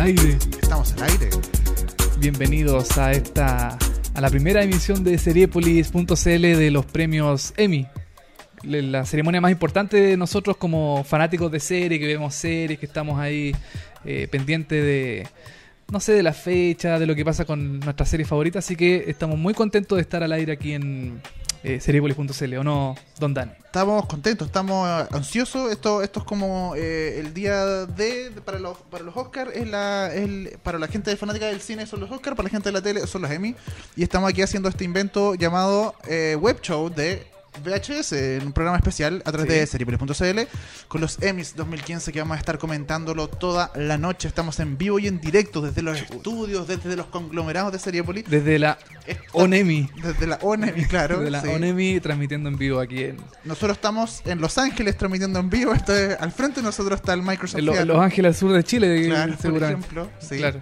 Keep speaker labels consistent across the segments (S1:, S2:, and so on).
S1: aire.
S2: Estamos al aire.
S1: Bienvenidos a esta a la primera emisión de Seriepolis.cl de los premios Emmy. Le- La ceremonia más importante de nosotros como fanáticos de series, que vemos series, que estamos ahí eh, pendientes de, no sé, de la fecha, de lo que pasa con nuestra serie favorita. Así que estamos muy contentos de estar al aire aquí en eh, Seriepolis.cl, ¿o no, Don Dan?
S2: Estamos contentos, estamos ansiosos. Esto, esto es como eh, el día de para los para los Oscars es la el- para la gente fanática del cine son los Oscars, para la gente de la tele son los Emmy y estamos aquí haciendo este invento llamado eh, web show de VHS, en un programa especial a través
S1: Sí.
S2: de seriepolis.cl con los Emmys 2015 que vamos a estar comentándolo toda la noche. Estamos en vivo y en directo desde los estudios, desde los conglomerados de Seriepolis.
S1: Desde la
S2: Esta-
S1: ONEMI.
S2: Desde la ONEMI, claro.
S1: Desde la
S2: sí.
S1: ONEMI transmitiendo en vivo aquí en,
S2: Nosotros estamos en Los Ángeles transmitiendo en vivo. Esto es- al frente de nosotros está el Microsoft
S1: En Lo- en
S2: Theater.
S1: Los Ángeles al sur de Chile,
S2: Claro, por
S1: seguramente.
S2: ejemplo, sí.
S1: Claro.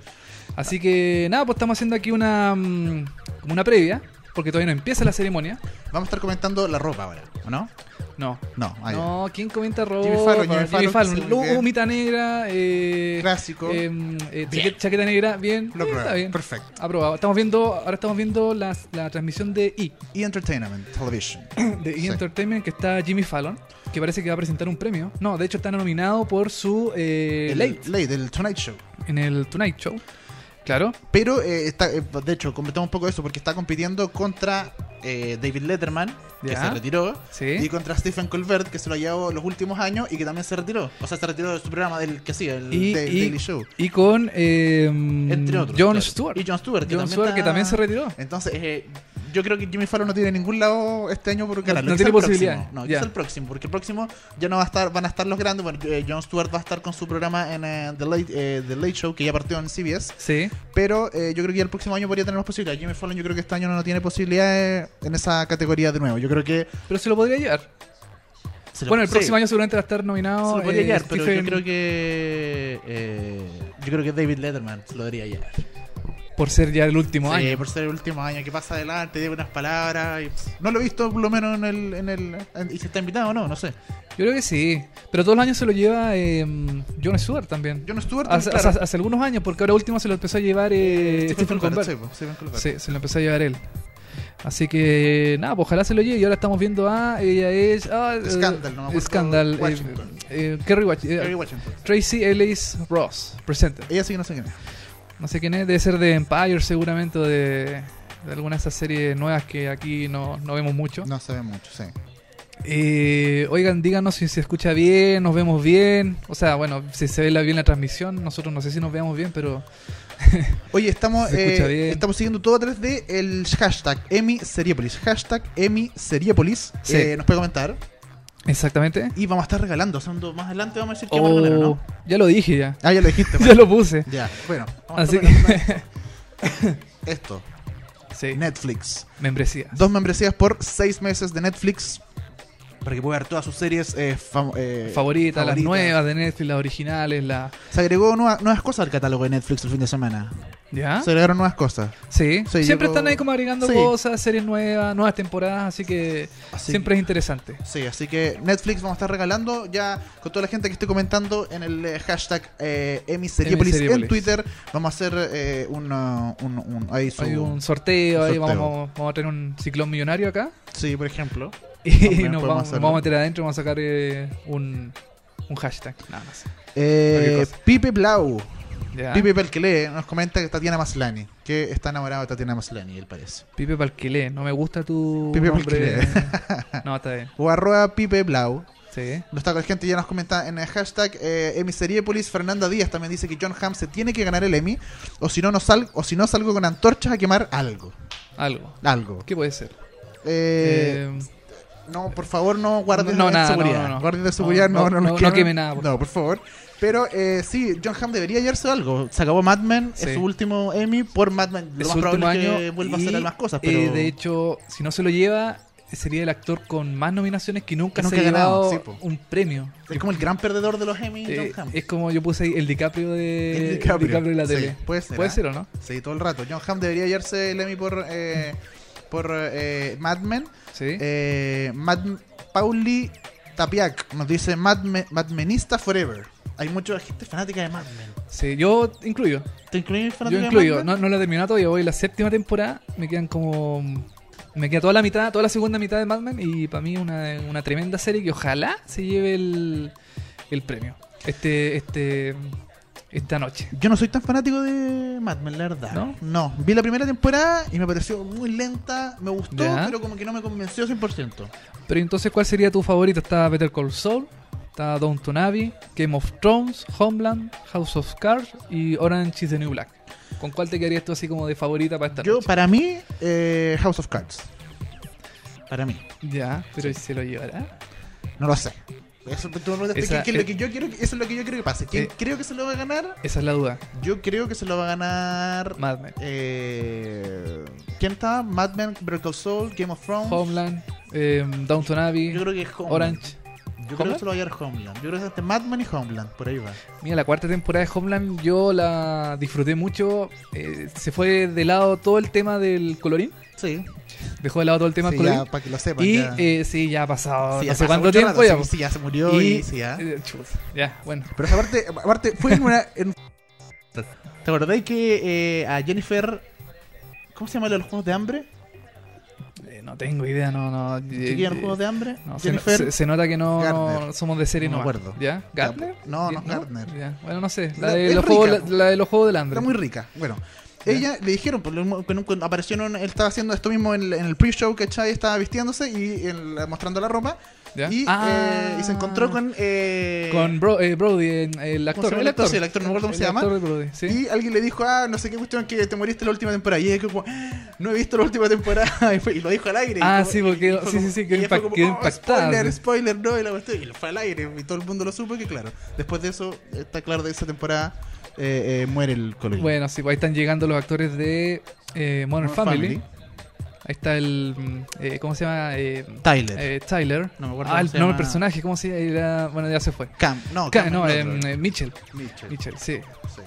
S1: Así que nada, pues estamos haciendo aquí una mm, como una previa, porque todavía no empieza la ceremonia.
S2: Vamos a estar comentando la ropa ahora, ¿o no?
S1: No.
S2: No, ahí.
S1: No, ¿quién comenta ropa?
S2: Jimmy Fallon, Jimmy Fallon, sí, muy bien.
S1: Humita negra, eh,
S2: Clásico.
S1: eh, eh, chaqueta, chaqueta negra, bien.
S2: Lo
S1: Eh, está
S2: probamos.
S1: bien.
S2: Perfecto.
S1: Aprobado. Estamos viendo, ahora estamos viendo las- la transmisión de E,
S2: Y Entertainment Television.
S1: de E
S2: Sí.
S1: Entertainment, que está Jimmy Fallon, que parece que va a presentar un premio. No, de hecho está nominado por su eh,
S2: El-
S1: Late
S2: Late, el Tonight Show.
S1: en el Tonight Show. Claro.
S2: Pero, eh, está, eh, de hecho, comentamos un poco eso porque está compitiendo contra eh, David Letterman, que
S1: Ya.
S2: se retiró,
S1: Sí.
S2: y contra Stephen Colbert, que se lo ha llevado los últimos años y que también se retiró. O sea, se retiró de su programa, del que hacía, el
S1: y,
S2: Da-
S1: y-
S2: Daily Show.
S1: y con eh,
S2: Entre otros.
S1: John
S2: claro.
S1: Stewart.
S2: Y John Stewart, que,
S1: Jon
S2: también,
S1: Stewart,
S2: está-
S1: que también se retiró.
S2: Entonces, eh, yo creo que Jimmy Fallon no tiene ningún lado este año por ganarlo.
S1: no
S2: Quizá
S1: tiene
S2: el próximo.
S1: posibilidades.
S2: No,
S1: Ya.
S2: es el próximo, porque el próximo ya no va a estar, van a estar los grandes. Bueno, eh, Jon Stewart va a estar con su programa en eh, The, Late, eh, The Late Show, que ya partió en CBS.
S1: Sí.
S2: Pero eh, yo creo que ya el próximo año podría tener más posibilidades. Jimmy Fallon, yo creo que este año no tiene posibilidades en esa categoría de nuevo. Yo creo que.
S1: Pero se lo podría llevar.
S2: se lo-
S1: Bueno, el
S2: sí,
S1: próximo año seguramente va a estar nominado.
S2: Se lo podría
S1: eh,
S2: llevar, pero yo
S1: Stephen-
S2: creo que. eh, yo creo que David Letterman se lo debería llevar.
S1: Por ser ya el último
S2: Sí,
S1: año.
S2: por ser el último año que pasa adelante, de unas palabras. y, pss, no lo he visto, por lo menos, en el. En el en- y si está invitado o no, no sé.
S1: Yo creo que sí. Pero todos los años se lo lleva eh, John Stewart también.
S2: Jon Stewart.
S1: hace,
S2: claro.
S1: hace- hace algunos años, porque ahora último se lo empezó a llevar eh,
S2: Stephen
S1: Stephen
S2: Colbert,
S1: Colbert.
S2: sí, pues, Stephen Colbert.
S1: Sí, se lo empezó a llevar él. Así que nada, pues ojalá se lo lleve. Y ahora estamos viendo a ella es ah, eh,
S2: Scandal, no me acuerdo,
S1: Scandal, eh,
S2: Washington.
S1: eh, Kerry Wach- eh,
S2: Kerry Washington.
S1: Tracy Ellis Ross, presenter.
S2: Ella sí que no sé quién es.
S1: No sé quién es, debe ser de Empire seguramente o de, de alguna de esas series nuevas que aquí no, no vemos mucho.
S2: No se ve mucho, sí.
S1: Eh, oigan, díganos si se escucha bien, nos vemos bien. O sea, bueno, si se ve la- bien la transmisión, nosotros no sé si nos veamos bien, pero
S2: Oye, estamos,
S1: Se escucha
S2: eh,
S1: bien.
S2: estamos siguiendo todo a través de el hashtag Emi Seriepolis. Hashtag Emi Seriepolis.
S1: Sí.
S2: Eh, nos puede comentar.
S1: exactamente.
S2: Y vamos a estar regalando. o sea, ando- más adelante vamos a decir que
S1: O-
S2: vamos a regalar, ¿no?
S1: Ya lo dije ya,
S2: Ah, ya lo dijiste.
S1: ya
S2: bueno.
S1: lo puse.
S2: Ya, bueno. vamos a
S1: Así
S2: estar regalando Esto,
S1: Sí,
S2: Netflix.
S1: membresía.
S2: Dos membresías por seis meses de Netflix. Para que pueda ver todas sus series eh, fam- eh,
S1: Favorita, las
S2: favoritas.
S1: nuevas de Netflix, las originales, la...
S2: Se agregó nueva- nuevas cosas al catálogo de Netflix el fin de semana.
S1: ¿Ya?
S2: Se agregaron nuevas cosas.
S1: Sí,
S2: Sí,
S1: siempre
S2: llegó-
S1: están ahí como agregando
S2: Sí.
S1: cosas, series nuevas, nuevas temporadas, así que
S2: Así-
S1: siempre es interesante.
S2: Sí, así que Netflix vamos a estar regalando ya con toda la gente que esté comentando en el eh, hashtag eh, Emiseriepolis en
S1: Emiseriepolis.
S2: Twitter. Vamos a hacer eh, una- un, un- ahí su-
S1: Hay un sorteo,
S2: un
S1: ahí
S2: sorteo.
S1: Vamos, vamos a tener un ciclón millonario acá.
S2: Sí, por ejemplo.
S1: Y
S2: También
S1: nos
S2: podemos
S1: vamos,
S2: hacerlo.
S1: vamos a meter adentro y vamos a sacar eh, un, un hashtag. Nada más.
S2: Eh,
S1: Cualquier cosa.
S2: Pipe Blau,
S1: Ya.
S2: Pipe Pel que lee, nos comenta que Tatiana Maslani, que está enamorado de Tatiana Maslani, él parece.
S1: Pipe Palquilé. No me gusta tu
S2: Pipe
S1: nombre. no, está bien.
S2: O arroba Pipe Blau.
S1: Sí.
S2: No está con la gente, ya nos comenta en el hashtag eh, Emiseriepolis. Fernanda Díaz también dice que John Hamm se tiene que ganar el Emmy, o si no, no sal- o si no salgo con antorchas a quemar algo.
S1: Algo.
S2: Algo.
S1: ¿Qué puede ser?
S2: Eh,
S1: Eh,
S2: No, por favor, no guardes
S1: No,
S2: de
S1: nada,
S2: seguridad.
S1: no, no, no.
S2: Guardias de seguridad
S1: No,
S2: no,
S1: no,
S2: no,
S1: no,
S2: los
S1: no
S2: quemen.
S1: queme nada, por
S2: No, por favor. Pero eh, sí, John Hamm debería hallarse algo. Se acabó Mad Men,
S1: Sí.
S2: es su último Emmy por Mad Men. Lo
S1: es
S2: más
S1: su último
S2: probable es que
S1: año.
S2: vuelva a
S1: y,
S2: hacer más cosas, pero
S1: eh, de hecho, si no se lo lleva, sería el actor con más nominaciones que nunca,
S2: Que nunca
S1: se ha
S2: ha ganado,
S1: ganado
S2: sí, po.
S1: un premio.
S2: es como el gran perdedor de los Emmy,
S1: Eh,
S2: John Hamm.
S1: es como yo puse ahí el DiCaprio de,
S2: El DiCaprio,
S1: de la
S2: sí,
S1: tele.
S2: puede ser, ¿ah?
S1: o no?
S2: Sí, todo el rato. John Hamm debería hallarse el Emmy por, eh, por eh, Mad Men.
S1: Sí.
S2: Eh, Mad- Pauli Tapiac nos dice Mad, Men- Mad Menista Forever. Hay mucha gente fanática de Mad Men.
S1: Sí, yo incluyo.
S2: ¿Te incluyes
S1: Yo
S2: fanática de
S1: incluyo.
S2: Mad Men?
S1: No, no la he terminado todavía. Voy en la séptima temporada. Me quedan como. Me queda toda la mitad, toda la segunda mitad de Mad Men. Y para mí es una, una tremenda serie que ojalá se lleve el, el premio. Este, este. Esta noche.
S2: Yo no soy tan fanático de Mad Men, la verdad.
S1: ¿No?
S2: Vi la primera temporada y me pareció muy lenta. Me gustó,
S1: Ya.
S2: pero como que no me convenció 100%.
S1: Pero entonces, ¿cuál sería tu favorito? Está Better Call Saul, está Downton Abbey, Game of Thrones, Homeland, House of Cards y Orange is the New Black. ¿Con cuál te quedarías tú así como de favorita para esta
S2: Yo,
S1: noche?
S2: para mí, eh, House of Cards. Para mí.
S1: Ya, pero ¿y se lo llevará.
S2: No lo sé. Eso, tú me preguntaste
S1: Esa-
S2: qué- qué es lo este,
S1: eh,
S2: que yo quiero, que- eso es lo que yo creo que pase. ¿Quién
S1: eh,
S2: creo que se lo va a ganar?
S1: Esa es la duda.
S2: Yo creo que se lo va a ganar.
S1: Mad Men.
S2: Eh, ¿Quién está? Mad Men, Break of Soul, Game of Thrones.
S1: Homeland, eh, Downton Abbey,
S2: Yo creo que es Homeland.
S1: Orange.
S2: Yo creo
S1: ¿Homeland?
S2: que se lo va a ganar Homeland. Yo creo que es entre Mad Men y Homeland. Por ahí va.
S1: Mira, la cuarta temporada de Homeland yo la disfruté mucho. Eh, se fue de lado todo el tema del colorín.
S2: Sí.
S1: Dejó de lado todo el tema
S2: Sí,
S1: del
S2: ya,
S1: colorín.
S2: para que lo sepan.
S1: Y
S2: ya.
S1: eh, sí, ya ha pasado
S2: Sí, ya
S1: no sé
S2: pasó
S1: cuánto
S2: mucho
S1: tiempo
S2: rato,
S1: ya.
S2: sí,
S1: pues.
S2: sí, ya se murió y,
S1: Y-
S2: sí, ya.
S1: eh, chus, ya, bueno.
S2: Pero esa parte, aparte, fue en una. en- ¿Te acordáis que eh, a Jennifer. ¿Cómo se llama lo de los juegos de hambre?
S1: Eh, no tengo idea, no, no. eh,
S2: Chiquilla en
S1: eh,
S2: los juegos de hambre.
S1: no, se,
S2: Jennifer.
S1: se- se nota que no
S2: Gardner.
S1: somos de serie,
S2: No
S1: no.
S2: me
S1: más.
S2: acuerdo.
S1: ¿Ya? ¿Gardner?
S2: No, no,
S1: ¿Ya?
S2: Gardner.
S1: Ya. Bueno, no sé. La
S2: La-
S1: de,
S2: es
S1: los
S2: rica,
S1: juegos, la,
S2: po.
S1: la de los juegos del hambre.
S2: Está muy rica. Bueno.
S1: Ya.
S2: Ella le dijeron, por lo mismo, cuando- cuando aparecieron, él estaba haciendo esto mismo en el, en el pre-show, ¿cachai? Estaba vistiéndose y en la- mostrando la ropa.
S1: ¿Ya?
S2: Y,
S1: Ah.
S2: eh, y se encontró con. eh,
S1: Con Bro- eh, Brody, eh, el
S2: ¿Cómo se
S1: actor.
S2: llama
S1: El actor,
S2: Sí, el actor, no me acuerdo cómo
S1: El
S2: se llama.
S1: actor de Brody, sí.
S2: Y alguien le dijo, ah, no sé qué cuestión, que te moriste la última temporada. Y ella como, "Ah, no he visto la última temporada. Y, fue- y lo dijo al aire. Y
S1: Ah,
S2: como-
S1: sí, porque-
S2: y fue
S1: sí, sí, sí, quedó
S2: y ella fue "Oh,
S1: impact- quedó impactada,
S2: Spoiler,
S1: sí.
S2: spoiler, no. Y, la cuestión- y lo fue al aire. Y todo el mundo lo supo que, claro, después de eso, está claro de esa temporada, eh, eh, muere el colegio.
S1: Bueno, sí, pues ahí están llegando los actores de eh, Modern Family. Ahí está el. mm, eh, ¿Cómo se llama? Eh,
S2: Tyler.
S1: eh, Tyler.
S2: No me acuerdo
S1: Ah,
S2: cómo
S1: el,
S2: se
S1: no, el
S2: llama.
S1: personaje, ¿cómo se llama? Era- bueno, ya se fue.
S2: Cam, no,
S1: Ca-
S2: Cam,
S1: no,
S2: el
S1: eh,
S2: otro.
S1: eh, Mitchell.
S2: Mitchell.
S1: Mitchell, sí.
S2: Sí.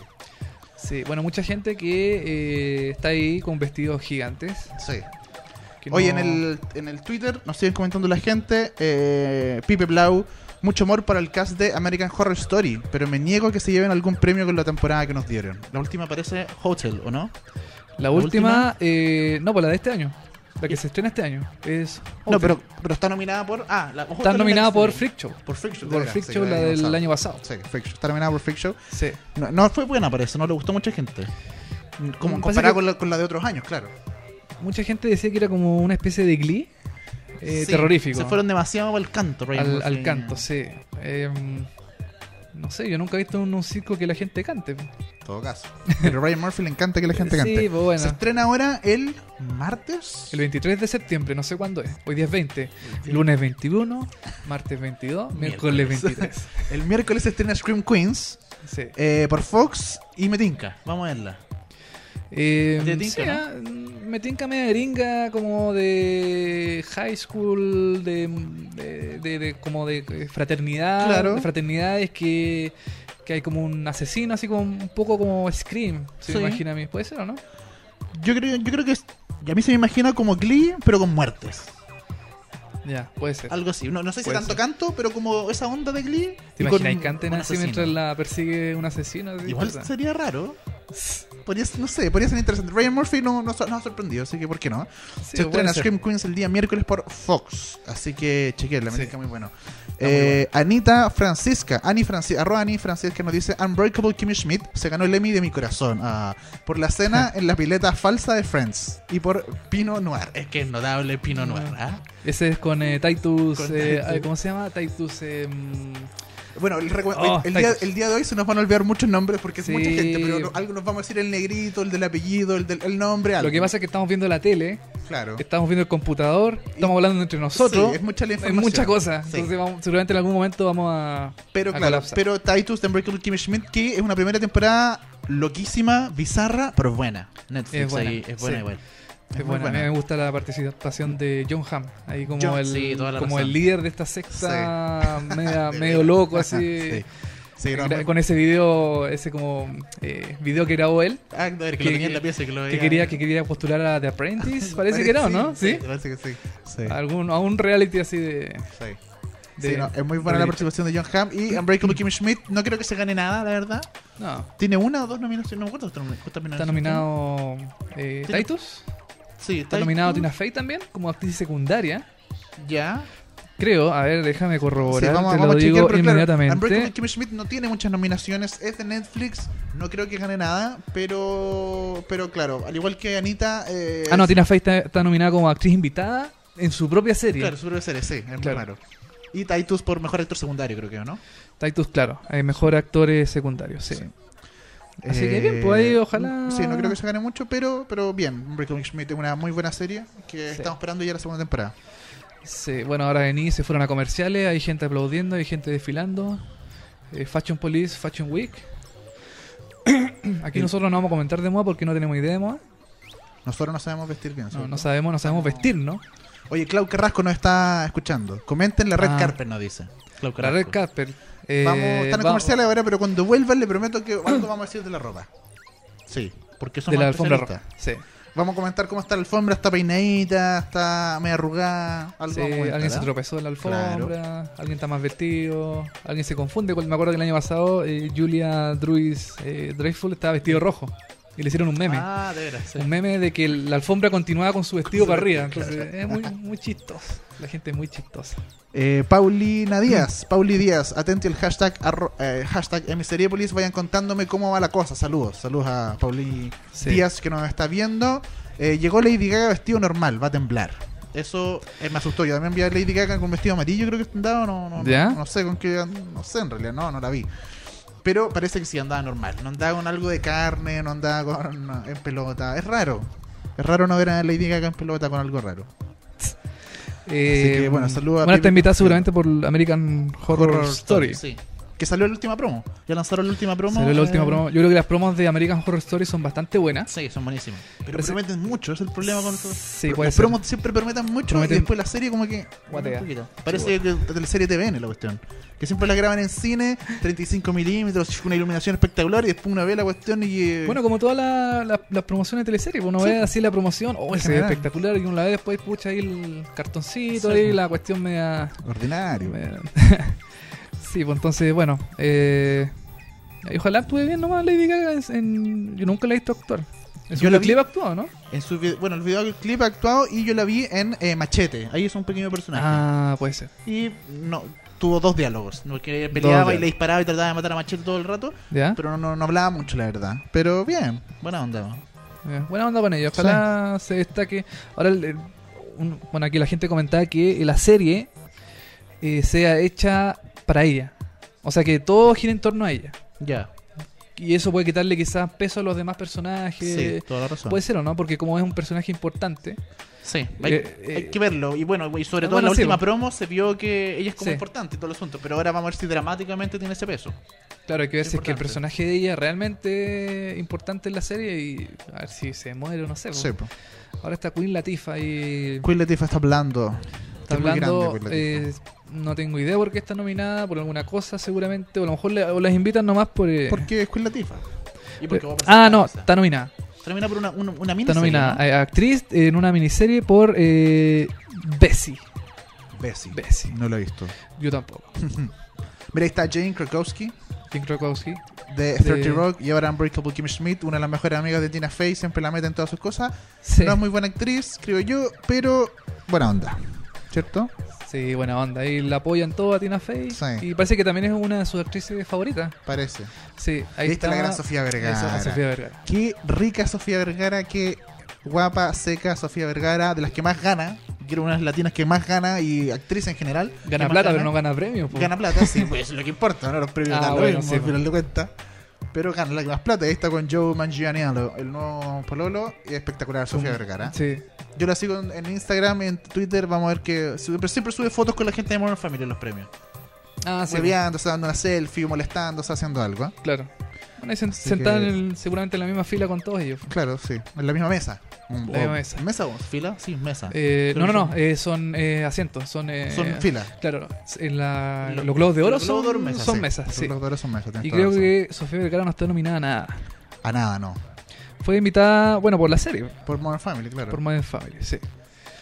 S1: Sí, bueno, mucha gente que eh, está ahí con vestidos gigantes.
S2: sí.
S1: que
S2: Oye,
S1: no-
S2: en, el, en el Twitter nos siguen comentando la gente. eh, Pipe Blau, mucho amor para el cast de American Horror Story, pero me niego a que se lleven algún premio con la temporada que nos dieron. La última parece Hotel, ¿o no?
S1: La última, eh, no, pues la de este año. La que se estrena este año. Es
S2: No,
S1: Hotel.
S2: pero, pero está nominada por. Ah, la, Hotel
S1: Está
S2: es
S1: nominada
S2: la-
S1: por Freak Show.
S2: Por Freak Show. de
S1: Por
S2: veras,
S1: Freak
S2: sí,
S1: Show,
S2: de
S1: la
S2: veras,
S1: del
S2: no sabe.
S1: año pasado.
S2: Sí, Freak Show. Está nominada por Freak Show.
S1: Sí.
S2: No, no fue buena, parece, no le gustó a mucha gente. Como
S1: Mm, Pasa
S2: comparada
S1: que-
S2: con, la, con la de otros años, claro.
S1: Mucha gente decía que era como una especie de glee eh,
S2: Sí,
S1: terrorífico.
S2: Se fueron demasiado al canto,
S1: al,
S2: Rainbow,
S1: al
S2: sí.
S1: canto, sí. Em, no sé, yo nunca he visto en un circo que la gente cante.
S2: todo caso. Pero a Ryan Murphy le encanta que la gente cante.
S1: Sí, pues bueno.
S2: Se estrena ahora el martes.
S1: El 23 de septiembre, no sé cuándo es. Hoy día es 20. Lunes 21, martes 22, miércoles
S2: Miércoles.
S1: 23.
S2: El miércoles se estrena Scream Queens
S1: Sí.
S2: eh, por Fox y Metinca. Vamos a verla.
S1: Eh,
S2: ¿Te tinca,
S1: sí,
S2: no?
S1: ah, mm, Me tinca media gringa como de high school, de, de- de- de- como de eh, fraternidad,
S2: Claro.
S1: de fraternidades que, que hay como un asesino, así como un poco como Scream, se me
S2: Sí.
S1: imagina a mí. ¿Puede ser o no?
S2: Yo creo, yo creo que es- y a mí se me imagina como Glee, pero con muertes.
S1: Ya, puede ser.
S2: Algo así. No, no sé si
S1: Puede
S2: tanto
S1: ser.
S2: canto, pero como esa onda de Glee.
S1: ¿Te
S2: y con
S1: imaginas? Y canten
S2: un
S1: así
S2: asesino.
S1: mientras la persigue un asesino. así,
S2: Igual
S1: puta.
S2: sería raro. Podría ser- no sé, podría ser interesante. Ryan Murphy no nos no ha sorprendido, así que ¿por qué no?
S1: Sí,
S2: se
S1: puede
S2: estrena
S1: ser.
S2: Scream Queens el día miércoles por Fox. Así que chequeen, la
S1: Sí.
S2: música muy bueno.
S1: muy
S2: Eh, Anita Francisca, Ani Francisca, arroba Ani Francisca nos dice Unbreakable Kimmy Schmidt se ganó el Emmy de mi corazón ah, por la cena en la pileta falsa de Friends y por Pino Noir. Es que es notable Pino
S1: Noir,
S2: ¿ah?
S1: Ese es con eh, Titus.
S2: Con
S1: eh,
S2: Titus.
S1: ¿Cómo se llama? Titus. eh, mm,
S2: Bueno, el, recu-
S1: Oh,
S2: el, el día,
S1: thanks.
S2: el día de hoy se nos van a olvidar muchos nombres porque es
S1: Sí.
S2: mucha gente, pero no- algo nos vamos a decir el negrito, el del apellido, el del el nombre, algo.
S1: lo que pasa es que estamos viendo la tele,
S2: claro.
S1: estamos viendo el computador, estamos hablando entre nosotros.
S2: Sí, es mucha la
S1: es
S2: información.
S1: mucha cosa.
S2: Sí.
S1: Entonces, vamos- seguramente en algún momento vamos a.
S2: Pero
S1: a
S2: claro,
S1: colapsar.
S2: pero Titus de Unbreakable Kimmy Schmidt, que es una primera temporada loquísima, bizarra, pero buena. Netflix
S1: Es buena,
S2: ahí es buena
S1: sí.
S2: igual.
S1: es
S2: muy
S1: buena. A mí me gusta la participación de John Hamm, ahí como,
S2: John-
S1: el,
S2: sí, toda la
S1: como
S2: razón.
S1: el líder de esta secta media- medio loco, así.
S2: sí. Sí,
S1: que
S2: no,
S1: gra-
S2: muy-
S1: Con ese video, ese como eh, video que grabó él,
S2: Ah, no, era que,
S1: que-
S2: lo tenía en la pieza y que lo
S1: que
S2: veía.
S1: quería, que quería postular a The Apprentice, parece que era, ¿no? Sí.
S2: Parece que sí. Sí.
S1: Algún, a un reality así de.
S2: sí.
S1: de-
S2: Sí, no, es muy buena
S1: de
S2: la
S1: director.
S2: participación de John Hamm y Unbreakable Kimmy Schmidt. No creo que se gane nada, la verdad.
S1: No,
S2: Tiene una o dos nominaciones. No me acuerdo cuántas nominaciones.
S1: está nominado eh,
S2: Tiene-
S1: Titus.
S2: Sí,
S1: Está nominado Tina Fey también como actriz secundaria.
S2: Ya.
S1: Creo, a ver, déjame corroborar,
S2: Sí, vamos,
S1: te lo
S2: vamos a chequear,
S1: digo
S2: pero claro,
S1: inmediatamente.
S2: Unbreakable Kimmy Schmidt no tiene muchas nominaciones, es de Netflix, no creo que gane nada, pero pero claro, al igual que Anita... eh,
S1: ah, no,
S2: es-
S1: Tina Fey está, está nominada como actriz invitada en su propia serie.
S2: Claro, su ser, sí, es muy
S1: Claro.
S2: raro. Y Titus por mejor actor secundario, creo que, ¿no?
S1: Titus, claro, eh, mejor actores secundarios, sí.
S2: Sí.
S1: Así que bien, pues ahí
S2: Eh,
S1: ojalá-
S2: Sí, no creo que se gane mucho, pero pero bien. Unbreakable Kimmy Schmidt es una muy buena serie que
S1: Sí.
S2: estamos esperando ya la segunda temporada.
S1: Sí, bueno, ahora vení, se fueron a comerciales, hay gente aplaudiendo, hay gente desfilando. Eh, Fashion Police, Fashion Week. Aquí
S2: Y-
S1: nosotros no vamos a comentar de moda porque no tenemos idea de moda.
S2: Nosotros no sabemos vestir bien.
S1: No,
S2: ¿cierto?
S1: no sabemos, no sabemos vestir, ¿no?
S2: Oye, Clau Carrasco nos está escuchando. Comenten la red
S1: Ah.
S2: carpet, nos dice. Clau
S1: La
S2: Carrasco.
S1: Red Carpet. eh,
S2: Vamos, están en
S1: va-
S2: comerciales ahora, pero cuando vuelvan le prometo que algo vamos a decir de la ropa. Sí, porque somos
S1: De la alfombra roja.
S2: especialistas.
S1: Sí.
S2: Vamos a comentar cómo está la alfombra, está peinadita, está media arrugada, algo
S1: Sí,
S2: vamos a comentar,
S1: alguien se
S2: ¿ah?
S1: tropezó en la alfombra, alguien está más vestido, alguien se confunde. con- Me acuerdo que el año pasado eh, Julia Druis eh, Dreyfus estaba vestido rojo y le hicieron un meme.
S2: Ah, de veras. sí.
S1: Un meme de que la alfombra continuaba con su vestido
S2: Su
S1: para arriba.
S2: vestido,
S1: Entonces es muy, muy chistoso. La gente es muy chistosa.
S2: Eh, Paulina Díaz, Pauli Díaz, atenti al hashtag, arro- eh, hashtag MSeriepolis, vayan contándome cómo va la cosa. Saludos, saludos a Pauli
S1: Sí.
S2: Díaz que nos está viendo. Eh, llegó Lady Gaga vestido normal, va a temblar. Eso eh, me asustó. Yo también vi a Lady Gaga con vestido amarillo, creo que andaba, no, no,
S1: ¿Ya?
S2: no sé con qué, no sé en realidad, no, no la vi. Pero parece que sí andaba normal, no andaba con algo de carne, no andaba con, en pelota. Es raro, es raro no ver a Lady Gaga en pelota con algo raro.
S1: Eh,
S2: que, bueno, saludos a
S1: Bueno, está
S2: Pipe-
S1: invitada seguramente por American Horror, Story.
S2: Sí. Que salió la última promo. Ya lanzaron la última promo.
S1: Salió la
S2: eh,
S1: última promo. Yo creo que las promos de American Horror Story son bastante buenas.
S2: Sí, son buenísimas. Pero
S1: Parece-
S2: prometen mucho, es el problema con todo.
S1: Sí,
S2: Pero
S1: puede
S2: las
S1: ser.
S2: promos siempre prometen mucho
S1: Prometen-
S2: y después la serie como que.
S1: Guatea.
S2: un poquito. Parece que de la serie TVN la cuestión. Que siempre la graban en cine, 35 milímetros, una iluminación espectacular y después una ve la cuestión y. eh,
S1: Bueno, como todas la- la- las promociones de teleseries, uno
S2: Sí.
S1: ve así la promoción, oh,
S2: En
S1: se ve
S2: general.
S1: espectacular, y uno la ve después, pucha, ahí el cartoncito,
S2: Sí.
S1: ahí la cuestión media...
S2: ordinario.
S1: media- sí, pues entonces, bueno, eh, y ojalá actúe bien nomás Lady Gaga, en, en- yo nunca la he visto actuar. En
S2: Yo
S1: su
S2: la
S1: clip
S2: vi-
S1: actuado, ¿no?
S2: En su vi- bueno, el videoclip ha actuado y yo la vi en eh, Machete. Ahí es un pequeño personaje.
S1: Ah, puede ser.
S2: Y no tuvo dos diálogos. Porque peleaba y
S1: diálogos. Ah.
S2: le disparaba y trataba de matar a Machete todo el rato.
S1: ¿Ya?
S2: Pero no, no, no hablaba mucho, la verdad. Pero bien, buena onda.
S1: Ya, Buena onda con ellos. Ojalá se destaque. Ahora, el- el- un- bueno, aquí la gente comentaba que la serie eh, sea hecha para ella. O sea, que todo gira en torno a ella.
S2: Ya.
S1: Y eso puede quitarle quizás peso a los demás personajes.
S2: Sí, toda la razón.
S1: Puede ser o no, porque como es un personaje importante.
S2: sí, hay,
S1: eh, eh,
S2: hay que verlo. Y bueno, y sobre
S1: Ah,
S2: todo en la
S1: bueno, sí,
S2: última
S1: bueno.
S2: promo se vio que ella es como
S1: Sí.
S2: importante y todo el asunto. Pero ahora vamos a ver si dramáticamente tiene ese peso.
S1: Claro, hay que ver
S2: Es
S1: si es que el
S2: importante.
S1: personaje de ella realmente es importante en la serie y a ver si se muere o no sé.
S2: Sí,
S1: pues.
S2: pues.
S1: Ahora está Queen Latifah ahí
S2: Queen Latifah está hablando.
S1: Está hablando, eh, no tengo idea por qué está nominada, por alguna cosa seguramente, o a lo mejor le- o las invitan nomás por... eh,
S2: ¿Por qué es Queen Latifah? ¿Y por qué vos pensás
S1: ah,
S2: que
S1: no,
S2: pasa?
S1: está nominada.
S2: Termina por una, una, una
S1: Está
S2: miniserie,
S1: nominada eh, actriz en una miniserie por eh, Bessie.
S2: ¿no? Bessie.
S1: Bessie.
S2: No lo he visto.
S1: Yo tampoco.
S2: Mira, ahí está Jane Krakowski.
S1: Jim Krakowski.
S2: de
S1: De-
S2: 30 Rock y ahora Unbreakable Kim Schmidt, una de las mejores amigas de Tina Fey, siempre la mete en todas sus cosas.
S1: Sí.
S2: No es muy buena actriz, creo yo, pero buena onda, ¿cierto?
S1: sí, buena onda. Y la apoyan todo a Tina Fey.
S2: Sí.
S1: Y parece que también es una de sus actrices favoritas.
S2: Parece.
S1: Sí, ahí
S2: Ahí
S1: está.
S2: está la gran Sofía Vergara.
S1: Esa, Sofía Vergara.
S2: Qué rica Sofía Vergara, qué guapa, seca Sofía Vergara, de las que más gana, quiero una de las latinas que más gana y actriz en general. que
S1: Gana
S2: más
S1: plata, pero no gana premios. po.
S2: Gana plata, sí, pues lo que importa, ¿no? Los premios
S1: Ah,
S2: dan lo
S1: bueno,
S2: mismo,
S1: sí,
S2: al
S1: pues.
S2: final de cuentas. Pero gana la que más plata. Ahí está con Joe Manganiello, el nuevo pololo. Y espectacular, Sofía Vergara.
S1: Sí.
S2: Yo la sigo en, en Instagram, en Twitter, vamos a ver que sube- pero siempre sube fotos con la gente de Modern Family en los premios.
S1: Ah, sí.
S2: Hueveándose, dando una selfie, molestándose, haciendo algo. ¿eh?
S1: Claro. Bueno, ahí sen-
S2: Así
S1: sentada
S2: que-
S1: en el- seguramente en la misma fila con todos ellos.
S2: Claro, sí, en la misma mesa. Mm,
S1: La misma mesa.
S2: ¿Mesa o fila? Sí, mesa.
S1: Eh,
S2: Creo
S1: no, no,
S2: que
S1: no,
S2: son-
S1: eh, son eh, asientos, son... eh,
S2: son filas.
S1: Claro, en la-
S2: Lo-
S1: Ah, los globos de oro
S2: los globos de
S1: son,
S2: oro, mesas,
S1: son
S2: sí.
S1: mesas,
S2: Los
S1: sí.
S2: globos de oro son mesas, tienes
S1: Y
S2: toda
S1: creo
S2: razón.
S1: que Sofía Vergara no está nominada a nada.
S2: A nada, no.
S1: Fue invitada, bueno, por la serie,
S2: Por Modern Family, claro.
S1: por Modern Family, sí.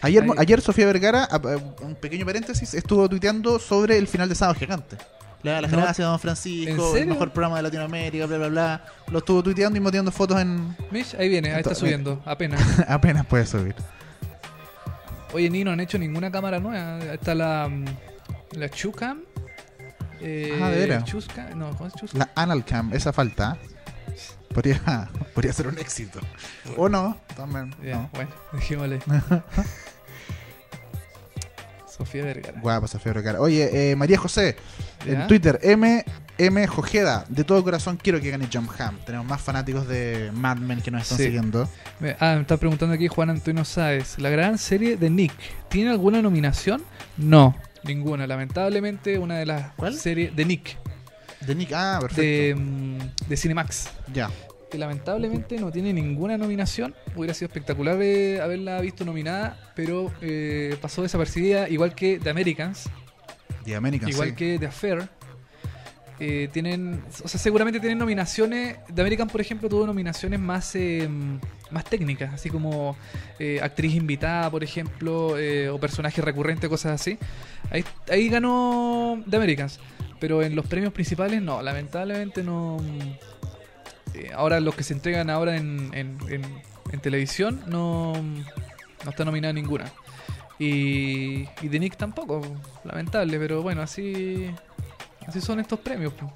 S2: Ayer,
S1: Ahí-
S2: ayer Sofía Vergara, a- a- un pequeño paréntesis, estuvo tuiteando sobre el final de Sábado Gigante. Le da las
S1: No.
S2: gracias a Don
S1: ¿En
S2: Francisco, el
S1: serio?
S2: mejor programa de Latinoamérica, bla, bla, bla. Lo estuvo tuiteando y moteando fotos en...
S1: Mish, ahí viene, ahí está
S2: Entonces,
S1: subiendo, apenas.
S2: Apenas puede subir.
S1: Oye, ni no han hecho ninguna cámara nueva. Está la. mm, La Chucam. Eh,
S2: Ah, de veras.
S1: Chusca. No, ¿cómo es Chusca?
S2: La Analcam, esa falta. Podría, podría ser un éxito. O no, también.
S1: Ya,
S2: no.
S1: bueno, dejémosle. Sofía Vergara.
S2: Guapa Sofía Vergara. Oye, eh, María José,
S1: Ya.
S2: en Twitter, M. M. Jojeda, de todo corazón quiero que gane Jump Ham. Tenemos más fanáticos de Mad Men que nos están
S1: Sí.
S2: siguiendo.
S1: Me- Ah, me está preguntando aquí Juan Antonio Sáez. La gran serie de Nick, ¿tiene alguna nominación? No, ninguna. Lamentablemente, una de las
S2: ¿Cuál?
S1: series de Nick,
S2: De Nick, ah, perfecto.
S1: de, mm, de Cinemax.
S2: Ya.
S1: que lamentablemente no tiene ninguna nominación. Hubiera sido espectacular eh, haberla visto nominada, pero eh, pasó desapercibida, igual que The Americans,
S2: The American,
S1: igual
S2: sí.
S1: que The Affair. Eh, tienen, o sea, seguramente tienen nominaciones. The American, por ejemplo, tuvo nominaciones más, eh, más técnicas, así como eh, actriz invitada, por ejemplo, eh, o personaje recurrente, cosas así. Ahí, ahí ganó The Americans, pero en los premios principales no, lamentablemente no. mm, Eh, ahora los que se entregan ahora en, en- en- en televisión no, no está nominada ninguna. Y, y The Nick tampoco, lamentable, pero bueno, así, así son estos premios. po.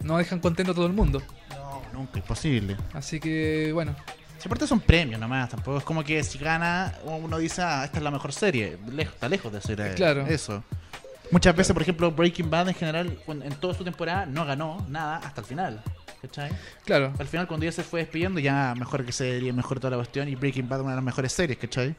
S1: No dejan contento a todo el mundo.
S2: No, nunca, imposible.
S1: Así que bueno,
S2: Si aparte son premios nomás, tampoco es como que si gana uno dice, ah, esta es la mejor serie. Lejos, está lejos de ser eh,
S1: Claro.
S2: eso. Muchas veces, por ejemplo, Breaking Bad en general, cuando- en toda su temporada, no ganó nada hasta el final. ¿Cachai?
S1: claro,
S2: Al final, cuando ya se fue despidiendo, ya mejor que serie, mejor toda la cuestión. Y Breaking Bad, una de las mejores series, ¿cachai?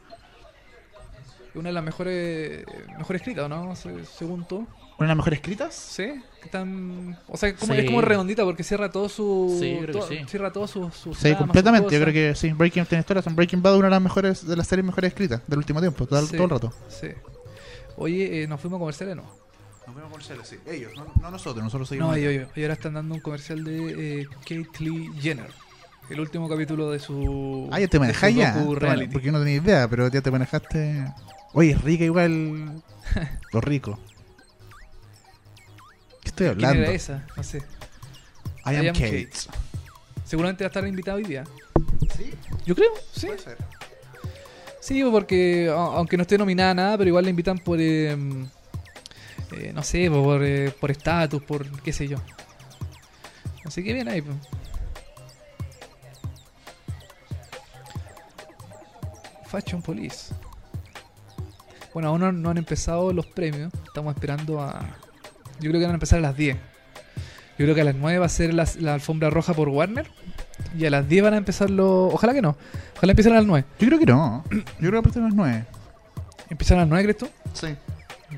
S1: una de las mejores mejores escritas, ¿no? Se- Según tú.
S2: Una de las mejores escritas.
S1: Sí, que tan, o sea, como,
S2: Sí.
S1: es como redondita porque cierra todo su
S2: Sí, yo creo que
S1: to-
S2: sí.
S1: cierra todos sus sus
S2: Sí, completamente. Yo creo que sí. Breaking Bad, toda razón. Breaking Bad, una de las mejores de las series mejores escritas del último tiempo, todo,
S1: Sí.
S2: todo el rato.
S1: Sí. Oye, eh, nos fuimos a comerciales, no.
S2: Nos vemos comerciales, sí. Ellos, no, nosotros, nosotros
S1: No, yo, yo, ahora están dando un comercial de eh, Caitlyn Jenner. El último capítulo de su.
S2: Ah, ya te
S1: de
S2: manejas
S1: su
S2: ya.
S1: docu
S2: Te mane-
S1: reality.
S2: Porque yo no tenía idea, pero ya te manejaste. Oye, es rica igual. Lo rico. ¿Qué estoy
S1: ¿Quién
S2: hablando?
S1: era esa? No sé.
S2: I am
S1: I am
S2: Kate.
S1: Seguramente va a estar invitado hoy día.
S2: Sí,
S1: Yo creo, sí.
S2: puede ser.
S1: Sí, pues, porque a- aunque no esté nominada a nada, pero igual la invitan por. eh, eh, no sé, por eh, por estatus, por qué sé yo. Así que bien ahí. pues. Fashion Police. Bueno, aún no, no han empezado los premios. Estamos esperando a. Yo creo que van a empezar a las 10. Yo creo que a las 9 va a ser las- la, alfombra roja por Warner. Y a las 10 van a empezar los. Ojalá que no. Ojalá empiecen a las 9.
S2: Yo creo que no. Yo creo que aparte de las 9.
S1: ¿Empiezan a las 9, crees tú?
S2: Sí.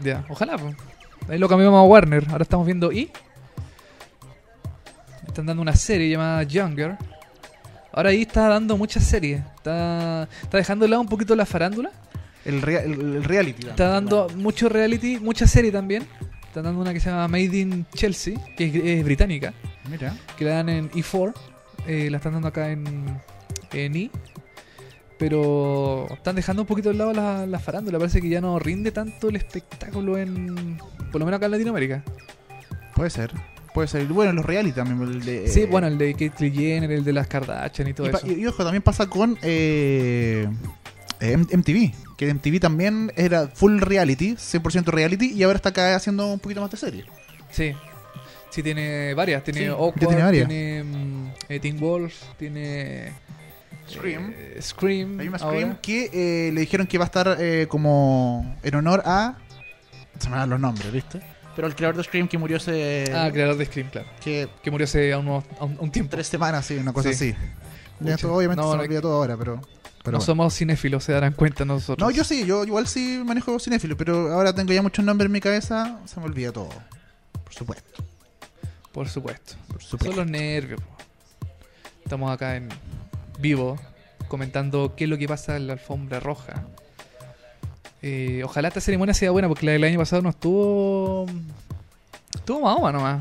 S1: Ya, ojalá. po. Ahí lo cambiamos a Warner. Ahora estamos viendo y. Están dando una serie llamada Younger. Ahora ahí está dando muchas series. Está, está dejando de lado un poquito la farándula.
S2: El, rea- el- el reality.
S1: Está dando mucho reality, mucha serie también. Está dando una que se llama Made in Chelsea, que es, es británica,
S2: Mira.
S1: que la dan en E4. eh, la están dando acá en, en E. Pero están dejando un poquito de lado la, la farándula. Parece que ya no rinde tanto el espectáculo en. Por lo menos acá en Latinoamérica.
S2: Puede ser. Puede ser. Bueno, los reality también. el de,
S1: Sí,
S2: eh,
S1: bueno, el de Caitlyn Jenner, el de las Kardashian y todo
S2: Y, pa-
S1: eso.
S2: y- y ojo, también pasa con eh, eh, M- MTV. Que MTV también era full reality, 100% reality, y ahora está acá haciendo un poquito más de serie.
S1: Sí. Sí, tiene varias. Tiene
S2: Sí, ya
S1: Awkward,
S2: tiene
S1: tiene,
S2: varias.
S1: mm, eh, Teen Wolf, tiene...
S2: Scream.
S1: eh, Scream.
S2: Hay una
S1: ahora.
S2: Scream que eh, le dijeron que va a estar eh, como en honor a. Se me dan los nombres, ¿viste? Pero el creador de Scream que murió hace.
S1: Ah, creador de Scream, claro.
S2: Que
S1: Que murió hace unos- a un, a un tiempo.
S2: Eh. tres semanas, sí, una cosa
S1: Sí.
S2: así. Ya,
S1: Pucha.
S2: esto obviamente
S1: No,
S2: se me
S1: no-
S2: olvida todo ahora, pero. pero
S1: no
S2: bueno.
S1: somos cinéfilos, se darán cuenta nosotros.
S2: No, yo sí, yo igual sí manejo cinéfilo, pero ahora tengo ya muchos nombres en mi cabeza, se me olvida todo. Por supuesto,
S1: Por supuesto.
S2: por
S1: Son
S2: supuesto.
S1: los nervios. po. Estamos acá en vivo comentando qué es lo que pasa en la alfombra roja. Eh, ojalá esta ceremonia sea buena porque la del año pasado no estuvo... Estuvo más o menos ¿ah? nomás.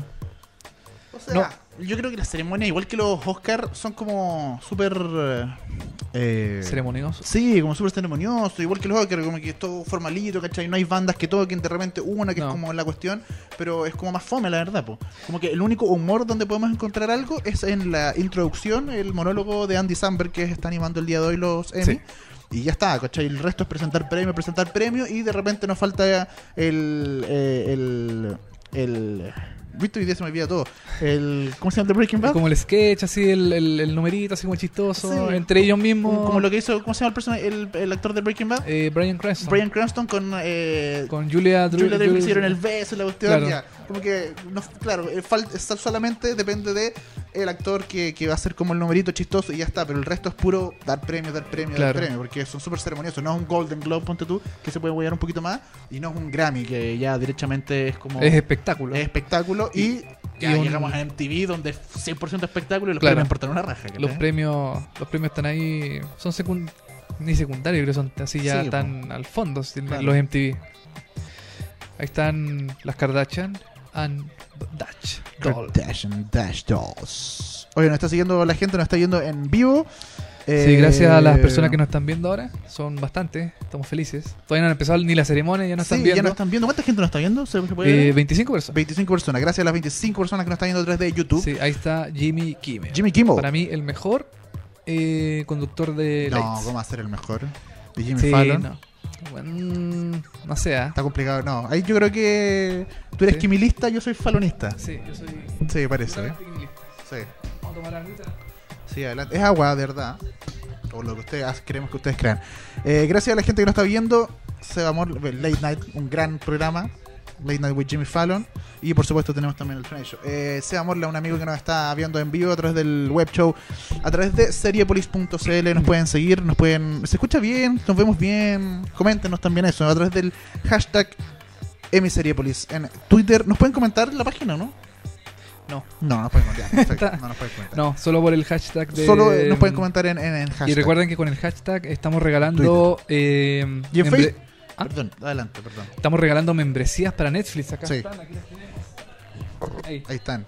S2: O sea, yo creo que las ceremonias, igual que los Oscar, son como súper eh, Eh,
S1: ceremonioso.
S2: Sí, como súper ceremonioso, igual que los Oscars, como que es todo formalito, ¿cachai? No hay bandas que toquen, de repente una que
S1: No.
S2: es como la cuestión, pero es como más fome, la verdad, po. Como que el único humor donde podemos encontrar algo es en la introducción, el monólogo de Andy Samberg que está animando el día de hoy los Emmy.
S1: Sí.
S2: Y ya está, ¿cachai? El resto es presentar premio, presentar premio, y de repente nos falta el... eh, el... el Viste, hoy día se me olvida todo. El, ¿Cómo se llama el de Breaking Bad?
S1: Como el sketch, así, el, el- el numerito, así como chistoso,
S2: Sí.
S1: entre ellos mismos.
S2: Como, como lo que hizo, ¿cómo se llama el, persona, el, el actor de Breaking Bad?
S1: eh, Brian Cranston.
S2: Brian Cranston con, eh,
S1: Con Julia Drew.
S2: Julia Dreyfus
S1: Drew-
S2: hicieron el beso, la cuestión,
S1: Claro.
S2: ya. Como que, no- claro, eh, fal- sal- solamente depende de el actor que, que va a ser como el numerito chistoso y ya está, pero el resto es puro dar premio, dar premio,
S1: Claro.
S2: dar premio, porque son súper ceremoniosos. No es un Golden Globe, ponte tú, que se puede huear un poquito más, y no es un Grammy, que ya directamente es como...
S1: Es espectáculo.
S2: es espectáculo y, ya
S1: y un-
S2: llegamos a MTV donde es 100% espectáculo y los
S1: Claro.
S2: premios importan una raja. ¿cachai?
S1: Los premios, los premios están ahí, son secun- ni secundarios, creo que son así ya
S2: Sí,
S1: están al fondo, si-
S2: Claro.
S1: los MTV. Ahí están las Kardashian and Dutch Doll.
S2: Kardashian Dash Dolls. Oye, nos está siguiendo la gente, nos está yendo en vivo. Eh,
S1: Sí, gracias a las personas que nos están viendo ahora, son bastantes, estamos felices. Todavía no han empezado ni la ceremonia, ya nos
S2: sí,
S1: están viendo.
S2: ya nos están viendo. ¿Cuánta gente nos está viendo? ¿Se se puede
S1: Eh,
S2: ver?
S1: 25 personas.
S2: 25 personas. Gracias a las 25 personas que nos están viendo a través de YouTube.
S1: Sí, ahí está Jimmy Kimmel.
S2: Jimmy Kimmel.
S1: Para mí el mejor eh, conductor de
S2: no,
S1: Lights.
S2: ¿cómo hacer el mejor? Y Jimmy
S1: Sí,
S2: Fallon.
S1: no. Bueno, no sé, ah.
S2: Está complicado. No, ahí yo creo que tú eres
S1: Sí.
S2: quimilista, yo soy fallonista.
S1: Sí, yo soy...
S2: Sí, parece. ¿eh? Sí. Sí, adelante. Es agua, de verdad. O lo que ustedes as- queremos que ustedes crean. Eh, gracias a la gente que nos está viendo. Seba Mor, Late Night, un gran programa. Late Night with Jimmy Fallon. Y por supuesto tenemos también el Train Show. Eh, Seba Morla, un amigo que nos está viendo en vivo a través del web show. A través de seriepolis.cl nos pueden seguir, nos pueden... Se escucha bien, nos vemos bien. Coméntenos también eso. A través del hashtag Seriepolis en Twitter. Nos pueden comentar la página, ¿no?
S1: No.
S2: No, nos pueden comentar. perfecto. No nos pueden comentar.
S1: No, solo por el hashtag de...
S2: Solo eh, nos pueden comentar en, en, en hashtag.
S1: Y recuerden que con el hashtag estamos regalando... eh,
S2: Y en
S1: membre-
S2: Facebook.
S1: ¿Ah?
S2: Perdón, adelante, perdón.
S1: Estamos regalando membresías para Netflix. Acá
S2: Sí.
S1: están, aquí las tenemos. Ahí,
S2: Ahí están.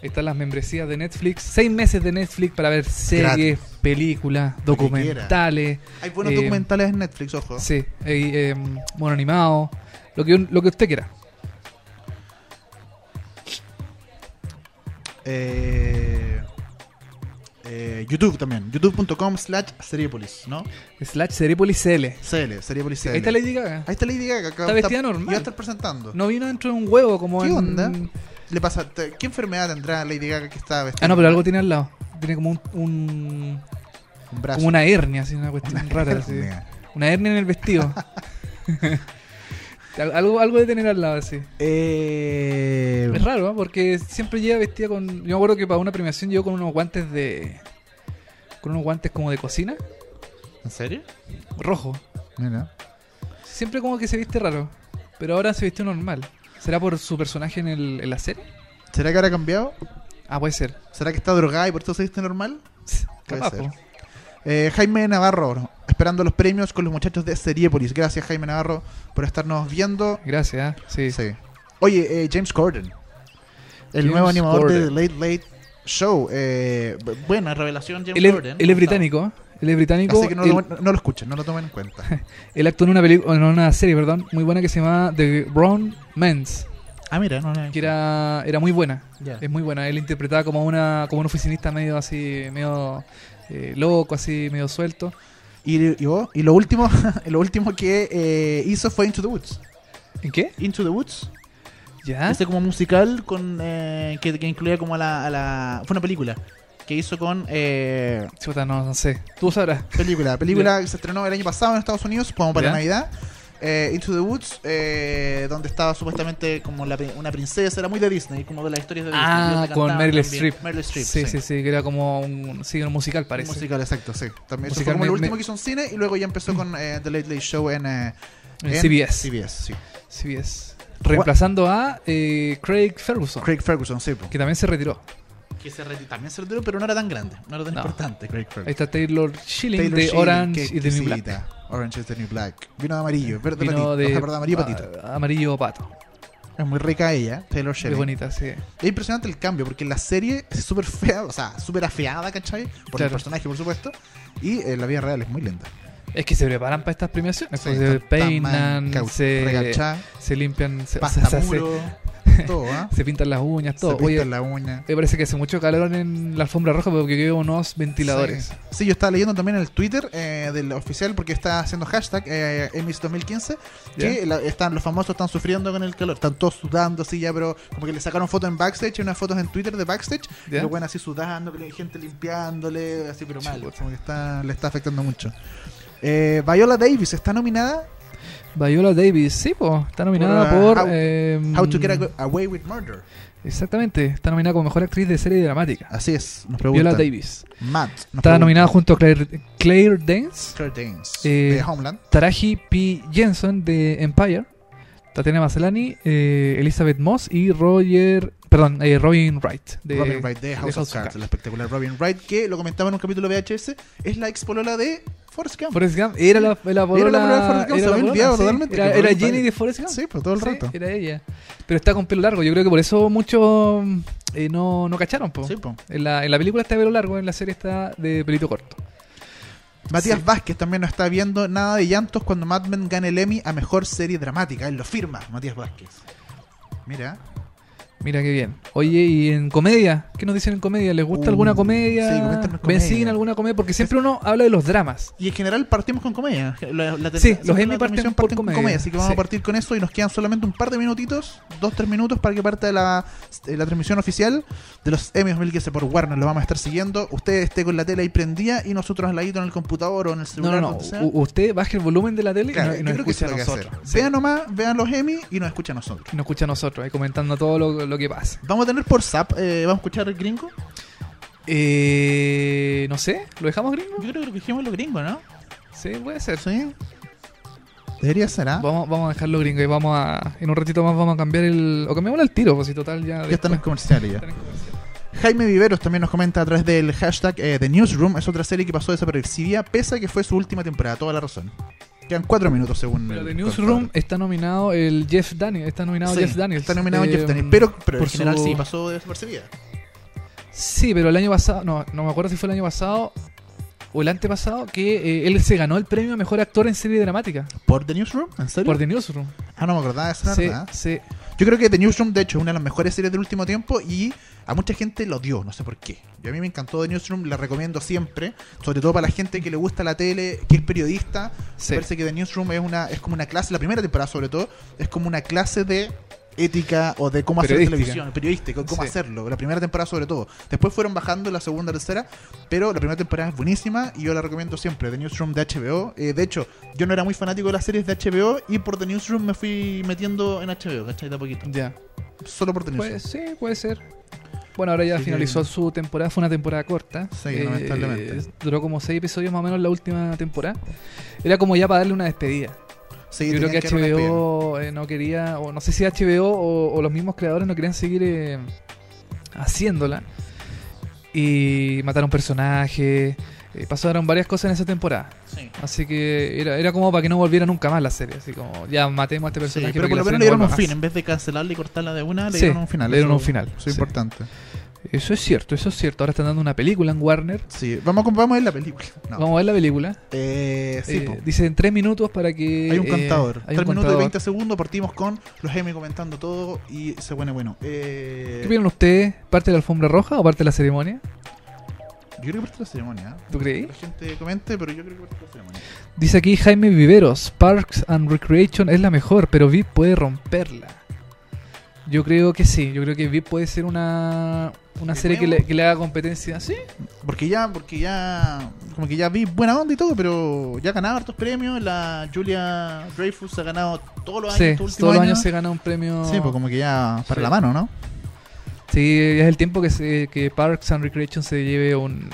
S1: ahí están las membresías de Netflix. Seis meses de Netflix para ver series, películas,
S2: Lo que quiera.
S1: documentales.
S2: Hay buenos
S1: Eh,
S2: documentales en Netflix, ojo.
S1: Sí, eh, eh, mono animado. Lo que, un- lo que usted quiera.
S2: Eh, eh, YouTube también. YouTube.com slash Seriepolis, ¿no?
S1: Slash Cerepolis CL.
S2: CL, Seriepolis CL.
S1: Ahí está Lady Gaga.
S2: Ahí está Lady Gaga. que
S1: Está vestida normal.
S2: Y va a estar presentando.
S1: No vino dentro de un huevo como
S2: ¿Qué
S1: en-
S2: onda? Le pasa, te- ¿Qué enfermedad tendrá Lady Gaga que está vestida?
S1: Ah, no, pero algo tiene al lado. Tiene como un, un-
S2: Un brazo.
S1: como una hernia, así, una cuestión rara. así.
S2: hernia.
S1: Una hernia en el vestido. Al- algo, algo de tener al lado, así.
S2: Eh,
S1: Es raro, ¿eh? porque siempre llega vestida con. Yo me acuerdo que para una premiación llegó con unos guantes de. Con unos guantes como de cocina,
S2: ¿En serio?
S1: rojo.
S2: Mira.
S1: Siempre como que se viste raro. Pero ahora se viste normal. ¿Será por su personaje en, el, en la serie?
S2: ¿Será que habrá cambiado?
S1: Ah, puede ser.
S2: ¿Será que está drogada y por eso se viste normal? Puede
S1: Capaz,
S2: ser.
S1: po.
S2: Eh, Jaime Navarro, esperando los premios con los muchachos de Seriepolis. Gracias, Jaime Navarro, por estarnos viendo.
S1: Gracias, ¿eh? sí.
S2: Sí. Oye, eh, James Corden, el
S1: James
S2: nuevo animador
S1: Corden.
S2: de The Late Late Show. Eh, bu- buena revelación, James
S1: Él es,
S2: Corden.
S1: él es británico. ¿eh? Él es británico.
S2: Así que no,
S1: él-
S2: lo, no lo escuchen, no lo tomen en cuenta.
S1: Él actuó en una película, en una serie, perdón, muy buena que se llamaba The Brown Men's,
S2: ah, mira, no, no.
S1: que era, era muy buena.
S2: Ya.
S1: Es muy buena. Él interpretaba como una, como un oficinista medio así, medio eh, loco, así, medio suelto.
S2: Y, y vos, y lo último, lo último que eh, hizo fue Into the Woods.
S1: ¿En qué?
S2: Into the Woods,
S1: ¿Ya?
S2: ese como musical con eh, que, que incluía como a la, a la- Fue una película que hizo con. eh,
S1: Chuta, no, no sé. Tú sabrás.
S2: Película, película que se estrenó el año pasado en Estados Unidos, como para
S1: Ya.
S2: Navidad. eh, Into the Woods, eh, donde estaba supuestamente como la pri- una princesa, era muy de Disney, como de las historias de Disney.
S1: Ah,
S2: donde
S1: con
S2: cantaban
S1: Meryl
S2: también.
S1: Streep.
S2: Meryl Streep,
S1: sí, sí, sí, que era como un, sí, un musical,
S2: Un
S1: parece.
S2: Musical, exacto, sí. También eso
S1: Musical,
S2: fue como
S1: me-
S2: lo último
S1: me-
S2: que hizo en cine y luego ya empezó con eh, The Late Late Show en, eh,
S1: En CBS.
S2: CBS, sí.
S1: Sí, es. Reemplazando a eh, Craig Ferguson,
S2: Craig Ferguson, sí. po.
S1: que también se retiró.
S2: Que se reti- también se retiró, pero no era tan grande, no era tan
S1: No.
S2: importante. Craig
S1: Ahí
S2: Ferguson.
S1: está Taylor Schilling
S2: Taylor
S1: de
S2: Sheridan,
S1: Orange
S2: qué
S1: y The New Black.
S2: exquisita. Orange is the New Black. Vino de amarillo, verde
S1: Vino
S2: patito.
S1: de
S2: Ajá, perdón, amarillo patito.
S1: ah, amarillo pato.
S2: Es muy rica ella, Taylor
S1: Qué
S2: Sheridan.
S1: bonita, sí.
S2: Es impresionante el cambio, porque la serie es súper fea, o sea, súper afeada, ¿cachai? Por el
S1: Claro.
S2: personaje, por supuesto. Y eh, la vida real es muy linda.
S1: Es que se preparan para estas premiaciones.
S2: Sí,
S1: pues, se
S2: está- está más
S1: peinan,
S2: cau-
S1: se,
S2: regachá,
S1: se limpian, se,
S2: pasta
S1: o sea, se-
S2: puro, todo, ¿ah?
S1: se pintan las uñas,
S2: Se
S1: todo.
S2: pinta
S1: Oye,
S2: la uña.
S1: me parece que hace mucho calor en la alfombra roja porque veo unos ventiladores.
S2: Sí. Sí, yo estaba leyendo también en el Twitter eh, del oficial, porque está haciendo hashtag eh, Emmys 2015, que la- están, los famosos están sufriendo con el calor, están todos sudando así ya, pero como que le sacaron fotos en backstage y unas fotos en Twitter de backstage,
S1: ¿Ya?
S2: y lo bueno así sudando, que le- gente limpiándole, así pero mal,
S1: Chuta.
S2: como que está, le está afectando mucho. Eh, Viola Davis está nominada
S1: Viola Davis, sí, po, está nominada
S2: Por,
S1: por...
S2: ah, How-
S1: eh,
S2: How to Get Away with Murder.
S1: Exactamente, está nominada como Mejor Actriz de Serie Dramática.
S2: Así es, nos
S1: Viola
S2: preguntan.
S1: Davis.
S2: Matt. nos
S1: Está
S2: pregunta.
S1: nominada junto a Claire, Claire Danes,
S2: Claire Danes,
S1: Eh,
S2: de Homeland.
S1: Taraji P. Jensen de Empire, Tatiana Maslany, eh, Elizabeth Moss y Roger, perdón, eh, Robin Wright de
S2: Robin Wright de House, of Cards, la espectacular Robin Wright, que lo comentaba en un capítulo VHS, es la ex polola de Forrest Gump.
S1: Forrest Gump era la la
S2: Era la polola de
S1: polola
S2: Forrest Gump, se había
S1: polola,
S2: olvidado
S1: sí.
S2: totalmente
S1: Era-
S2: que
S1: era
S2: Robin
S1: Jenny
S2: Wright-
S1: de Forrest Gump.
S2: Sí, por todo el
S1: Sí,
S2: rato.
S1: Era ella. Pero está con pelo largo. Yo creo que por eso muchos eh, no, no cacharon. po.
S2: Sí, pues. po.
S1: En, la, en la película está de pelo largo, en la serie está de pelito corto.
S2: Matías
S1: Sí.
S2: Vázquez también no está viendo nada de llantos cuando Mad Men gane el Emmy a mejor serie dramática. Él lo firma, Matías Vázquez. Mira.
S1: Mira qué bien. Oye, ¿y en comedia? ¿Qué nos dicen en comedia? ¿Les gusta
S2: Uh,
S1: alguna comedia?
S2: sí, coméntanos
S1: ¿Ven
S2: comedia.
S1: siguen alguna comedia? Porque siempre uno habla de los dramas.
S2: Y en general partimos con comedia. La- la-
S1: Sí,
S2: la-
S1: los Emmy
S2: la transmisión
S1: parten por
S2: con
S1: comedia.
S2: Así que vamos
S1: Sí.
S2: a partir con eso y nos quedan solamente un par de minutitos, dos, tres minutos para que parte la, eh, la transmisión oficial de los Emmy 2015 por Warner. Lo vamos a estar siguiendo. Usted esté con la tele ahí prendida y nosotros al ladito en el computador o en el
S1: No,
S2: celular.
S1: no, no.
S2: donde sea.
S1: U- usted baje el volumen de la tele
S2: Claro,
S1: y no- y
S2: yo
S1: nos
S2: creo que eso
S1: escucha
S2: es
S1: a
S2: lo que
S1: nosotros.
S2: hacer.
S1: Sí.
S2: Vean nomás, vean los Emmy y nos escucha a nosotros.
S1: Y nos escucha a nosotros, ahí comentando todo lo, lo que pasa.
S2: Vamos a tener por SAP, eh, vamos a escuchar el gringo.
S1: Eh, no sé, ¿lo dejamos gringo?
S2: Yo creo que dijimos los gringos, ¿no?
S1: Sí, puede ser.
S2: Sí. Debería ser, ¿ah?
S1: Vamos, vamos a dejarlo gringo y vamos a. En un ratito más vamos a cambiar el. O cambiémoslo al tiro, pues si total ya.
S2: Ya están
S1: después-
S2: los comerciales ya.
S1: están en comercio.
S2: Jaime Viveros también nos comenta a través del hashtag eh, The Newsroom. Es otra serie que pasó desapercibida, pese a que fue su última temporada. Toda la razón. Quedan cuatro minutos según.
S1: Pero
S2: el
S1: de Newsroom
S2: contador.
S1: está nominado el Jeff Daniels. Está nominado
S2: Sí,
S1: Jeff Daniels.
S2: Está nominado
S1: Eh,
S2: Jeff Daniels. Pero, pero
S1: por
S2: en general
S1: su-
S2: sí pasó desapercibida.
S1: Sí, pero el año pasado, no, no me acuerdo si fue el año pasado o el antepasado, que eh, él se ganó el premio a mejor actor en serie dramática
S2: ¿Por The Newsroom? ¿En serio?
S1: por The Newsroom.
S2: Ah, no me acordaba de esa
S1: Sí,
S2: nota, ¿eh?
S1: sí.
S2: Yo creo que The Newsroom, de hecho, es una de las mejores series del último tiempo y a mucha gente lo dio, no sé por qué. Yo a mí me encantó The Newsroom, la recomiendo siempre, sobre todo para la gente que le gusta la tele, que es periodista.
S1: Sí.
S2: Me parece que The Newsroom es una es como una clase, la primera temporada sobre todo, es como una clase de ética o de cómo hacer
S1: Periodística.
S2: televisión, periodístico, cómo
S1: Sí.
S2: hacerlo, la primera temporada sobre todo. Después fueron bajando la segunda, tercera, pero la primera temporada es buenísima y yo la recomiendo siempre, The Newsroom de HBO. Eh, de hecho, yo no era muy fanático de las series de HBO y por The Newsroom me fui metiendo en HBO, ¿cachai? De a poquito.
S1: Ya.
S2: Solo por The Newsroom.
S1: Pues, sí, puede ser. Bueno, ahora ya
S2: Así que-
S1: finalizó su temporada, fue una temporada corta. Eh,
S2: Sí, lamentablemente.
S1: Duró como seis episodios más o menos la última temporada. Era como ya para darle una despedida.
S2: Sí,
S1: Yo creo que
S2: tenían dar una despedida.
S1: HBO eh, no quería, o no sé si HBO o, o los mismos creadores no querían seguir eh, haciéndola. Y mataron personajes, eh, pasaron varias cosas en esa temporada.
S2: Sí.
S1: Así que era, era como para que no volviera nunca más la serie. Así como, ya matemos a este
S2: Sí,
S1: personaje.
S2: pero
S1: para que
S2: por
S1: la
S2: lo menos le
S1: serie no
S2: dieron un
S1: vuelva
S2: fin.
S1: más.
S2: En vez de cancelarla y cortarla de una, le
S1: Sí,
S2: dieron un final.
S1: le dieron
S2: Eso-
S1: un final,
S2: Eso es
S1: sí.
S2: importante.
S1: Eso es cierto, eso es cierto. Ahora están dando una película en Warner.
S2: Sí, vamos, con- vamos a ver la película. No.
S1: Vamos a ver la película.
S2: Eh, sí, po.
S1: Eh, dicen tres minutos para que.
S2: Hay un
S1: eh,
S2: contador.
S1: hay
S2: 3
S1: un
S2: minutos y
S1: contador.
S2: 20 segundos. Partimos con los Emmy comentando todo y se pone bueno. Eh,
S1: ¿Qué opinan ustedes? ¿Parte de la alfombra roja o parte de la ceremonia?
S2: yo creo que parte de la ceremonia. ¿eh?
S1: ¿Tú creí?
S2: La gente comente, pero yo creo que parte de la ceremonia.
S1: Dice aquí Jaime Viveros, Parks and Recreation es la mejor, pero VIP puede romperla. Yo creo que sí, yo creo que VIP puede ser una, una
S2: ¿De
S1: serie que
S2: nuevo?
S1: le, que le haga competencia. Sí,
S2: Porque ya, porque ya, como que ya vi buena onda y todo, pero ya ganaba hartos premios. La Julia Dreyfus ha ganado todos los años.
S1: sí
S2: estos últimos
S1: todos los años
S2: años.
S1: se gana un premio.
S2: Sí, pues como que ya para
S1: Sí.
S2: la mano, ¿no?
S1: Sí, es el tiempo que, se, que Parks and Recreation se lleve un,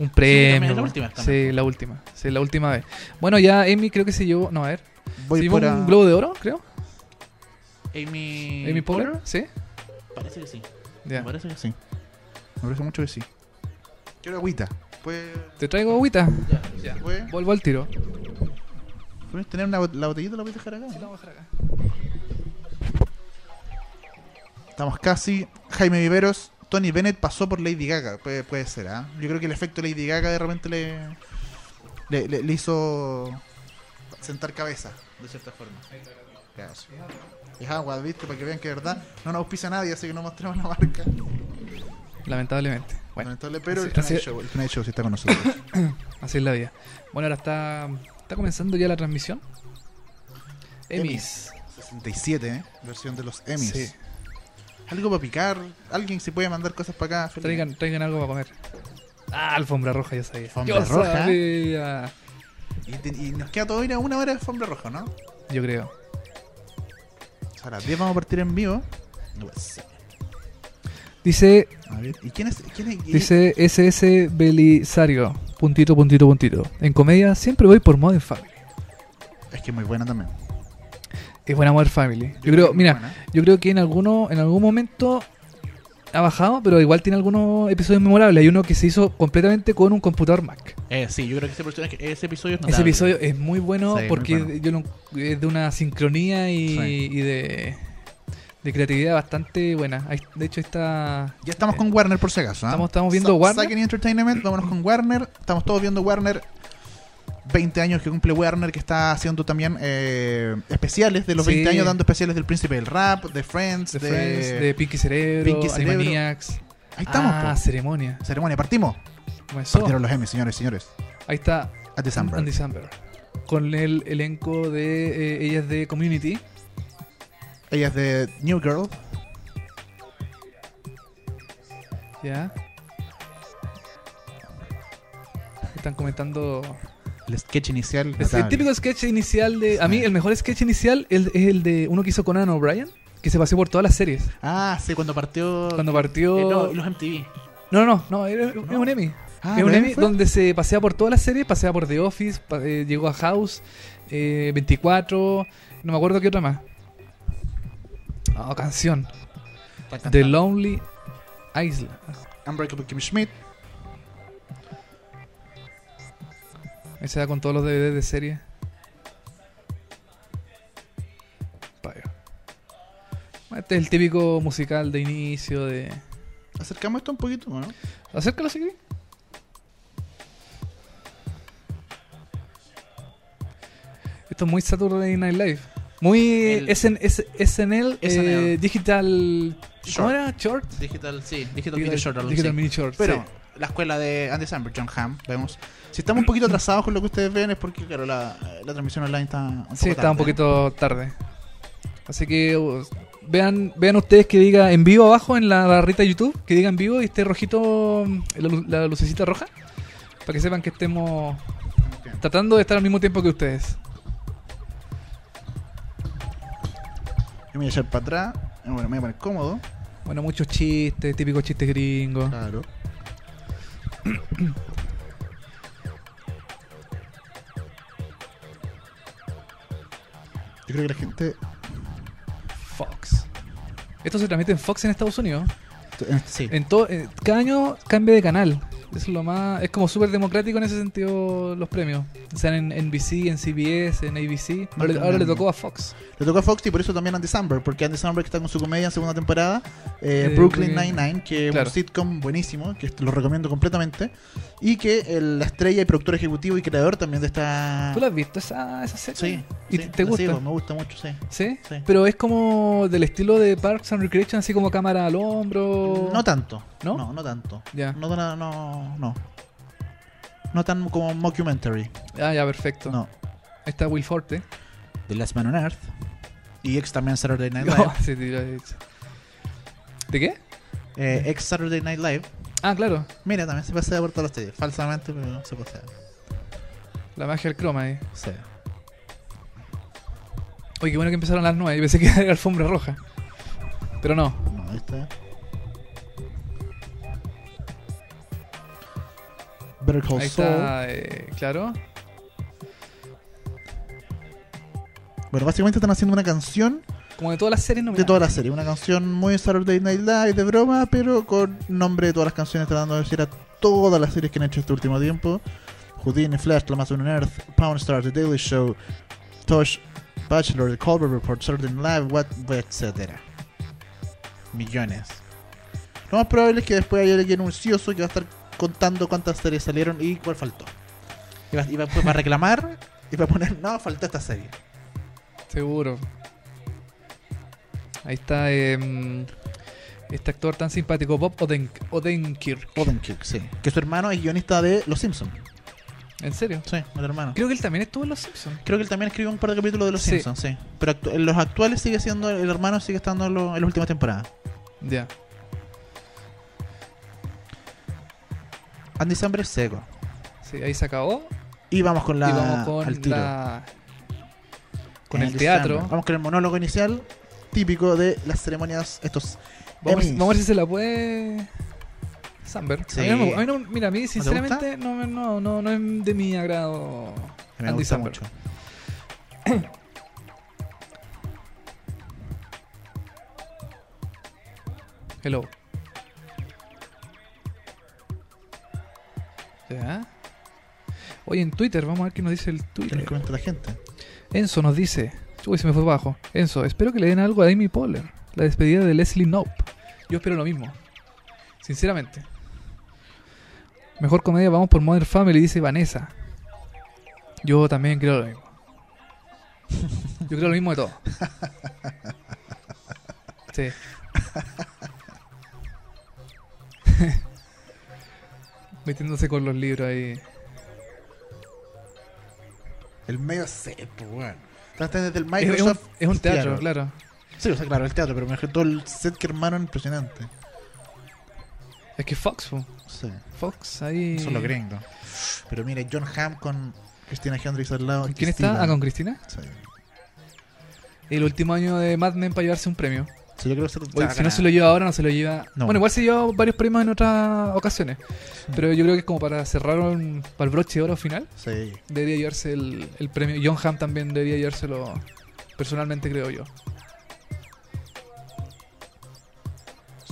S1: un premio.
S2: es la última esta,
S1: Sí, la última, sí, la última vez. Bueno, ya Amy creo que se llevó, no, a ver, se
S2: Voy
S1: llevó
S2: por a
S1: un Globo de Oro, creo.
S2: Amy,
S1: Amy Poehler, sí.
S2: Parece que sí.
S1: ya.
S2: Me parece que sí. Me parece mucho que sí. Quiero agüita. Pues,
S1: Te traigo agüita,
S2: ya,
S1: ya.
S2: Pues,
S1: vuelvo al tiro.
S2: ¿Puedes tener una bot- la botellita? La voy a dejar acá. ¿no? Estamos casi. Jaime Viveros, Tony Bennett pasó por Lady Gaga. Puede, puede ser, ¿ah? Yo creo que el efecto Lady Gaga de repente le, le, le- le hizo sentar cabeza, de cierta forma. Claro. Es agua, ¿viste? Para que vean que de verdad no nos auspicia nadie, así que no mostramos la marca.
S1: Lamentablemente. Bueno,
S2: Lamentable, pero el
S1: así-
S2: Tonight
S1: así-
S2: Show, el Tonight Show sí está con nosotros.
S1: así es la vida. Bueno, ahora está, está comenzando ya la transmisión. Emis.
S2: 67, ¿eh? Versión de los Emmys.
S1: Sí.
S2: Algo para picar, alguien se puede mandar cosas para acá. Felipe.
S1: Traigan, traigan algo para comer. Ah, alfombra roja, yo sabía. yo
S2: Alfombra roja.
S1: sabía.
S2: Y, te- y nos queda todo ir a una hora de alfombra roja, ¿no?
S1: Yo creo.
S2: O sea, a las 10 vamos a partir en vivo. No puede ser.
S1: Dice,
S2: A ver, ¿y quién es? ¿Quién es?
S1: dice SS Belisario. Puntito, puntito, puntito. En comedia siempre voy por Modern Family.
S2: Es que es muy buena también.
S1: Es buena Modern Family. Yo creo,
S2: Muy
S1: mira,
S2: buena.
S1: yo creo que en alguno, en algún momento ha bajado, pero igual tiene algunos episodios memorables. Hay uno que se hizo completamente con un computador Mac.
S2: Eh, sí, yo creo que ese, personaje- ese episodio es
S1: Ese
S2: notable.
S1: episodio es muy bueno
S2: Sí, muy
S1: porque
S2: bueno.
S1: yo lo- es de una sincronía y,
S2: Sí.
S1: y de, de creatividad bastante buena. Ahí- De hecho, está.
S2: Ya estamos con Warner por si acaso. ¿ah?
S1: Estamos- estamos viendo Warner.
S2: Saquen Entertainment, vámonos con Warner. Estamos todos viendo Warner. 20 años que cumple Warner, que está haciendo también eh, especiales de los
S1: Sí.
S2: 20 años, dando especiales del Príncipe del Rap, de Friends,
S1: The
S2: de.
S1: Friends, de Pinky Cerebro, Pinky
S2: Pinky Cerebro. Ahí estamos,
S1: ah,
S2: po.
S1: ceremonia.
S2: Ceremonia, partimos.
S1: Comenzó.
S2: Partieron los Emmys, señores, señores.
S1: Ahí está.
S2: A December.
S1: Andy Samberg. Con el elenco de. eh, ella es de Community.
S2: Ella es de New Girl.
S1: Ya. Están comentando.
S2: El sketch inicial.
S1: Es el
S2: notable.
S1: típico sketch inicial de. A mí, el mejor sketch inicial el- es el de uno que hizo Conan O'Brien, que se paseó por todas las series.
S2: Ah, sí, cuando partió.
S1: Cuando partió.
S2: eh, no,
S1: no,
S2: los MTV.
S1: no, no, no, era- es un Emmy.
S2: Ah,
S1: es un
S2: ¿no
S1: Emmy
S2: fue?
S1: donde se pasea por todas las series, pasea por The Office, pa- eh, llegó a House, eh, 24, no me acuerdo qué otra más. Ah, canción.
S2: Está cantando.
S1: The Lonely Island.
S2: Unbreakable Kimmy Schmidt.
S1: Ahí se da con todos los DVDs de serie. Payo. Este es el típico musical de inicio de.
S2: Acercamos esto un poquito, ¿no?
S1: Acércalo si querés. Esto es muy Saturday Night Live. Muy
S3: El-
S1: SN S- SNL, eh,
S3: SNL.
S1: Digital. ¿Cómo
S2: Short.
S1: era? Short.
S3: Digital, sí, Digital Video Short. algo
S1: Digital
S3: así.
S1: Mini Short.
S2: Pero
S1: sí.
S2: la escuela de Andy Samberg, John Hamm, vemos. Si estamos un poquito atrasados con lo que ustedes ven es porque, claro, la, la transmisión online está un poco
S1: Sí, está un
S2: tarde.
S1: poquito tarde. Así que uh, vean, vean ustedes que diga en vivo abajo en la barrita de YouTube, que diga en vivo y esté rojito mm, la, lu- la lucecita roja, para que sepan que estemos tratando de estar al mismo tiempo que ustedes.
S2: Yo me voy a echar para atrás. Eh, Bueno, me voy a poner cómodo.
S1: Bueno, muchos chistes, típicos chistes gringos.
S2: Claro. Yo creo que la gente
S1: Fox. Esto se transmite en Fox en Estados Unidos.
S2: Sí.
S1: En todo, en- cada año cambia de canal. Es lo más, es como súper democrático en ese sentido los premios. O sea, en NBC, en CBS, en ABC. Ahora, le- ahora le tocó a Fox.
S2: Le tocó a Fox y por eso también Andy Samberg, porque Andy Samberg está con su comedia en segunda temporada, eh,
S1: Eh,
S2: Brooklyn
S1: Brooklyn-
S2: Nine-Nine, que es
S1: claro.
S2: un sitcom buenísimo, que lo recomiendo completamente, y que el- la estrella y productor ejecutivo y creador también de esta...
S1: ¿Tú lo has visto esa, esa serie?
S2: Ah. Sí.
S1: ¿Y
S2: sí,
S1: te
S2: la
S1: gusta?
S2: sigo, me gusta mucho, sí.
S1: ¿Sí?
S2: Sí.
S1: Pero es como del estilo de Parks and Recreation, así como cámara al hombro.
S2: No tanto.
S1: ¿No?
S2: ¿No? No, tanto.
S1: Ya.
S2: No, tan- no, no. No tan como mockumentary.
S1: Ah, ya, perfecto.
S2: No.
S1: Ahí Está Will Forte.
S2: The Last Man on Earth. Y ex también Saturday Night Live.
S1: No, sí, te lo he dicho. ¿De qué?
S2: Eh, ex Saturday Night Live.
S1: Ah, claro.
S2: Mira, también se pasea por todas las series. Falsamente, pero no se pasea.
S1: La magia del croma ahí.
S2: Sí.
S1: Oye, qué bueno que empezaron a las 9. Yo pensé que era alfombra roja. Pero no.
S2: No, este. ahí está. Better Call
S1: Ahí
S2: Saul.
S1: está, eh, claro.
S2: Bueno, básicamente están haciendo una canción
S1: Como de todas las series
S2: de
S1: nominadas.
S2: toda la serie. Una canción muy Saturday Night Live de broma, pero con nombre de todas las canciones, tratando de decir a todas las series que han hecho este último tiempo: Houdini, Flash, La Más on Earth, Pound Star, The Daily Show, Tosh, Bachelor, The Colbert Report, Saturday Night Live, What, etcétera millones. Lo más probable es que después haya alguien ansioso que va a estar contando cuántas series salieron y cuál faltó. Y va, y va- pues, va a reclamar y va a poner, no, faltó esta serie.
S1: Seguro. Ahí está em, este actor tan simpático, Bob Oden Odenkirk.
S2: Odenkirk, sí. Que su hermano es guionista de Los Simpsons.
S1: ¿En serio?
S2: Sí, el hermano.
S1: Creo que él también estuvo en Los Simpsons.
S2: Creo que él también escribió un par de capítulos de Los
S1: Sí.
S2: Simpsons, sí. Pero actu- en los actuales sigue siendo, el hermano sigue estando en, lo- en las últimas temporadas.
S1: Ya.
S2: Andy Samberg seco.
S1: Sí, ahí se acabó.
S2: Y vamos con la.
S1: y vamos con
S2: al tiro.
S1: la- con el
S2: Andy
S1: teatro.
S2: Samberg. Vamos con el monólogo inicial, típico de las ceremonias, estos.
S1: Vamos,
S2: Emmys.
S1: vamos a ver si se la puede. Samberg.
S2: Sí.
S1: A mí no me- a mí no- mira, a mí sinceramente no, me- no, no, no es de mi agrado.
S2: Me
S1: Andy
S2: gusta
S1: Samberg.
S2: mucho.
S1: Hello. Ya. Oye, en Twitter, vamos a ver qué nos dice el
S2: ¿Qué nos
S1: Twitter.
S2: comenta la gente?
S1: Enzo nos dice. Uy, se me fue abajo. Enzo, espero que le den algo a Amy Poehler. La despedida de Leslie Knope. Yo espero lo mismo. Sinceramente. Mejor comedia, vamos por Modern Family, dice Vanessa. Yo también creo lo mismo. Yo creo lo mismo de todo. Sí. Metiéndose con los libros ahí.
S2: El medio set, pues, weón. Tratan desde el
S1: Es, es un,
S2: Microsoft.
S1: es un teatro,
S2: Theater.
S1: claro.
S2: Sí, o sea, claro, el teatro, pero me dejó todo el set que armaron impresionante.
S1: Es que Fox, po.
S2: Sí,
S1: Fox ahí.
S2: son los gringos. Pero mire, John Hamm con Cristina Hendricks al lado.
S1: ¿Con quién
S2: Christina.
S1: está? Ah, con Cristina.
S2: Sí.
S1: El último año de Mad Men para llevarse un premio.
S2: Sí, yo creo que se lo-
S1: Oye,
S2: Ah,
S1: si no
S2: ganada.
S1: se lo lleva ahora, no se lo lleva.
S2: No.
S1: Bueno, igual se lleva varios premios en otras ocasiones. Pero yo creo que es como para cerrar un- para el broche de oro final.
S2: Sí.
S1: Debería llevarse el, el premio. John Hamm también debería llevárselo. Personalmente, creo yo.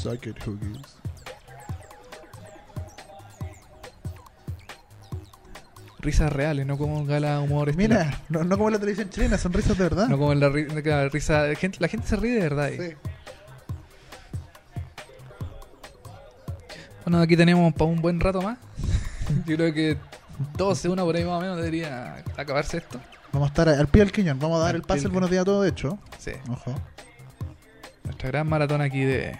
S2: Suck it, Huggies.
S1: Risas reales, no como gala humor. estelar.
S2: Mira, no, no como la televisión chilena, son risas de verdad.
S1: No como la, ri- la risa. La gente, la gente se ríe de verdad. ahí.
S2: Sí.
S1: Bueno, aquí tenemos para un buen rato más. Yo creo que 12, una por ahí más o menos debería acabarse esto.
S2: Vamos a estar al pie del cañón, vamos a dar
S1: Al
S2: el
S1: pie
S2: pase
S1: del
S2: el buenos días a todos, de hecho.
S1: Sí,
S2: Ojo.
S1: nuestra gran maratón aquí de.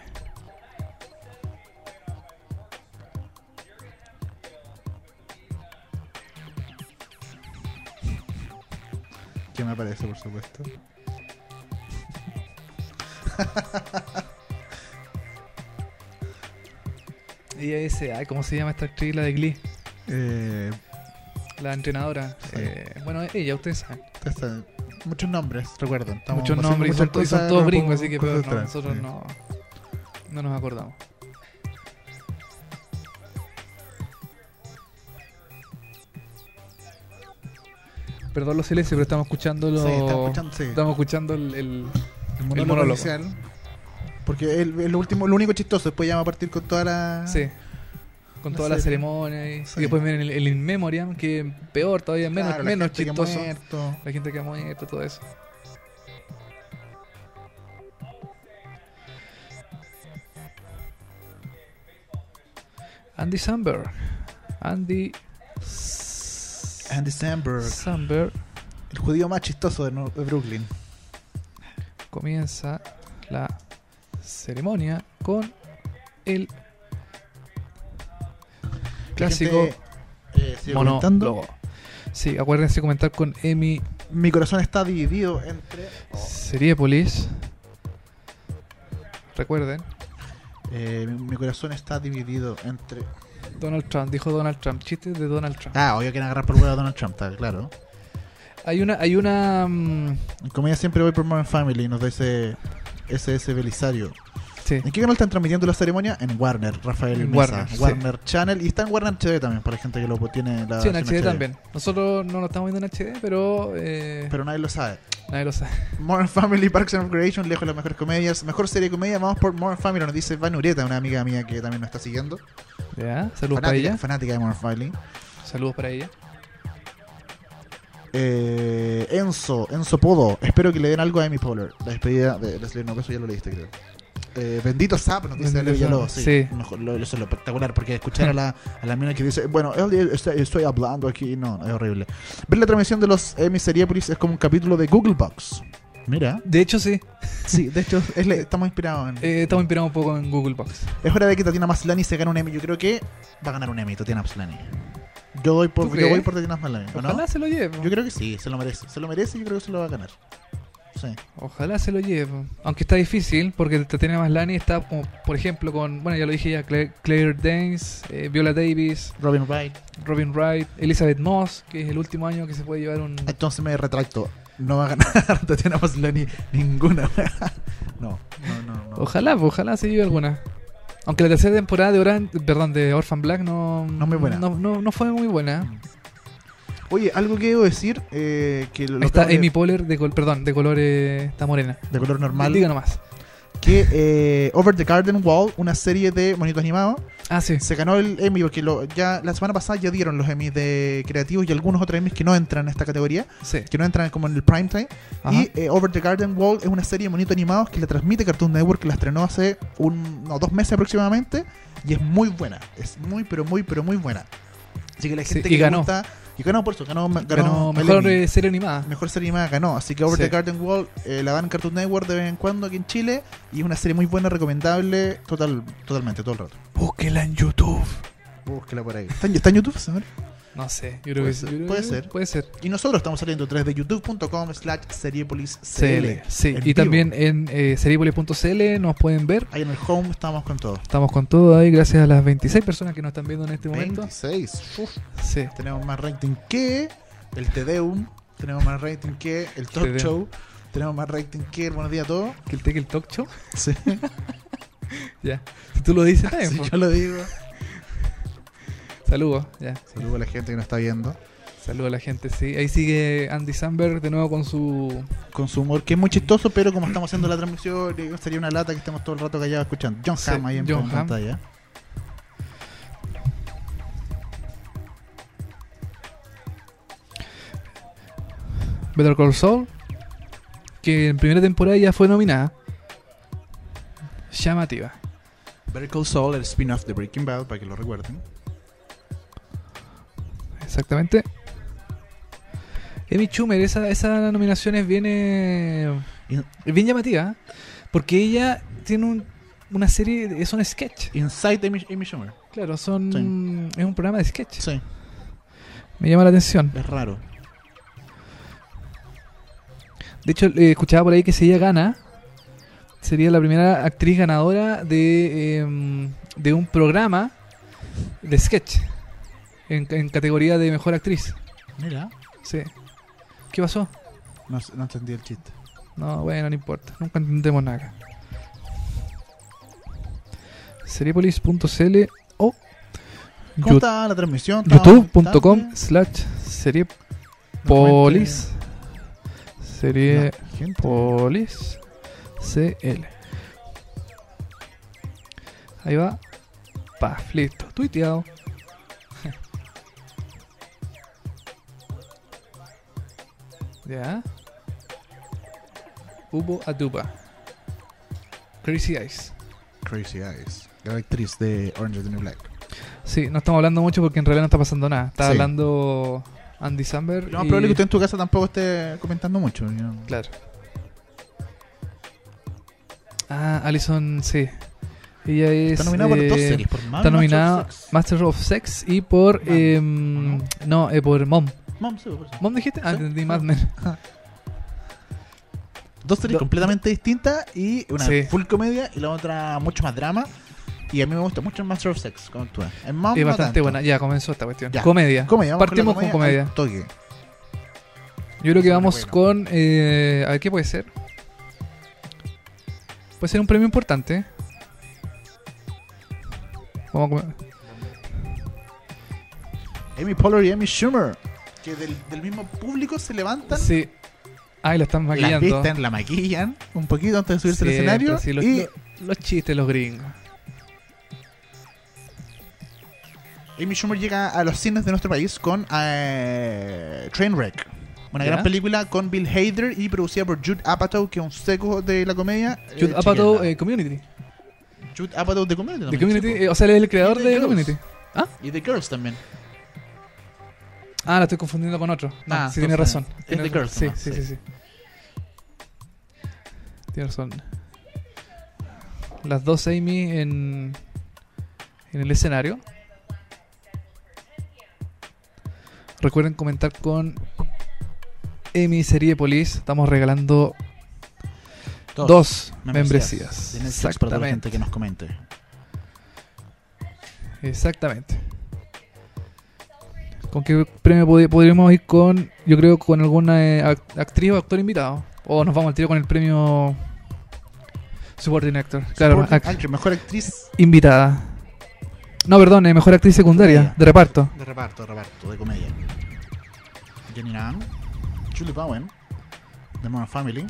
S2: Que me aparece, por supuesto.
S1: Ella dice, ay, ¿cómo se llama esta actriz, la de Glee?
S2: Eh,
S1: La entrenadora.
S2: Sí.
S1: Eh, bueno, ella, ustedes saben.
S2: ya está. este, muchos nombres, recuerden. estamos
S1: Muchos
S2: haciendo
S1: nombres y son,
S2: muchas
S1: y son
S2: cosas,
S1: todos
S2: no
S1: gringos,
S2: podemos-
S1: así que
S2: cosas
S1: pero no,
S2: atrás,
S1: nosotros
S2: sí.
S1: no, no nos acordamos. Perdón los silencios, pero estamos escuchando lo-
S2: Sí, estamos escuchando, sí.
S1: Estamos escuchando el, el-
S2: El monólogo,
S1: monólogo.
S2: inicial. Porque el, el último, lo único chistoso, después ya va a partir con toda la.
S1: Sí. Con
S2: Ah. La
S1: toda la
S2: serie.
S1: ceremonia. Y, y
S2: Sí.
S1: después viene el, el In Memoriam, que peor todavía, menos,
S2: Claro, la
S1: menos
S2: gente que ha
S1: chistoso.
S2: muerto.
S1: La gente que ha muerto, todo eso. Andy Samberg. Andy S-
S2: Andy Samberg,
S1: Samberg
S2: el judío más chistoso de, Nor- de Brooklyn.
S1: comienza la ceremonia con el
S2: La
S1: clásico
S2: gente, eh, sigue comentando.
S1: monólogo. Sí, acuérdense de comentar con Emi
S2: Mi corazón está dividido entre.
S1: Seriepolis. Recuerden,
S2: Eh, mi, mi corazón está dividido entre.
S1: Donald Trump, dijo Donald Trump, chistes de Donald Trump.
S2: Ah, obvio que van a agarrar por huevo a Donald Trump, está claro.
S1: Hay una, hay una mm,
S2: En comedia siempre voy por Modern Family, nos da ese. Ese, ese Belisario.
S1: sí,
S2: ¿En qué canal están transmitiendo la ceremonia? En Warner, Rafael
S1: En
S2: Mesa,
S1: Warner, sí.
S2: Channel. Y está en Warner HD también, para la gente que lo tiene la.
S1: sí, en
S2: versión
S1: HD también. Nosotros no lo estamos viendo en HD, pero, eh,
S2: Pero nadie lo sabe.
S1: nadie lo sabe.
S2: Modern Family, Parks and Recreation, lejos de las mejores comedias. Mejor serie de comedia, vamos por Modern Family, nos dice Vanureta, una amiga mía que también nos está siguiendo.
S1: Ya, saludos para
S2: Fanática,
S1: ella.
S2: fanática de Modern Family.
S1: Saludos para ella.
S2: Eh, Enzo, Enzo Podo, espero que le den algo a Amy Poehler. La despedida de Leslie Knope, eso ya lo leíste, creo. eh, bendito Zap, nos dice
S1: Bendito
S2: Alex
S1: Zap.
S2: Villalobos. Sí.
S1: Sí.
S2: Mejor, lo- eso es lo espectacular, porque escuchar a la, a la mina que dice, bueno, él- él está- estoy hablando aquí, no, no, es horrible. Ver la transmisión de los Emmy Seriepolis es como un capítulo de Google Box. Mira.
S1: De hecho, sí.
S2: Sí, de hecho, es la- estamos inspirados en...
S1: Eh, estamos inspirados un poco en Google Box.
S2: Es hora de que Tatiana Maslany se gane un Emmy. Yo creo que va a ganar un Emmy Tatiana Maslany. Yo, doy por,
S1: ¿Tú
S2: yo
S1: crees?
S2: voy por Tatiana Maslany, ¿o
S1: Ojalá
S2: no?
S1: se lo lleve. po.
S2: Yo creo que sí, se lo merece. Se lo merece y yo creo que se lo va a ganar. Sí.
S1: Ojalá se lo lleve. po. Aunque está difícil, porque Tatiana Maslany está, como, por ejemplo, con, bueno, ya lo dije ya, Claire, Claire Danes, eh, Viola Davis,
S2: Robin Wright.
S1: Robin Wright, Elizabeth Moss, que es el último año que se puede llevar un...
S2: Entonces me retracto. No va a ganar Tatiana Maslany ninguna. no, no, no. No,
S1: Ojalá, po, ojalá se lleve alguna. Aunque la tercera temporada de Oran, perdón, de Orphan Black no,
S2: No muy buena.
S1: No, no- no fue muy buena.
S2: Oye, algo que debo decir. Eh, que lo
S1: Ahí está
S2: acabo de-
S1: Amy Poehler, de col- perdón, de color eh, está morena.
S2: de color normal.
S1: Diga nomás.
S2: Que eh, Over the Garden Wall, una serie de monitos animados,
S1: Ah, sí.
S2: se ganó el Emmy porque lo, ya la semana pasada ya dieron los Emmys de creativos y algunos otros Emmys que no entran en esta categoría,
S1: Sí.
S2: que no entran como en el prime time.
S1: Ajá.
S2: Y eh, Over the Garden Wall es una serie de monitos animados que la transmite Cartoon Network, que la estrenó hace un, no, dos meses aproximadamente, y es muy buena. Es muy, pero muy, pero muy buena. Así que la
S1: Sí,
S2: gente
S1: y
S2: que le
S1: ganó.
S2: gusta- y ganó por eso, ganó, ganó,
S1: Ganó
S2: el
S1: mejor
S2: Emmy.
S1: eh, serie animada.
S2: Mejor serie animada ganó. Así que Over
S1: Sí.
S2: the Garden Wall eh, la dan en Cartoon Network de vez en cuando aquí en Chile. Y es una serie muy buena, recomendable, total, totalmente, todo el rato.
S1: Búsquela en YouTube.
S2: Búsquela por ahí. ¿Está en, está en YouTube, señor?
S1: No sé, yo creo
S2: Puede
S1: que
S2: ser,
S1: yo creo-
S2: puede
S1: yo-
S2: ser.
S1: Puede ser.
S2: Y nosotros estamos saliendo a través de youtube.com slash seriepoliscl.
S1: CL. Sí,
S2: En
S1: y
S2: vivo.
S1: también en eh, seriepolis.cl nos pueden ver.
S2: Ahí en el home estamos con todo.
S1: Estamos con todo ahí, gracias a las 26 personas que nos están viendo en este momento.
S2: 26. Uf,
S1: Sí.
S2: tenemos más rating que el Tedeum. Tenemos más rating que el Talk
S1: Te Deum.
S2: Show. Tenemos más rating que el Buenos Días a Todos.
S1: Que el Tech, el talk show.
S2: Sí,
S1: Ya. Si tú lo dices, está bien,
S2: sí,
S1: po.
S2: yo lo digo.
S1: Saludos, ya.
S2: Saludos a la gente que nos está viendo.
S1: Saludos a la gente, sí. Ahí sigue Andy Samberg de nuevo con su.
S2: con su humor, que es muy chistoso, pero como estamos haciendo la transmisión, eh, sería una lata que estemos todo el rato callados escuchando. John
S1: Sí,
S2: Hamm ahí en,
S1: John Hamm.
S2: en pantalla.
S1: Better Call Saul, que en primera temporada ya fue nominada. Llamativa.
S2: Better Call Saul, el spin-off de Breaking Bad, para que lo recuerden.
S1: Exactamente. Amy Schumer, esa, esas nominaciones viene eh, es bien llamativa, ¿eh? porque ella tiene un- una serie, es un sketch.
S2: Inside Amy, Amy Schumer.
S1: Claro, son es un programa de sketch.
S2: Sí,
S1: Me llama la atención.
S2: es raro.
S1: De hecho, eh, escuchaba por ahí que si ella gana, sería la primera actriz ganadora de, em, de un programa de sketch en, en categoría de mejor actriz.
S2: Mira,
S1: Sí. ¿Qué pasó?
S2: no, s- no entendí el chiste.
S1: No, bueno, no importa. Nunca entendemos nada. acá. Seriepolis.cl o
S2: ¿Cómo
S1: you-
S2: está la transmisión? ¿Está
S1: youtube.com
S2: bastante?
S1: slash
S2: Normalmente-
S1: seriepolis. Serie...
S2: No, gente.
S1: Polis CL. Ahí va. Paf, listo. Tuiteado. ya. Hubo Aduba. Crazy Eyes.
S2: Crazy Eyes, gran actriz de Orange is the New Black.
S1: Sí, no estamos hablando mucho porque en realidad no está pasando nada. Está
S2: Sí.
S1: hablando Andy Samberg.
S2: Lo más
S1: y-
S2: probable es que usted en tu casa tampoco esté comentando mucho. ¿no?
S1: Claro. Ah, Alison, sí. Ella es.
S2: Está nominado por
S1: eh,
S2: dos series, por Mad
S1: Está
S2: Max
S1: nominada
S2: Sex.
S1: Master of Sex y por.
S2: Mad,
S1: eh,
S2: ¿o no?
S1: no, eh, por Mom.
S2: Mom, sí, por eso.
S1: ¿Mom dijiste? Ah,
S2: Sí,
S1: entendí
S2: sí.
S1: Mad Men.
S2: Dos series
S1: Do-
S2: completamente distintas y una
S1: Sí.
S2: full comedia y la otra mucho más drama. Y a mí me gusta mucho Master of Sex, como actúa. En Mom,
S1: Es
S2: no
S1: bastante
S2: tanto.
S1: buena. Ya comenzó esta cuestión.
S2: Ya.
S1: Comedia.
S2: Comedia, vamos
S1: Partimos
S2: con, la
S1: con comedia.
S2: al toque.
S1: Yo creo que vamos
S2: Bueno.
S1: con. eh, a ver, ¿qué puede ser? Puede ser un premio importante. Vamos a com-
S2: Amy Poehler y Amy Schumer, que del, del mismo público se levantan,
S1: Sí. Ay, la están
S2: las
S1: maquillando.
S2: visten, la maquillan un poquito antes de subirse al
S1: Siempre,
S2: escenario.
S1: sí, los,
S2: y
S1: lo- los chistes, los gringos.
S2: Eh, Amy Schumer llega a los cines de nuestro país con eh, Trainwreck. Una
S1: Ya.
S2: gran película con Bill Hader y producida por Jude Apatow, que es un seco de la comedia. eh,
S1: Jude Apatow,
S2: chilena.
S1: eh, Community.
S2: Shoot, ah, pero de Community
S1: De
S2: también.
S1: Community,
S2: sí,
S1: eh, o sea, él es el creador
S2: Y
S1: de
S2: de Girls.
S1: Community.
S2: po. Y The Girls también.
S1: Ah, la estoy confundiendo con otro. No,
S2: Ah,
S1: sí, tiene
S2: entonces,
S1: razón.
S2: es
S1: Tiene
S2: The
S1: razón.
S2: Girls
S1: Sí,
S2: nomás,
S1: sí, sí, sí. Tiene razón. Las dos Amy en, en el escenario. Recuerden comentar con Amy Serie Police. Estamos regalando dos, membresías.
S2: de Netflix para toda la gente
S1: Exactamente.
S2: que nos comente.
S1: Exactamente. ¿Con qué premio pod- podríamos ir con, yo creo, con alguna eh, ac- actriz o actor invitado? O nos vamos al tiro con el premio Supporting Actor. Claro,
S2: Supporting
S1: act-
S2: actor, mejor actriz
S1: invitada. No, perdón, eh, mejor actriz secundaria,
S2: Secundaria.
S1: de reparto.
S2: de reparto, de reparto, de comedia. Jenny Nam, Julie Bowen, The Modern Family,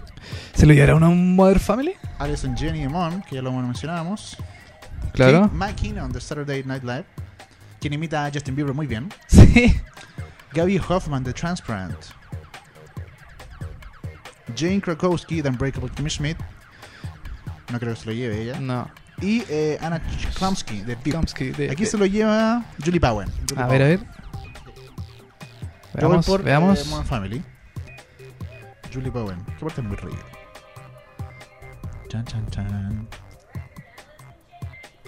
S1: ¿Se lo llevará uno a un Mother Family?
S2: Alison Jenny Mon, que ya lo mencionábamos.
S1: Claro.
S2: Kate McKinnon de Saturday Night Live, quien imita a Justin Bieber muy bien.
S1: Sí.
S2: Gabby Hoffman de Transparent. Jane Krakowski de Unbreakable Kimmy Schmidt. No creo que se lo lleve ella.
S1: No.
S2: Y eh, Anna Klumsky de Pip.
S1: Chomsky, de-
S2: Aquí
S1: de-
S2: se lo lleva Julie Bowen. Julie
S1: A ver, a ver.
S2: Bowen. Yo voy
S1: Veamos,
S2: por, eh,
S1: veamos.
S2: Modern Family. Julie Bowen. Qué parte es muy reída. Chan, chan, chan.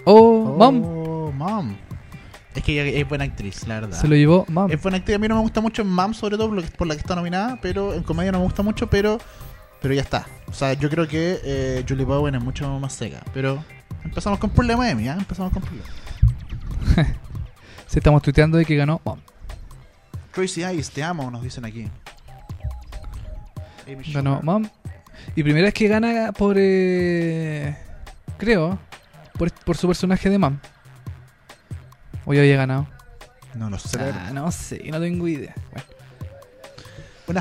S1: Oh, mom.
S2: Oh, Mom. Es que ella es buena actriz, la verdad.
S1: Se lo llevó mom.
S2: Es buena actriz. A mí no me gusta mucho en Mam, sobre todo por lo que- por la que está nominada, pero en comedia no me gusta mucho, pero pero ya está. O sea, yo creo que eh, Julie Bowen es mucho más seca. Pero empezamos con problemas, Emi, ¿eh? Empezamos con problemas.
S1: Se estamos tuiteando de que ganó mom.
S2: Crazy Eyes, te amo, nos dicen aquí. Amy
S1: Ganó
S2: Schumer.
S1: Mom. Y primera vez que gana por. eh, creo. Por, por su personaje de Mom. O ya había ganado.
S2: No lo sé.
S1: Ah, no sé, no tengo idea. Bueno,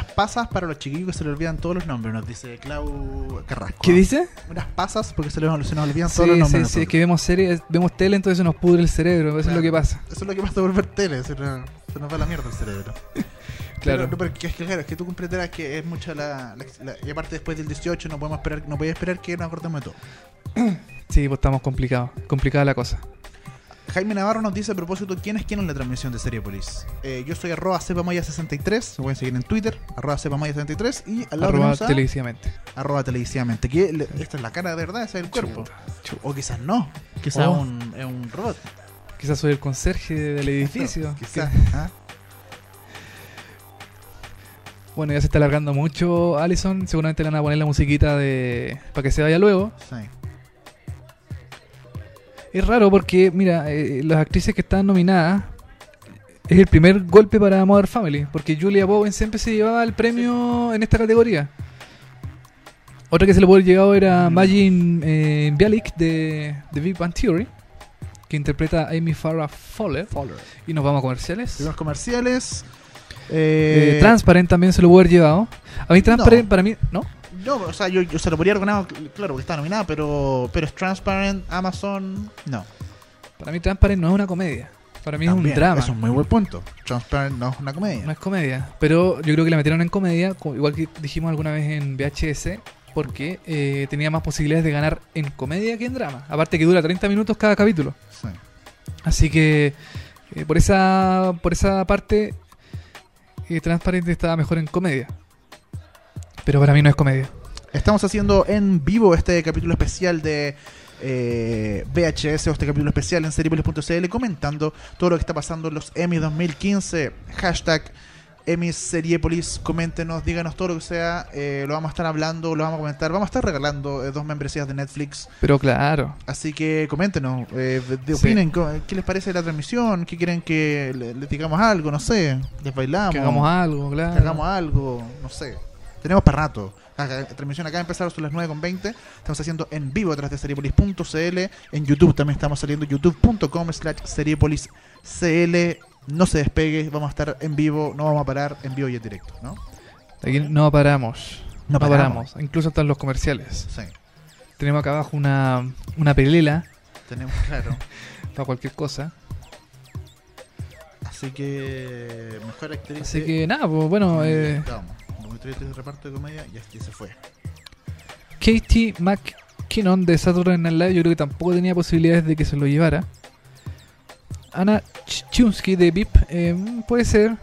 S2: Unas pasas para los chiquillos que se le olvidan todos los nombres, nos dice Clau Carrasco.
S1: ¿Qué dice?
S2: Unas pasas porque se, les- se nos olvidan
S1: Sí,
S2: Ah, todos los
S1: sí,
S2: nombres.
S1: sí,
S2: a
S1: es que vemos series, vemos tele, entonces se nos pudre el cerebro. Eso es
S2: Claro.
S1: lo que pasa.
S2: nosotros. Eso es lo que pasa por ver tele, se nos, se nos va la mierda el cerebro.
S1: Claro.
S2: Pero, no, pero que- que- claro, es que tú comprenderás que es mucha la, la- la- Y aparte, después del 18, no podemos esperar no podía esperar que nos acordemos de todo.
S1: Sí, pues estamos complicados. Complicada la cosa.
S2: Jaime Navarro nos dice a propósito: ¿quién es quién en la transmisión de Serie Polis? Eh, yo soy arroba cepamaya63, lo pueden seguir en Twitter, arroba cepamaya63 y al lado
S1: Arroba
S2: tenemos a
S1: televisivamente.
S2: arroba televisivamente. Que le- esta es la cara de verdad, ese es el cuerpo. O quizás no, quizás
S1: Oh.
S2: un, es un robot.
S1: Quizás soy el conserje del edificio.
S2: No, quizás. ¿ah?
S1: Bueno, ya se está alargando mucho Allison. Seguramente le van a poner la musiquita de. para que se vaya luego.
S2: Sí.
S1: Es raro porque, mira, eh, las actrices que están nominadas es el primer golpe para Mother Family, porque Julia Bowen siempre se llevaba el premio en esta categoría. Otra que se le puede haber llegado
S2: Mm.
S1: era Majin eh, Bialik de, de Big Bang Theory, que interpreta a Amy Farrah Fowler. Y nos vamos a comerciales.
S2: Primeros comerciales.
S1: Eh,
S2: Eh,
S1: Transparent también se lo puede haber llevado. A mí Transparent,
S2: No.
S1: para mí, ¿no?
S2: No, o sea, yo, yo se lo podría haber ganado, cl- claro, porque está nominada, pero, pero es Transparent, Amazon. No.
S1: Para mí Transparent no es una comedia. Para mí es
S2: También,
S1: un drama.
S2: Es un muy buen punto. Transparent no es una comedia.
S1: No es comedia, pero yo creo que la metieron en comedia, co- igual que dijimos alguna vez en VHS, porque eh, tenía más posibilidades de ganar en comedia que en drama. Aparte que dura 30 minutos cada capítulo.
S2: Sí.
S1: Así que eh, por esa por esa parte, eh, Transparente estaba mejor en comedia. Pero para mí no es comedia.
S2: Estamos haciendo en vivo este capítulo especial de eh, VHS o este capítulo especial en seriepolis.cl comentando todo lo que está pasando en los Emmy 2015. Hashtag Emmy Seriepolis. Coméntenos, díganos todo lo que sea. eh, lo vamos a estar hablando, lo vamos a comentar. Vamos a estar regalando eh, dos membresías de Netflix.
S1: Pero claro,
S2: Así que coméntenos, eh, de- de-
S1: Sí.
S2: opinen, co- qué les parece la transmisión, qué quieren que le- les digamos algo, no sé, les bailamos,
S1: que hagamos algo, claro.
S2: que hagamos algo, no sé. Tenemos para rato. La la transmisión acá empezaron a las 9.20. Estamos haciendo en vivo a través de seriepolis.cl. En YouTube también estamos saliendo. youtube.com slash seriepoliscl. No se despegue. Vamos a estar en vivo. No vamos a parar en vivo y en directo, ¿no?
S1: Aquí no paramos.
S2: ¿eh?
S1: No,
S2: No paramos.
S1: paramos. Incluso hasta en los comerciales.
S2: Sí.
S1: Tenemos acá abajo una, una pelela
S2: Tenemos claro.
S1: para cualquier cosa.
S2: Así que... Mejor actriz
S1: Así
S2: de-
S1: que nada, pues bueno, eh,
S2: Vamos. Como actriz de reparto de comedia, ya, ya se fue.
S1: Katie Mac Kinnon de Saturday Night Live yo creo que tampoco tenía posibilidades de que se lo llevara. Ana Chunsky de VIP eh, puede ser.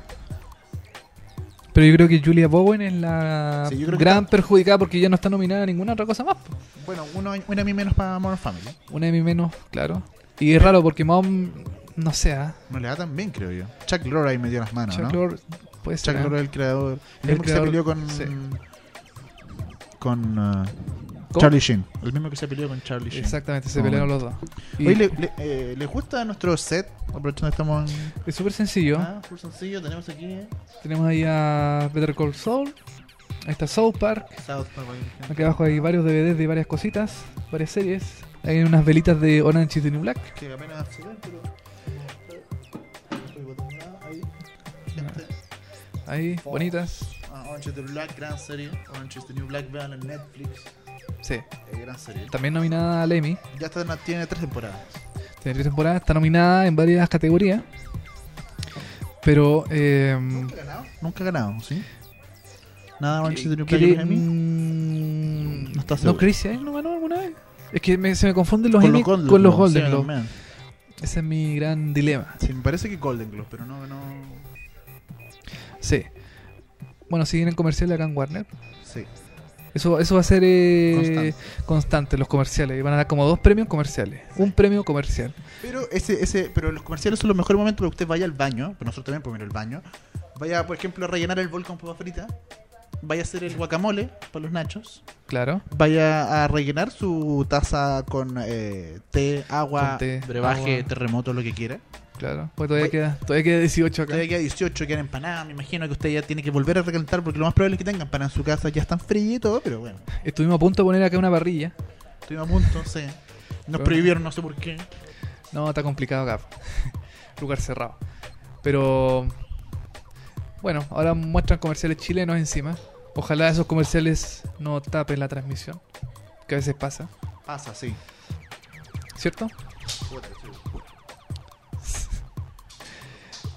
S1: Pero yo creo que Julia Bowen es la
S2: Sí, yo creo que
S1: gran perjudicada porque ya no está nominada a ninguna otra cosa más. po.
S2: Bueno, uno, una a mí menos para Modern Family.
S1: Una de mis menos, claro. Y es raro porque Mom, no sé, ah,
S2: No le da tan bien, creo yo. Chuck Lorre ahí metió las manos,
S1: Chuck
S2: ¿no?
S1: Lorre, puede
S2: Chuck
S1: ser. ah.
S2: Lorre el creador.
S1: El
S2: El, mismo que se
S1: creador,
S2: peleó con.
S1: sí.
S2: Con. ah,
S1: ¿Cómo?
S2: Charlie Sheen. El mismo que se peleó con Charlie Sheen.
S1: Exactamente, se
S2: Oh,
S1: pelearon los dos. Y
S2: Oye, ¿le, le- eh, ¿les gusta nuestro set? Aprovechando que estamos en.
S1: es súper sencillo.
S2: Ah, full sencillo, tenemos aquí. eh,
S1: Tenemos ahí a Better Call Saul. Ahí está South Park.
S2: South Park, ahí.
S1: Aquí abajo hay varios DVDs de varias cositas, varias series. Hay unas velitas de Orange is the New Black.
S2: Que apenas se ve, pero. Estoy botando nada, ahí. Gente.
S1: Ahí, bonitas.
S2: Ah, Orange is the Black, gran serie. Orange is the Este New Black, vean en Netflix.
S1: Sí.
S2: eh, gran serie.
S1: También nominada al Emmy.
S2: Ya está, en- tiene tres temporadas.
S1: Tiene tres temporadas. Está nominada en varias categorías. Pero... Eh,
S2: Nunca ganado. Mm. Nunca ganado, ¿sí? Nada, Orange is the New Black,
S1: ¿quiere-
S2: los Emmy.
S1: mm,
S2: No está
S1: No,
S2: seguro.
S1: Chris Isle no ganó alguna vez. Es que me- se me confunden los
S2: Con
S1: Emmy
S2: los
S1: con
S2: Golden
S1: los Golden,
S2: Globes, sí,
S1: Globes.
S2: man.
S1: Ese es mi gran dilema.
S2: Sí, me parece que Golden Globe, pero no, no.
S1: Sí. Bueno, si vienen comerciales acá en Warner.
S2: Sí.
S1: Eso, eso va a ser eh,
S2: Constante.
S1: constante, los comerciales. Y Van a dar como dos premios comerciales. Un premio comercial.
S2: Pero ese, ese, pero los comerciales son los mejores momentos para que usted vaya al baño, pero nosotros también podemos ir al baño. Vaya, por ejemplo, a rellenar el bol con papa frita. Vaya a hacer el guacamole para los nachos.
S1: Claro.
S2: Vaya a rellenar su taza con eh, té, agua,
S1: Con té,
S2: brebaje,
S1: agua.
S2: terremoto, lo que quiera.
S1: Claro. Pues todavía,
S2: Oye.
S1: queda, todavía queda 18 acá.
S2: Todavía queda 18, quedan empanadas. Me imagino que usted ya tiene que volver a recalentar porque lo más probable es que tengan para en su casa. Ya están fríos y todo, pero bueno.
S1: Estuvimos a punto de poner acá una parrilla.
S2: Estuvimos a punto, sí. Nos
S1: Pero-
S2: prohibieron, no sé por qué.
S1: No, está complicado acá. Lugar cerrado. Pero. Bueno, ahora muestran comerciales chilenos encima. Ojalá esos comerciales no tapen la transmisión. Que a veces pasa.
S2: Pasa, sí.
S1: ¿Cierto?
S2: Puta, sí.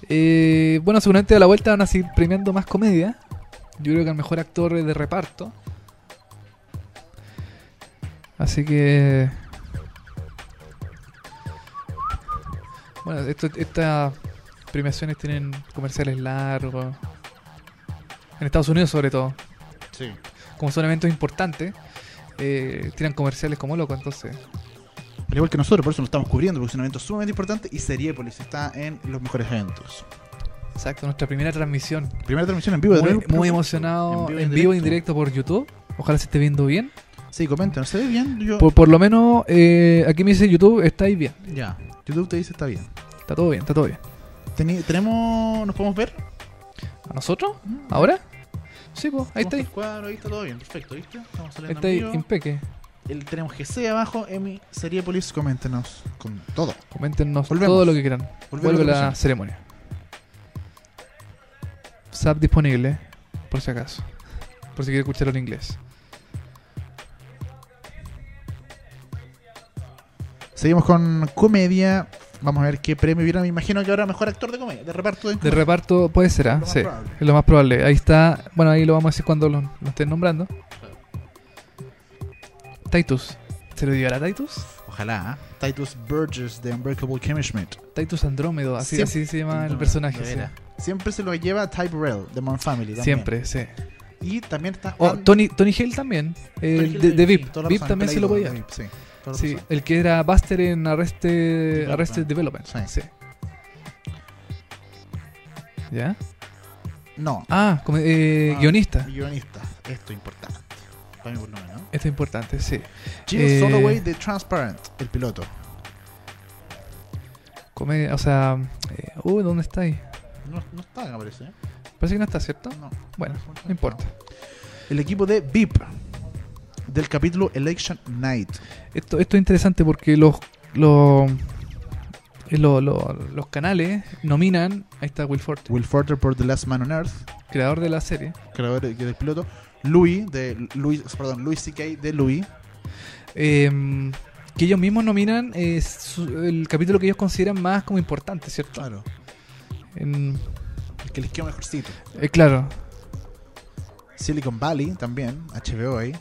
S1: Eh, bueno, seguramente a la vuelta van a seguir premiando más comedia. Yo creo que al mejor actor de reparto. Así que. Bueno, esto- estas premiaciones tienen comerciales largos. En Estados Unidos, sobre todo.
S2: Sí.
S1: Como son eventos importantes, eh, tiran comerciales como loco, entonces.
S2: Al igual que nosotros, por eso lo estamos cubriendo, porque es un evento sumamente importante y Seriepolis está en los mejores eventos.
S1: Exacto, nuestra primera transmisión.
S2: Primera transmisión en vivo. de
S1: muy,
S2: Drew Pro-
S1: muy emocionado
S2: en vivo y
S1: en
S2: en
S1: vivo y en directo por YouTube. Ojalá se esté viendo bien.
S2: Sí, comenten, ¿se ve bien? Yo...
S1: Por, por lo menos eh, aquí me dice YouTube, estáis bien.
S2: Ya, YouTube te dice está bien.
S1: Está todo bien, está todo bien.
S2: Teni- ¿Tenemos... ¿Nos podemos ver?
S1: ¿A nosotros?
S2: Mm.
S1: ¿Ahora? Sí, pues, ahí
S2: Tenemos
S1: está.
S2: el cuadro, ahí está todo bien, perfecto, ¿viste? Estamos
S1: Ahí
S2: saliendo
S1: está
S2: en vivo.
S1: impeque.
S2: El, tenemos GC abajo, Emi, Seriepolis, coméntenos con todo.
S1: Coméntenos
S2: Volvemos.
S1: todo lo que quieran.
S2: Volvemos
S1: Vuelve
S2: a la
S1: la
S2: transmisión.
S1: ceremonia. SAP disponible, por si acaso. Por si quiere escucharlo en inglés.
S2: Seguimos con comedia. Vamos a ver qué premio viene. Me imagino que ahora mejor actor de comedia, de reparto de
S1: De reparto puede ser, ¿ah?
S2: Lo más
S1: Sí,
S2: probable.
S1: es lo más probable. Ahí está. Bueno, ahí lo vamos a decir cuando lo, lo estén nombrando. Titus. ¿Se lo llevará Titus?
S2: Ojalá. ¿eh? Titus Burgess de Unbreakable Kimmy Schmidt.
S1: Titus Andrómedo, así,
S2: Siempre-
S1: así se llama el
S2: Andrómedo,
S1: personaje.
S2: de
S1: sí.
S2: veras. Siempre se lo lleva Ty Burrell de Modern Family. también.
S1: Siempre, sí.
S2: Y también está.
S1: Oh,
S2: Andy-
S1: Tony, Tony Hale también, el
S2: Tony Hill
S1: de, de
S2: sí,
S1: VIP.
S2: toda la
S1: VIP
S2: razón,
S1: también se lo
S2: Play-Doh
S1: podía.
S2: de VIP, sí, toda la
S1: Sí,
S2: razón.
S1: el que era Buster en Arrested,
S2: Development.
S1: Arrested Development.
S2: Sí.
S1: sí. ¿Ya?
S2: No.
S1: Ah, como, eh,
S2: Ah,
S1: guionista.
S2: Guionista. Esto es importante. Para mí, por lo menos.
S1: Esto es importante, sí.
S2: Jill
S1: Eh,
S2: Soloway de Transparent, el piloto.
S1: Come- o sea, eh, uy, ¿dónde está ahí?
S2: No, no está, me parece. ¿eh?
S1: Parece que no está, ¿cierto?
S2: No.
S1: Bueno, no importa.
S2: El equipo de VIP del capítulo Election Night.
S1: Esto, esto es interesante porque los los, eh, lo- lo- los canales nominan. Ahí está Will Forte,
S2: Will Forte por The Last Man on Earth,
S1: creador de la serie.
S2: creador de- del piloto. Louis de Louis, perdón, Louis C.K. de Louis.
S1: eh, que ellos mismos nominan eh, su- el capítulo que ellos consideran más como importante, ¿cierto?
S2: Claro.
S1: En-
S2: El que les queda mejorcito.
S1: eh, claro,
S2: Silicon Valley también, HBO ahí.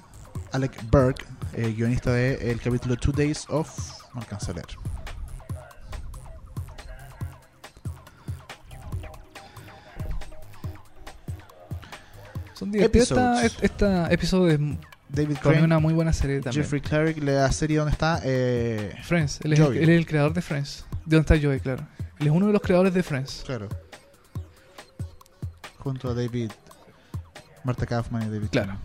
S2: Alec Berg, eh, guionista del el capítulo Two Days of. No alcanzo a leer.
S1: Son divertidos. Esta,
S2: Episodes.
S1: esta episodio es
S2: David
S1: para mí
S2: Crane,
S1: una muy buena serie también.
S2: Jeffrey Clark, la serie donde está. eh,
S1: Friends. Él es, el,
S2: Joey.
S1: él es el creador de Friends. ¿De dónde está Joey? Claro. Él es uno de los creadores de Friends.
S2: claro. Junto a David. Marta Kaufman y David
S1: Claro.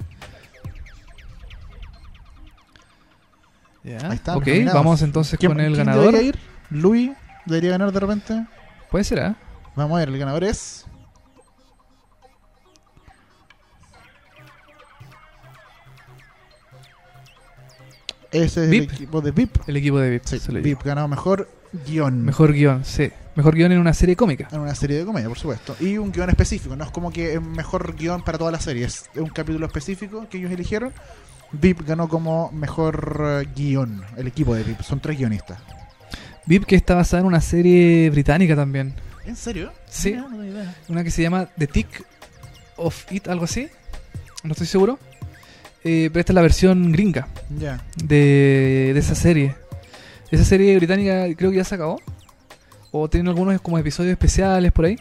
S2: Crane.
S1: Ya.
S2: Ahí está,
S1: ok,
S2: los nominados.
S1: vamos entonces
S2: ¿Quién-
S1: con el
S2: quién
S1: ganador.
S2: debería ir? Louis debería ganar de repente.
S1: Puede ser, ¿ah?
S2: Vamos a ver, el ganador es. Ese es
S1: Vip.
S2: el equipo de VIP.
S1: El equipo de VIP.
S2: Sí,
S1: se lo lleva.
S2: VIP ganó mejor guión.
S1: Mejor guión, sí. Mejor guión en una serie cómica.
S2: En una serie de comedia, por supuesto. Y un guión específico. No es como que es mejor guión para todas las series. Es un capítulo específico que ellos eligieron. VIP ganó como mejor eh, guión. El equipo de VIP. Son tres guionistas.
S1: VIP que está basada en una serie británica también.
S2: ¿En serio?
S1: Sí.
S2: Mira, no tenía idea.
S1: Una que se llama The Tick of It, algo así. No estoy seguro. Eh, pero esta es la versión gringa
S2: Ya.
S1: de, de esa serie. Esa serie británica creo que ya se acabó. O tienen algunos como episodios especiales por ahí.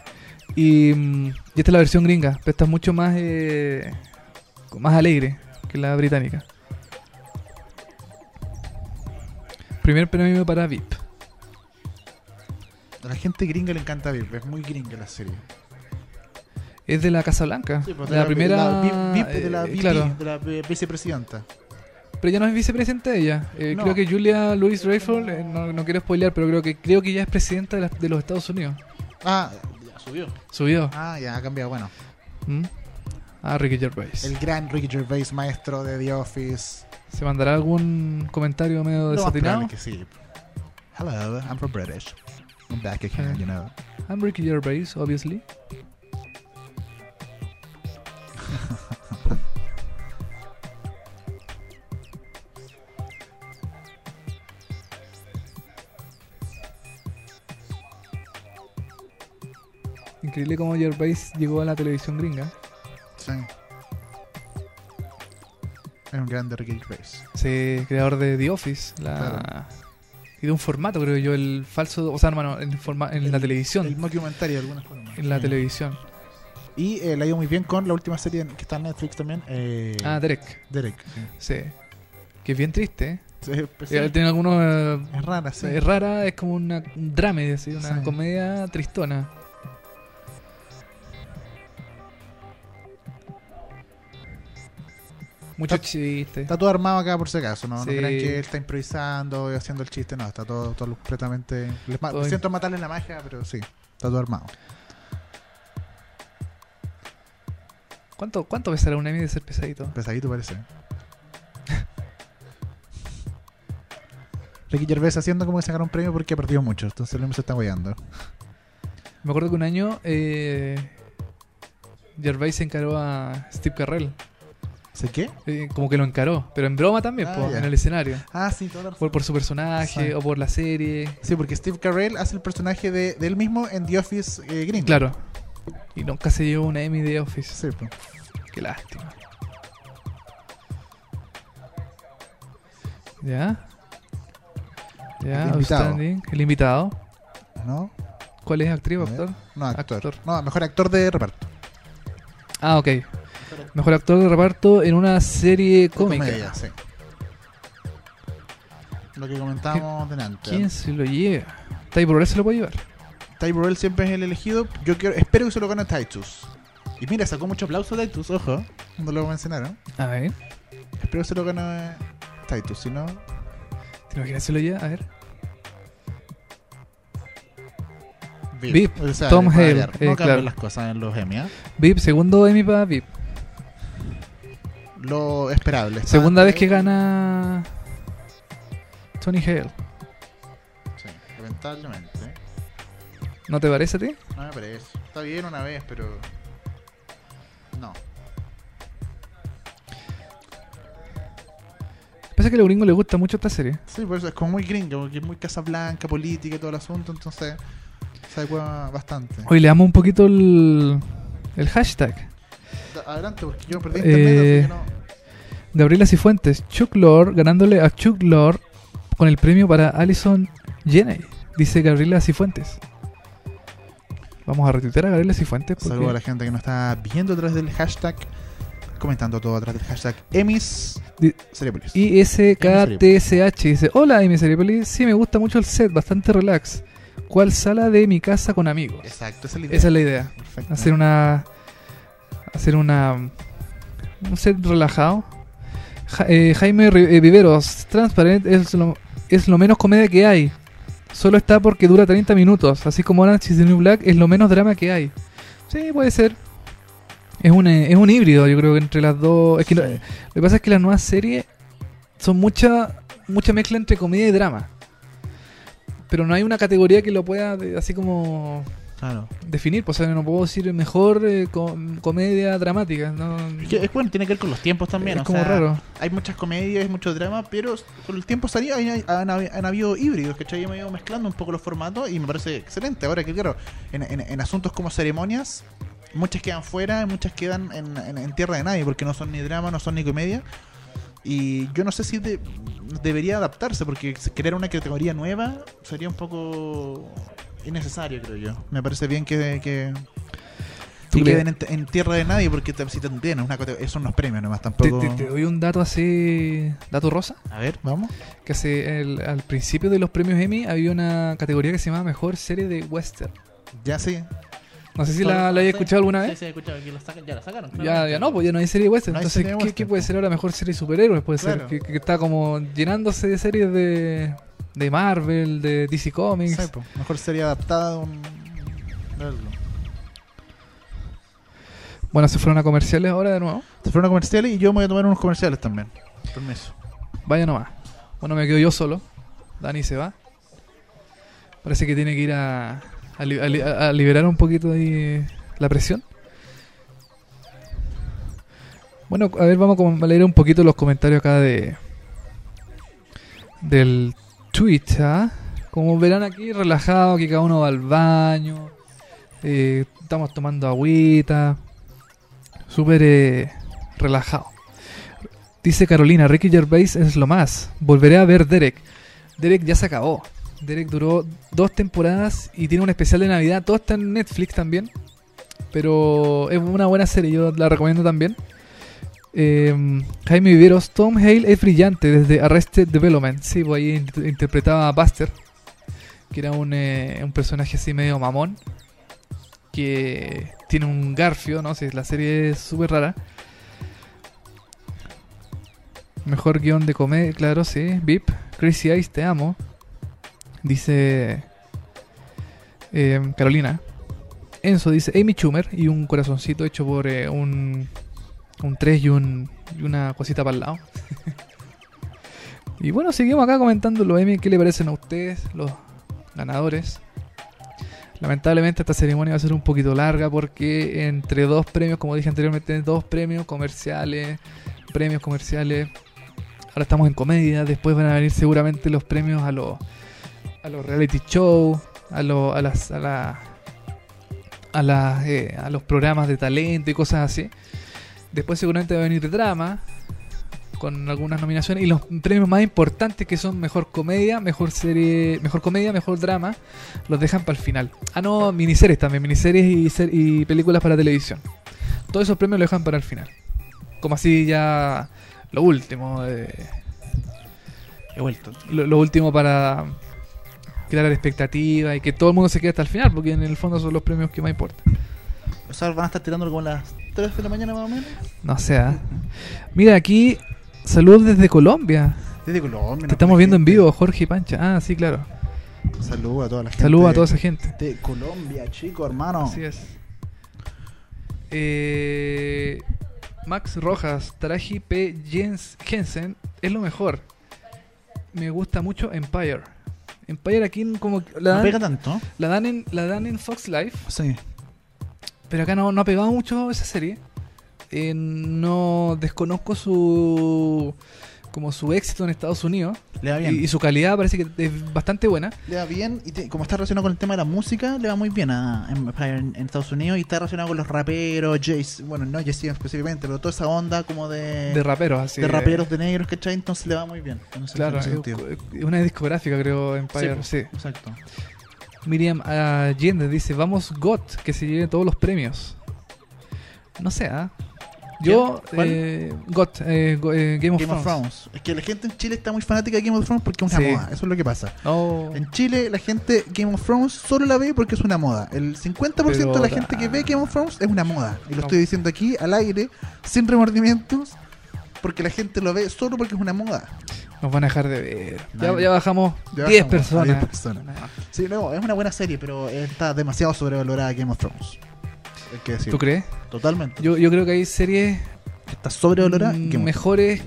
S1: Y, mm, y esta es la versión gringa. Pero esta es mucho más, eh, más alegre que la británica. Primer premio para VIP.
S2: A la gente gringa le encanta VIP. Es muy gringa la serie.
S1: Es de la Casa Blanca.
S2: Sí, pues,
S1: la, primera.
S2: la vi- VIP de la,
S1: eh,
S2: VP,
S1: claro.
S2: de la vi- vicepresidenta.
S1: Pero ya no es vicepresidenta ella. Eh,
S2: No.
S1: Creo que Julia Louis Dreyfus, eh, no, no quiero spoilear, pero creo que creo que ya es presidenta de, las- de los Estados Unidos.
S2: Ah, ya subió.
S1: Subió.
S2: Ah, ya ha cambiado. Bueno,
S1: ¿Mm? Ah, Ricky Gervais.
S2: el gran Ricky Gervais, maestro de The Office.
S1: ¿Se mandará algún comentario medio
S2: Lo más
S1: desatinado?
S2: probable que sí. Hello, I'm from British. I'm back again, you know.
S1: I'm Ricky Gervais, obviously. Increíble cómo Gervais llegó a la televisión gringa.
S2: Sí. Es un grande Ricky Gervais.
S1: Sí, creador de The Office. La... Y de un formato, creo yo, el falso. O sea, hermano, en, forma- en la televisión.
S2: El documentario de alguna forma.
S1: En la
S2: Sí.
S1: televisión.
S2: Y eh, le ha ido muy bien con la última serie en- que está en Netflix también. Eh,
S1: Ah, Derek.
S2: Derek. sí.
S1: Sí. Que es bien triste, ¿eh?
S2: Sí, pues sí,
S1: Él Tiene algunos. eh,
S2: Es rara, sí.
S1: Es rara, es como una, un drame, así, una
S2: Sí.
S1: comedia tristona. Muchos
S2: Está-
S1: chistes.
S2: Está todo armado acá por si acaso, ¿no?
S1: Sí.
S2: No crean que él está improvisando y haciendo el chiste, no, está todo, todo completamente... Les ma-
S1: Todo-
S2: Siento matarles la magia, pero sí, está todo armado.
S1: ¿Cuánto, ¿Cuánto pesará un Emmy de ser pesadito?
S2: Pesadito parece. Ricky Gervais haciendo como que sacaron un premio porque ha perdido mucho, entonces lo se está guiando.
S1: Me acuerdo que un año eh, Gervais se encaró a Steve Carrell.
S2: ¿Se qué?
S1: Eh, como que lo encaró, pero en broma también,
S2: Ah,
S1: po,
S2: ya.
S1: en el escenario.
S2: Ah, sí, toda la razón.
S1: Por, por su personaje
S2: Sí.
S1: o por la serie.
S2: Sí, porque Steve Carell hace el personaje de, de él mismo en The Office eh, Gringo.
S1: Claro. Y nunca se llevó una Emmy de Office.
S2: Sí, pues.
S1: Qué lástima. Ya. Ya,
S2: El invitado.
S1: outstanding. El invitado.
S2: ¿no?
S1: ¿Cuál es actriz o
S2: A ver.
S1: actor?
S2: No, actor.
S1: Actor.
S2: No, mejor actor de reparto.
S1: Ah, ok. Mejor actor de reparto en una serie
S2: Comedia,
S1: cómica.
S2: sí. Lo que comentábamos delante.
S1: ¿Quién se lo lleva? Ty Burrell se lo puede llevar.
S2: Ty Burrell siempre es el elegido. Yo quiero, espero que se lo gane Titus. Y mira, sacó mucho aplauso Titus, ojo. No lo mencionaron.
S1: A ver.
S2: Espero que se lo gane Titus, si no.
S1: ¿Te imaginas si lo lleva? A ver.
S2: Vip.
S1: Vip,
S2: O sea,
S1: Tom
S2: para
S1: Hale,
S2: variar.
S1: eh,
S2: No cambian
S1: claro.
S2: las cosas en los Emmy, ¿ah?
S1: VIP, segundo Emmy para VIP.
S2: Lo esperable. Está-
S1: Segunda vez que gana Tony Hale.
S2: Sí, lamentablemente.
S1: ¿No te parece a ti?
S2: No me parece. Está bien una vez, pero. No.
S1: Pasa que a los gringos les gusta mucho esta serie.
S2: Sí, por eso es como muy gringo, porque es muy Casa Blanca, política y todo el asunto, entonces. Se adecua bastante.
S1: Hoy le damos un poquito el, el hashtag.
S2: Adelante, porque yo perdí
S1: Eh,
S2: internet, así que no.
S1: Gabriela Cifuentes, Chuck Lorre ganándole a Chuck Lorre con el premio para Alison Jenny, dice Gabriela Cifuentes. Vamos a retuitear a Gabriela Cifuentes. porque-
S2: Saludo a la gente que nos está viendo a través del hashtag, comentando todo a través del hashtag Emis
S1: Di-
S2: Cerepolis.
S1: ISKTSH dice: Hola, mi Cerebelli. Sí, me gusta mucho el set, bastante relax. ¿Cuál sala de mi casa con amigos?
S2: Exacto, esa es la idea.
S1: Esa es la idea.
S2: Perfecto.
S1: Hacer una. Hacer una. Un set relajado. Ja- eh, Jaime Ri- eh, Viveros, Transparent es lo, es lo menos comedia que hay. Solo está porque dura 30 minutos. Así como Orange is the New Black es lo menos drama que hay. Sí, puede ser. Es un, eh, es un híbrido, yo creo que entre las dos. Es que no-
S2: Sí.
S1: lo que pasa es que las nuevas series son mucha, mucha mezcla entre comedia y drama. Pero no hay una categoría que lo pueda de- así como
S2: Claro.
S1: definir. Pues, o sea, no puedo decir mejor eh, com- comedia dramática. No,
S2: Es que, es bueno, tiene que ver con los tiempos también.
S1: es
S2: o
S1: como
S2: sea,
S1: raro.
S2: Hay muchas comedias, mucho drama, pero con el tiempo salía, hay- han, habi- han habido híbridos, ¿cachai? Yo me he ido mezclando un poco los formatos y me parece excelente. Ahora que, claro, en, en- en asuntos como ceremonias, muchas quedan fuera, muchas quedan en, en- en tierra de nadie, porque no son ni drama, no son ni comedia. Y yo no sé si de- debería adaptarse, porque crear una categoría nueva sería un poco innecesario, creo yo. Me parece bien que, que,
S1: ¿Tú
S2: que
S1: crees?
S2: queden en, en tierra de nadie, porque te- si te entienden, una cate- son los premios nomás,
S1: Te,
S2: tampoco.
S1: te- te doy un dato así. Dato rosa.
S2: A ver, vamos.
S1: Que hace el- al principio de los premios Emmy había una categoría que se llamaba Mejor Serie de Western.
S2: Ya sí.
S1: No sé si la, la hayas escuchado alguna vez.
S3: Sí, sí, he escuchado. que la saca- ya la sacaron.
S1: Ya,
S3: claramente.
S1: ya no, pues ya no hay serie de western.
S2: No hay
S1: Entonces,
S2: serie de
S1: ¿qué,
S2: western,
S1: qué puede
S2: po.
S1: ser ahora mejor serie de superhéroes? Puede ser
S2: Claro.
S1: que, que está como llenándose de series de, de Marvel, de DC Comics.
S2: Sí, po. Mejor sería adaptada a un. verlo.
S1: Bueno, se fueron a comerciales ahora de nuevo.
S2: Se fueron a comerciales y yo me voy a tomar unos comerciales también. Permiso.
S1: Vaya nomás. Bueno, me quedo yo solo. Dani se va. Parece que tiene que ir a, a li- a li- a liberar un poquito ahí eh, la presión. Bueno, a ver, vamos con- a leer un poquito los comentarios acá de del Twitter. Como verán aquí, relajado, que cada uno va al baño. Eh, estamos tomando agüita. Súper eh, relajado. Dice Carolina, Ricky Gervais es lo más. Volveré a ver Derek. Derek ya se acabó. Derek duró dos temporadas y tiene un especial de Navidad. Todo está en Netflix también. Pero es una buena serie, yo la recomiendo también. Eh, Jaime Viveros, Tom Hale es brillante desde Arrested Development. Sí, pues ahí int- interpretaba a Buster, que era un, eh, un personaje así medio mamón. Que tiene un garfio, ¿no? sé la serie es súper rara. Mejor guión de comedia, claro, sí. VIP. Crazy Eyes, te amo. Dice eh, Carolina. Enzo dice Amy Schumer y un corazoncito hecho por eh, un, un 3 y, un, y una cosita para el lado. y bueno, seguimos acá comentando los Emmy. ¿Qué le parecen a ustedes, los ganadores? Lamentablemente esta ceremonia va a ser un poquito larga porque entre dos premios, como dije anteriormente, dos premios comerciales, premios comerciales. Ahora estamos en comedia, después van a venir seguramente los premios a los a los reality show, a los a las a la- a las, eh, a los programas de talento y cosas así. Después seguramente va a venir drama con algunas nominaciones y los premios más importantes que son mejor comedia, mejor serie, mejor comedia, mejor drama, los dejan para el final. Ah, no, miniseries también, miniseries y, ser- y películas para televisión. Todos esos premios los dejan para el final. Como así ya lo último, eh,
S2: He vuelto.
S1: lo, lo último para crear expectativa y que todo el mundo se quede hasta el final, porque en el fondo son los premios que más importan.
S2: O sea, van a estar tirando como a las 3 de la mañana más o menos.
S1: No sea. Mira, aquí saludos desde Colombia.
S2: Desde Colombia.
S1: Te estamos viendo en vivo, Jorge y Pancha. Ah, sí, claro.
S2: Saludos a toda la gente.
S1: Saludos a toda esa gente.
S2: De Colombia, chico, hermano.
S1: Así es. Eh, Max Rojas, Taraji P. Jens, Jensen es lo mejor. Me gusta mucho Empire. Empire aquí como que la
S2: No pega
S1: dan,
S2: tanto.
S1: la dan en la dan en Fox Live,
S2: Sí.
S1: pero acá no, no ha pegado mucho esa serie. Eh, no desconozco su como su éxito en Estados Unidos
S2: Le va bien.
S1: y, y su calidad parece que es bastante buena.
S2: Le va bien, y te- como está relacionado con el tema de la música, le va muy bien a, en, en- en Estados Unidos y está relacionado con los raperos, Jace, bueno, no Jace específicamente, pero toda esa onda como de,
S1: De raperos, así.
S2: Eh, de raperos de negros, ¿cachai? Entonces le va muy bien. en ese- en
S1: Claro,
S2: ese sentido.
S1: es- es una discográfica creo, Empire.
S2: pues.
S1: sí.
S2: Exacto.
S1: Miriam Allende dice, vamos GOT, que se lleve todos los premios. No sé, ¿ah? Yo,
S2: ¿Quién? ¿Cuál?
S1: eh, GOT, eh, go- eh, Game of
S2: Game of
S1: Thrones.
S2: Thrones. Es que la gente en Chile está muy fanática de Game of Thrones porque es una
S1: Sí.
S2: moda, eso es lo que pasa.
S1: Oh,
S2: En Chile la gente Game of Thrones solo la ve porque es una moda. El 50% de la
S1: Pero,
S2: gente que
S1: ah.
S2: ve Game of Thrones es una moda. Y lo
S1: No.
S2: estoy diciendo aquí al aire, sin remordimientos, porque la gente lo ve solo porque es una moda.
S1: nos van a dejar de ver. Ya,
S2: Ay,
S1: ya bajamos
S2: Oh. ya
S1: 10
S2: bajamos a
S1: personas.
S2: 10 personas. Sí, no, es una buena serie, pero está demasiado sobrevalorada Game of Thrones. Hay que decir.
S1: ¿Tú crees?
S2: Totalmente.
S1: Yo, mm, yo creo que hay series
S2: Está sobrevalorada y Game of
S1: mejores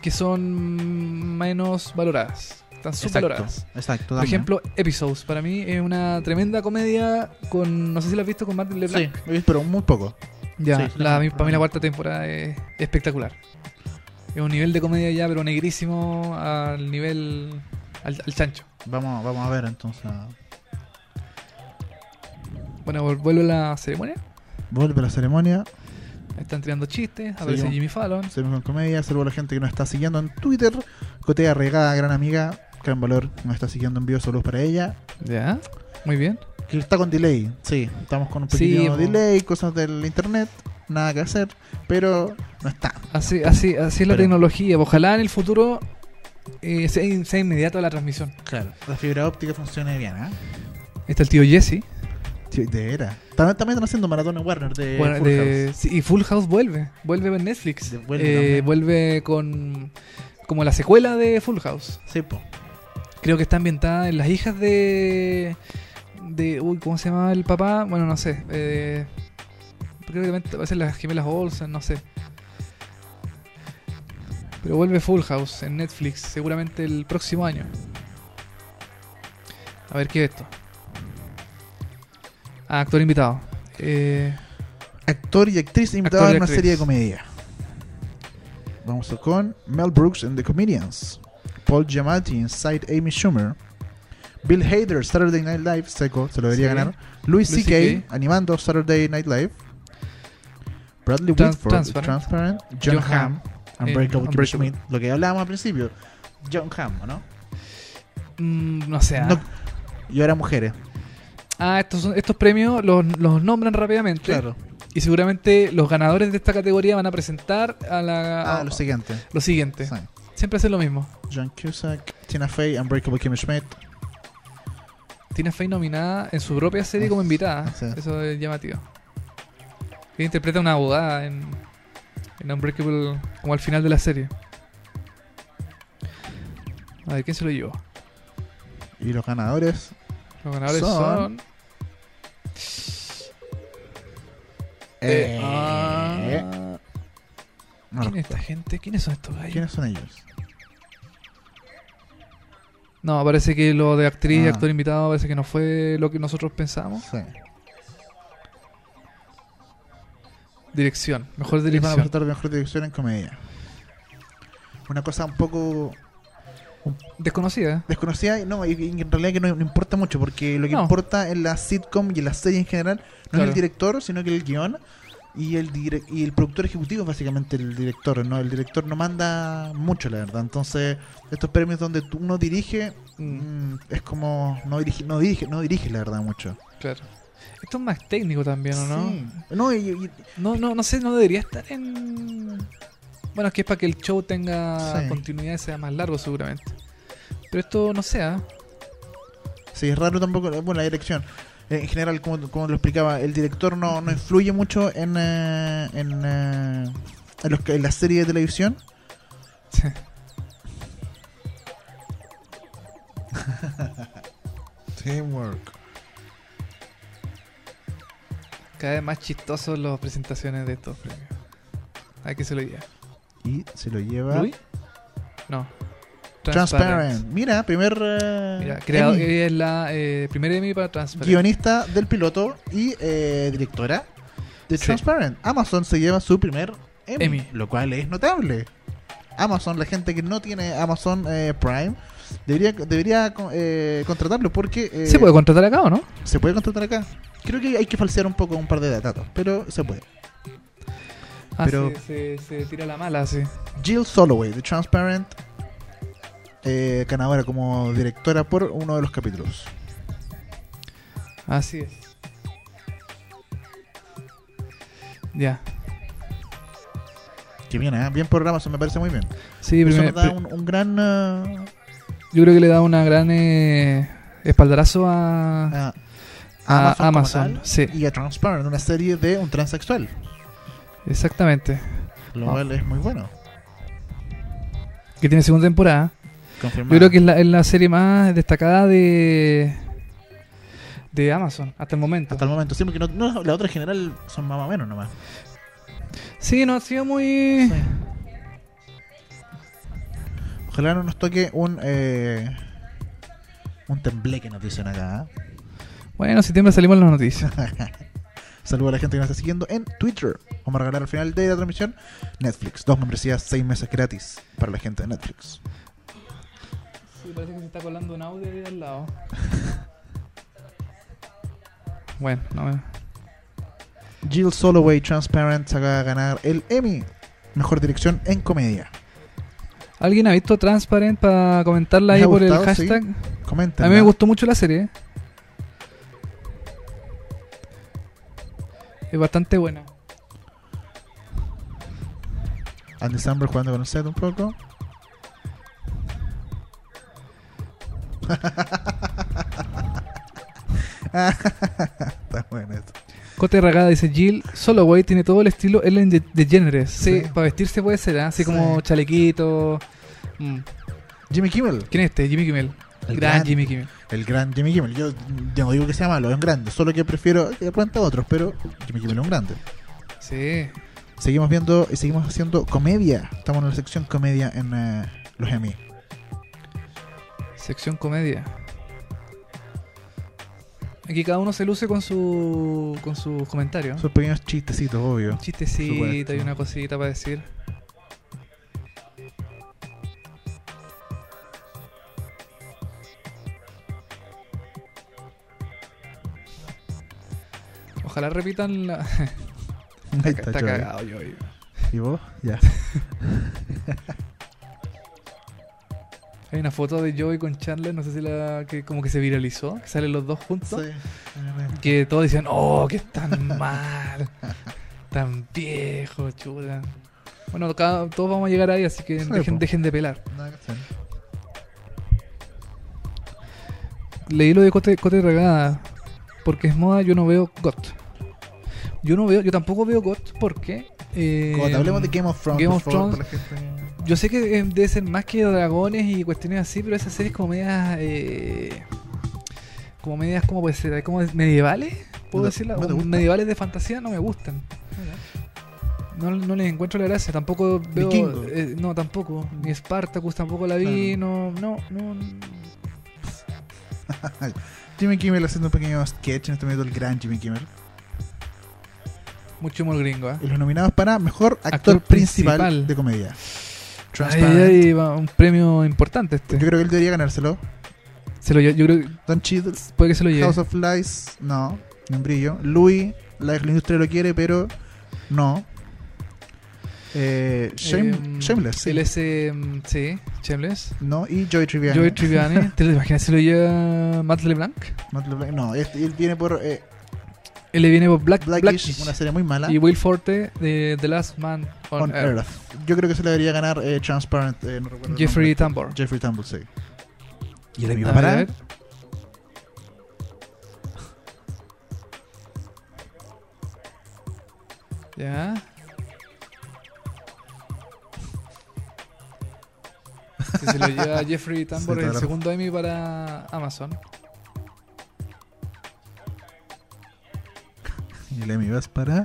S1: que son menos valoradas. Están
S2: Thrones.
S1: subvaloradas.
S2: Exacto, exacto.
S1: Por
S2: también.
S1: ejemplo, Episodes. Para mí es una tremenda comedia con... No sé si la has visto con Martin LeBlanc.
S3: Sí.
S2: Sí, pero muy poco.
S1: Ya,
S3: Sí, sí,
S1: la,
S3: sí.
S1: para mí la cuarta temporada es espectacular. Es un nivel de comedia ya, pero negrísimo al nivel. al, al chancho.
S2: Vamos, vamos a ver entonces.
S1: Bueno, vol- vuelve la ceremonia.
S2: Vuelve la ceremonia.
S1: Están tirando chistes. Aparece
S2: Seguimos.
S1: Jimmy Fallon.
S2: Saludos con Comedia, saludos a la gente que nos está siguiendo en Twitter. Cotea Regada, gran amiga, gran valor, nos está siguiendo en vivo, saludos para ella.
S1: Ya, muy bien.
S2: Que está con delay, sí, estamos con un
S1: Sí,
S2: pequeño
S1: po.
S2: delay, cosas del internet, nada que hacer, pero no está.
S1: Así, así, así es la
S2: Pero-
S1: tecnología. Ojalá en el futuro eh, sea, in- sea inmediata la transmisión.
S2: Claro. La fibra óptica funciona bien, ¿eh?
S1: Está el tío Jesse.
S2: Sí, de era. También, también están haciendo maratón en Warner de,
S1: Bueno,
S2: Eh, Full
S1: de-
S2: House.
S1: sí, y Full House vuelve. Vuelve en Netflix.
S2: De-
S1: Eh,
S2: vuelve
S1: Vuelve,
S2: también.
S1: con. como la secuela de Full House.
S2: Sí, po.
S1: creo que está ambientada en las hijas de. de uy, ¿cómo se llamaba el papá? Bueno, no sé. eh, creo que también va a ser las gemelas Olsen, no sé. Pero vuelve Full House en Netflix, seguramente el próximo año. A ver qué es esto. Ah, actor invitado. Eh,
S2: Actor y actriz invitados
S1: Actor
S2: en
S1: y
S2: una
S1: actriz.
S2: serie de comedia. Vamos con Mel Brooks and the Comedians, Paul Giamatti Inside Amy Schumer, Bill Hader Saturday Night Live, seco, se lo debería
S1: Sí.
S2: ganar, Louis
S1: Louis
S2: C.K.
S1: CK.
S2: animando Saturday Night Live, Bradley
S1: Trans-
S2: Whitford
S1: Transparent.
S2: Transparent, John,
S1: John
S2: Hamm,
S1: Hamm,
S2: Unbreakable
S1: eh,
S2: Kimmy
S1: Unbreakable.
S2: Schmidt, lo que hablábamos al principio, John Hamm, ¿o ¿no?
S1: mm, no sé. ah.
S2: No- Y ahora mujeres,
S1: Ah, estos, son- estos premios los, los nombran rápidamente.
S2: claro.
S1: Y seguramente los ganadores de esta categoría van a presentar a la,
S2: Ah,
S1: a-
S2: lo siguiente.
S1: lo siguiente.
S2: Sí.
S1: Siempre hacen lo mismo.
S2: John Cusack, Tina Fey, Unbreakable Kimmy Schmidt,
S1: Tina Fey nominada en su propia serie como invitada.
S2: Así es.
S1: Eso es llamativo. Ella interpreta a una abogada en, en Unbreakable, como al final de la serie. A ver, ¿quién se lo llevó?
S2: y los ganadores
S1: Los ganadores
S2: Son-
S1: son. Eh,
S2: Eh,
S1: ah,
S2: no
S1: ¿Quién
S2: los-
S1: es esta gente? ¿Quiénes son estos gallos?
S2: ¿Quiénes son ellos?
S1: No, parece que lo de actriz y
S2: Ah.
S1: actor invitado parece que no fue lo que nosotros pensábamos.
S2: Sí.
S1: Dirección, mejor
S2: Ellos van a
S1: dirección.
S2: presentar la mejor dirección en comedia. Una cosa un poco
S1: Desconocida.
S2: desconocida, no, y, y en realidad que no, no importa mucho, porque lo que
S1: No.
S2: importa en la sitcom y en la serie en general no es
S1: Claro.
S2: el director, sino que el guión y el dire- y el productor ejecutivo es básicamente el director, ¿no? El director no manda mucho, la verdad. Entonces, estos premios donde tú uno dirige,
S1: Mm,
S2: mm, es como no dirige, no dirige, no dirige la verdad mucho.
S1: claro. Esto es más técnico también, ¿o no?
S2: Sí. No, y- y-
S1: No, no, no sé, no debería estar en. Bueno, es que es para que el show tenga
S2: Sí.
S1: continuidad y sea más largo, seguramente. Pero esto no sea. ¿eh?
S2: Sí, es raro tampoco, bueno, la dirección. Eh, En general, como, como lo explicaba, el director no, no influye mucho en, eh, en, eh, en los que- en la serie de televisión. Teamwork.
S1: Cada vez más chistosos las presentaciones de estos premios. ¿A qué se lo diga?
S2: Y se lo lleva
S1: ¿Louis? No.
S2: Transparent. Mira, primer eh,
S1: Mira, creado,
S2: Emmy.
S1: ella es la eh, primera Emmy para Transparent.
S2: guionista del piloto y eh, directora de
S1: Sí.
S2: Transparent. Amazon se lleva su primer Emmy,
S1: Emmy.
S2: lo cual es notable. Amazon, la gente que no tiene Amazon eh, Prime, debería, debería co- eh, contratarlo porque eh,
S1: ¿Se puede contratar acá o no?
S2: se puede contratar acá. Creo que hay que falsear un poco un par de datos, pero se puede.
S1: Ah,
S2: Pero-
S1: se, se- se tira la mala, sí.
S2: Jill Soloway, de Transparent, eh, ganadora como directora por uno de los capítulos.
S1: Así es. Ya.
S2: Que bien, ¿eh? bien por Amazon, me parece muy bien.
S1: Sí,
S2: Eso
S1: primer-
S2: nos da un, un gran... ah,
S1: yo creo que le da una gran eh, espaldarazo a,
S2: ah,
S1: a
S2: Amazon como
S1: Amazon.
S2: tal.
S1: Sí,
S2: y a Transparent, una serie de un transexual,
S1: exactamente.
S2: lo
S1: Ah.
S2: cual es muy bueno.
S1: Que tiene segunda temporada.
S2: Confirmado.
S1: Yo creo que es la, es la serie más destacada de de Amazon hasta el momento.
S2: Hasta el momento, sí, porque no, no, la otra en general son más o menos nomás.
S1: Sí, no ha sido muy.
S2: Ojalá no nos toque un eh, un temblé que nos dicen acá. ¿eh?
S1: Bueno, en septiembre salimos en las noticias.
S2: Saludo a la gente que nos está siguiendo en Twitter. Vamos a regalar al final de la transmisión Netflix. Dos membresías, seis meses gratis para la gente de Netflix.
S1: Sí, parece que se está colando un audio ahí al lado. Bueno, no eh. me.
S2: Jill Soloway Transparent se acaba de ganar el Emmy. Mejor dirección en comedia.
S1: ¿Alguien ha visto Transparent para comentarla
S2: ¿Les
S1: ahí
S2: ha
S1: por el
S2: gustado? Sí.
S1: hashtag?
S2: Comenten.
S1: A mí me gustó mucho la serie. ¿eh? Es bastante buena.
S2: Andy Samberg jugando con el set un poco. Está bueno esto.
S1: Cote Ragada dice Jill Soloway tiene todo el estilo Ellen de- DeGeneres. Sí,
S2: Sí.
S1: para vestirse puede ser, ¿eh? así
S2: Sí.
S1: como chalequito. Mm.
S2: Jimmy Kimmel.
S1: ¿Quién es este? Jimmy Kimmel.
S2: El
S1: Gran,
S2: gran-
S1: Jimmy Kimmel.
S2: El gran Jimmy Kimmel. Yo, yo no digo que sea malo, es un grande. Solo que prefiero que cuenta otros, pero Jimmy Kimmel es un grande.
S1: Sí.
S2: Seguimos viendo y seguimos haciendo comedia. Estamos en la sección comedia en eh, los Emmy.
S1: Sección comedia. Aquí cada uno se luce con su con sus comentarios.
S2: Esos pequeños chistecitos, obvio.
S1: Un chistecito
S2: Supuesto.
S1: y una cosita para decir. Ojalá repitan la.
S2: Ahí
S1: Está,
S2: Joey.
S1: cagado, yo, yo.
S2: ¿Y vos? Ya.
S1: Hay una foto de Joey con Chandler, no sé si la. que como que se viralizó, que salen los dos juntos. Que todos decían, oh, que tan mal, tan viejo, chuta. Bueno, cada- todos vamos a llegar ahí, así que
S2: Sí,
S1: dejen,
S2: po.
S1: dejen de pelar.
S2: Nada que hacer.
S1: Eh, Leí lo de Cote, Cote Regada, porque es moda, yo no veo GOT. Yo no veo, yo tampoco veo GOT porque... eh,
S2: Como te hablemos de Game of Thrones,
S1: Game
S2: por
S1: of
S2: favor,
S1: Thrones.
S2: para la gente.
S1: Yo sé que eh, debe ser más que dragones y cuestiones así, pero esas series como medias... eh, como medias, ¿cómo puede ser? ¿Como medievales? ¿Puedo
S2: ¿No te-
S1: decirla?
S2: no te
S1: O
S2: gusta?
S1: medievales de fantasía no me gustan. No, no les encuentro la gracia, tampoco veo...
S2: Vikingo.
S1: eh, no, tampoco. Ni Spartacus tampoco la vi, no, no, no...
S2: Jimmy Kimmel haciendo un pequeño sketch en este momento, el gran Jimmy Kimmel.
S1: Mucho humor gringo, ¿eh?
S2: Y los nominados para mejor actor,
S1: Actor
S2: principal,
S1: principal.
S2: de comedia.
S1: Ay,
S2: Transparent.
S1: ay, va, un premio importante este.
S2: Yo creo que él debería ganárselo.
S1: Se lo, lle- yo creo que
S2: Don Cheadle,
S1: puede que se lo lleve.
S2: House of Lies, no, ni un brillo. Louis, la, la industria lo quiere, pero no. Eh, shame-
S1: Em,
S2: Shameless, sí.
S1: Él es, em, sí, Shameless.
S2: no, y Joey Triviani.
S1: Joey Triviani. ¿Te lo imaginas si lo lleva Matt LeBlanc?
S2: Matt LeBlanc, No, este- él viene por eh,
S1: Él le viene por Black,
S2: Blackish,
S1: Blackish.
S2: una serie muy mala.
S1: Y Will Forte de The Last Man on,
S2: on
S1: Earth.
S2: Earth. Yo creo que se le debería ganar eh, Transparent, eh, no recuerdo el
S1: Jeffrey
S2: nombre.
S1: Tambor.
S2: Jeffrey Tambor, sí. Y el
S1: A
S2: mismo
S1: ver, a
S2: para
S1: ver. Ya. Que se lo lleva Jeffrey Tambor,
S2: Sí,
S1: el
S2: claro.
S1: segundo Emmy para Amazon.
S2: Y el Emmy vas para.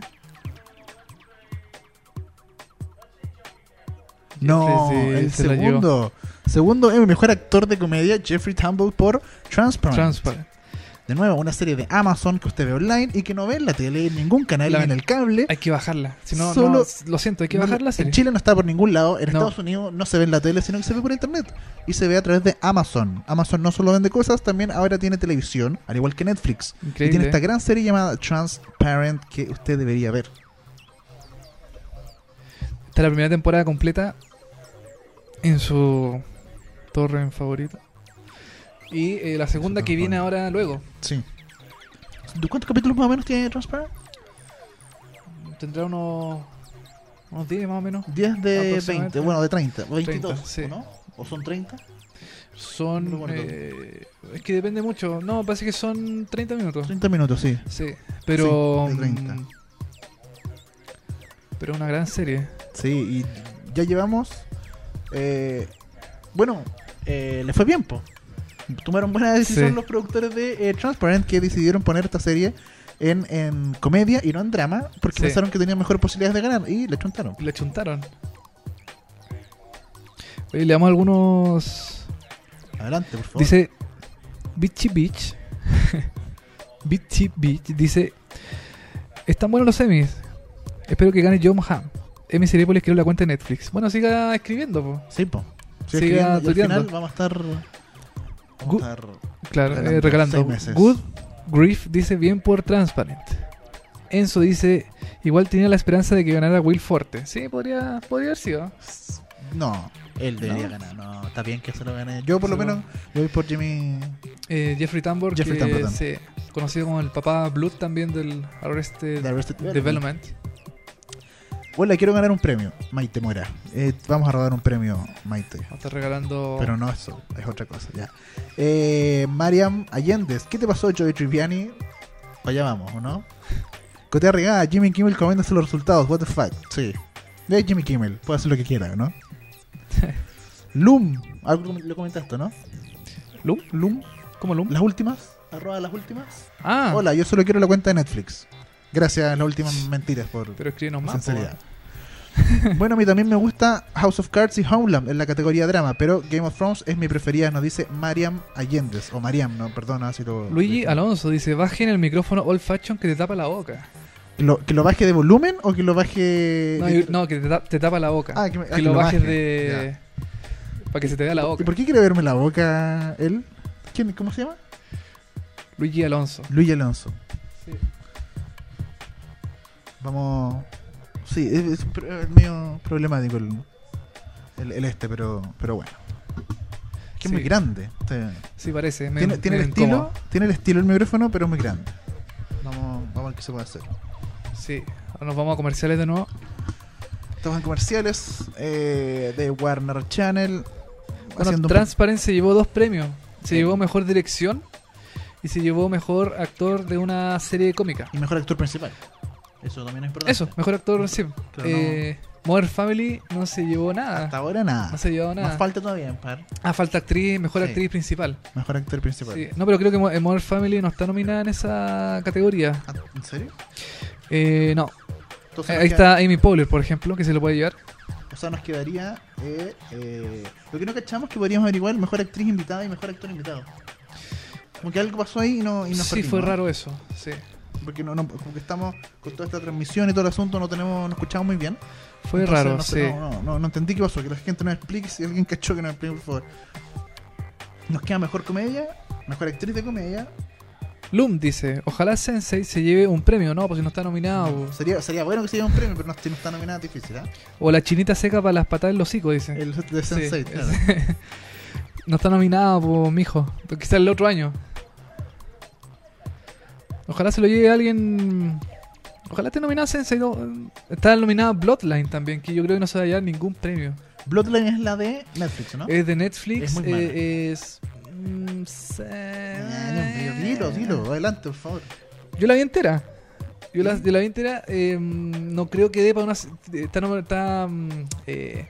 S2: No,
S1: sí,
S2: el
S1: se la llevó.
S2: segundo. Segundo Emmy, mejor actor de comedia, Jeffrey Tambor por Transparent.
S1: Transparent.
S2: De nuevo, una serie de Amazon que usted ve online y que no ve en la tele, en ningún canal, ni en el cable.
S1: Hay que bajarla. Si no,
S2: Solo-
S1: no, lo siento, hay que
S2: No,
S1: bajarla. la serie.
S2: En Chile no está por ningún lado, en
S1: No.
S2: Estados Unidos no se ve en la tele, sino que se ve por internet. Y se ve a través de Amazon. Amazon no solo vende cosas, también ahora tiene televisión, al igual que Netflix. Y
S1: Increíble.
S2: tiene esta gran serie llamada Transparent que usted debería ver.
S1: Está la primera temporada completa en su torre en favorito. Y eh, la segunda
S2: Su
S1: que viene
S2: torre.
S1: ahora luego.
S2: Sí. ¿De cuántos capítulos más o menos tiene Transparent?
S1: Tendrá unos, unos 10 más o menos.
S2: 10 de
S1: Aproximadamente.
S2: 20, bueno, de 30, o 22,
S1: 30, sí.
S2: ¿o ¿no? ¿O son 30? No
S1: Son...
S2: recuerdo.
S1: eh, es que depende mucho. No, parece que son 30 minutos.
S2: 30 minutos, sí.
S1: Sí, pero...
S2: Sí, de 30.
S1: mm, Pero una gran serie.
S2: Sí, y ya llevamos. eh, bueno, eh, les fue bien, po. Tomaron buena decisión
S1: Sí.
S2: los productores de eh, Transparent que decidieron poner esta serie en, en comedia y no en drama porque
S1: Sí.
S2: pensaron que tenían mejores posibilidades de ganar y le chuntaron.
S1: Le chuntaron. Oye, le damos algunos...
S2: Adelante, por favor.
S1: Dice Bitchy Beach. Bitchy Beach dice: Están buenos los Emmys. Espero que gane Johom Ham. Emmy Cerepolis creó la cuenta de Netflix. Bueno, siga escribiendo, po.
S2: sí, po. Sí,
S1: Siga
S2: escribiendo, y al
S1: tuiteando.
S2: final vamos a estar. Vamos
S1: Gu-
S2: a estar
S1: Claro,
S2: Regalando
S1: eh, regalando.
S2: seis meses.
S1: Good Grief dice: Bien por Transparent. Enzo dice: Igual tenía la esperanza de que ganara Will Forte. Sí, podría, podría haber sido.
S2: No, él debería
S1: ¿No?
S2: ganar. No, está bien que se lo gane. Yo, por lo
S1: Sí,
S2: menos, voy por Jimmy.
S1: Eh, Jeffrey Tambor,
S2: Jeffrey
S1: que
S2: Tambor también.
S1: se- conocido como el papá Blood también del Arrested
S2: de Arrested Development.
S1: Development.
S2: Hola, quiero ganar un premio. Maite Mora. Eh, vamos a rodar un premio, Maite.
S1: Está regalando.
S2: Pero no eso, es otra cosa, ya. Eh, Mariam Allendez, ¿qué te pasó, Joey Triviani? Para allá vamos, ¿o no? Cotea regada, Jimmy Kimmel coméntase los resultados, what the fuck. Sí. Ve Jimmy Kimmel, puede hacer lo que quiera, ¿no? Loom, algo lo comentaste, ¿no?
S1: ¿Lum?
S2: Loom,
S1: ¿Cómo Lum?
S2: las últimas, arroba las últimas.
S1: Ah,
S2: Hola, yo solo quiero la cuenta de Netflix. Gracias, las últimas mentiras por
S1: pero escríbenos más. po.
S2: sinceridad. bueno, a mí también me gusta House of Cards y Homeland en la categoría drama, pero Game of Thrones es mi preferida, nos dice Mariam Allendez. O Mariam, no, perdona si lo.
S1: Luigi Alonso dice, bajen el micrófono old fashion que te tapa la boca.
S2: Lo- ¿Que lo baje de volumen o que lo baje.?
S1: No,
S2: de-
S1: yo- no, que te, ta- te tapa la boca.
S2: Eh, Ah, que me- ah,
S1: lo bajes de... Para que se te vea la
S2: ¿Y
S1: boca.
S2: por qué quiere verme la boca él? ¿Quién, ¿Cómo se llama?
S1: Luigi Alonso.
S2: Luigi Alonso. Vamos. Sí, es, es un pro- es medio problemático el, el- el este, pero, pero bueno. Que es
S1: Sí.
S2: muy grande. este.
S1: Sí, parece. medio-
S2: Tiene, tiene el
S1: medio
S2: estilo,
S1: incómodo.
S2: tiene el estilo el micrófono, pero es muy grande. Vamos, vamos a ver qué se puede hacer.
S1: Sí. Ahora nos vamos a comerciales de nuevo.
S2: Estamos en comerciales eh, de Warner Channel.
S1: Bueno,
S2: haciendo un-
S1: Transparent se llevó dos premios. Se
S2: Sí.
S1: llevó mejor dirección y se llevó mejor actor de una serie cómica.
S2: y mejor actor principal. Eso también es importante.
S1: Eso, mejor actor, sí.
S2: Claro,
S1: Eh, Modern Family no se llevó nada.
S2: Hasta ahora nada.
S1: No se llevó nada.
S2: Más falta todavía, par.
S1: Ah, falta actriz, mejor
S2: Sí. pues.
S1: actriz principal.
S2: Mejor actor principal.
S1: Sí. No, pero creo que Mo- eh, Modern Family no está nominada en esa categoría.
S2: Ah, ¿En serio?
S1: Eh, no. Eh,
S2: Entonces nos
S1: ahí
S2: queda-
S1: está Amy Poehler, por ejemplo, que se lo puede llevar.
S2: O sea, nos quedaría. eh, eh, lo que no cachamos es que podríamos averiguar mejor actriz invitada y mejor actor invitado. Como que algo pasó ahí y no. Y nos
S1: Sí,
S2: perdimos,
S1: fue
S2: ¿eh?
S1: raro eso. Sí.
S2: Porque no, no, como que estamos con toda esta transmisión y todo el asunto, no tenemos, no escuchamos muy bien.
S1: Fue
S2: Entonces,
S1: raro,
S2: no,
S1: sí.
S2: sé, No, no, no, no entendí qué pasó. Que la gente nos explique. Si alguien cachó que nos explique, por favor. Nos queda mejor comedia, mejor actriz de comedia.
S1: Loom dice, ojalá Sensei se lleve un premio, ¿no? Porque no está nominado.
S2: Sería, sería bueno que se lleve un premio, pero no, si no está nominada, es difícil. ¿ah?
S1: O la chinita seca para las patadas en los hocico, dice.
S2: El de
S1: Sí,
S2: Sensei,
S1: es-
S2: claro.
S1: no está nominado, pues, mijo. Quizás el otro año. Ojalá se lo lleve alguien. Ojalá esté nominado Sensei. no, Está nominada Bloodline también, que yo creo que no se va a llevar ningún premio.
S2: Bloodline es la de Netflix, ¿no?
S1: Es de Netflix.
S2: Es muy mala.
S1: eh, es- mm, se-
S2: Ah, Dios mío, dilo, dilo, adelante, por favor.
S1: Yo la vi entera. Yo la, yo la vi entera. eh, no creo que dé para una. se- Está, nom- está, mm, eh,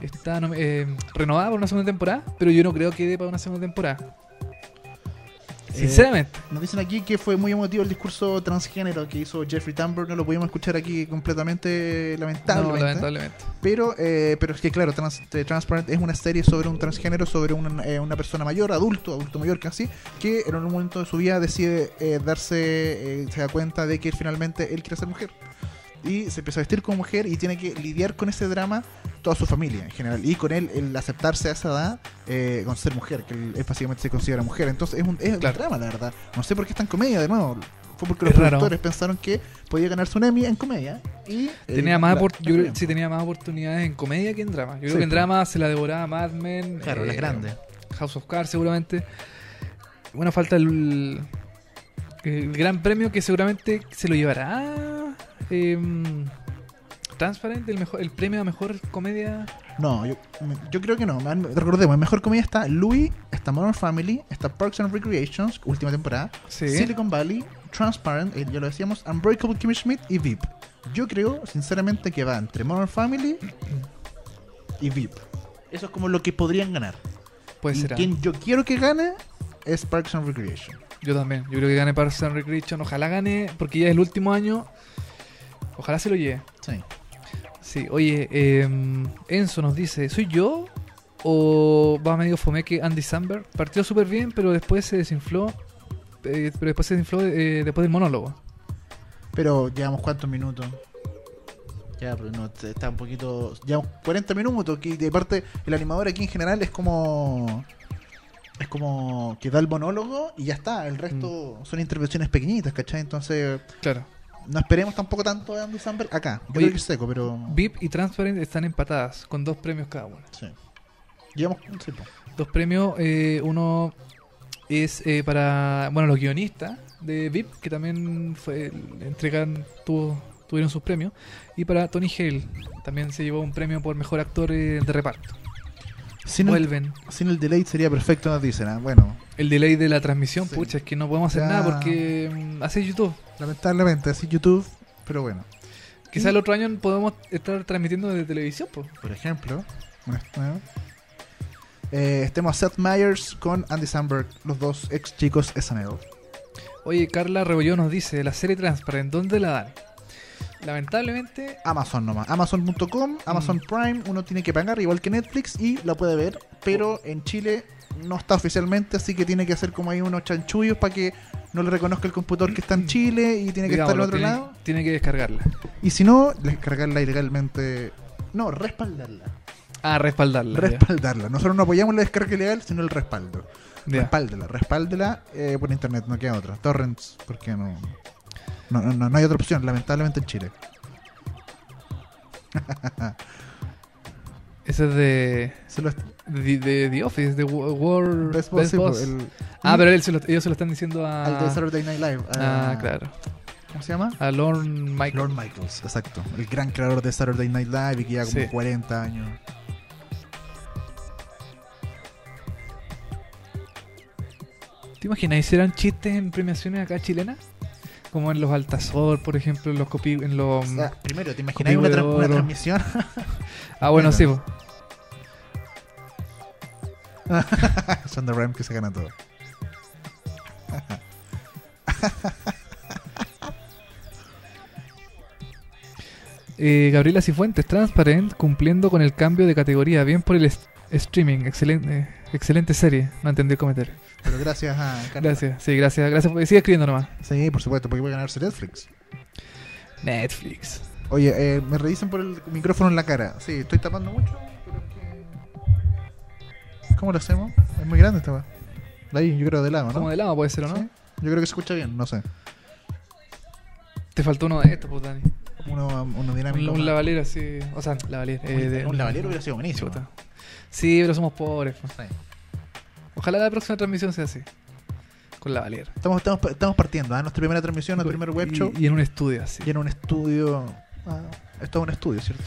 S1: está nom- eh, renovada para una segunda temporada, pero yo no creo que dé para una segunda temporada. Sinceramente.
S2: Nos dicen aquí que fue muy emotivo el discurso transgénero que hizo Jeffrey Tambor. No lo pudimos escuchar aquí completamente, lamentablemente.
S1: No, lamentablemente.
S2: Pero, eh, pero es que, claro, Trans- eh, Transparent es una serie sobre un transgénero, sobre una, eh, una persona mayor, adulto, adulto mayor casi, que en un momento de su vida decide eh, darse, eh, se da cuenta de que finalmente él quiere ser mujer. Y se empieza a vestir como mujer y tiene que lidiar con ese drama toda su familia en general. Y con él, el aceptarse a esa edad, eh, con ser mujer, que él, él básicamente se considera mujer. Entonces es un, es un
S1: Claro.
S2: drama, la verdad. No sé por qué está en comedia de nuevo. Fue porque los
S1: Es raro.
S2: productores pensaron que podía ganarse un Emmy en comedia. Y, eh,
S1: Tenía más
S2: la-
S1: opor- yo creo-
S2: la-
S1: sí, tenía más oportunidades en comedia que en drama. Yo creo
S2: Sí,
S1: que en
S2: po.
S1: drama se la devoraba Mad Men.
S2: Claro,
S1: eh,
S2: las grandes.
S1: House of Cards seguramente. Bueno, falta el, el gran premio que seguramente se lo llevará em, Transparent, el, mejor, el premio a mejor comedia.
S2: No, yo, me- yo creo que no. Me- Recordemos, en mejor comedia está Louis, está Modern Family, está Parks and Recreations, última temporada,
S1: Sí.
S2: Silicon Valley, Transparent, eh, ya lo decíamos, Unbreakable Kimmy Schmidt y VIP. Yo creo, sinceramente, que va entre Modern Family y VIP. Eso es como lo que podrían ganar.
S1: Puede
S2: Y
S1: ser. ah.
S2: Quien yo quiero que gane es Parks and Recreation.
S1: Yo también. Yo creo que gane Parks and Recreation. Ojalá gane, porque ya es el último año. Ojalá se lo lleve.
S2: Sí.
S1: Sí, oye, em, Enzo nos dice, ¿soy yo? ¿O va medio fome que Andy Samberg? Partió súper bien, pero después se desinfló. eh, pero después se desinfló eh, después del monólogo.
S2: Pero llevamos cuántos minutos. Ya, pero no, te- está un poquito. Llevamos 40 minutos. Que de parte, el animador aquí en general es como. Es como que da el monólogo y ya está. El resto son intervenciones pequeñitas, ¿cachai? Entonces,
S1: Claro.
S2: no esperemos tampoco tanto de Andy Samberg acá. Yo
S1: Oye,
S2: creo que es seco, pero.
S1: VIP y Transparent están empatadas, con dos premios cada uno.
S2: Sí. Llevamos. sí, po.
S1: Dos premios, eh, uno es eh, para, bueno, los guionistas de VIP, que también fue, entregan, tuvo- tuvieron sus premios, y para Tony Hale, también se llevó un premio por mejor actor eh, de reparto.
S2: Sin, el,
S1: Vuelven.
S2: sin el delay sería perfecto, nos dicen. ah, Bueno,
S1: El delay de la transmisión,
S2: Sí.
S1: pucha, es que no podemos hacer
S2: Ya.
S1: nada porque mm, hace YouTube.
S2: lamentablemente, así YouTube, pero bueno.
S1: Quizás el otro año podemos estar transmitiendo desde televisión, po.
S2: por ejemplo, ¿no? Eh, estemos a Seth Meyers con Andy Samberg, los dos ex chicos SNL.
S1: Oye, Carla Rebolló nos dice, la serie Transparent, ¿dónde la dan? Lamentablemente,
S2: Amazon nomás,
S1: Mm.
S2: amazon.com, Amazon Prime, uno tiene que pagar igual que Netflix y la puede ver,
S1: Oh.
S2: pero en Chile no está oficialmente, así que tiene que hacer como hay unos chanchullos para que no le reconozca el computador que está en Chile y tiene que estar en
S1: Mm. digámoslo,
S2: otro
S1: tiene,
S2: lado.
S1: tiene que descargarla.
S2: Y si no, descargarla ilegalmente. No, respaldarla.
S1: Ah, respaldarla. ya.
S2: Respaldarla. Nosotros no apoyamos la descarga ilegal, sino el respaldo.
S1: Ya.
S2: Respáldela, respáldela eh, por internet, no queda otra. Torrents, porque no no, no, no- no hay otra opción, lamentablemente en Chile.
S1: Ese es de,
S2: Se lo
S1: de, de The Office, de Wo- World Best
S2: Best Boss, sí,
S1: Boss.
S2: po, el-
S1: Ah, pero él se lo- ellos se lo están diciendo a...
S2: al de Saturday Night Live. a-
S1: ah, claro.
S2: ¿Cómo se llama?
S1: A Lorne Michael.
S2: Lord Michaels, exacto. El gran creador de Saturday Night Live y que ya como
S1: Sí.
S2: 40 años.
S1: ¿Te imaginas? ¿Hicieran chistes en premiaciones acá chilenas? Como en los Altazor, por ejemplo, en los copi... En los...
S2: O sea, primero, ¿te imagináis
S1: Copivo
S2: una,
S1: de
S2: tra- una
S1: oro.
S2: transmisión?
S1: ah, bueno,
S2: mira.
S1: sí. po.
S2: Son the Ram que se gana todo.
S1: Eh, Gabriela Cifuentes, Transparent, cumpliendo con el cambio de categoría. Bien por el est- streaming. Excelente eh, excelente serie. No entendí el comentario.
S2: Pero gracias a Carla.
S1: Gracias. Sí, gracias. Gracias. por- Sigue escribiendo nomás.
S2: Sí, por supuesto, porque puede ganarse Netflix.
S1: Netflix.
S2: Oye, eh, me revisan por el micrófono en la cara. Sí, estoy tapando mucho, pero es que- ¿Cómo lo hacemos? Es muy grande esta weá. De ahí, yo creo de lado, ¿no?
S1: Como de lado puede ser, ¿o no?
S2: Sí, Yo creo que se escucha bien, no sé.
S1: Te faltó uno de estos, pues, Dani.
S2: Uno, uno
S1: Un,
S2: dinámico.
S1: un
S2: más.
S1: lavalier así. O sea, lavalier. eh,
S2: Un-
S1: de-
S2: un lavalier hubiera sido buenísimo.
S1: Chuta. Sí, pero somos pobres. po.
S2: Sí.
S1: Ojalá la próxima transmisión sea así. Con lavalier.
S2: Estamos, estamos, estamos partiendo, ¿ah? Nuestra primera transmisión, nuestro primer web
S1: Y-
S2: show.
S1: Y, en un estudio así.
S2: Y en un estudio. ah, esto es un estudio, ¿cierto?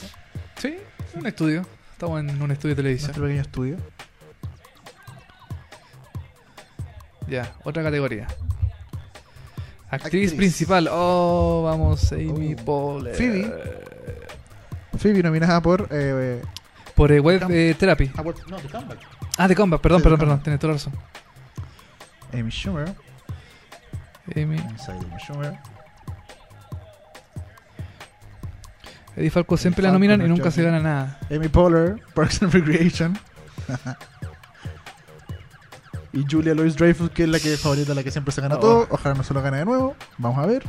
S1: Sí, en un estudio. Estamos en un estudio de televisión.
S2: Nuestro pequeño estudio.
S1: Ya, otra categoría. Actriz,
S2: Actriz.
S1: principal. Oh, vamos, Amy
S2: Oh.
S1: Poehler.
S2: Phoebe. Phoebe nominada por. Eh,
S1: Por eh, Web
S2: Cam-
S1: eh, Therapy.
S2: Award- Ah, no, de Comeback.
S1: Ah, de Combat, perdón,
S2: Sí,
S1: perdón,
S2: de
S1: perdón.
S2: Combat.
S1: Tienes toda la razón.
S2: Amy Schumer.
S1: Emmy.
S2: Inside the Sugar.
S1: Eddie Falco siempre
S2: Eddie
S1: la
S2: Falco,
S1: nominan y
S2: Rod
S1: nunca se
S2: Jeremy.
S1: gana nada.
S2: Amy Poehler, Parks and Recreation. y Julia Louis Dreyfus, que es la que es favorita, la que siempre se
S1: Oh.
S2: gana todo. Ojalá no se lo gane de nuevo. Vamos a ver.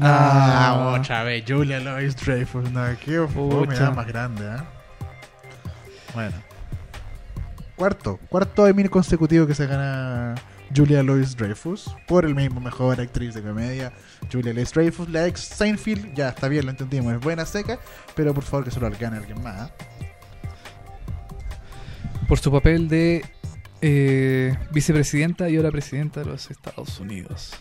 S2: Ah, otra vez, Julia Louis Dreyfus. No, qué fome,
S1: Pucha.
S2: ah, más grande, ¿eh? Bueno. Cuarto, cuarto Emmy consecutivo que se gana Julia Louis Dreyfus por el mismo mejor actriz de comedia. Julia Louis Dreyfus, la ex Seinfeld, ya está bien, lo entendimos, es buena seca, pero por favor que se lo gane alguien más. ¿eh?
S1: Por su papel de eh, vicepresidenta y ahora presidenta de los Estados Unidos.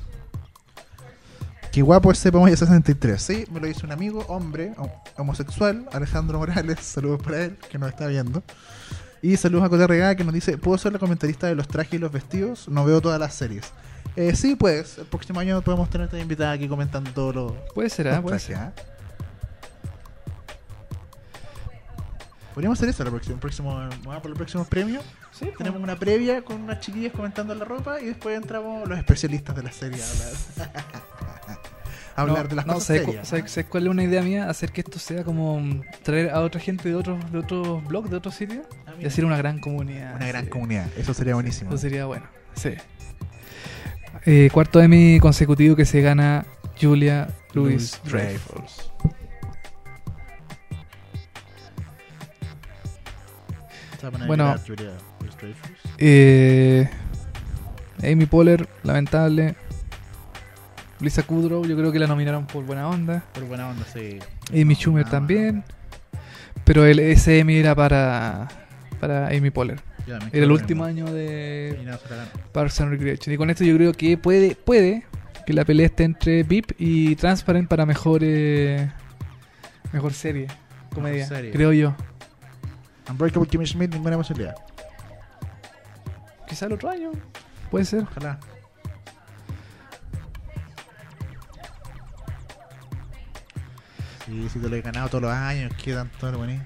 S2: Qué guapo ese Pomoya 63, sí, me lo hizo un amigo, hombre, hom- homosexual, Alejandro Morales, saludos para él, que nos está viendo. Y saludos a Cote Regada que nos dice, ¿puedo ser la comentarista de los trajes y los vestidos? No veo todas las series. Eh, sí, pues, el próximo año podemos tenerte invitada aquí comentando todos los,
S1: Puede ser, ¿ah?
S2: Los
S1: Puede
S2: trajes,
S1: ser.
S2: ¿ah? Podríamos hacer eso la próxima, el próximo, ah, por los próximos premios.
S1: Sí,
S2: Tenemos una previa con unas chiquillas comentando la ropa y después entramos los especialistas de la serie a hablar, a hablar
S1: No,
S2: de las
S1: no,
S2: cosas
S1: ¿sabes, cu-
S2: serias. ¿eh?
S1: sabes- sabes cuál es una idea mía? Hacer que esto sea como mm, traer a otra gente de otros de otros blogs, de otros sitios
S2: Ah,
S1: y
S2: mira.
S1: hacer una gran comunidad.
S2: Una gran
S1: sí.
S2: comunidad, eso sería buenísimo.
S1: Eso sería bueno. Sí. Eh, cuarto Emmy consecutivo que se gana Julia Louis Dreyfus.
S2: Se va a poner a
S1: Bueno.
S2: llorar, Julia Louis Dreyfus.
S1: Eh, Amy Poehler, lamentable. Lisa Kudrow, yo creo que la nominaron por buena onda.
S3: Por buena onda, sí.
S1: Amy Schumer
S2: Ah,
S1: también. Pero el ese Emmy era para, para Amy Poehler.
S2: Yo también
S1: Era
S2: creo
S1: el
S2: lo
S1: último
S2: mismo.
S1: año de
S2: Y nada, se la gana.
S1: Parks and Recreation. Y con esto yo creo que puede, puede que la pelea esté entre VIP y Transparent para mejor, eh, mejor serie, comedia,
S3: serie.
S1: creo yo.
S2: Unbreakable Kimmy Schmidt, ninguna posibilidad.
S1: Quizá el otro año, puede ser.
S2: Ojalá. Sí, si te lo he ganado todos los años, qué tanto lo poní.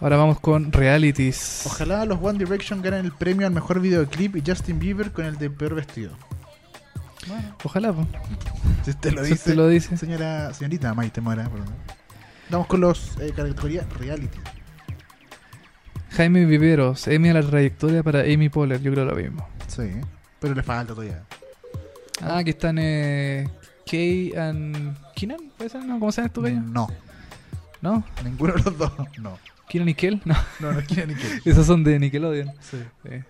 S1: Ahora vamos con realities.
S2: Ojalá los One Direction ganen el premio al mejor videoclip y Justin Bieber con el de peor vestido. Bueno,
S1: Ojalá, po.
S2: si te lo
S1: Eso
S2: dice,
S1: te lo dice.
S2: señora, señorita Maite Mora, perdón. Vamos con los eh, categoría reality.
S1: Jaime Viveros, Emmy a la trayectoria para Amy Poehler, yo creo lo mismo.
S2: Sí, pero le falta todavía.
S1: Ah, aquí están eh, Kay and Keenan, ¿puede ser? ¿No? ¿Cómo se llama estos gallos?
S2: Mm, No,
S1: ¿No?
S2: ninguno de los dos. No,
S1: ¿Keenan y Kel? No,
S2: no, no quiere ni que.
S1: esos son de Nickelodeon.
S2: Sí.
S1: Eh,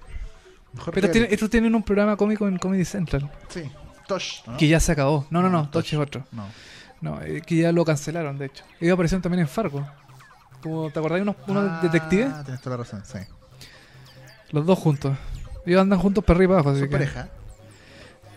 S2: Mejor
S1: Pero tiene-
S2: reality.
S1: estos tienen un programa cómico en Comedy Central.
S2: Sí, Tosh. ¿no? Ah,
S1: Que ya se acabó. No, no, no,
S2: Touch.
S1: Touch es otro.
S2: No.
S1: No, eh, que ya lo cancelaron, de hecho. Ellos aparecieron también en Fargo. Como, ¿Te acordás de unos, unos
S2: Ah,
S1: detectives?
S2: Tienes toda la razón, sí.
S1: Los dos juntos. Ellos andan juntos para arriba y para abajo,
S2: Son
S1: así que.
S2: pareja.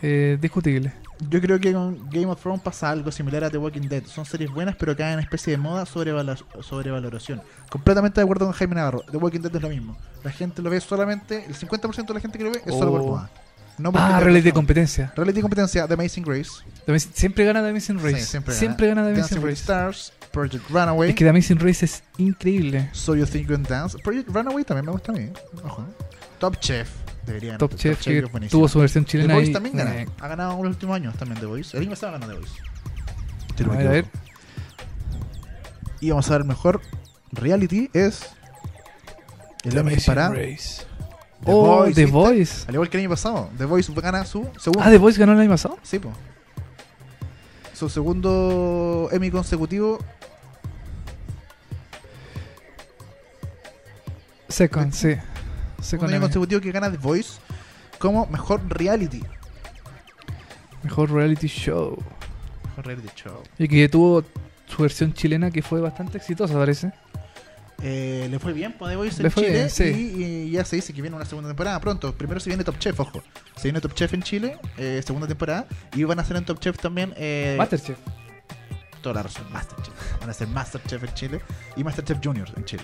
S1: eh, discutible.
S2: Yo creo que con Game of Thrones pasa algo similar a The Walking Dead. Son series buenas, pero caen en especie de moda sobrevalo- sobrevaloración. Completamente de acuerdo con Jaime Navarro. The Walking Dead es lo mismo. La gente lo ve solamente, el 50% de la gente que lo ve es solo por
S1: Oh.
S2: moda. No porque
S1: Ah,
S2: tenga
S1: reality de
S2: razón.
S1: competencia.
S2: Reality de competencia, The Amazing Race.
S1: The Amazing- siempre gana The Amazing Race.
S2: Sí,
S1: siempre,
S2: siempre,
S1: gana. The Amazing
S2: Dancing with the
S1: Race.
S2: Stars, Project Runaway.
S1: Es que The Amazing Race es increíble.
S2: So You Think You Can Dance. Project Runaway también me gusta a mí. Ojo. Top Chef. Deberían.
S1: Top Chef,
S2: es
S1: que
S2: buenísimo.
S1: tuvo su versión
S2: The
S1: chilena.
S2: Voice
S1: y-
S2: también gana.
S1: eh,
S2: Ha ganado en los últimos años también The Voice. El año pasado ganó The Voice. Si no
S1: a
S2: me
S1: ver, a ver.
S2: equivoco. Y vamos a ver mejor. Reality es. El hombre disparado. The
S1: Race. Oh,
S2: Voice,
S1: The
S2: ¿viste? Uh.
S1: Voice.
S2: Al igual que el año pasado. The Voice gana su segundo.
S1: Ah, The Voice ganó el año pasado.
S2: Sí, po. Su segundo Emmy consecutivo.
S1: Second, sí. Second
S2: segundo Emmy
S1: Emmy.
S2: consecutivo que gana The Voice como mejor reality.
S1: Mejor reality show.
S2: Mejor reality show.
S1: Y que tuvo su versión chilena que fue bastante exitosa, parece.
S2: Eh, le fue bien, pues, The Voice
S1: Le
S2: en
S1: fue
S2: Chile.
S1: bien, sí.
S2: y, y ya se dice que viene una segunda temporada pronto. Primero se viene Top Chef, ojo. Se viene Top Chef en Chile, eh, segunda temporada. Y van a hacer en Top Chef también. Eh,
S1: Masterchef.
S2: Toda la razón, Masterchef. Van a hacer Masterchef en Chile y Masterchef Junior en Chile.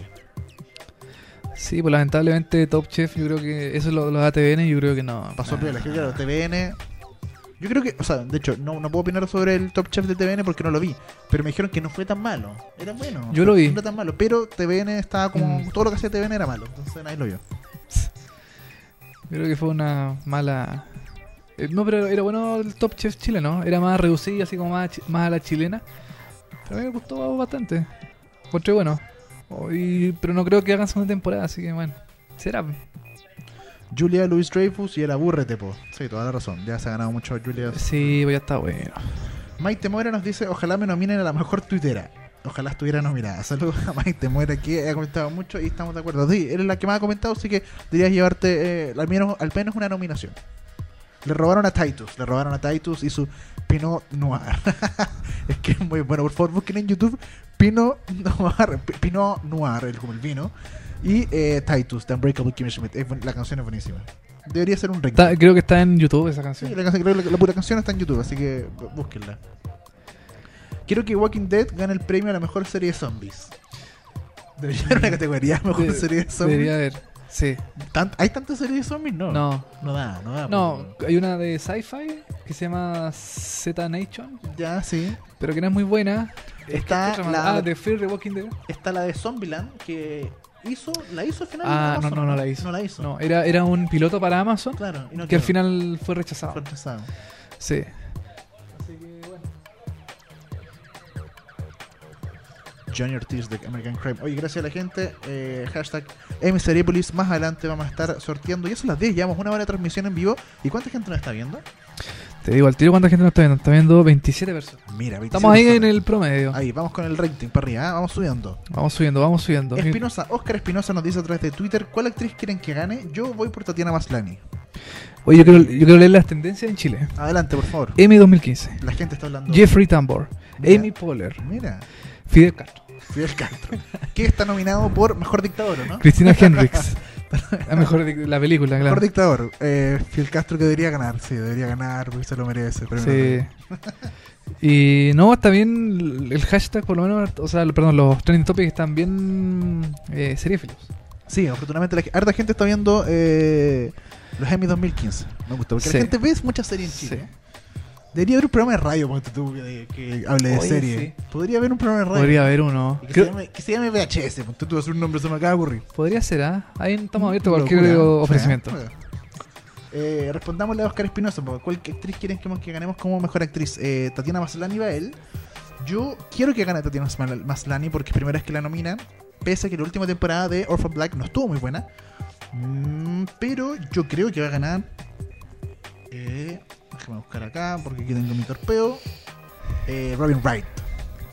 S1: Sí, pues lamentablemente Top Chef, yo creo que eso es lo los ATN, yo creo que no.
S2: Pasó
S1: nah.
S2: piola, que claro, TVN. Yo creo que, o sea, de hecho, no, no puedo opinar sobre el Top Chef de TVN porque no lo vi. Pero me dijeron que no fue tan malo. Era bueno.
S1: Yo lo vi.
S2: No era tan malo. Pero TVN estaba como.
S1: Mm.
S2: Todo lo que hacía TVN era malo. Entonces nadie lo vio.
S1: Creo que fue una mala. eh, No, pero era bueno el Top Chef chileno. Era más reducido, así como más, chi- más a la chilena. Pero a mí me gustó bastante. Encontré bueno. Oh, y- pero no creo que hagan segunda temporada, así que bueno. Será.
S2: Julia Louis Dreyfus y el abúrrete, po. Sí, toda la razón. Ya se ha ganado mucho Julia.
S1: Sí, pues ya está bueno.
S2: Maite Moira nos dice: Ojalá me nominen a la mejor tuitera. Ojalá estuviera nominada. Saludos a Maite Moira, que ha comentado mucho y estamos de acuerdo. Sí, eres la que más ha comentado, así que dirías llevarte eh, al, menos, al menos una nominación. Le robaron a Titus, le robaron a Titus y su Pinot Noir. es que es muy bueno. Por favor, busquen en YouTube Pinot Noir, P- Pinot Noir, el, como el vino, y eh, Titus, The Unbreakable Kimmy Schmidt. Es buen- la canción es buenísima. Debería ser un ring.
S1: Está- creo que está en YouTube esa
S2: Sí,
S1: canción.
S2: la, canción- creo que la- la pura canción está en YouTube, así que bú- búsquenla. Quiero que Walking Dead gane el premio a la mejor serie de zombies. Debería haber una categoría mejor
S1: De-
S2: serie de zombies.
S1: Debería haber. Sí.
S2: Tan- ¿Hay tantas series de zombies? No.
S1: No.
S2: No da, no da.
S1: No, hay una de sci-fi que se llama Z Nation,
S2: pues. Ya, sí.
S1: pero que no es muy buena.
S2: Está
S1: Otra más.
S2: la-
S1: Ah, de Fear the Walking Dead.
S2: Está la de Zombieland que hizo, la hizo al final.
S1: Ah, no,
S2: Amazon,
S1: no, no la hizo.
S2: No la hizo.
S1: No, era, era un piloto para Amazon
S2: Claro, y no
S1: que al
S2: quedó.
S1: final fue rechazado.
S2: Fue rechazado.
S1: Sí.
S2: Johnny Ortiz de American Crime. Oye, gracias a la gente. Eh, hashtag MSeriepolis. Más adelante vamos a estar sorteando. Y eso a las 10. Llevamos una hora de transmisión en vivo. ¿Y cuánta gente nos está viendo?
S1: Te digo al tiro cuánta gente nos está viendo. Nos Está viendo 27 personas.
S2: Mira, 27
S1: Estamos ahí en
S2: personas.
S1: el promedio.
S2: Ahí, vamos con el rating para arriba. ¿ah? Vamos subiendo.
S1: Vamos subiendo, vamos subiendo.
S2: Espinosa, Oscar Espinosa nos dice a través de Twitter: ¿Cuál actriz quieren que gane? Yo voy por Tatiana Maslani.
S1: Oye, yo quiero, yo quiero leer las tendencias en Chile.
S2: Adelante, por favor.
S1: Emmy 2015.
S2: La gente está hablando.
S1: Jeffrey Tambor.
S2: Mira.
S1: Amy Poehler.
S2: Mira,
S1: Fidel Castro.
S2: Fidel Castro. que está nominado por Mejor Dictador, ¿o ¿no?
S1: Cristina Hendricks. La mejor de la película,
S2: Mejor
S1: claro.
S2: Dictador. Eh, Fidel Castro que debería ganar. Sí, debería ganar porque se lo merece. Pero no, no.
S1: Sí. Y no, está bien el hashtag, por lo menos, o sea, perdón, los trending topics están bien eh, seriéfilos.
S2: Sí, afortunadamente la ge- harta gente está viendo eh, los Emmy 2015. Me gusta, porque
S1: Sí.
S2: la gente ve muchas series en Chile. Debería haber un programa de radio ponte tú, que, que hable de
S1: Oye,
S2: serie.
S1: sí.
S2: Podría haber un programa de radio.
S1: Podría haber uno.
S2: Y Que,
S1: Creo-
S2: se llame, que se llame VHS, ponte tú, hacer un nombre, se me acaba de ocurrir.
S1: podría ser, ¿ah? Ahí estamos abiertos a cualquier
S2: Locura.
S1: ofrecimiento.
S2: Sí, Eh, respondámosle a Oscar Espinosa, po, ¿cuál actriz quieren que, que ganemos como mejor actriz? Eh, Tatiana Maslani va él. Yo quiero que gane Tatiana Masla- Maslani porque es primera vez que la nominan. Pese a que la última temporada de Orphan Black no estuvo muy buena. Mm, pero yo creo que va a ganar. Eh, déjame buscar acá porque aquí tengo mi torpeo. Eh, Robin Wright,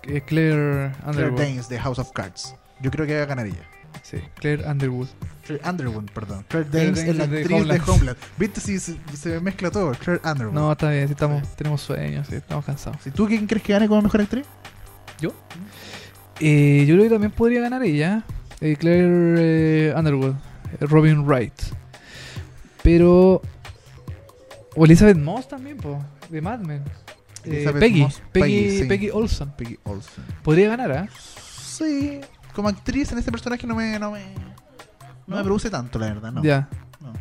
S1: Eh, Claire
S2: Claire
S1: Underwood.
S2: Danes de House of Cards. Yo creo que va a ganar ella.
S1: Sí, Claire Underwood.
S2: Claire Underwood, perdón. Claire
S1: Claire
S2: Danes es la
S1: Danes de
S2: actriz
S1: Homeland.
S2: de Homeland. ¿Viste si se, se me mezcla todo? Claire Underwood.
S1: No, está bien, sí, estamos, tenemos sueños, sí, estamos cansados.
S2: Si tú quién crees que gane como mejor actriz?
S1: Eh, yo creo que también podría ganar ella, eh, Claire eh, Underwood, eh, Robin Wright. Pero. O Elizabeth Moss también, po, de Mad Men. Eh,
S2: Elizabeth
S1: Peggy,
S2: Moss,
S1: Peggy,
S2: Peggy, sí.
S1: Peggy Olson.
S2: Peggy Olsen.
S1: Podría ganar, ¿ah?
S2: Sí. Como actriz en este personaje no me no me no me produce tanto, la verdad, no.
S1: Ya.
S2: No.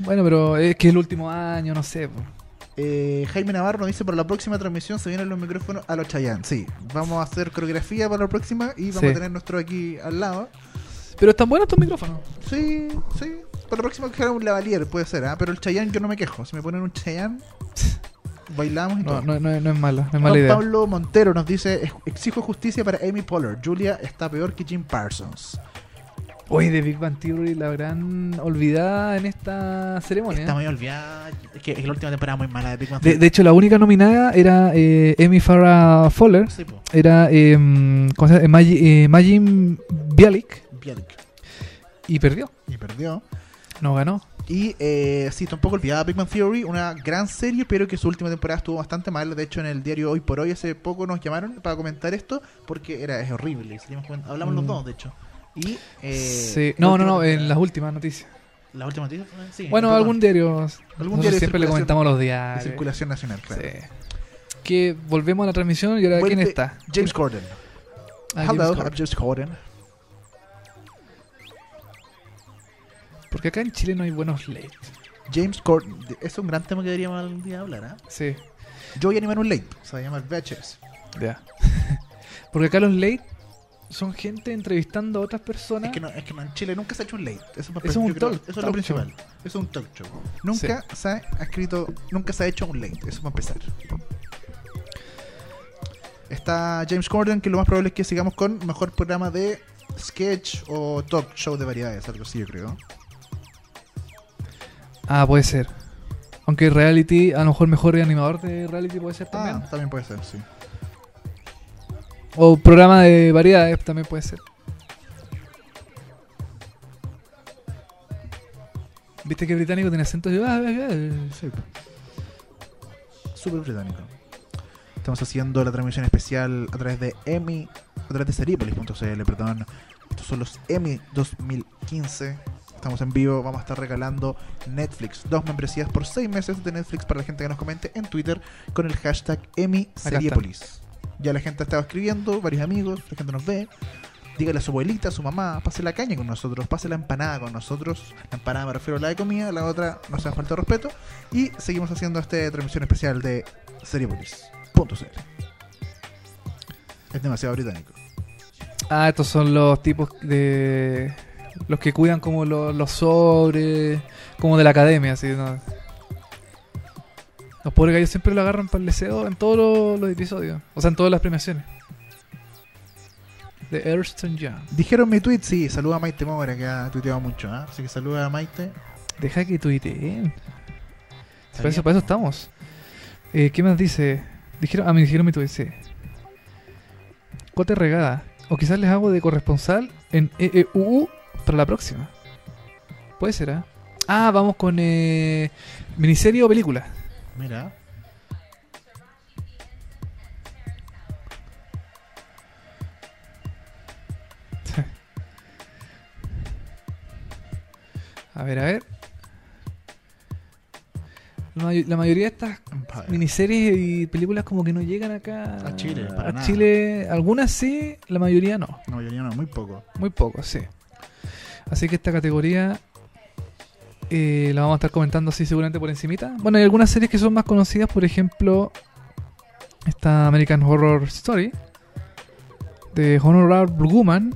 S1: Bueno, pero es que es el último año, no sé. po.
S2: Eh, Jaime Navarro nos dice para la próxima transmisión se vienen los micrófonos a los Chayanne. Sí, vamos a hacer coreografía para la próxima y vamos
S1: Sí.
S2: a tener nuestro aquí al lado.
S1: Pero están buenos estos micrófonos.
S2: Sí, sí. Para la próxima que haga un lavalier puede ser, ¿ah? pero el Chayanne yo no me quejo. Si me ponen un Chayanne bailamos y
S1: No,
S2: todo.
S1: no, no, no es mala, no es mala
S2: Juan
S1: idea.
S2: Pablo Montero nos dice, "Ex- exijo justicia para Amy Poehler. Julia está peor que Jim Parsons.
S1: Oye, de Big Bang Theory la gran olvidada en esta ceremonia.
S2: Está muy olvidada. Es que es la última temporada muy mala de Big Bang
S1: eh. De, de hecho, la única nominada era eh, Amy Farrah Fowler,
S2: Sí, po.
S1: era eh, ¿cómo se llama? Eh, Mayi- eh, Majin Bialik
S2: Bialik.
S1: y perdió,
S2: Y perdió.
S1: no ganó.
S2: Y eh, sí, tampoco olvidada Big Bang Theory, una gran serie, pero que su última temporada estuvo bastante mal. De hecho, en el diario Hoy por Hoy hace poco nos llamaron para comentar esto, porque era es horrible. Salimos con- hablamos los
S1: Mm.
S2: dos, de hecho. Y, eh,
S1: Sí.
S2: la
S1: No, no,
S2: última
S1: no, en
S2: temporada-
S1: las últimas noticias.
S2: la última noticia fue- eh, sí,
S1: Bueno,
S2: perdón,
S1: algún diario, nosotros
S2: diario de
S1: siempre le
S2: circulación-
S1: comentamos los
S2: de
S1: diarios.
S2: circulación nacional, claro.
S1: Sí. Que volvemos a la transmisión y ahora
S2: Vuelve
S1: quién está.
S2: James Corden.
S1: Ah, James
S2: Hello,
S1: Corden.
S2: I'm James Corden.
S1: Porque acá en Chile no hay buenos leyes.
S2: James Corden. Es un gran tema que deberíamos algún día hablar, ¿ah?
S1: Sí,
S2: Yo voy a animar un late. Se va a llamar VHS.
S1: ya. Porque acá los late son gente entrevistando a otras personas.
S2: Es que, no, es que no, en Chile nunca se ha hecho un late. Eso, me
S1: ¿Ah? Es
S2: parece-
S1: un
S2: yo creo-
S1: talk-
S2: eso es
S1: talk
S2: lo principal. Eso es un talk show. Nunca se ha escrito, nunca se ha hecho un late. Eso para empezar. Está James Corden, que lo más probable es que sigamos con mejor programa de sketch o talk show de variedades, algo así, yo creo.
S1: Ah, puede ser. Aunque reality, a lo mejor mejor animador de reality puede ser
S2: Ah,
S1: también.
S2: también puede ser, sí.
S1: O programa de variedades también puede ser. ¿Viste que el británico tiene acento? de- ah,
S2: Sí. Súper británico. Estamos haciendo la transmisión especial a través de EMI, a través de seriepolis.cl, perdón. Estos son los EMI 2015. Estamos en vivo, vamos a estar regalando Netflix, dos membresías por seis meses de Netflix para la gente que nos comente en Twitter con el hashtag EMI Seriepolis. Ya la gente ha estado escribiendo, varios amigos, la gente nos ve. Dígale a su abuelita, a su mamá, pase la caña con nosotros, pase la empanada con nosotros. La empanada me refiero a la de comida, la otra no sea falta de respeto. Y seguimos haciendo esta transmisión especial de Seriepolis.cl. Es demasiado británico.
S1: Ah, estos son los tipos de. Los que cuidan como lo- los sobres. Como de la academia, así. ¿no? Los pobres gallos siempre lo agarran para el deseo en todos los, los episodios. O sea, en todas las premiaciones. De Ernst Young.
S2: Dijeron mi tweet, sí, saluda a Maite Mora, que ha tuiteado mucho, ¿ah? Así que saluda a Maite.
S1: Deja que tuiteen. Si Para eso,
S3: bien.
S1: para eso estamos. Eh, ¿Qué más dice? Dijeron, ah, me dijeron mi tuit, sí. Cote regada. O quizás les hago de corresponsal en E EEUU para la próxima. Puede ser, ¿ah? Ah, vamos con eh, miniserie o película.
S2: Mira.
S1: A ver, a ver. La, may- la mayoría de estas
S2: Empire.
S1: miniseries y películas como que no llegan acá
S2: A Chile, para
S1: a
S2: nada.
S1: Chile, algunas sí, la mayoría no.
S2: No, yo, yo no, muy poco.
S1: Muy poco, sí. Así que esta categoría eh, la vamos a estar comentando así seguramente por encimita. Bueno, hay algunas series que son más conocidas, por ejemplo, esta American Horror Story de Honorable Woman,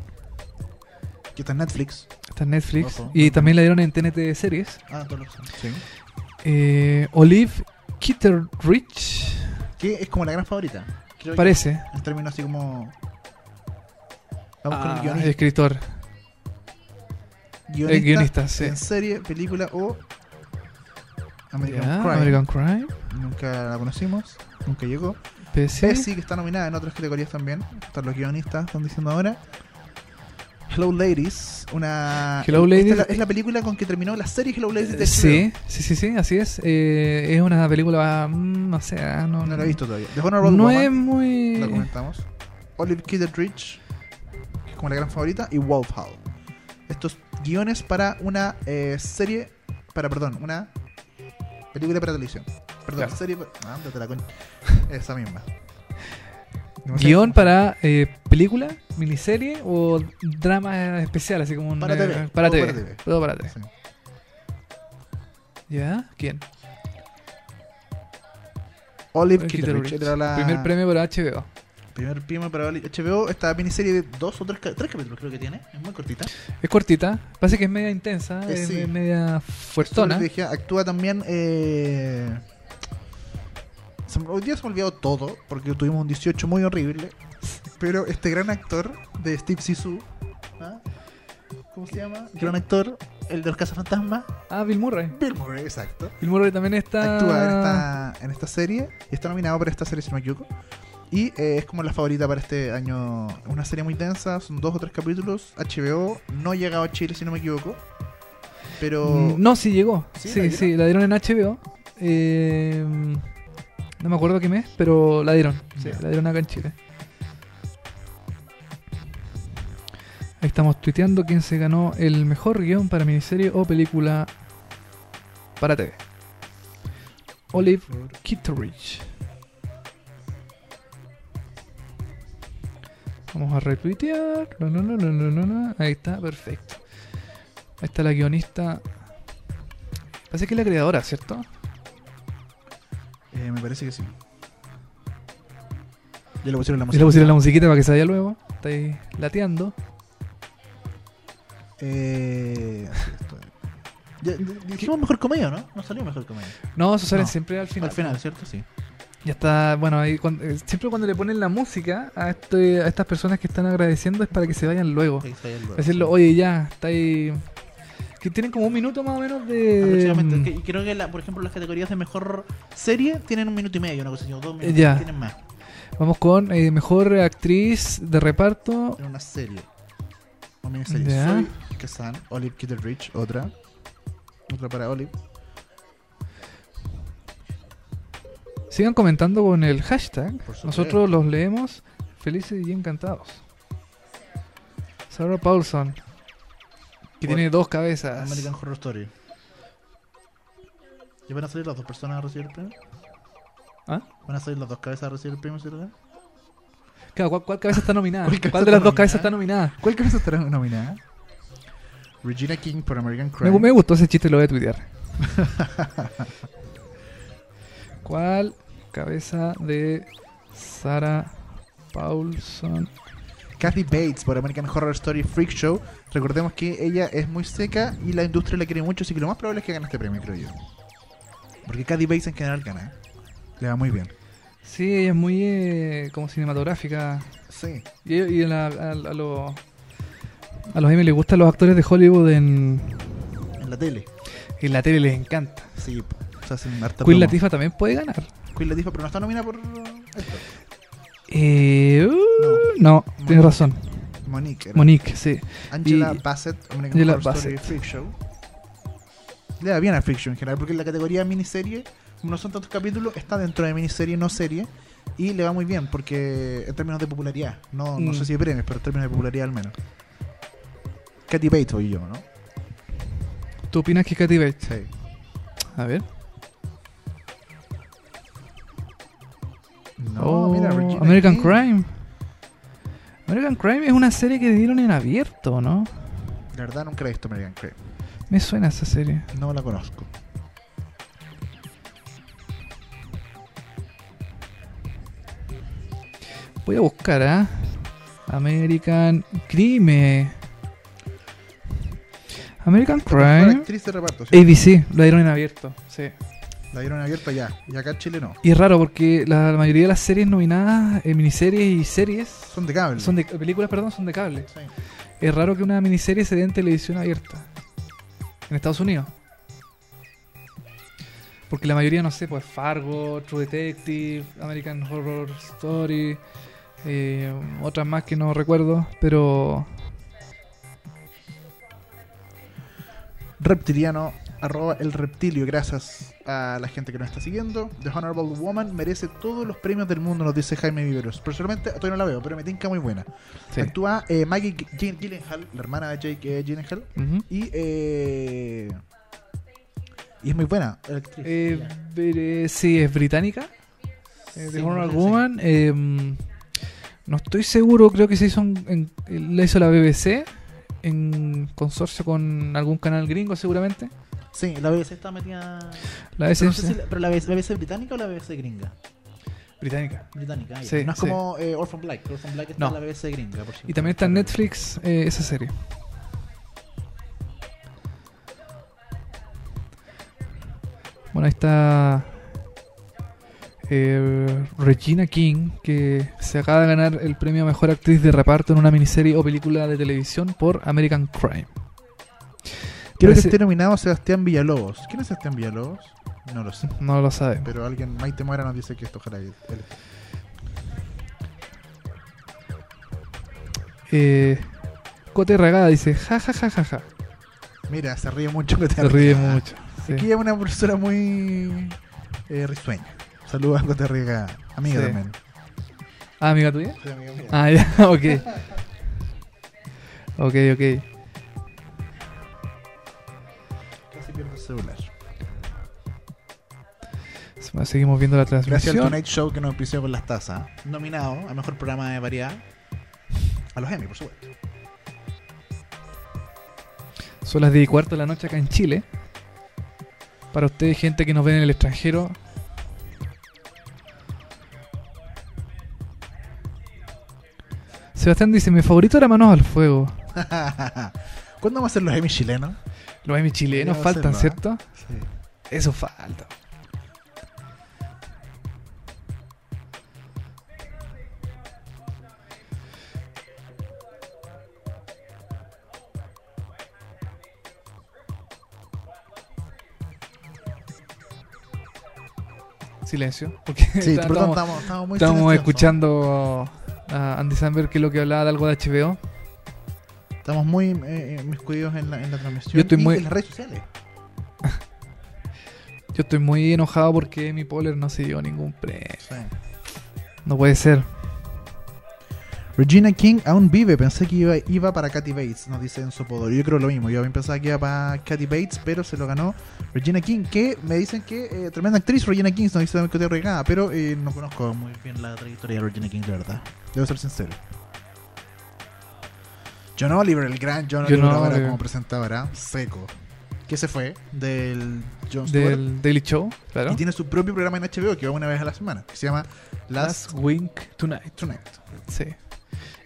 S2: Que está en Netflix.
S1: está en Netflix,
S2: Ojo.
S1: y también la dieron en TNT Series.
S2: Ah, todos los. Sí.
S1: Eh, Olive Kitteridge,
S2: Que es como la gran favorita. Creo
S1: parece,
S2: que en términos así como. Vamos con
S1: Ah,
S2: el guionista.
S1: escritor,
S2: guionista,
S1: el guionista, sí.
S2: En serie, película o. American
S1: Ya,
S2: Crime.
S1: American Crime,
S2: Nunca la conocimos, nunca llegó.
S1: PC.
S2: Pepsi, que está nominada en otras categorías también. Están los guionistas, están diciendo ahora. Hello Ladies, una.
S1: Hello
S2: esta
S1: Ladies.
S2: es la- es la película con que terminó la serie Hello Ladies de
S1: Sí, sí, sí, sí, así es. Eh, es una película, mm, no sé, ah, no,
S2: HBO. No la he visto todavía. The
S1: No
S2: Honorable Woman,
S1: es muy...
S2: ¿eh? la comentamos. Olive Kitteridge, que es como la gran favorita, y Wolf Hall. Estos guiones para una eh, serie. Para, perdón, una película para televisión. Perdón,
S1: Claro.
S2: serie. Ah, ándate la con... Esa misma.
S1: Guión para eh, película, miniserie o drama especial, así como un...
S2: Para
S1: eh,
S2: TV,
S1: Para
S2: todo
S1: TV.
S2: para TV.
S1: todo para TV.
S2: Sí.
S1: ¿Ya? ¿Quién?
S2: Olive
S1: Kitteridge.
S2: Kitteridge era la
S1: Primer premio para HBO.
S2: Primer primo para Oli- HBO, esta miniserie de dos o tres, ca- tres capítulos creo que tiene, es muy cortita.
S1: Es cortita, parece que es media intensa,
S2: Eh,
S1: es
S2: sí.
S1: me- media fuertona.
S2: Súper dirigida. Actúa también... Eh... se me- Hoy día se me ha olvidado todo, porque tuvimos un 18 muy horrible, pero este gran actor de Steve Sisu, ¿ah? ¿cómo se llama? Gran actor, el de los cazafantasmas,
S1: Ah, Bill Murray.
S2: Bill Murray, exacto.
S1: Bill Murray también está...
S2: Actúa en
S1: Ah.
S2: esta, en esta serie, y está nominado para esta serie, si no me equivoco. Y eh, es como la favorita para este año. Una serie muy densa, son dos o tres capítulos. HBO no ha llegado a Chile, si no me equivoco. Pero.
S1: Mm, No, sí llegó.
S2: ¿Sí?
S1: Sí,
S2: ¿La
S1: sí,
S2: dieron?
S1: la dieron en HBO. Eh, no me acuerdo qué mes, pero la dieron. Sí,
S2: Ya.
S1: la dieron acá en Chile. Ahí estamos tuiteando quién se ganó el mejor guión para miniserie o película para TV. Olive Kitteridge. Vamos a retuitear. La, la, la, la, la, la, la. Ahí está, perfecto. Ahí está la guionista Parece que es la creadora, ¿cierto?
S2: Eh, me parece que sí. Ya le pusieron la
S1: Si
S2: música.
S1: le pusieron la musiquita para que se vaya luego. Está ahí lateando.
S2: Eh, así estoy. Ya, dijimos mejor comedia, ¿no? No salió mejor comedia.
S1: No, eso salen
S2: No.
S1: siempre al final.
S2: Al final, ¿cierto? Sí.
S1: Ya está, bueno, ahí cuan- eh, siempre cuando le ponen la música a, este- a estas personas que están agradeciendo es para que se vayan luego.
S2: Ahí está el-
S1: Decirlo, oye, ya, está ahí. Que tienen como un minuto más o menos
S2: Aproximadamente.
S1: de. mm,
S2: Que- Y creo que, la- por ejemplo, las categorías de mejor serie tienen un minuto y medio, una cosa así, o dos minutos.
S1: Ya.
S2: Tienen más.
S1: Vamos con eh, mejor actriz de reparto.
S2: En una serie. Una miniserie.
S1: Ya.
S2: Soy Kazan, Olive Kitteridge, otra. Otra para Olive.
S1: Sigan comentando con el hashtag.
S2: Por supuesto.
S1: Nosotros los leemos felices y encantados. Sarah Paulson, que
S2: Bueno,
S1: tiene dos cabezas.
S2: American Horror Story. ¿Y van a salir las dos personas a recibir el premio?
S1: ¿Ah?
S2: ¿Van a salir las dos cabezas a recibir el premio, cierto?
S1: Claro, ¿cuál, cuál cabeza está nominada?
S2: ¿Cuál
S1: ¿Cuál,
S2: cabeza
S1: de
S2: está
S1: las dos cabezas
S2: nominada?
S1: está nominada?
S2: ¿Cuál cabeza estará nominada? Regina King por American
S1: Me,
S2: Crime.
S1: me gustó ese chiste, lo voy a tuitear. ¿Cuál cabeza de Sarah Paulson?
S2: Kathy Bates por American Horror Story Freak Show. Recordemos que ella es muy seca y la industria la quiere mucho, así que lo más probable es que gane este premio, creo yo. Porque Kathy Bates en general gana. ¿eh? Le va muy bien.
S1: Sí, ella es muy eh, como cinematográfica.
S2: Sí.
S1: Y, y en la- a, a los, a los Emmy les gustan los actores de Hollywood en,
S2: En la tele.
S1: en la tele, les encanta.
S2: Sí. po. O sea, hacen harta
S1: Queen
S2: promo.
S1: Latifah también puede ganar.
S2: Queen Latifah, pero no está nominada por esto.
S1: Eh, uh, no, tienes razón.
S2: Monique. era.
S1: Monique, sí.
S2: Angela
S1: Y-
S2: Bassett, American
S1: Angela
S2: Horror Story
S1: Bassett.
S2: Freak Show. Le da bien a Freak Show en general, porque en la categoría miniserie, como no son tantos capítulos, está dentro de miniserie, no serie. Y le va muy bien, porque en términos de popularidad, no, no
S1: Mm.
S2: sé si de premios, pero en términos de popularidad al menos. Katy Bates voy yo, ¿no?
S1: ¿Tú opinas que Katy Bates?
S2: Sí.
S1: A ver.
S2: No,
S1: Oh,
S2: mira, Regina
S1: American
S2: King.
S1: Crime. American Crime es una serie que dieron en abierto, ¿no?
S2: La verdad, nunca la he visto American Crime.
S1: Me suena esa serie.
S2: No la conozco.
S1: Voy a buscar, ¿ah? American Crime. American
S2: Mejor
S1: Crime. Eh.
S2: actriz de reparto, ¿sí?
S1: ABC, lo dieron en abierto, sí.
S2: La dieron abierta ya. Y acá en Chile no.
S1: Y es raro porque la mayoría de las series nominadas, eh, miniseries y series,
S2: Son de cable.
S1: son de películas, perdón, son de cable.
S2: Sí.
S1: Es raro que una miniserie se dé en televisión abierta. En Estados Unidos. Porque la mayoría, no sé, pues Fargo, True Detective, American Horror Story, eh, otras más que no recuerdo, pero
S2: reptiliano, arroba el reptilio, gracias a la gente que nos está siguiendo. The Honorable Woman merece todos los premios del mundo, nos dice Jaime Viveros. Personalmente, todavía no la veo, pero me tinca muy buena.
S1: sí.
S2: Actúa eh, Maggie G- Gyllen- Gyllenhaal, la hermana de Jake eh, Gyllenhaal,
S1: Ujú.
S2: y, eh, y es muy buena. la actriz.
S1: Eh, ver- eh, sí, es británica. Eh,
S2: Sí,
S1: The Honorable
S2: sí.
S1: Woman. em, no estoy seguro, creo que se hizo en- en- la hizo la BBC en consorcio con algún canal gringo seguramente.
S2: Sí, la BBC está metida...
S1: La BBC
S2: Pero, no sé si la- pero la BBC, la BBC británica o la BBC gringa?
S1: británica.
S2: Británica, ah, ya.
S1: Sí,
S2: No es
S1: sí.
S2: como eh, Orphan Black. que Orphan Black está
S1: No.
S2: en la BBC gringa, por
S1: Y
S2: cierto.
S1: también está en Netflix eh, esa serie. Bueno, ahí está eh, Regina King, que se acaba de ganar el premio a Mejor Actriz de Reparto en una miniserie o película de televisión por American Crime.
S2: Quiero
S1: Parece-
S2: que esté nominado Sebastián Villalobos. ¿Quién es Sebastián Villalobos? No lo sé.
S1: No lo sabemos.
S2: Pero alguien, Maite Moira nos dice que esto ojalá que él-
S1: Eh, Cote Regada dice, ja, ja, ja, ja, ja.
S2: Mira, se ríe mucho. que te
S1: Se ríe mucho. sí.
S2: Es que ella es una persona muy eh, risueña. Saludos a Cote Riega, amiga
S1: Sí.
S2: también.
S1: Ah, amiga tuya.
S2: Sí, amiga mía.
S1: Ah, ya, ok. Ok, ok.
S2: Casi pierdo el celular.
S1: Se- Seguimos viendo la
S2: Gracias al
S1: transmisión.
S2: Tonight Show que nos empició con las tazas. Nominado a mejor programa de variedad. A los Emmy, por supuesto.
S1: Son las 10 y cuarto de la noche acá en Chile. Para ustedes, gente que nos ven en el extranjero. Sebastián dice, mi favorito era Manos al Fuego.
S2: ¿Cuándo vamos a hacer los Emmy chilenos?
S1: Los Emmy chilenos
S2: Podríamos
S1: faltan,
S2: hacerlo, ¿eh?
S1: ¿cierto?
S2: Sí.
S1: Eso falta. Silencio, porque
S2: Sí,
S1: está-
S2: por lo tanto,
S1: estamos,
S2: estamos, estamos muy
S1: estamos
S2: silenciosos.
S1: escuchando a Andy Samberg que es lo que hablaba de algo de HBO.
S2: Estamos muy eh, inmiscuidos en la, en la transmisión
S1: Yo estoy
S2: y
S1: muy-
S2: en las redes sociales.
S1: Yo estoy muy enojado porque mi Poller no se dio ningún premio.
S2: Sí.
S1: No puede ser.
S2: Regina King aún vive, pensé que iba, iba para Katy Bates, nos dice Enzo Podor. Yo creo lo mismo, yo pensaba que iba para Katy Bates, pero se lo ganó Regina King, que me dicen que eh, tremenda actriz Regina King, nos dice que regada, pero eh, no conozco muy bien la trayectoria de Regina King, de verdad. Debo ser sincero. John Oliver, el gran John
S1: John
S2: Oliver, ahora
S1: Oliver.
S2: como presentadora, seco. Que se fue del John Stewart.
S1: del Daily Show, claro.
S2: Y tiene su propio programa en HBO que va una vez a la semana, que se llama
S1: Last
S2: Last
S1: Wink Tonight.
S2: Tonight.
S1: Sí.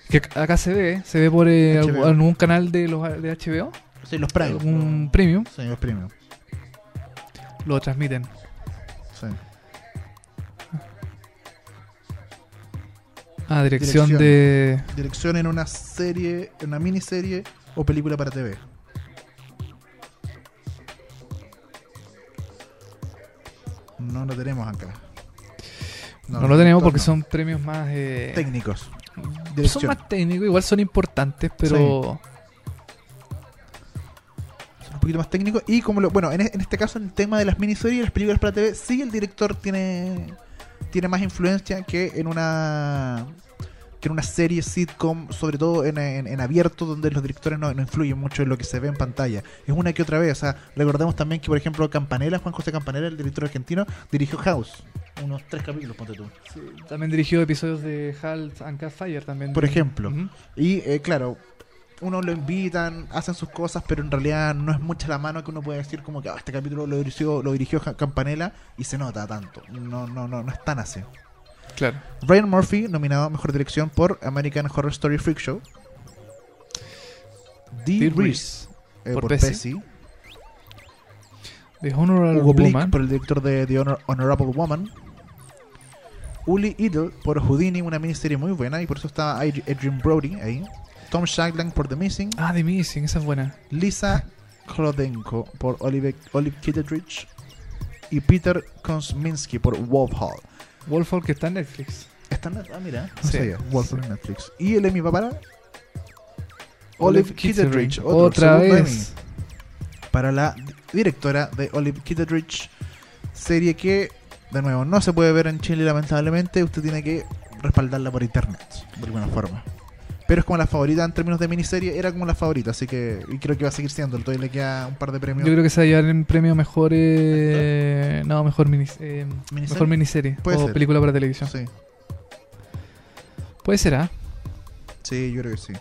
S1: Que ac- acá se ve, ¿eh? se ve por eh,
S2: HBO.
S1: algún canal de los de HBO,
S2: Sí, los
S1: Eh,
S2: Prime.
S1: algún premium,
S2: Sí, los premium.
S1: lo transmiten.
S2: Sí.
S1: Ah, dirección,
S2: Dirección.
S1: de
S2: Dirección en una serie, en una miniserie o película para TV. No lo tenemos acá.
S1: no, lo tenemos porque
S2: no.
S1: son premios más eh,
S2: técnicos.
S1: son
S2: Dirección.
S1: más técnicos, igual son importantes, pero
S2: Son un poquito más técnicos. Y como lo, bueno, en, e- en este caso, en el tema de las miniseries y las películas para TV, sí el director tiene, tiene más influencia que en una que en una serie sitcom, sobre todo en, en- en abierto, donde los directores no, no influyen mucho en lo que se ve en pantalla. Es una que otra vez. O sea, recordemos también que, por ejemplo, Campanella, Juan José Campanella, el director argentino, dirigió House. Unos tres capítulos, ponte tú.
S1: sí, también dirigió episodios de Halt and Catfire también.
S2: Por ejemplo.
S1: Ujú.
S2: Y eh, claro, uno lo invitan, hacen sus cosas, pero en realidad no es mucha la mano que uno puede decir como que "Ah, este capítulo lo dirigió, lo dirigió Ja- Campanella y se nota tanto. No, no, no, no es tan así.
S1: Claro.
S2: Brian Murphy, nominado a Mejor Dirección por American Horror Story Freak Show. Dee
S1: Dee
S2: Reese, eh,
S1: por
S2: por,
S1: Bessie.
S2: Bessie.
S1: The Honorable
S2: Hugo Blick
S1: Woman.
S2: por el director de The Honor- Honorable Woman. Uli Idle por Houdini, una miniserie muy buena y por eso está Ad- Adrian Brody ahí. Tom Shackland por The Missing.
S1: Ah, The Missing, esa es buena.
S2: Lisa Klodenko por Olive, Olive Kitteridge y Peter Kosminski por Wolf Hall.
S1: Wolfhall que está en Netflix.
S2: Está en Net- ah, mira, no
S1: Sí,
S2: sabía. Wolf Hall en Netflix. Y el Emmy va para
S1: Olive
S2: Olive Kitteridge,
S1: Kitteridge,
S2: otro
S1: otra
S2: segundo
S1: vez.
S2: Emmy, para la directora de Olive Kitteridge, serie que de nuevo no se puede ver en Chile lamentablemente, usted tiene que respaldarla por internet de alguna forma. Pero es como la favorita en términos de miniserie, era como la favorita, así que y creo que va a seguir siendo. Todavía le queda un par de premios.
S1: Yo creo que se va a llevar en premio mejor. eh, no, mejor, minis- eh,
S2: ¿Miniserie?
S1: mejor miniserie
S2: Puede
S1: o
S2: ser.
S1: película para televisión.
S2: Sí,
S1: Puede ser, ¿ah?
S2: sí, yo creo que sí.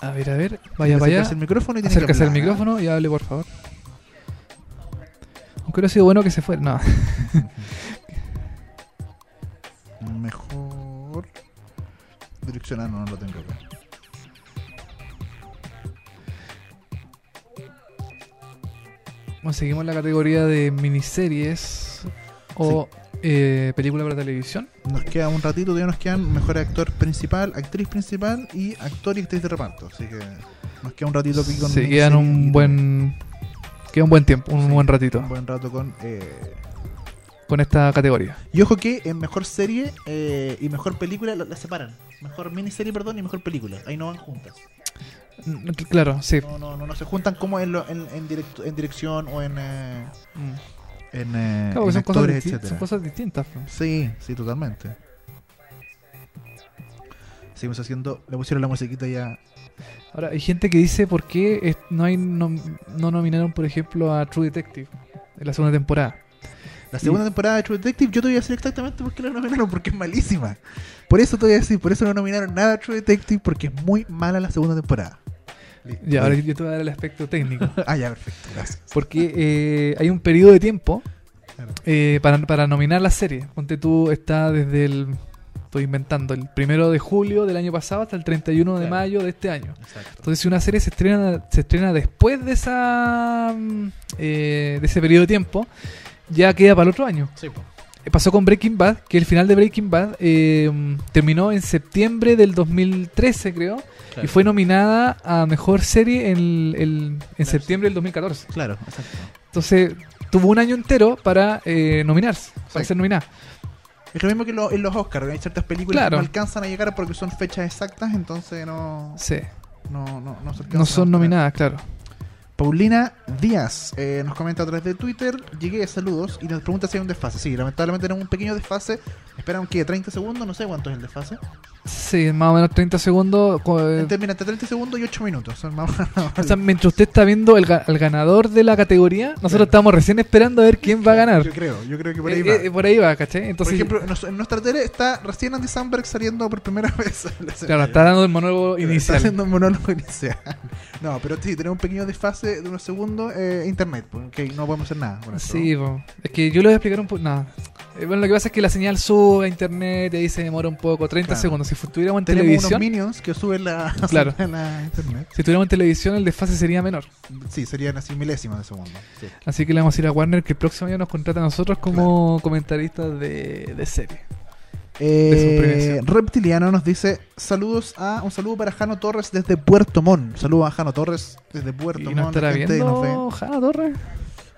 S1: A ver, a ver.
S2: Tiene
S1: Vaya,
S2: que
S1: vaya.
S2: acercarse el micrófono y tiene que
S1: Acércase al
S2: hablar, ¿eh?
S1: micrófono y hable, por favor. Aunque hubiera sido bueno que se fuera. No.
S2: Mejor. Dirección, ah, no, no lo tengo acá.
S1: Conseguimos la categoría de miniseries o eh, película para televisión.
S2: Nos queda un ratito, todavía nos quedan mejor actor principal, actriz principal y actor y actriz de reparto. Así que nos queda un ratito aquí con.
S1: Se quedan
S2: sí,
S1: un buen. Queda un buen tiempo, un
S2: Sí.
S1: buen
S2: Un
S1: ratito
S2: buen rato con. eh,
S1: con esta categoría.
S2: Y ojo que en mejor serie eh, y mejor película la, la separan. Mejor miniserie, perdón, y mejor película. Ahí no van juntas.
S1: Mm, Claro, sí.
S2: No, no, no, no se juntan como en, lo- en, en directo- en dirección o en. eh,
S1: Mm.
S2: en, eh,
S1: Claro, porque
S2: en
S1: son cosas,
S2: actores,
S1: disti- son
S2: etcétera.
S1: cosas distintas. po.
S2: Sí, sí, totalmente. Seguimos haciendo. Le pusieron la musiquita ya.
S1: Ahora, hay gente que dice por qué es- no, hay nom- no nominaron, por ejemplo, a True Detective en la segunda temporada.
S2: La segunda temporada de True Detective, yo te voy a decir exactamente por qué la nominaron, porque es malísima. Por eso te voy a decir, por eso no nominaron nada a True Detective, porque es muy mala la segunda temporada. Listo.
S1: Ya, ahora yo te voy a dar el aspecto técnico.
S2: Ah, ya, perfecto. Gracias.
S1: Porque eh, hay un periodo de tiempo
S2: Claro.
S1: eh, para, para nominar las series. Ponte tú, está desde el. Estoy inventando, el primero de julio del año pasado hasta el 31 de
S3: Claro.
S1: mayo de este año.
S2: Exacto.
S1: Entonces, si una serie se estrena, se estrena después de esa mm, eh, de ese periodo de tiempo, ya queda para el otro año.
S3: Sí, po.
S1: Eh, Pasó con Breaking Bad, que el final de Breaking Bad eh, mm, terminó en septiembre del 2013, creo,
S3: Claro.
S1: y fue nominada a mejor serie en, el- el- en
S3: Claro,
S1: septiembre del 2014.
S2: Claro, exacto.
S1: Entonces, tuvo un año entero para eh, nominarse, para
S2: Sí.
S1: ser nominada.
S2: Es lo mismo que lo- en los Oscars, hay ciertas películas
S1: Claro.
S2: que no alcanzan a llegar porque son fechas exactas, entonces no,
S1: Sí,
S2: no, no, no se alcanzan
S1: no
S2: a-
S1: son nominadas, claro.
S2: Paulina Díaz eh, nos comenta a través de Twitter, llegué, saludos, y nos pregunta si hay un desfase. Sí, lamentablemente tenemos un pequeño desfase. Esperan que 30 segundos, no sé cuánto es el desfase.
S1: Eh. Sí, más o menos 30 segundos. co- eh,
S2: Entre, mira, entre 30 segundos y 8 minutos. son más o menos
S1: O sea, mientras usted está viendo el ga- al ganador de la categoría, nosotros estamos recién esperando a ver quién va a ganar.
S2: Yo creo, yo creo que por ahí
S1: Eh,
S2: va.
S1: eh, por ahí va, ¿cachai?
S2: por
S1: Entonces,
S2: ejemplo, nos- en nuestra tele está recién Andy Samberg saliendo por primera vez. al escenario.
S1: claro, está dando el monólogo
S2: Está
S1: inicial.
S2: haciendo un monólogo inicial. No, pero sí, tenemos un pequeño desfase de unos segundos eh, internet, porque no podemos hacer nada. con esto,
S1: Sí, po. es que yo lo voy a explicar un poco. No. Eh, Bueno, lo que pasa es que la señal sube a internet y ahí se demora un poco, 30
S2: Claro.
S1: segundos. Si fu- estuviéramos en
S2: Tenemos unos
S1: televisión,
S2: minions que suben la,
S1: Claro.
S2: a la internet.
S1: si estuviéramos en televisión, el desfase sería menor.
S2: Sí, serían así milésimas de segundo. Sí.
S1: Así que le vamos a ir a Warner que el próximo año nos contrata a nosotros como comentaristas de, de serie. De su
S2: Eh,
S1: prevención.
S2: Reptiliano nos dice saludos a un saludo para Jano Torres desde Puerto Montt. Saludos a Jano Torres desde Puerto
S1: ¿Y
S2: Montt.
S1: nos estará
S2: la gente que nos ve.
S1: viendo Jana Torres?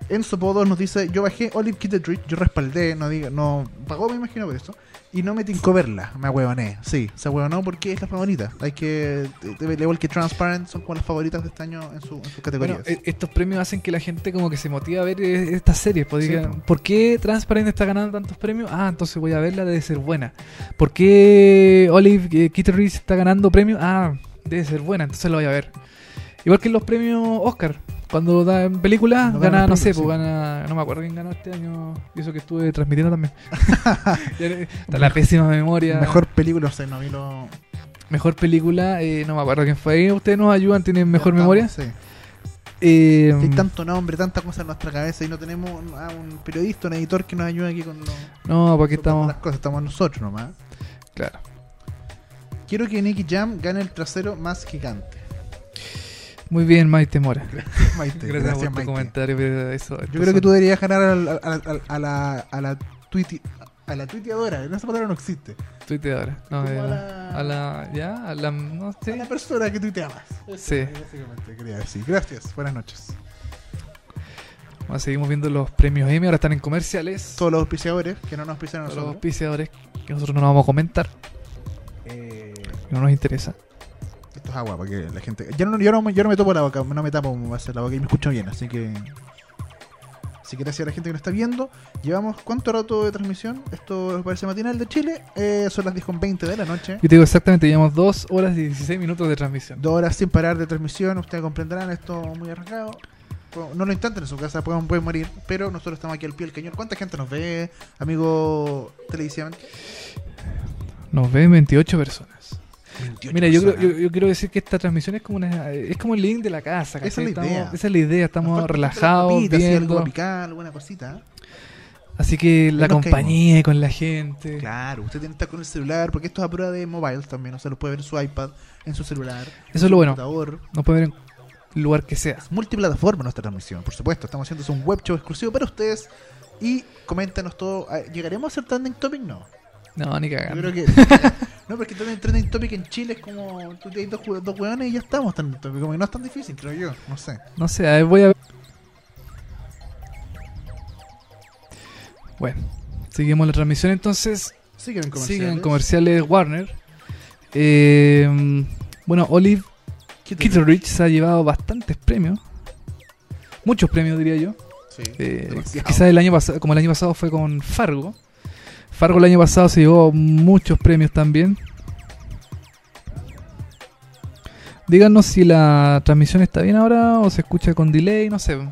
S2: Enzo Podos nos dice, yo bajé Olive Kitted Rich, yo respaldé, no diga, no pagó me imagino por eso, y no me tincó verla, me ahueoné, sí, se ahueonó porque es la favorita, hay que, de- de- igual que Transparent, son como las favoritas de este año en, su, en
S1: Bueno,
S2: sus categorías.
S1: e- estos premios hacen que la gente como que se motiva a ver eh, estas series. pues,
S2: Sí,
S1: diga,
S2: po.
S1: ¿Por qué Transparent está ganando tantos premios? Ah, entonces voy a verla, debe ser buena. ¿Por qué Olive Kitteridge está ganando premios? Ah, debe ser buena, entonces la voy a ver. Igual que en los premios Oscar. Cuando dan películas,
S2: No ganan
S1: gana,
S2: los
S1: no sé,
S2: premios,
S1: pues
S2: sí.
S1: gana, no me acuerdo quién ganó este año. Y eso que estuve transmitiendo también. Ya, eh, Está la pésima memoria.
S2: Mejor película, o sea, no vi lo...
S1: Mejor película, eh, no me acuerdo quién fue. Ahí ustedes nos ayudan, tienen mejor
S2: Estamos,
S1: memoria.
S2: Sí.
S1: Eh,
S2: Hay tanto nombre, tanta cosa en nuestra cabeza y no tenemos a un periodista, un editor que nos ayude aquí con, lo-
S1: no, porque
S2: con
S1: estamos.
S2: las cosas, estamos nosotros nomás.
S1: Claro.
S2: Quiero que Nicky Jam gane el trasero más gigante.
S1: Muy bien, Maite Mora.
S2: Maite,
S1: Gracias, por tu comentario. pero eso-
S2: Yo
S1: estos
S2: creo que
S1: son-
S2: tú deberías ganar al- al- al- al- a, la, a la tuiti- a la tuiteadora, en esa palabra no existe.
S1: Tuiteadora. No,
S2: Como
S1: eh,
S2: a la-
S1: a la- ¿Ya? A la. No
S2: A la
S1: sé.
S2: persona que tuitea más. Eh,
S1: Sí.
S2: Básicamente quería decir. Gracias, buenas noches.
S1: Bueno, seguimos viendo los premios Emmy. Ahora están en comerciales.
S2: Todos los auspiciadores que no nos auspician a
S1: Todos los
S2: nosotros.
S1: auspiciadores que nosotros no vamos a comentar.
S2: Eh,
S1: que No nos interesa.
S2: esto es agua para que la gente. Yo no, yo, no, me- yo no me topo la boca, no me tapo va a ser la boca y me escucho bien, así que. Así que gracias a la gente que nos está viendo. Llevamos cuánto rato de transmisión. Esto parece matinal de Chile. Eh, son las 10.20 de la noche.
S1: Yo te digo exactamente, llevamos 2 horas y 16 minutos de transmisión.
S2: Dos horas sin parar de transmisión, ustedes comprenderán, esto es muy arriesgado. Bueno, No lo intenten en su casa, pueden, pueden morir, pero nosotros estamos aquí al pie del cañón. ¿Cuánta gente nos ve, amigo televisivamente?
S1: Nos ven 28 personas.
S2: 28
S1: Mira, yo, creo-
S2: personas.
S1: yo, yo quiero decir que esta transmisión es como una, es como el link de la casa.
S2: Esa es
S1: ¿cachai?
S2: la
S1: Estamos-
S2: idea.
S1: esa es la idea.
S2: Nos
S1: Estamos
S2: falta
S1: relajados,
S2: una sopita, así, algo
S1: viendo.
S2: para picar, alguna cosita.
S1: Así que la
S2: nos caemos.
S1: compañía y con la gente.
S2: Claro, usted tiene que estar con el celular, porque esto es a prueba de mobile también, o sea, lo puede ver en su iPad, en su celular. en
S1: es
S2: su
S1: lo bueno.
S2: computador.
S1: Nos pueden ver en el lugar que sea.
S2: Es multiplataforma nuestra transmisión, por supuesto. Estamos haciendo un web show exclusivo para ustedes. Y coméntanos todo. Ah, ¿Llegaremos a ser trending topic? No.
S1: No, ni
S2: Yo
S1: cagando.
S2: creo que. no, porque también trending topic en Chile es como. Tú tienes dos, jue- dos hueones y ya estamos trending topic. Como que no es tan difícil, creo yo. No sé.
S1: No sé, a ver, voy a ver. Bueno, seguimos la transmisión entonces.
S2: Siguen en comerciales.
S1: Siguen comerciales Warner. Eh, bueno, Olive
S2: ¿Qué te-
S1: Kitteridge se ha llevado bastantes premios. Muchos premios, diría yo.
S2: Sí,
S1: Eh,
S2: demasiado.
S1: quizás el año pasado, como el año pasado fue con Fargo. Fargo el año pasado se llevó muchos premios también. Díganos si la transmisión está bien ahora o se escucha con delay, no sé.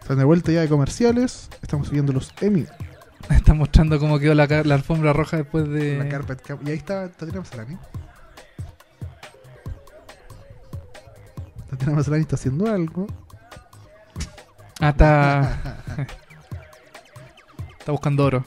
S2: Están de vuelta ya de comerciales. Estamos viendo los Emmy.
S1: Está mostrando cómo quedó la, ca- la alfombra roja después de...
S2: La carpet cap- Y ahí está Tatiana Maslany. Tatiana Maslany está haciendo algo.
S1: Ah, está. está buscando oro.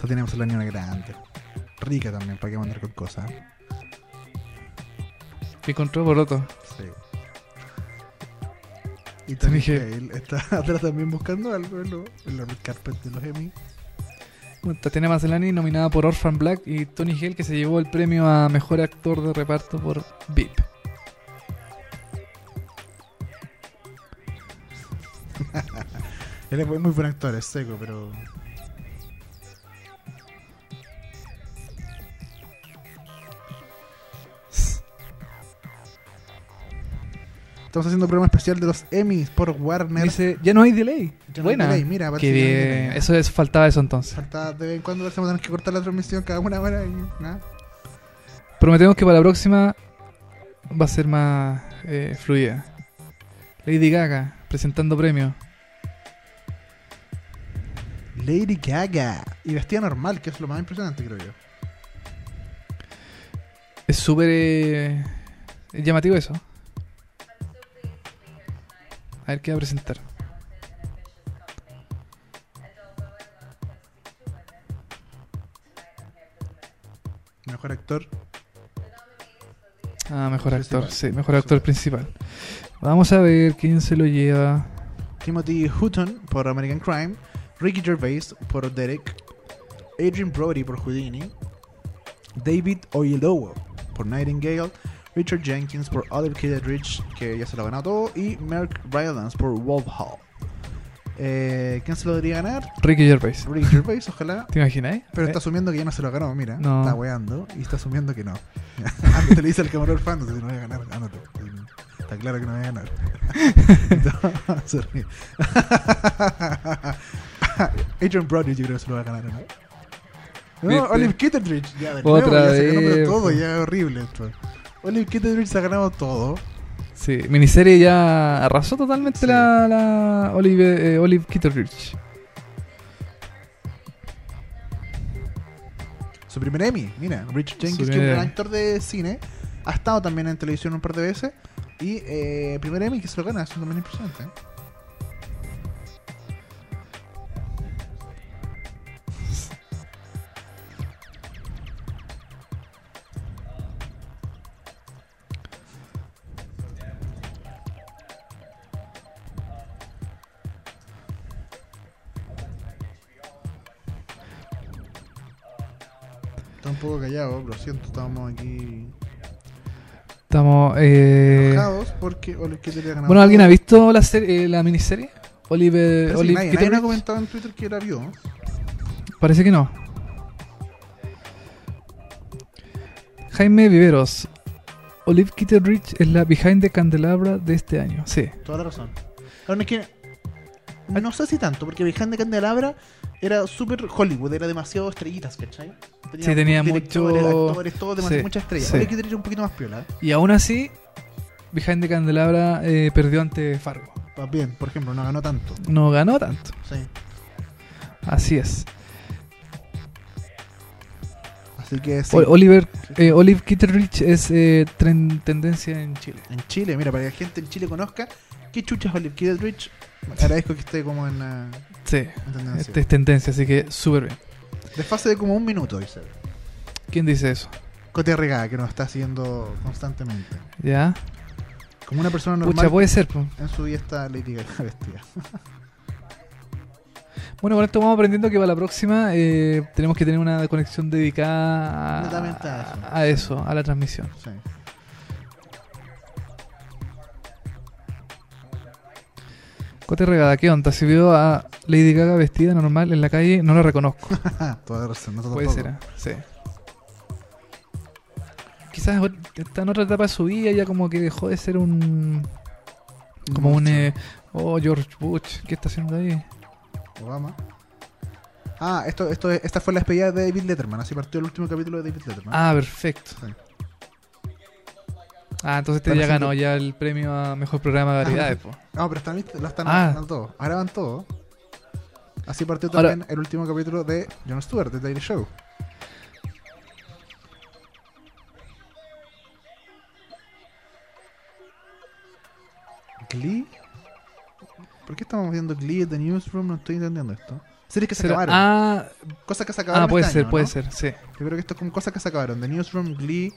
S2: Tatiana Maslany es una grande. Rica también, para que mandar con cosas.
S1: ¿Qué encontró Boroto?
S2: Sí. Y Tony
S1: Dije-
S2: Hale está atrás también buscando algo en, lo- en los red carpet de los Emmy.
S1: Bueno, Tatiana Maslany nominada por Orphan Black y Tony Hale que se llevó el premio a mejor actor de reparto por VIP.
S2: Él es muy buen actor, es seco, pero. Estamos haciendo un programa especial de los Emmys por Warner.
S1: Dice, ya no hay delay.
S2: Ya no
S1: Buena.
S2: hay delay, mira, parece
S1: Qué
S2: que no hay
S1: bien.
S2: delay.
S1: Eso es, faltaba eso entonces.
S2: Falta de vez en cuando vamos a tener que cortar la transmisión cada una hora y nada.
S1: Prometemos que para la próxima va a ser más eh, fluida. Lady Gaga presentando premio.
S2: Lady Gaga. Y vestida normal, que es lo más impresionante, creo yo.
S1: Es súper eh, llamativo eso. A ver qué va a presentar.
S2: Mejor actor.
S1: Ah, mejor actor,
S2: Principal.
S1: sí, mejor actor principal. Vamos a ver quién se lo lleva.
S2: Timothy Hutton por American Crime. Ricky Gervais por Derek. Adrian Brody por Houdini. David Oyelowo por Nightingale. Richard Jenkins por Oliver Kid Rich, que ya se lo ha ganado todo. Y Merck Rylance por Wolf Hall. Eh, ¿Quién se lo debería ganar?
S1: Ricky Gervais.
S2: Ricky Gervais, ojalá.
S1: ¿Te imaginas? eh?
S2: Pero
S1: Eh,
S2: está asumiendo que ya no se lo ganó, mira.
S1: No.
S2: Está weando y está asumiendo que no. Antes le dice al camarógrafo, antes no voy a ganar, ándate. Está claro que no voy a ganar. Entonces, se ríe. Adrian Brody yo creo que se lo va a ganar, ¿no? No,
S1: ¿Viste?
S2: Olive Kitteridge. Ya, de
S1: Otra
S2: nuevo, ya se ganó
S1: vez,
S2: pero todo,
S1: po.
S2: ya es horrible esto. Olive Kitteridge se ha ganado todo.
S1: Sí, miniserie ya arrasó totalmente
S2: Sí.
S1: la, la Olive, eh, Olive Kitteridge.
S2: Su primer Emmy, mira, Richard
S1: Su
S2: Jenkins, que es
S1: primer
S2: un gran
S1: Emmy.
S2: actor de cine, ha estado también en televisión un par de veces. Y eh, primer Emmy que se lo gana, es un también impresionante. ¿eh? Está un poco callado, lo siento, estábamos aquí
S1: Estamos. eh,
S2: enojados porque Olive Kitteridge ha ganado.
S1: Bueno, ¿alguien
S2: todo.
S1: ha visto la, serie, eh, la miniserie? Olive,
S2: Parece que
S1: Olive
S2: nadie, nadie me ha
S1: Kitteridge.
S2: comentado en Twitter que la vio. ¿no?
S1: Parece que no. Jaime Viveros. Olive Kitteridge es la Behind the Candelabra de este año. Sí.
S2: Toda la razón. Ahora es que. No sé si tanto, porque Behind de Candelabra era súper Hollywood, era demasiado estrellitas, ¿cachai?
S1: Sí, tenía
S2: directores,
S1: mucho-
S2: actores, todo, demasiado,
S1: sí,
S2: muchas estrellas.
S1: sí.
S2: Olive Kitteridge un poquito más piola. ¿eh?
S1: Y aún así, Behind the Candelabra eh, perdió ante Fargo.
S2: También, por ejemplo, no ganó tanto.
S1: No ganó tanto.
S2: Sí.
S1: Así es.
S2: Así que sí.
S1: O- Oliver, eh, Olive Kitteridge es eh, tren- tendencia en Chile.
S2: En Chile, mira, para que la gente en Chile conozca, ¿qué chuchas Olive Kitteridge? Agradezco que esté como en la.
S1: Sí,
S2: en tendencia.
S1: este es tendencia, así que súper bien.
S2: Desfase de como un minuto, dice.
S1: ¿Quién dice eso?
S2: Cote Regada, que nos está haciendo constantemente.
S1: ¿Ya?
S2: Como una persona normal
S1: Pucha, puede ser. po.
S2: en su día está Lady Gaga vestida.
S1: Bueno, con esto vamos aprendiendo que para la próxima eh, tenemos que tener una conexión dedicada
S2: Netamente a eso.
S1: a, a eso, a la transmisión.
S2: Sí.
S1: Cote Regada, ¿qué onda? Si veo a Lady Gaga vestida normal en la calle, no la reconozco.
S2: Toda razón, nosotros
S1: Puede
S2: todos.
S1: ser, ah, sí. Quizás ot- está en otra etapa de su vida, ya como que dejó de ser un. Como un. eh, oh, George Bush, ¿qué está haciendo ahí? ¿eh?
S2: Obama. Ah, esto, esto, es- esta fue la despedida de Ah. David Letterman. Así partió el último capítulo de David Letterman.
S1: Ah, perfecto.
S2: Sí.
S1: Ah, entonces te
S2: Están
S1: ya
S2: haciendo-
S1: ganó ya el premio a mejor programa de variedades, po.
S2: No, pero están, lo están
S1: Ah.
S2: armando todo. Ahora van todo. Así partió
S1: Ahora-
S2: también el último capítulo de Jon Stewart, de Daily Show. ¿Glee? ¿Por qué estamos viendo Glee en The Newsroom? No estoy entendiendo esto. Series que se
S1: Será-
S2: acabaron.
S1: Ah,
S2: cosas que se acabaron.
S1: ah, puede
S2: este
S1: ser,
S2: año,
S1: puede
S2: ¿no?
S1: ser, sí.
S2: Yo creo que esto es como cosas que se acabaron. The Newsroom, Glee,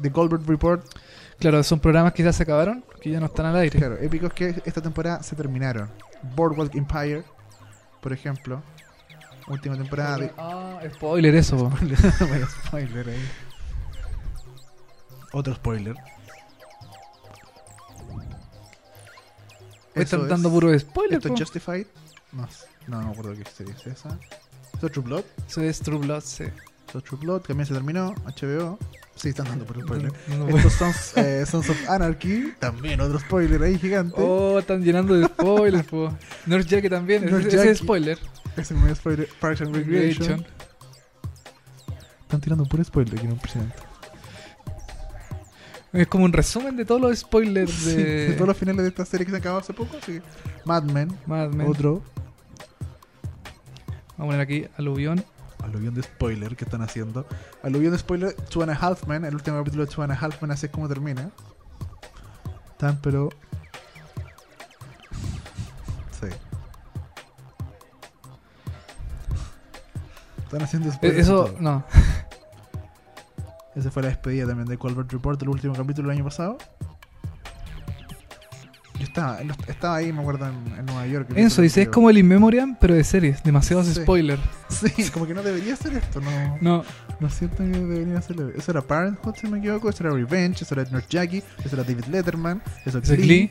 S2: The Goldberg Report.
S1: Claro, son programas que ya se acabaron, que ya no están al aire.
S2: Claro, épicos que esta temporada se terminaron. Boardwalk Empire, por ejemplo. Última temporada de...
S1: Ah, spoiler eso, po.
S2: Bueno, spoiler ahí. Otro spoiler.
S1: Me
S2: Eso
S1: están
S2: es-
S1: dando puro spoiler,
S2: ¿Esto
S1: po.
S2: es Justified? No, sé. no, no me acuerdo qué serie es esa. ¿Esto es True Blood?
S1: Eso es True Blood, sí.
S2: ¿Esto es True Blood? También se terminó. HBO. Sí, están dando puro spoiler.
S1: No, no,
S2: Estos Sons, eh, Sons of Anarchy. También otro spoiler ahí gigante.
S1: Oh, están llenando de spoilers, po. Nurse Jackie también, ese-
S2: Nurse
S1: ese,
S2: Jackie.
S1: es spoiler.
S2: Ese no es spoiler. Parks and Recreation. Están tirando puro spoiler aquí en un presidente.
S1: Es como un resumen de todos los spoilers
S2: Sí,
S1: de,
S2: de todos los finales de esta serie que se acabó hace poco, sí. Mad Men,
S1: Mad Men.
S2: otro
S1: Vamos a poner aquí aluvión.
S2: aluvión de spoiler que están haciendo. Aluvión de spoiler, Two and a Half Men, el último capítulo de Two and a Half Men, así es como termina. Tan, pero... Sí. Están haciendo
S1: Eh,
S2: spoiler.
S1: Eso, no.
S2: Esa fue la despedida también de Colbert Report, el último capítulo del año pasado. Yo estaba, lo- estaba ahí, me acuerdo, en, en Nueva York.
S1: Enzo dice, es como el In Memoriam, pero de series. Demasiados
S2: Sí.
S1: spoilers.
S2: Sí, como que no debería ser esto, no... No,
S1: No,
S2: siento que debería hacerlo. Eso era Parenthood, si no me equivoco, eso era Revenge, eso era Nurse Jackie, eso era David Letterman, eso es
S1: eso es Glee.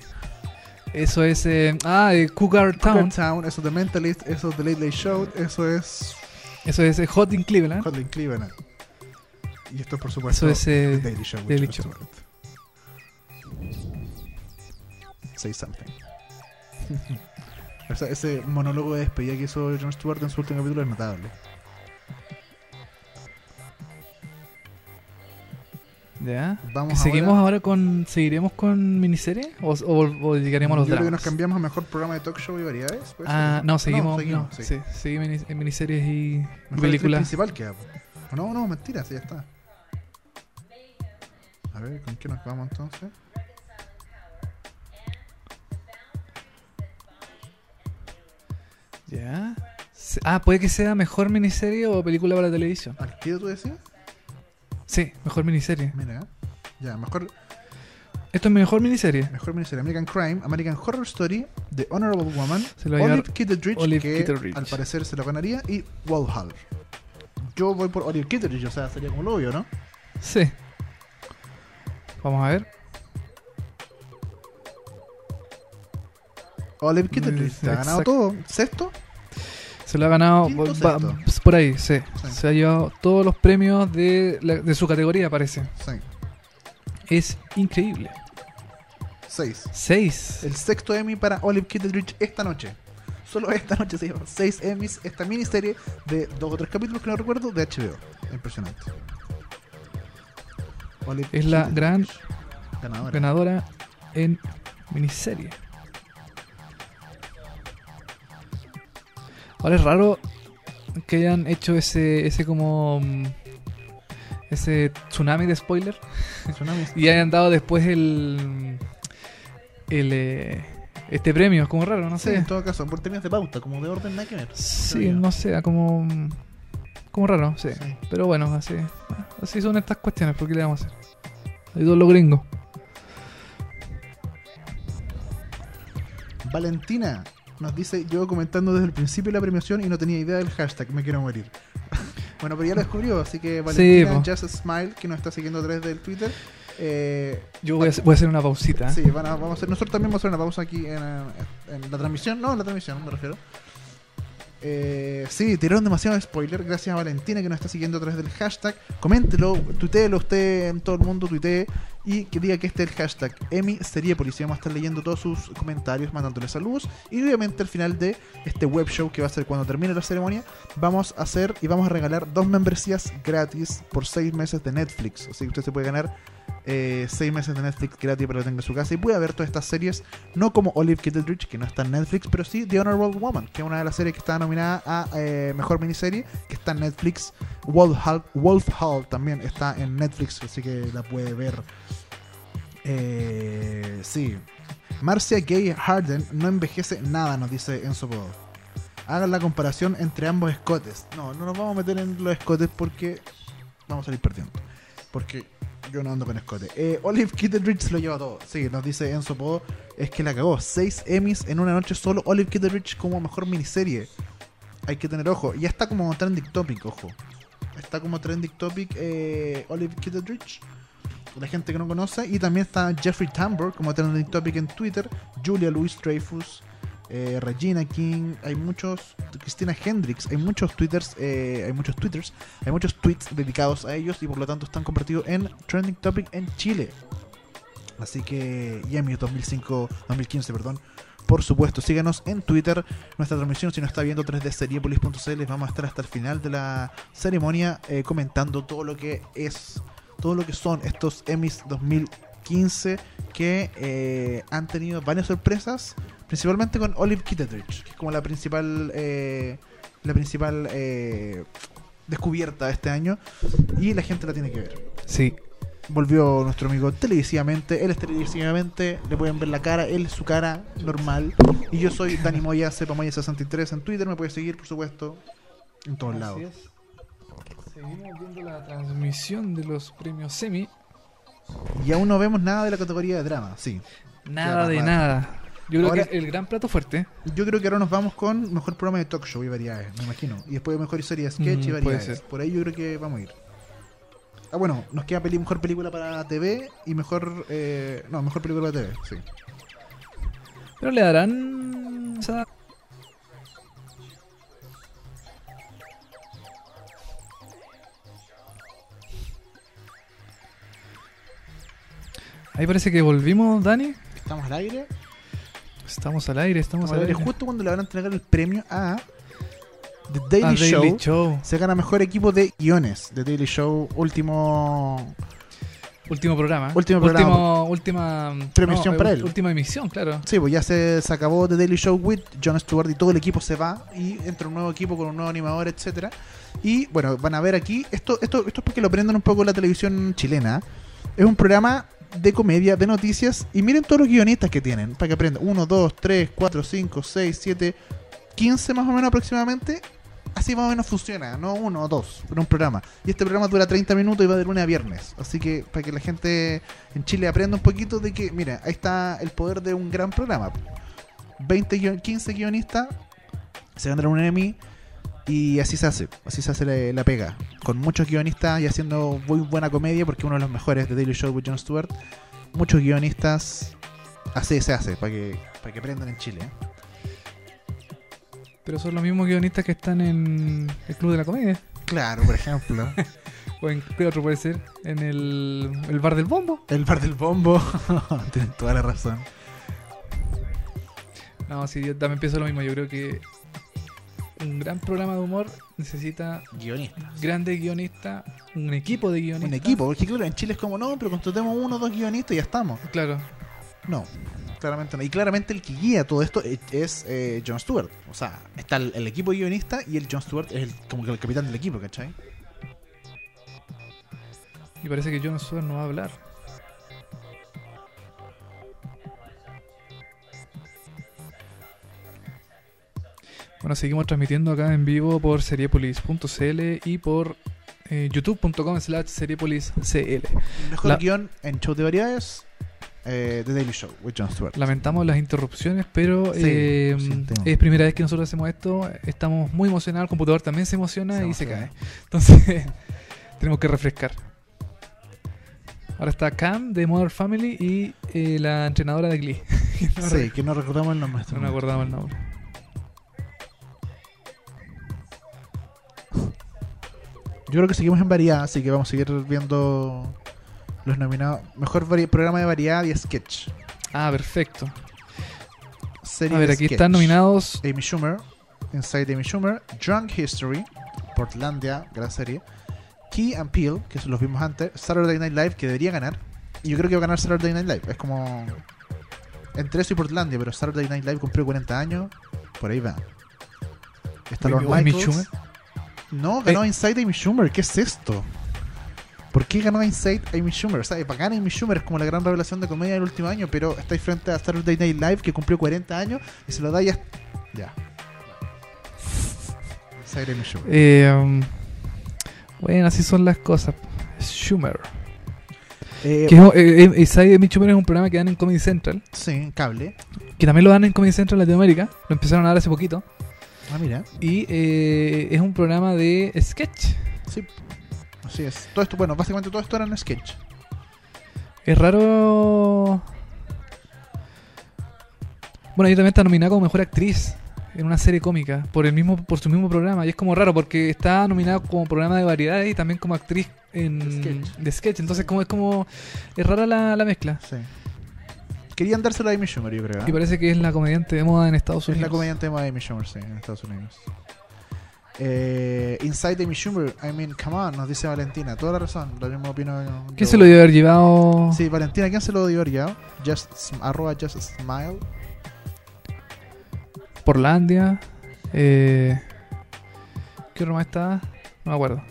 S1: Eso es... eh, ah, eh, Cougar Town.
S2: Town. Town, eso The Mentalist, eso The Late Late Show, eso es
S1: Eso es eh, Hot in Cleveland.
S2: Colin Cleveland. Y esto, por supuesto,
S1: Eso es, eh,
S2: The Daily Show.
S1: Daily
S2: which
S1: Show.
S2: was right. Say something. O sea, ese monólogo de despedida que hizo Jon Stewart en su último capítulo es notable.
S1: Ya.
S2: Vamos
S1: ¿Seguimos
S2: ahora-
S1: ahora, con... ¿Seguiremos con miniserie? ¿O, o- o llegaremos a los
S2: Yo creo que nos
S1: dramas?
S2: cambiamos a mejor programa de talk show y variedades. ¿puede
S1: Ah,
S2: ser?
S1: no, seguimos... No,
S2: sí.
S1: sí. seguimos en- en miniseries y
S2: Mejor actriz
S1: películas.
S2: principal queda. po. No, no, mentira, sí, ya está. A ver, ¿con qué nos vamos entonces?
S1: Ya. Se- Ah, puede que sea mejor miniserie o película para televisión.
S2: ¿Al tiro tú decías?
S1: Sí, mejor miniserie.
S2: Mira, ya, mejor
S1: Esto es mejor miniserie.
S2: Mejor miniserie American Crime, American Horror Story, The Honorable Woman,
S1: Se lo va a llevar
S2: Olive Kitteridge,
S1: Olive
S2: que
S1: Kitteridge.
S2: al parecer se lo ganaría, y Wallhall. Yo voy por Olive Kitteridge, o sea, sería como lo obvio, ¿no?
S1: Sí. Vamos a ver.
S2: Olive Kitteridge,
S1: Mm,
S2: se ha ganado
S1: exacto.
S2: todo. ¿Sexto?
S1: Se lo ha ganado
S2: Quinto,
S1: va-
S2: sexto.
S1: va- por ahí, sí.
S2: Sí.
S1: Se ha llevado todos los premios de, la- de su categoría, parece.
S2: Sí.
S1: Es increíble.
S2: Seis.
S1: Seis.
S2: El sexto Emmy para Olive Kitteridge esta noche. Solo esta noche se llevan seis Emmys esta miniserie de dos o tres capítulos que no recuerdo de HBO. Impresionante. Olive
S1: Es la
S2: Kitteridge,
S1: gran
S2: ganadora.
S1: ganadora en miniserie. Ahora es raro que hayan hecho ese, ese como mm, ese tsunami de spoiler
S2: Suena muy-
S1: y hayan dado después el el eh, este premio, es como raro, no
S2: Sí,
S1: sé.
S2: en todo caso, por términos de pauta, como de orden nada que ver.
S1: Sí,
S2: Creo yo.
S1: no sé, como como raro, sí.
S2: Sí.
S1: Pero bueno, así así son estas cuestiones, ¿por qué le vamos a hacer? Hay todos los gringos.
S2: Valentina nos dice, yo comentando desde el principio la premiación y no tenía idea del hashtag, me quiero morir. bueno, pero ya lo descubrió, así que Valentina
S1: po.
S2: Just Smile, que nos está siguiendo a través del Twitter, eh,
S1: Yo voy a, hacer- voy a hacer una pausita. ¿eh?
S2: Sí, van a- vamos a hacer, nosotros también vamos a hacer una pausa aquí en, eh, en la transmisión. No, en la transmisión, me refiero. Eh, sí, tiraron demasiado spoiler. Gracias a Valentina que nos está siguiendo a través del hashtag. Coméntelo, tuiteelo usted, todo el mundo tuitee. Y que diga que este es el hashtag Emi Serie Policía. Vamos a estar leyendo todos sus comentarios, mandándole saludos. Y obviamente al final de este web show que va a ser cuando termine la ceremonia, vamos a hacer y vamos a regalar dos membresías gratis por seis meses de Netflix. Así que usted se puede ganar eh, seis meses de Netflix gratis para que tenga en su casa y pueda ver todas estas series, no como Olive Kittredge, que no está en Netflix, pero sí The Honorable Woman, que es una de las series que está nominada a eh, Mejor Miniserie, que está en Netflix. Wolf Hall, Wolf Hall también está en Netflix, así que la puede ver. Eh, sí. Marcia Gay Harden no envejece nada, nos dice Enzo Podo. Hagan la comparación entre ambos escotes. No, no nos vamos a meter en los escotes porque vamos a salir perdiendo. Porque yo no ando con escote. Eh, Olive Kitteridge se lo lleva todo. Sí, nos dice Enzo Podo. Es que la cagó. Seis Emmys en una noche solo. Olive Kitteridge como mejor miniserie. Hay que tener ojo. Ya está como trending topic, ojo. Está como trending topic eh, Olive Kitteridge. La gente que no conoce. Y también está Jeffrey Tambor como trending topic en Twitter. Julia Louis Dreyfus. eh, Regina King, hay muchos, Cristina Hendricks, hay muchos twitters, eh, hay muchos twitters, hay muchos tweets dedicados a ellos y por lo tanto están convertidos en trending topic en Chile. Así que Yemi 2005, 2015, perdón. Por supuesto, síganos en Twitter. Nuestra transmisión, si no está viendo 3dseriepolis.cl, vamos a estar hasta el final de la ceremonia eh, comentando todo lo que es, todo lo que son estos Emmys 2015 que eh, han tenido varias sorpresas, principalmente con Olive Kittredge, que es como la principal, eh, la principal eh, descubierta de este año y la gente la tiene que ver
S1: Sí,
S2: volvió nuestro amigo televisivamente. Él es televisivamente, le pueden ver la cara, él es su cara normal. Y yo soy Dani Moya, sepamoya63 en Twitter, me puedes seguir, por supuesto, en todos
S1: Así
S2: lados.
S1: es. Seguimos viendo la transmisión de los premios semi.
S2: Y aún no vemos nada de la categoría de drama, sí.
S1: Nada de
S2: papá.
S1: nada. Yo creo
S2: Ahora-
S1: que el gran plato fuerte.
S2: Yo creo que ahora nos vamos con mejor programa de talk show y variedades, me imagino. Y después mejor historia de sketch y
S1: Mm, puede
S2: variedades.
S1: ser.
S2: Por ahí yo creo que vamos a ir. Ah, bueno, nos queda peli- mejor película para TV y mejor. eh, no, mejor película para TV, sí.
S1: Pero le darán. o sea, Ahí parece que volvimos, Dani.
S2: Estamos al aire.
S1: Estamos al aire, estamos,
S2: Vamos a ver, justo cuando le van a entregar el premio a The
S1: Ah,
S2: Daily, Show,
S1: Daily Show.
S2: se gana mejor equipo de guiones. The Daily Show, último.
S1: Último programa.
S2: Último programa.
S1: Último- última
S2: Premisión
S1: eh,
S2: para él.
S1: Última emisión, claro.
S2: Sí, pues ya se, se acabó The Daily Show with Jon Stewart y todo el equipo se va y entra un nuevo equipo con un nuevo animador, etcétera. Y bueno, van a ver aquí, esto, esto, esto es porque lo aprendan un poco en la televisión chilena. ¿eh? Es un programa de comedia, de noticias, y miren todos los guionistas que tienen, para que aprendan. 1, 2, 3, 4, 5, 6, 7, 15 más o menos aproximadamente. Así más o menos funciona, no uno o dos, pero un programa. Y este programa dura 30 minutos y va de lunes a viernes. Así que para que la gente en Chile aprenda un poquito de que, mira, ahí está el poder de un gran programa. 20, guion- 15 guionistas se vendrán un Emmy y así se hace, así se hace la, la pega. Con muchos guionistas y haciendo muy buena comedia, porque uno de los mejores de Daily Show with Jon Stewart. Muchos guionistas, así se hace, para que, para que aprendan en Chile. ¿eh?
S1: Pero son los mismos guionistas que están en el Club de la Comedia.
S2: Claro, por ejemplo.
S1: O en qué otro puede ser. En el, el Bar del Bombo.
S2: El bar del bombo. Tienen toda la razón.
S1: No, sí, yo también pienso lo mismo. Yo creo que un gran programa de humor necesita
S2: Guionista.
S1: grandes guionistas, un equipo de guionistas.
S2: Un equipo, porque claro, en Chile es como, no, pero contratemos uno o dos guionistas y ya estamos.
S1: Claro.
S2: No, claramente no. Y claramente el que guía todo esto es, es, eh, Jon Stewart. O sea, está el, el equipo guionista y el Jon Stewart es el, como que el capitán del equipo, ¿cachai?
S1: Y parece que Jon Stewart no va a hablar. Bueno, seguimos transmitiendo acá en vivo por seriepolis.cl y por eh, youtube.com slash seriepoliscl.
S2: Mejor
S1: La-
S2: guión en show de variedades, eh, The Daily Show, with Jon Stewart.
S1: Lamentamos las interrupciones, pero
S2: Sí,
S1: eh,
S2: lo sentimos.
S1: es primera vez que nosotros hacemos esto. Estamos muy emocionados, el computador también se emociona
S2: Se
S1: y se
S2: emociona.
S1: cae. Entonces, tenemos que refrescar. Ahora está Cam de Modern Family y eh, la entrenadora de Glee. no,
S2: sí, que no recordamos el nombre. este
S1: no me acordaba el nombre.
S2: Yo creo que seguimos en variedad, así que vamos a seguir viendo los nominados. Mejor vari- programa de variedad y sketch.
S1: Ah, perfecto.
S2: Serie
S1: A ver,
S2: de
S1: aquí
S2: sketch.
S1: están nominados.
S2: Amy Schumer, Inside Amy Schumer, Drunk History, Portlandia, gran serie, Key and Peel, que eso los vimos antes, Saturday Night Live, que debería ganar, Yo creo que va a ganar Saturday Night Live. Es como. Entre eso y Portlandia, pero Saturday Night Live cumplió 40 años. Por ahí va. Está Lorne
S1: Amy
S2: Michaels.
S1: Schumer.
S2: No, ganó
S1: Eh.
S2: Inside Amy Schumer. ¿Qué es esto? ¿Por qué ganó Inside Amy Schumer? O sea, para ganar Amy Schumer es como la gran revelación de comedia del último año, pero estáis frente a Saturday Night Live que cumplió 40 años y se lo da ya. Ya. Inside Amy Schumer.
S1: Eh, um, bueno, así son las cosas. Schumer.
S2: Eh,
S1: Que es, un- eh, eh, Inside Amy Schumer es un programa que dan en Comedy Central.
S2: sí, en cable.
S1: Que también lo dan en Comedy Central Latinoamérica. Lo empezaron a dar hace poquito.
S2: Ah, mira.
S1: Y eh, es un programa de sketch.
S2: Sí. Así es. Todo esto, bueno, básicamente todo esto era un sketch.
S1: Es raro. Bueno, ella también está nominada como mejor actriz en una serie cómica por el mismo por su mismo programa y es como raro porque está nominada como programa de variedades y también como actriz en
S2: De sketch.
S1: de sketch. entonces como es como es rara la, la mezcla
S2: Sí. Querían dárselo a Amy Schumer, yo creo. ¿eh?
S1: y parece que es la comediante de moda en Estados
S2: Es
S1: Unidos.
S2: la comediante más de Amy Schumer, sí, en Estados Unidos. Eh, Inside Amy Schumer, I mean, come on, nos dice Valentina. Toda la razón, lo mismo opino. yo.
S1: ¿Quién se lo debe haber llevado?
S2: Sí, Valentina, ¿quién se lo dio ya? Just, sm- arroba just smile.
S1: Porlandia. Eh, ¿Qué otro más está? No me acuerdo.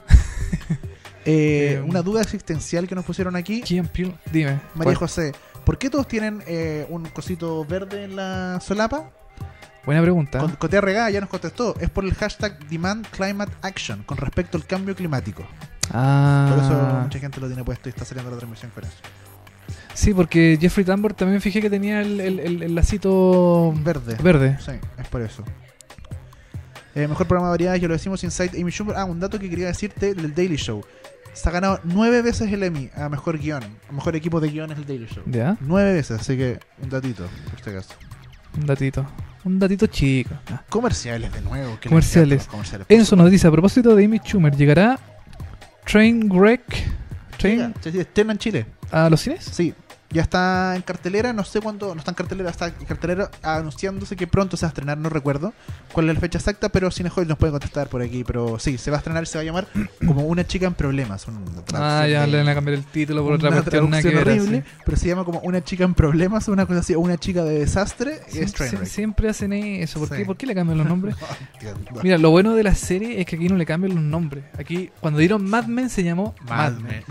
S2: Eh,
S1: Eh,
S2: una duda existencial que nos pusieron aquí.
S1: ¿Quién Peele? Dime.
S2: María José, ¿por qué todos tienen eh, un cosito verde en la solapa?
S1: Buena pregunta.
S2: Con- Cotea Regada ya nos contestó. Es por el hashtag Demand Climate Action con respecto al cambio climático.
S1: Ah.
S2: Por eso mucha gente lo tiene puesto y está saliendo la transmisión con eso.
S1: Sí, porque Jeffrey Tambor también fijé que tenía el, el- el- el lacito
S2: Verde.
S1: verde.
S2: Sí, es por eso. Eh, mejor programa de variedades, ya lo decimos, Inside Amy Schumer. Ah, un dato que quería decirte del Daily Show. Se ha ganado nueve veces el Emmy a mejor guión. A mejor equipo de guiones el Daily Show.
S1: ¿Ya?
S2: Nueve veces, así que un datito, por si acaso.
S1: Un datito. Un datito chico. Ah.
S2: Comerciales de nuevo. que le
S1: Comerciales.
S2: encantan los comerciales.
S1: Enzo nos dice, a propósito de Amy Schumer, ¿llegará Train Wreck
S2: Llega,
S1: Train
S2: sí, sí, estrena en Chile.
S1: a los cines?
S2: Sí, ya está en cartelera, no sé cuándo, no está en cartelera, está en cartelera anunciándose que pronto se va a estrenar, no recuerdo cuál es la fecha exacta, pero Cinehoy nos puede contestar por aquí, pero sí, se va a estrenar, se va a llamar como Una chica en problemas. una traducción
S1: Ah, ya
S2: de-
S1: le van a cambiar el título por otra
S2: una
S1: cuestión nada que
S2: traducción
S1: ver,
S2: horrible,
S1: sí.
S2: pero se llama como Una chica en problemas, una cosa así, o Una chica de desastre, y es
S1: Sie- sie-
S2: Trainwreck.
S1: Siempre hacen eso. ¿Por,
S2: Sí.
S1: qué? ¿Por qué le cambian los nombres?
S2: No entiendo.
S1: Mira, lo bueno de la serie es que aquí no le cambian los nombres. Aquí, cuando dieron Mad Men, se llamó Mad, Men.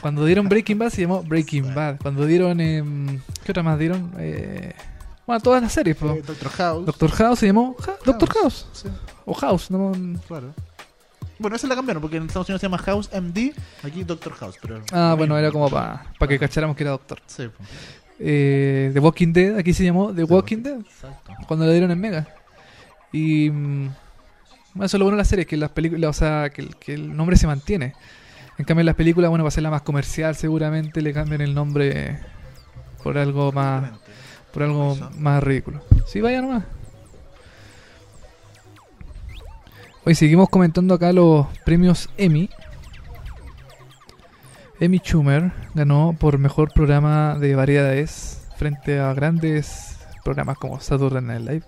S1: Cuando dieron Breaking Bad se llamó Breaking Bad. Cuando dieron. em, ¿Qué otra más dieron? Eh, bueno, todas las series. po.
S2: Eh, Doctor House.
S1: Doctor House se llamó Ja- Doctor House.
S2: Sí,
S1: O House, no.
S2: claro. Bueno, esa la cambiaron porque en Estados Unidos se llama House MD, aquí Doctor House, pero
S1: Ah, bueno, era como para que cacháramos que era Doctor.
S2: Sí, po.
S1: Eh, The Walking Dead, aquí se llamó The Walking Dead.
S3: Exacto.
S1: Cuando le dieron en Mega. Y. mm, bueno, eso es lo bueno de las series, que las películas. O sea, que, el- que el nombre se mantiene. En cambio, en las películas, bueno, va a ser la más comercial, seguramente le cambian el nombre por algo más.
S2: Simplemente.
S1: Por algo
S2: Eso.
S1: más ridículo. Sí, vaya nomás. Hoy seguimos comentando acá los premios Emmy. Emmy Schumer ganó por mejor programa de variedades frente a grandes programas como Saturday Night Live.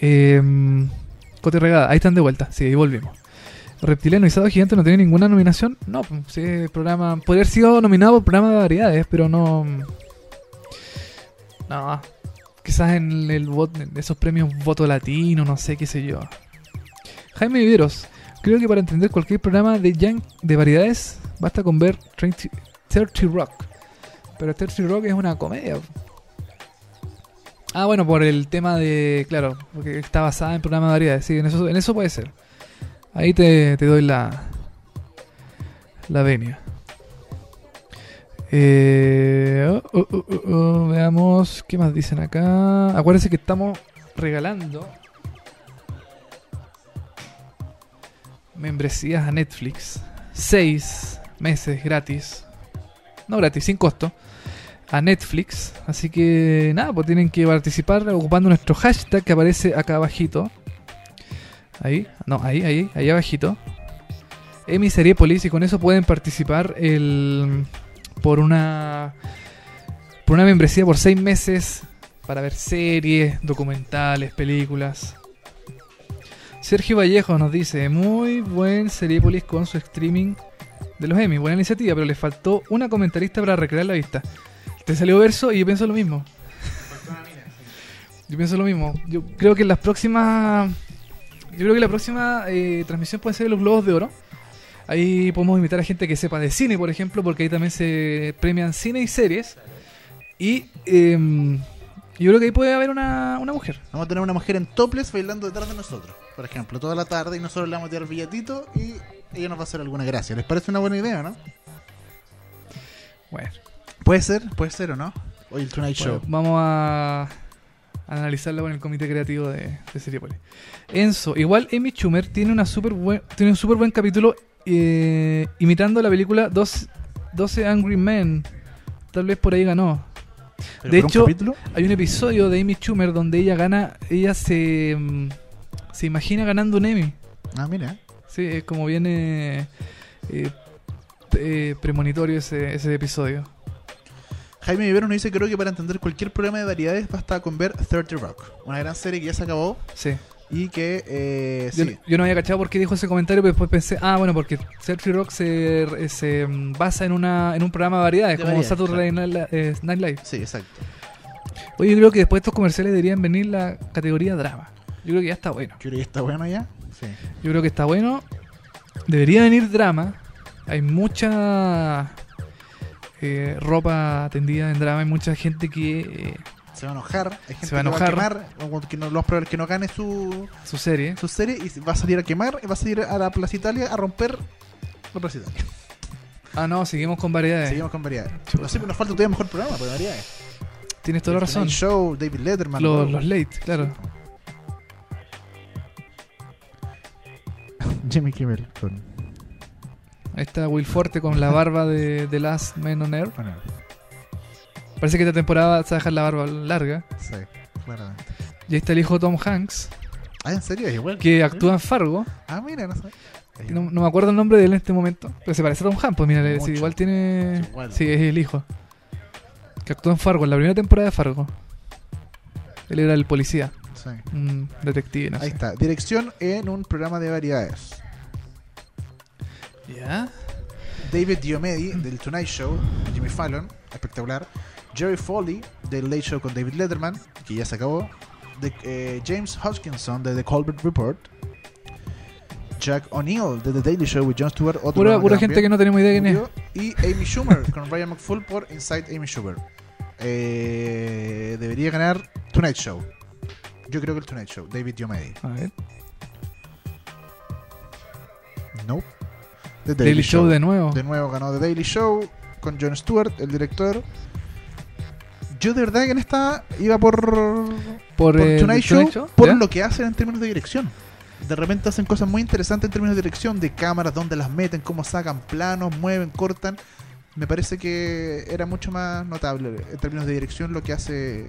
S1: Eh, Cote Regada, ahí están de vuelta, sí, ahí volvimos. Reptiliano y Sábado Gigante no tiene ninguna nominación. No, pues, sí, el programa. Podría haber sido nominado por programa de variedades, pero no. No, quizás en el, vot- en esos premios voto latino, no sé, qué sé yo. Jaime Viveros, creo que para entender cualquier programa de Young de variedades basta con ver 30, 30 Rock. Pero 30 Rock es una comedia. Ah, bueno, por el tema de. Claro, porque está basada en programas de variedades. Sí, en eso, en eso puede ser. Ahí te, te doy la. La venia. Eh, oh, oh, oh, oh, oh, veamos qué más dicen acá. Acuérdense que estamos regalando membresías a Netflix. Seis meses gratis. No gratis, sin costo. A Netflix. Así que nada, pues tienen que participar ocupando nuestro hashtag que aparece acá abajito. Ahí, no, ahí, ahí, ahí abajito. Emiseriepolis y con eso pueden participar el por una por una membresía por seis meses para ver series, documentales, películas. Sergio Vallejo nos dice, muy buen Seriepolis con su streaming de los Emmy. Buena iniciativa, pero les faltó una comentarista para recrear la vista. Te salió verso y yo pienso lo mismo. Yo pienso lo mismo. Yo creo que en las próximas. Yo creo que la próxima eh, transmisión puede ser de los Globos de Oro. Ahí podemos invitar a gente que sepa de cine, por ejemplo, porque ahí también se premian cine y series. Y em, yo creo que ahí puede haber una, una mujer.
S2: Vamos a tener una mujer en topless bailando detrás de nosotros, por ejemplo, toda la tarde y nosotros le vamos a tirar billetito y ella nos va a hacer alguna gracia. ¿Les parece una buena idea, no?
S1: Bueno,
S2: Puede ser, puede ser o no. Hoy el Tonight Show.
S1: bueno, vamos a, a analizarla con el comité creativo de, de Seriepolis. Enzo, igual Amy Schumer tiene, una super buen, tiene un súper buen capítulo eh, imitando la película 12, 12 Angry Men. Tal vez por ahí ganó.
S2: Pero
S1: de
S2: por un
S1: hecho-
S2: capítulo,
S1: Hay un episodio de Amy Schumer donde ella gana, ella se, mm, se imagina ganando un Emmy.
S2: ah, mira.
S1: Sí, es como viene eh, eh, premonitorio ese, ese episodio.
S2: Jaime Vivero nos dice, creo que para entender cualquier programa de variedades basta con ver 30 Rock, una gran serie que ya se acabó
S1: Sí.
S2: y que, eh,
S1: Yo,
S2: sí,
S1: yo no había cachado por qué dijo ese comentario, pero después pensé, ah, bueno, porque Sergio Rock se, re- se mm, basa en, una, en un programa de variedades,
S2: De
S1: como
S2: variedades,
S1: Saturday Night, Li- eh, Night Live.
S2: sí, exacto.
S1: Oye, yo creo que después de estos comerciales deberían venir la categoría drama. Yo creo que ya está bueno.
S2: Yo creo que está bueno ya. Sí.
S1: Yo creo que está bueno. Debería venir drama. Hay mucha eh, ropa tendida en drama. Hay mucha gente que eh,
S2: Se va a enojar, hay gente
S1: Se va a
S2: que va a
S1: enojar.
S2: quemar, o que no, lo más probable es que no gane su,
S1: su serie.
S2: su serie y va a salir a quemar y va a salir a la Plaza Italia a romper la Plaza Italia.
S1: Ah, no, seguimos con variedades.
S2: Seguimos con variedades. No sé, pero nos falta todavía mejor programa, pero variedades. Este,
S1: Tienes toda la
S2: El
S1: razón.
S2: Tonight Show, David Letterman.
S1: Los,
S2: todo.
S1: los late, claro.
S2: Jimmy Kimmel. con-
S1: Ahí está Will Forte con la barba de The Last Man on Earth.
S2: Bueno,
S1: Parece que esta temporada se va a dejar la barba larga.
S2: sí, claramente.
S1: Y ahí está el hijo Tom Hanks,
S2: Ah, ¿en serio? Es igual.
S1: que actúa en Fargo.
S2: Ah, mira, no sé. Es
S1: No, no me acuerdo el nombre de él en este momento. Pero se parece a Tom Hanks, pues mira, le- sí,
S2: Mucho.
S1: igual tiene.
S2: Sí, igual.
S1: Sí, es el hijo. Que actuó en Fargo, en la primera temporada de Fargo. Él era el policía,
S2: Sí.
S1: un detective, no
S2: Ahí
S1: sé.
S2: está. Dirección en un programa de variedades.
S1: ¿Ya?
S2: David Diomedi del Tonight Show, Jimmy Fallon, espectacular. Jerry Foley del Late Show con David Letterman, que ya se acabó. De- eh, James Hodgkinson de The Colbert Report. Jack O'Neill de The Daily Show with Jon Stewart. Otro
S1: Pura,
S2: programa
S1: pura
S2: también
S1: gente que no tenemos idea quién es.
S2: murió. Y Amy Schumer con Ryan McFull por Inside Amy Schumer. Eh, debería ganar Tonight Show. Yo creo que el Tonight Show, David Diomedi.
S1: A ver.
S2: No. The
S1: Daily Show, de nuevo.
S2: De nuevo ganó The Daily Show con Jon Stewart, el director. Yo de verdad que en esta iba por,
S1: por
S2: por
S1: eh,
S2: Tonight
S1: The
S2: Show, por
S1: ¿ya?
S2: lo que hacen en términos de dirección. De repente hacen cosas muy interesantes en términos de dirección, de cámaras, dónde las meten, cómo sacan planos, mueven, cortan. Me parece que era mucho más notable en términos de dirección lo que hace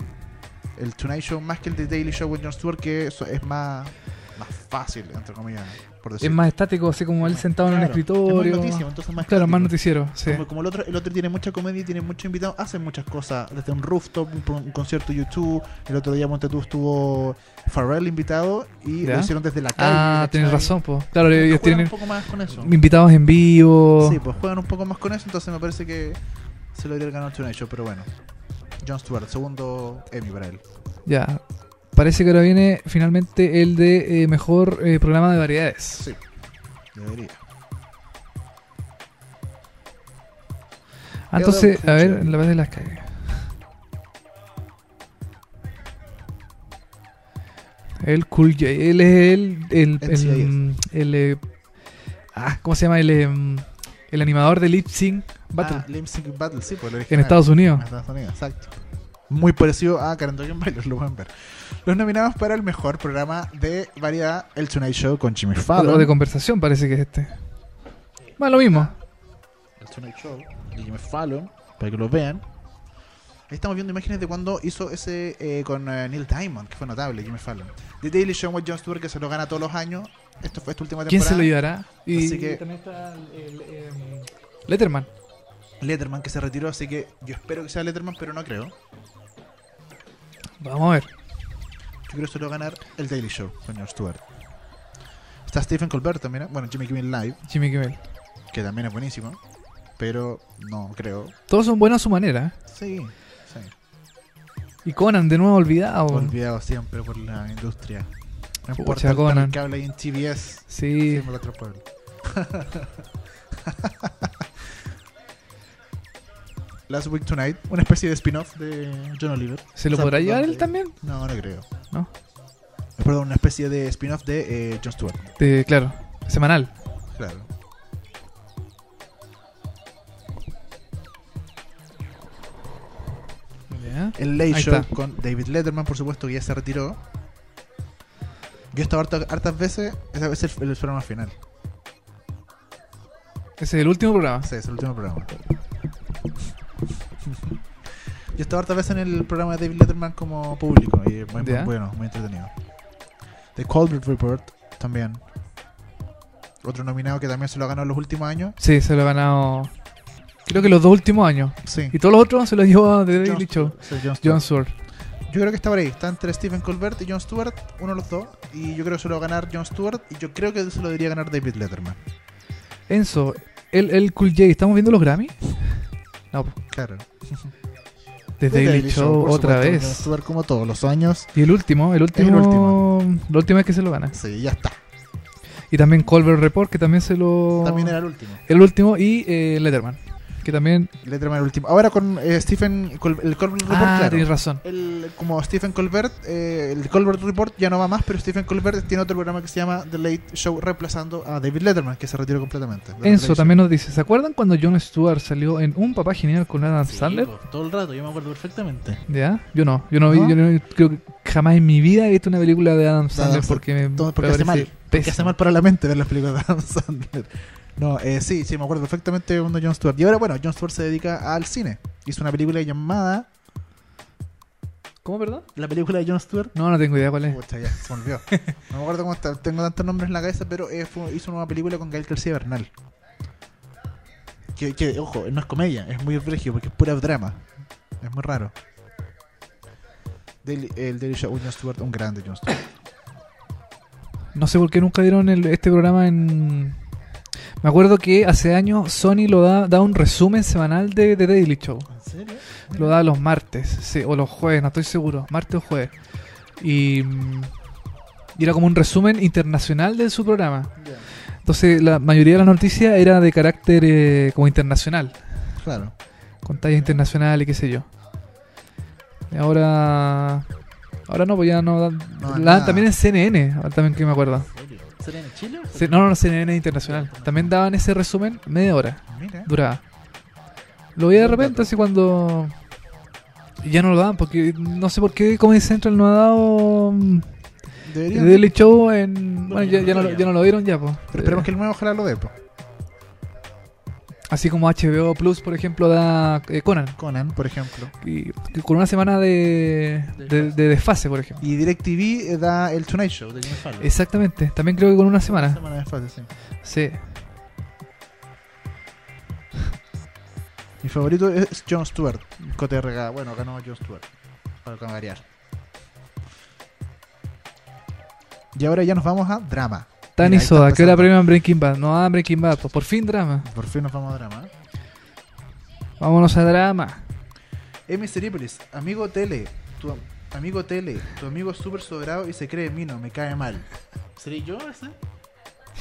S2: el Tonight Show más que el The Daily Show con Jon Stewart, que eso es más, más fácil, entre comillas, por decirlo.
S1: Es más estático, así como él sentado en un
S2: Claro, Es
S1: escritorio.
S2: más noticia, entonces más
S1: claro, más
S2: crítico.
S1: noticiero, sí.
S2: Como, como el otro, el otro tiene mucha comedia y tiene muchos invitados, hacen muchas cosas, desde un rooftop, un, un concierto de YouTube, el otro día Montetú estuvo Farrell invitado y
S1: Ya.
S2: lo hicieron desde la calle.
S1: Ah,
S2: ¿cachai?
S1: tienes razón, po. Claro,
S2: Juegan
S1: ellos tienen
S2: un poco más con eso.
S1: invitados en vivo.
S2: Sí, pues juegan un poco más con eso, entonces me parece que se lo debería ganar Tonight Show, pero bueno. John Stewart, segundo Emmy para él.
S1: Ya. Parece que ahora viene finalmente el de eh, mejor eh, programa de variedades.
S2: Sí, debería.
S1: Ah, entonces,
S2: Pucha.
S1: a ver, la vez de las cagué. El Cool J. Él es el. El. el,
S2: NCIS.
S1: mm, el, eh, ah, ¿Cómo se llama? El, eh, mm, el animador de Lip Sync Battle
S2: Ah, Lip Sync Battle, sí, por el
S1: en
S2: original.
S1: Estados Unidos.
S2: En Estados Unidos, exacto. Muy parecido a Carantogen Bailers, lo pueden ver. Los nominados para el mejor programa de variedad, El Tonight Show con Jimmy
S1: O de
S2: Fallon.
S1: conversación parece que es este. Más lo mismo.
S2: Ah, El Tonight Show de Jimmy Fallon, para que lo vean. Ahí estamos viendo imágenes de cuando hizo ese eh, con eh, Neil Diamond, que fue notable, Jimmy Fallon. The Daily Show with Jon Stewart, que se lo gana todos los años. Esto fue esta última temporada.
S1: ¿Quién se lo llevará? Y
S2: Así que-
S1: también está el, eh, Letterman.
S2: Letterman, que se retiró, así que yo espero que sea Letterman, pero no creo.
S1: Vamos a ver.
S2: Yo creo que se lo va a ganar el Daily Show con Jon Stewart. Está Stephen Colbert también, ¿eh? bueno, Jimmy Kimmel Live.
S1: Jimmy Kimmel.
S2: que que también es buenísimo, pero no creo.
S1: Todos son buenos a su manera. ¿eh?
S2: Sí, sí.
S1: Y Conan, de nuevo olvidado.
S2: Olvidado siempre por la industria. No
S1: Oh. Pucha,
S2: importa el
S1: Conan.
S2: canal que habla ahí en TBS.
S1: Sí.
S2: Siempre lo atropello. Last Week Tonight, una especie de spin-off de John Oliver.
S1: ¿Se lo
S2: O sea,
S1: podrá
S2: perdón,
S1: llevar él
S2: de-
S1: también?
S2: No, no creo.
S1: No.
S2: Eh, Perdón, una especie de spin-off de eh, Jon Stewart.
S1: De- claro, semanal.
S2: Claro.
S1: Ya.
S2: El Late
S1: Ahí
S2: Show
S1: está.
S2: con David Letterman, por supuesto, que ya se retiró. Yo he estado harta- hartas veces, esa vez es el, el programa final.
S1: Ese es el último programa.
S2: Sí, es el último programa. Yo he estado hartas veces en el programa de David Letterman como público y es muy, muy
S1: Ya.
S2: bueno, muy entretenido. The Colbert Report también. Otro nominado que también se lo ha ganado en los últimos años.
S1: Sí, se lo ha ganado. Creo que los dos últimos años.
S2: Sí.
S1: Y todos los otros se los llevó de
S2: Jon
S1: Daily Show.
S2: Stewart. Sí, Jon Stewart.
S1: John Sword.
S2: Yo creo que está por ahí. Está entre Stephen Colbert y Jon Stewart, uno de los dos. Y yo creo que se lo va a ganar Jon Stewart. Y yo creo que se lo debería ganar David Letterman.
S1: Enzo, el, el Cool J, ¿estamos viendo los Grammy? No, po.
S2: Claro.
S1: The
S2: The
S1: Daily, Show
S2: por
S1: otra
S2: supuesto, Jon
S1: vez.
S2: Stewart como todos los años.
S1: Y el último, el último,
S2: último.
S1: La última vez que se lo gana.
S2: Sí, ya está.
S1: Y también Colbert Report, que también se lo.
S2: También era el último.
S1: El último y eh, Letterman, que también.
S2: Letterman era el último. Ahora con eh, Stephen Col- el Colbert Report,
S1: ah,
S2: claro.
S1: tienes razón.
S2: El- como Stephen Colbert, eh, el Colbert Report ya no va más, pero Stephen Colbert tiene otro programa que se llama The Late Show reemplazando a David Letterman, que se retiró completamente. de The Late
S1: Enzo
S2: Show.
S1: también nos dice: ¿Se acuerdan cuando John Stewart salió en Un Papá Genial con Adam
S3: Sí,
S1: Sandler?
S3: po, todo el rato, yo me acuerdo perfectamente.
S1: ¿Ya? Yo no, yo no, vi-
S2: ¿No?
S1: Yo no- creo que jamás en mi vida he visto una película de Adam Sandler
S2: Sandler.
S1: porque me
S2: Todo- porque
S1: me
S2: hace mal,
S1: parece
S2: Que hace
S1: pésimo.
S2: mal para la mente ver las películas de Adam Sandler. No, eh, sí, sí, me acuerdo perfectamente cuando Jon Stewart. Y ahora, bueno, Jon Stewart se dedica al cine. Hizo una película llamada.
S1: ¿Cómo, perdón?
S2: La película de Jon Stewart.
S1: No, no tengo idea cuál es.
S2: Pucha, ya, se me olvidó. No me acuerdo cómo está. Tengo tantos nombres en la cabeza, pero eh, fue- hizo una película con Gael García Bernal. Que, que, ojo, no es comedia, es muy regio porque es pura drama. Es muy raro. Daily- el Daily Show, Jon Stewart, un grande Jon Stewart.
S1: No sé por qué nunca dieron el- este programa en. Me acuerdo que hace años Sony lo da, da un resumen semanal de, de Daily Show.
S2: ¿En serio?
S1: Lo da los martes, sí, o los jueves, no estoy seguro. Martes o jueves. Y. mm, y era como un resumen internacional de su programa. Entonces, la mayoría de las noticias era de carácter eh, como internacional.
S2: Claro.
S1: con talla internacional y qué sé yo. Y ahora. Ahora no, pues ya no. dan-
S2: No dan
S1: la dan
S2: nada.
S1: también en CNN, ahora también que me acuerdo.
S3: ¿Sería en Chile? o
S1: Se- No, no, no, CNN internacional. También daban ese resumen media hora,
S2: Mira.
S1: duraba. Lo vi de repente, así cuando. Y ya no lo daban, porque no sé por qué Comedy Central no ha dado. mm,
S2: Deberían.
S1: el Daily Show en.
S3: Bueno,
S1: Bueno, ya,
S3: ya
S1: ya
S3: no
S1: no,
S3: lo
S1: lo- ya no lo dieron, ya, pues.
S2: Pero esperemos que el nuevo ojalá lo dé, po.
S1: Eh, Así como HBO Plus, por ejemplo, da eh, Conan.
S2: Conan, por ejemplo.
S1: y- y con una semana de, de, de desfase, por ejemplo.
S2: Y DirecTV eh, da el Tonight Show.
S3: de Jimmy Fallon.
S1: Exactamente, también creo que con una semana.
S2: Semana de fase, sí.
S1: Sí.
S2: Mi favorito es Jon Stewart. JRG. Bueno, ganó Jon Stewart. Para cambiar. Y ahora ya nos vamos a drama.
S1: Tan y
S2: Mira, ahí está
S1: Soda, ¿qué hora
S2: empezando.
S1: premian Breaking Bad? No dan Breaking Bad, pues por fin drama.
S2: Por fin nos vamos a drama.
S1: Vámonos a drama.
S2: Emi Cerípolis, amigo Tele. Tu am- amigo Tele. Tu amigo es súper sobrado y se cree mino. Me cae mal.
S3: ¿Seré yo ese?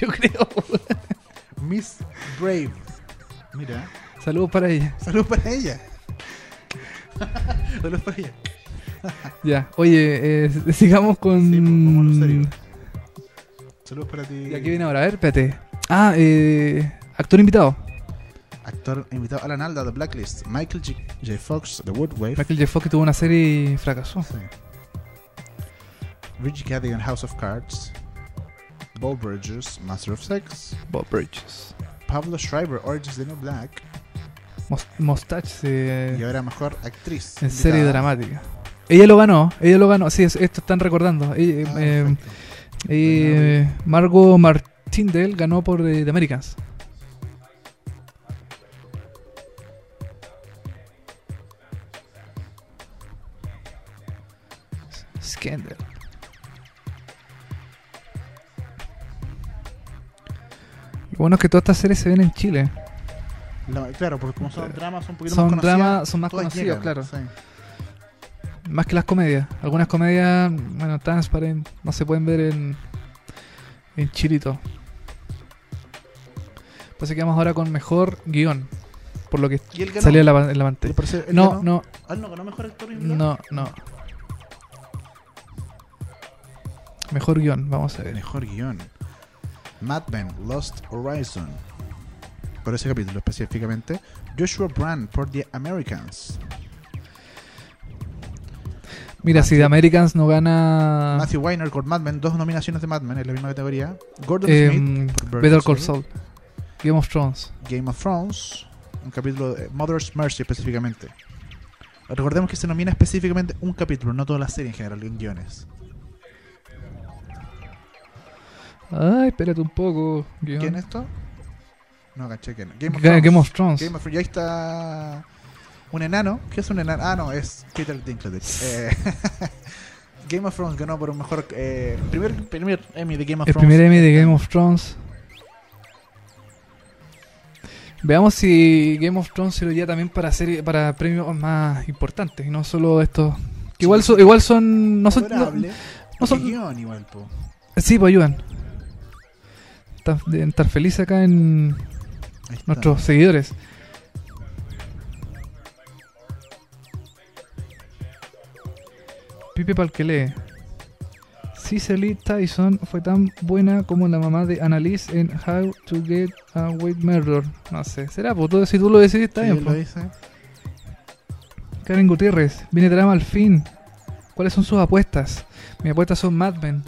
S1: Yo creo.
S2: Miss Brave. Mira. ¿eh?
S1: Saludos para ella.
S2: Salud para ella. Salud para ella.
S1: Ya, oye, eh, sigamos con.
S2: Sí, pues, vamos a lo serio. Saludos para ti.
S1: Mm. ¿Y aquí viene ahora? A ver, espérate. Ah, eh, actor invitado.
S2: Actor invitado Alan Alda, The Blacklist, Michael J. J. Fox, The Woodwave,
S1: Michael J. Fox que tuvo una serie y fracasó.
S2: Rich Cadigan, House of Cards, Bob Burgers, Master of Sex,
S1: Bob Bridges.
S2: Pablo Schreiber, Orange is the New Black,
S1: Mos- Mustache. eh,
S2: y ahora mejor actriz.
S1: En serie
S2: invitada. Ah,
S1: dramática. Ella lo ganó, ella lo ganó. Sí, es- esto están recordando. Ella, eh,
S2: Ah,
S1: eh,
S2: perfecto.
S1: eh, Margot Martindale ganó por eh, The Americans. Scandal. Lo bueno es que todas estas series se ven en Chile.
S2: La- claro, porque como son dramas, son un poquito
S1: Son
S2: más conocidas.
S1: dramas- son más
S2: todas
S1: conocidos, claro.
S2: sí.
S1: Más que las comedias. Algunas comedias, bueno, transparent, no se pueden ver en, en Chilito. Pues así que vamos ahora con mejor guión. Por lo que
S2: ¿Y él ganó?
S1: salía en la, pan- en la pantalla.
S2: Pero se- él
S1: No,
S2: ganó.
S1: no,
S2: Ah, no ganó mejor actor invitado?
S1: no, no. Mejor guión, vamos a ver.
S2: Mejor guión. Mad Men, Lost Horizon. Por ese capítulo específicamente. Joshua Brand por The Americans.
S1: Mira, si The Americans no gana
S2: Matthew Weiner por Mad Men. Dos nominaciones de Mad Men en la misma categoría. Gordon Smith.
S1: eh,
S2: por
S1: Better Call
S2: Saul.
S1: Saul, Game of Thrones.
S2: Game of Thrones. Un capítulo de Mother's Mercy específicamente. Recordemos que se nomina específicamente un capítulo, no toda la serie en general, en guiones.
S1: Ay, espérate un poco. guión.
S2: ¿Quién es esto? No, caché que no. Game
S1: Ga-
S2: of Thrones.
S1: Game of Thrones.
S2: Game of Thrones. Y ahí está un enano. ¿Qué es un enano? Ah, no, es Peter Dinklage. Eh, Game of Thrones ganó por un mejor... eh, primer, primer Emmy de Game of
S1: El
S2: Thrones.
S1: primer Emmy de Game of Thrones. Veamos si Game of Thrones serviría también para serie, para premios más importantes y no solo estos. Que igual son, igual son, no son, no,
S2: Adorable.
S1: no son-
S2: Porque guión igual, po.
S1: sí, pues ayudan. Estar, deben estar feliz acá en
S2: Ahí está.
S1: nuestros seguidores. Pipe pa'l que lee. Cicely Tyson fue tan buena como la mamá de Annalise en How to Get Away with Murder. No sé, será, pues tú- si tú lo decís, está
S2: Sí,
S1: bien.
S2: él
S1: po.
S2: lo dice.
S1: Karen Gutiérrez, viene drama al fin. ¿Cuáles son sus apuestas? Mis apuestas son Mad Men,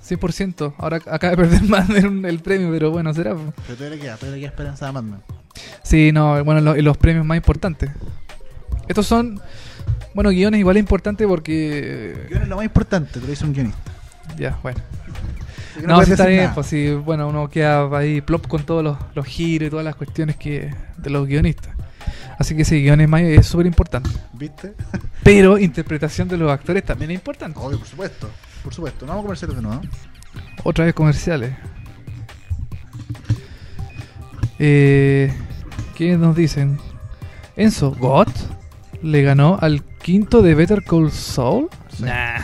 S1: 100%. Ahora acaba de perder Mad Men el premio, pero bueno, será. po.
S2: Pero todavía le queda, todavía le queda esperanza a Mad Men.
S1: Sí, no, bueno, lo- y los premios más importantes. Estos son, bueno, guiones igual importantes porque...
S2: Guión es lo más importante, te lo dice un guionista.
S1: Ya, bueno.
S2: Así que
S1: No,
S2: puedes
S1: sí está
S2: decir
S1: bien,
S2: nada.
S1: pues sí, bueno, uno queda ahí plop con todos los, los giros y todas las cuestiones que de los guionistas. Así que sí, guiones más es súper importante.
S2: ¿Viste?
S1: Pero interpretación de los actores también es importante.
S2: Obvio, por supuesto. Por supuesto. No vamos a comerciales de nuevo. ¿eh?
S1: Otra vez comerciales. Eh, ¿Qué nos dicen? Enzo, ¿God? ¿Le ganó al quinto de Better Call Saul?
S2: Sí.
S1: Nah.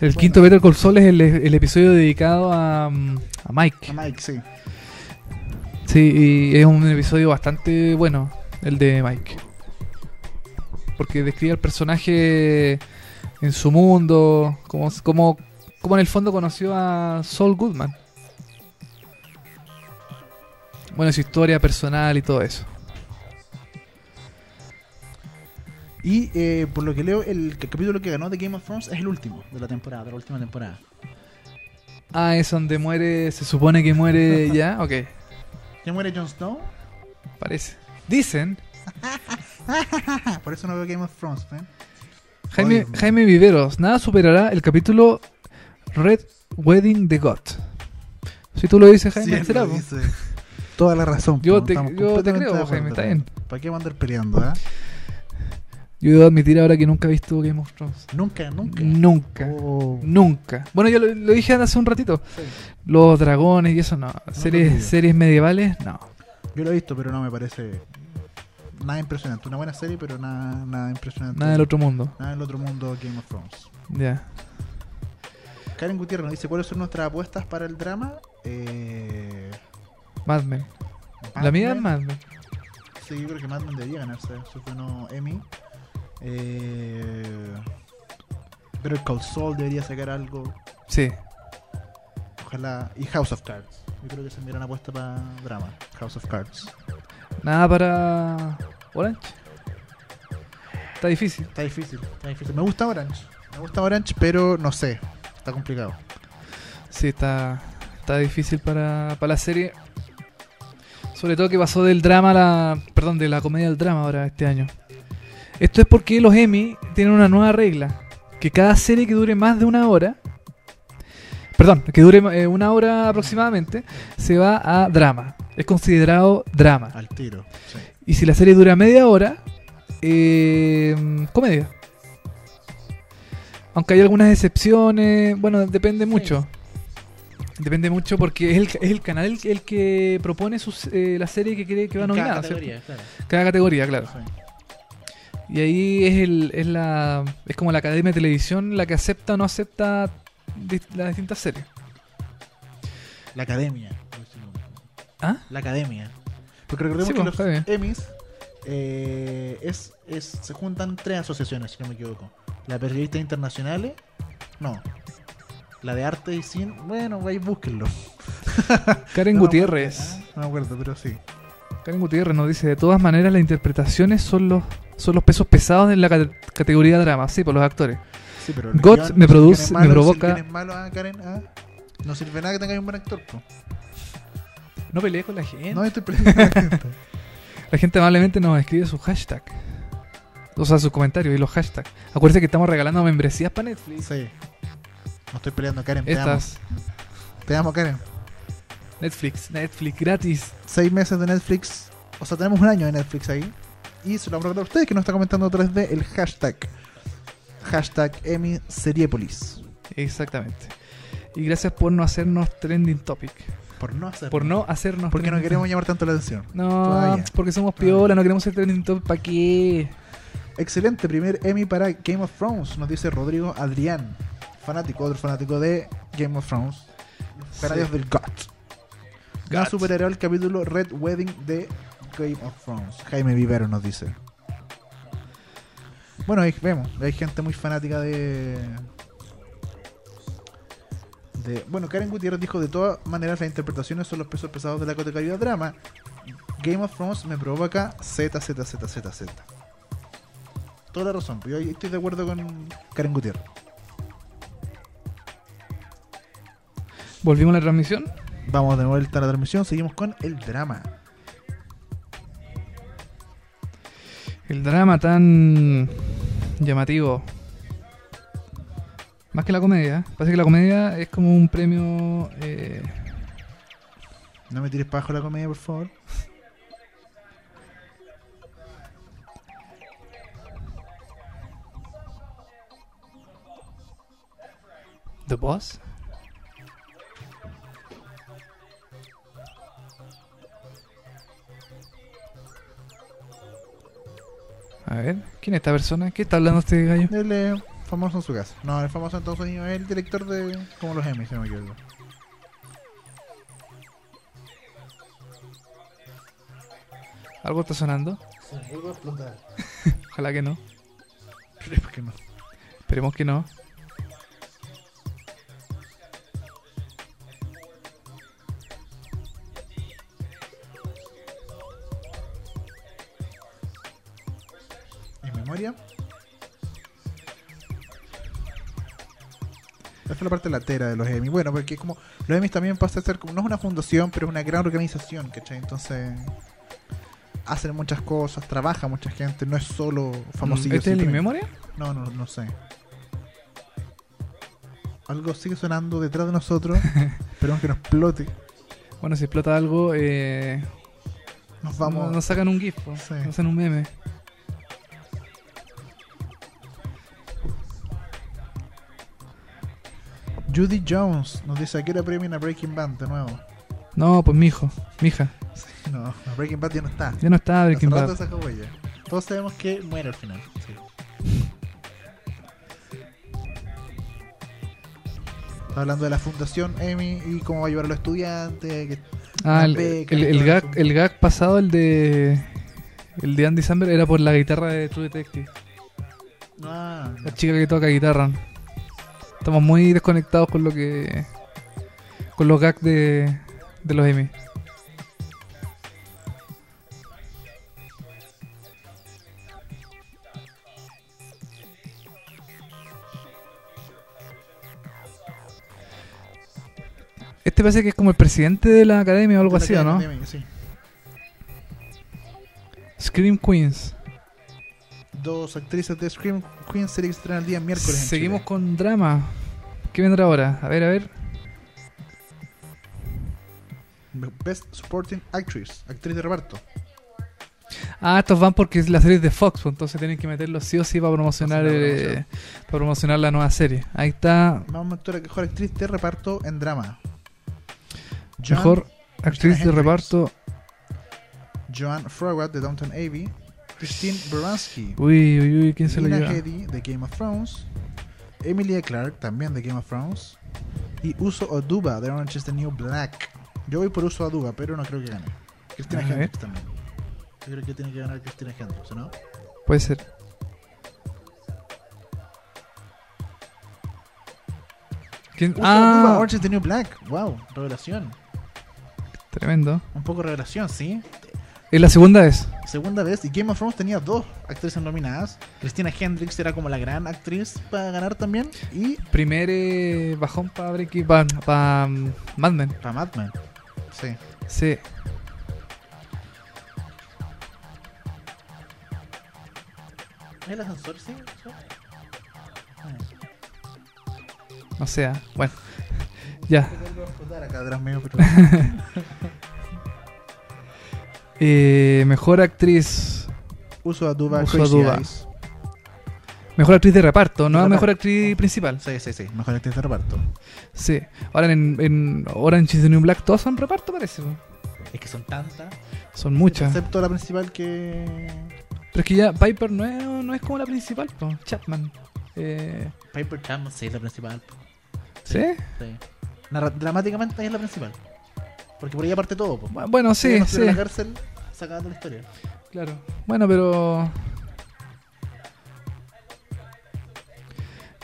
S1: El quinto Better Call Saul es el, el episodio dedicado a, mm, a
S2: A
S1: Mike.
S2: Mike, sí.
S1: Sí, y es un episodio bastante bueno, el de Mike. Porque describe al personaje en su mundo, como, como, como en el fondo conoció a Saul Goodman. Bueno, su historia personal y todo eso.
S2: Y eh, por lo que leo, el c- capítulo que ganó de Game of Thrones es el último de la temporada, de la última temporada.
S1: Ah, es donde muere, se supone que muere ya, ok,
S2: ¿Ya muere Jon Snow?
S1: parece. Dicen,
S2: Ah, por eso no veo Game of Thrones, ¿eh? man.
S1: Jaime,
S2: Oye, man.
S1: Jaime Viveros, nada superará el capítulo Red Wedding de God. Si tú lo dices, Jaime,
S2: Siempre
S1: será, po.
S2: dice. Toda la razón.
S1: Yo
S2: po,
S1: te-
S2: estamos
S1: yo te
S2: completamente
S1: creo,
S2: de acuerdo,
S1: Jaime, está
S2: po.
S1: bien.
S2: ¿Para qué va a andar peleando, ah?
S1: Yo debo admitir ahora que nunca he visto Game of Thrones.
S3: Ah,
S2: Nunca, nunca.
S1: Mm. Nunca.
S2: Oh.
S1: Nunca. Bueno, yo lo, lo dije hace un ratito.
S2: Sí.
S1: Los dragones y eso no. Series,
S2: contigo.
S1: series medievales, no.
S2: Yo lo he visto, pero no me parece nada impresionante. Una buena serie, pero nada, nada impresionante.
S1: Nada del otro mundo.
S2: Nada del otro mundo Game of Thrones.
S1: Ya.
S2: Karen Gutiérrez nos dice, ¿cuáles son nuestras apuestas para el drama? Eh,
S1: Mad Men. La
S2: Mad
S1: mía es
S2: Men.
S1: Mad Men.
S2: Sí, yo creo que Mad Men debería ganarse su ganó Emmy. Eh, pero el Cold Soul debería sacar algo.
S1: Sí.
S2: Ojalá. Y House of Cards. Yo creo que se me una apuesta para drama. House of Cards.
S1: Nada para Orange. Está difícil.
S2: Está difícil, está difícil. Me gusta Orange. Me gusta Orange, pero no sé. Está complicado.
S1: Sí, está, está difícil para, para la serie. Sobre todo que pasó del drama a la. Perdón, de la comedia al drama ahora este año. Esto es porque los Emmy tienen una nueva regla. Que cada serie que dure más de una hora. Perdón, que dure eh, una hora aproximadamente. Se va a drama. Es considerado drama.
S2: Al tiro. Sí.
S1: Y si la serie dura media hora, eh, comedia. Aunque hay algunas excepciones, bueno, depende mucho. Depende mucho porque es el, es el canal el, el que propone sus, eh, la serie que cree que va a
S3: En cada
S1: nominar. ¿cierto?
S3: categoría, claro.
S1: Cada categoría, claro.
S3: Sí.
S1: Y ahí es, el, es, la, es como la Academia de Televisión la que acepta o no acepta dis- las distintas series.
S3: La academia.
S1: ¿Ah?
S3: La academia. Porque recordemos
S1: Sí,
S3: que
S1: pues,
S3: los
S1: está bien.
S3: Emmys eh, es, es- se juntan tres asociaciones, si no me equivoco. La de periodistas internacionales, no. La de arte y cine, bueno, ahí búsquenlo.
S1: Karen
S3: No me acuerdo,
S1: Gutiérrez.
S3: ¿ah?
S2: No me acuerdo, pero sí.
S1: Karen Gutiérrez nos dice, de todas maneras las interpretaciones son los son los pesos pesados en la cate- categoría drama, sí, por los actores.
S2: Sí, pero
S1: God me produce-
S2: si
S1: me
S2: el guion es malo, si el
S1: provoca-
S2: guion es malo, ah, Karen, ah, no sirve nada que tengáis un buen actor. po.
S1: No pelees con la gente.
S2: No, estoy perdiendo la gente.
S1: La gente amablemente nos escribe su hashtag. O sea, sus comentarios y los hashtags. Acuérdense que estamos regalando membresías para Netflix.
S2: Sí. No estoy peleando, Karen. Te
S1: Estas.
S2: amo. Te amo, Karen.
S1: Netflix, Netflix gratis.
S2: Seis meses de Netflix. O sea, tenemos un año de Netflix ahí. Y se lo vamos a recordar a ustedes que nos está comentando 3D el hashtag. Hashtag Emi Seriepolis.
S1: Exactamente. Y gracias por no hacernos trending topic.
S3: Por no hacer.
S1: Por no hacernos
S2: Porque no
S1: trending
S2: queremos llamar tanto la atención.
S1: topic. No,
S2: Todavía.
S1: porque somos piola, no queremos ser trending topic. ¿Para qué?
S2: Excelente, primer Emmy para Game of Thrones, nos dice Rodrigo Adrián, fanático, otro fanático de Game of Thrones, fanáticos del GOT. Ya
S1: Got.
S2: superará el capítulo Red Wedding de Game of Thrones. Jaime Vivero nos dice. Bueno, ahí vemos, hay gente muy fanática de... de bueno, Karen Gutiérrez dijo, de todas maneras las interpretaciones son los pesos pesados de la categoría drama. Game of Thrones me provoca Z, Z, Z, Z, Z. Toda la razón, yo ahí estoy de acuerdo con Karen Gutiérrez.
S1: Volvimos a la transmisión.
S2: Vamos de vuelta a la transmisión, seguimos con el drama.
S1: El drama tan llamativo. Más que la comedia. ¿eh? Parece que la comedia es como un premio... eh,
S2: No me tires para abajo la comedia, por favor.
S1: ¿The Boss? A ver, ¿quién es esta persona? ¿Qué está hablando este gallo?
S2: Él es eh, famoso en su casa. No, el famoso en Estados Unidos es el director de como los Emmys, si no me equivoco.
S1: ¿Algo está sonando? Ojalá que no.
S2: ¿Por qué no?
S1: Esperemos que no.
S2: En memoria. Esta es la parte latera de los Emmys. Bueno, porque es como los Emmys también pasa a ser como no es una fundación, pero es una gran organización, ¿cachai? Entonces hacen muchas cosas, trabaja mucha gente, no es solo famosillo.
S1: ¿Este es el
S2: simplemente.
S1: In memoria?
S2: No, no, no sé. Algo sigue sonando detrás de nosotros. Esperemos que nos explote.
S1: Bueno, si explota algo, eh,
S2: Nos vamos.
S1: no- nos sacan un GIF, po.
S2: Sí.
S1: nos hacen un meme.
S2: Judy Jones nos dice que era premio a Breaking Bad de nuevo.
S1: No, pues mi hijo, mi hija.
S2: No, Breaking Bad ya no está.
S1: Ya no está Breaking
S2: Hace rato
S1: Bad.
S2: se acabó ya.
S3: Todos sabemos que muere al final. sí.
S2: Está hablando de la fundación Emmy y cómo va a llevar a los estudiantes. que-
S1: Ah, el,
S2: beca,
S1: el- el
S2: todo
S1: gag,
S2: eso.
S1: el gag pasado, el de el de Andy Samberg, era por la guitarra de True Detective.
S2: Ah,
S1: La chica que toca guitarra. Estamos muy desconectados con lo que. con los gags de, de los Emmy. Este parece que es como el presidente de la academia o algo así, ¿o no?
S2: Emmy, sí.
S1: Scream Queens.
S2: Dos actrices de Scream Queen Series estrenan el día miércoles. en
S1: Seguimos
S2: Chile.
S1: con drama. ¿Qué vendrá ahora? A ver, a ver.
S2: Best Supporting Actress, actriz de reparto.
S1: Ah, estos van porque es la serie es de Fox, pues, entonces tienen que meterlos sí o sí para promocionar,
S2: Para hacer la
S1: eh,
S2: promoción.
S1: para promocionar la nueva serie. Ahí está.
S2: Más actora que mejor actriz de reparto en drama. Joan-
S1: Mejor actriz de
S2: Hendricks.
S1: reparto.
S2: Joan Frogwatt de Downton Abbey. Christine Baranski.
S1: Uy, uy, uy, ¿quién se lo
S2: Lena
S1: lleva?
S2: Headey de Game of Thrones. Emilia Clarke también de Game of Thrones. Y Uso Oduba de Orange is the New Black. Yo voy por Uso Oduba, pero no creo que gane. Cristina
S1: A ver.
S2: Hendricks también.
S3: Yo creo que tiene que ganar Cristina Hendricks, ¿o ¿no?
S1: Puede ser. ¿Quién?
S2: Uso Oduba,
S1: Ah,
S2: Orange is the New Black. Wow,
S3: Revelación.
S1: tremendo.
S2: un poco revelación, ¿sí?
S1: Es la segunda vez.
S2: Segunda vez. Y Game of Thrones tenía dos actrices nominadas. Cristina Hendricks era como la gran actriz para ganar también.
S3: Y
S1: Primer eh, bajón para Breaking Bad, para mm, Mad Men.
S2: Para Mad Men. Sí.
S1: Sí.
S3: ¿Es el ascensor, sí? ¿Sí? Ah,
S1: O sea, bueno. ya.
S3: te vuelvo a explotar acá atrás.
S2: Medio, pero-
S1: Eh, mejor actriz.
S2: Uso Aduba,
S1: Uso
S2: Crazy
S1: Aduba.
S2: Eyes.
S1: Mejor actriz de reparto, no
S2: De
S1: mejor
S2: reparto.
S1: actriz principal.
S2: Sí, sí, sí. Mejor actriz de reparto.
S1: Sí. Ahora en, en Orange is the New Black todas son reparto, parece.
S3: Es que son tantas.
S1: Son muchas.
S2: Excepto la principal que.
S1: Pero es que ya Piper no es, no es como la principal, po. Chapman. Eh,
S3: Paper Chapman, sí, es la principal.
S1: ¿Sí?
S3: Sí. Narra- dramáticamente es la principal. Porque por ahí aparte todo. po.
S1: Bu- Bueno,
S3: Ella
S1: sí,
S3: no estuvo
S1: sí.
S3: en la cárcel, se acaba toda la historia.
S1: Claro. Bueno, pero.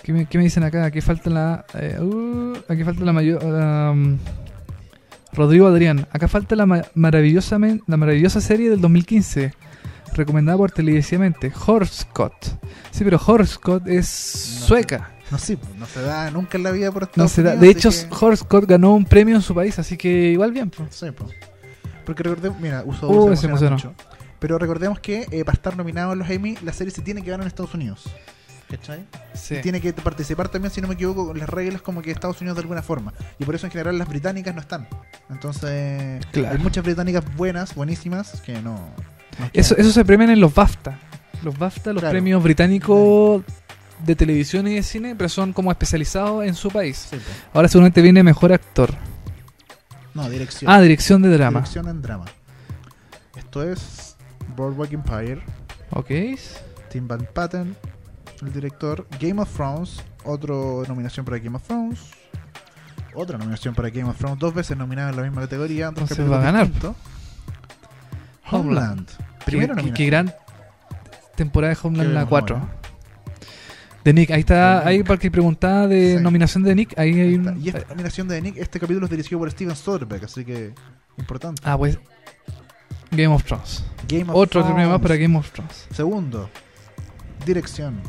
S1: ¿Qué me, qué me dicen acá? Aquí falta la. eh, uh, aquí falta la mayor. um, Rodrigo Adrián. Acá falta la, ma- maravillosa men- la maravillosa serie del 2015. Recomendada por televisivamente. Horoscott. Sí, pero Horoscott es
S2: No.
S1: sueca.
S2: No, sí, pues, no se da nunca en la vida por
S1: No
S2: Estados
S1: se da-
S2: Unidos,
S1: De
S2: así
S1: hecho,
S2: que-
S1: Horoscott ganó un premio en su país, así que igual bien. po.
S2: Sí, pues. Porque recordemos. Mira, uso
S1: Uh,
S2: se
S1: se
S2: emociona
S1: emocionó.
S2: mucho. Pero recordemos que eh, para estar nominado en los Emmy, la serie se tiene que ganar en Estados Unidos.
S3: ¿Cachai?
S1: Sí.
S2: Y tiene que participar también, si no me equivoco, con las reglas como que Estados Unidos de alguna forma. Y por eso en general las británicas no están. Entonces,
S1: Claro.
S2: hay muchas británicas buenas, buenísimas, que no. no
S1: Eso,
S2: quedan.
S1: eso se premian en los BAFTA. Los BAFTA, los
S2: Claro.
S1: premios británicos de televisión y de cine, pero son como especializados en su país.
S2: Sí, pues.
S1: Ahora seguramente viene mejor actor.
S2: No, dirección.
S1: Ah, dirección de drama.
S2: Dirección en drama. Esto es Boardwalk Empire,
S1: Ok.
S2: Tim Van Patten, el director. Game of Thrones, otro nominación para Game of Thrones. Otra nominación para Game of Thrones, dos veces nominada en la misma categoría. dos
S1: Entonces va a
S2: capítulos
S1: ganar.
S2: distintos. Homeland. Primero
S1: qué, qué-
S2: nominación.
S1: qué gran temporada de Homeland
S2: Qué
S1: la
S2: gran
S1: 4.
S2: Homeland.
S1: De Nick, ahí
S2: De
S1: está,
S2: Nick.
S1: ahí para que preguntaba de
S2: Sí.
S1: nominación de Nick, ahí hay un-
S2: Y esta nominación de Nick, este capítulo es dirigido por Steven Soderbergh, así que importante.
S1: Ah, pues Game of Thrones.
S2: Game of
S1: Otro
S2: Thrones.
S1: premio más para Game of Thrones.
S2: Segundo, dirección.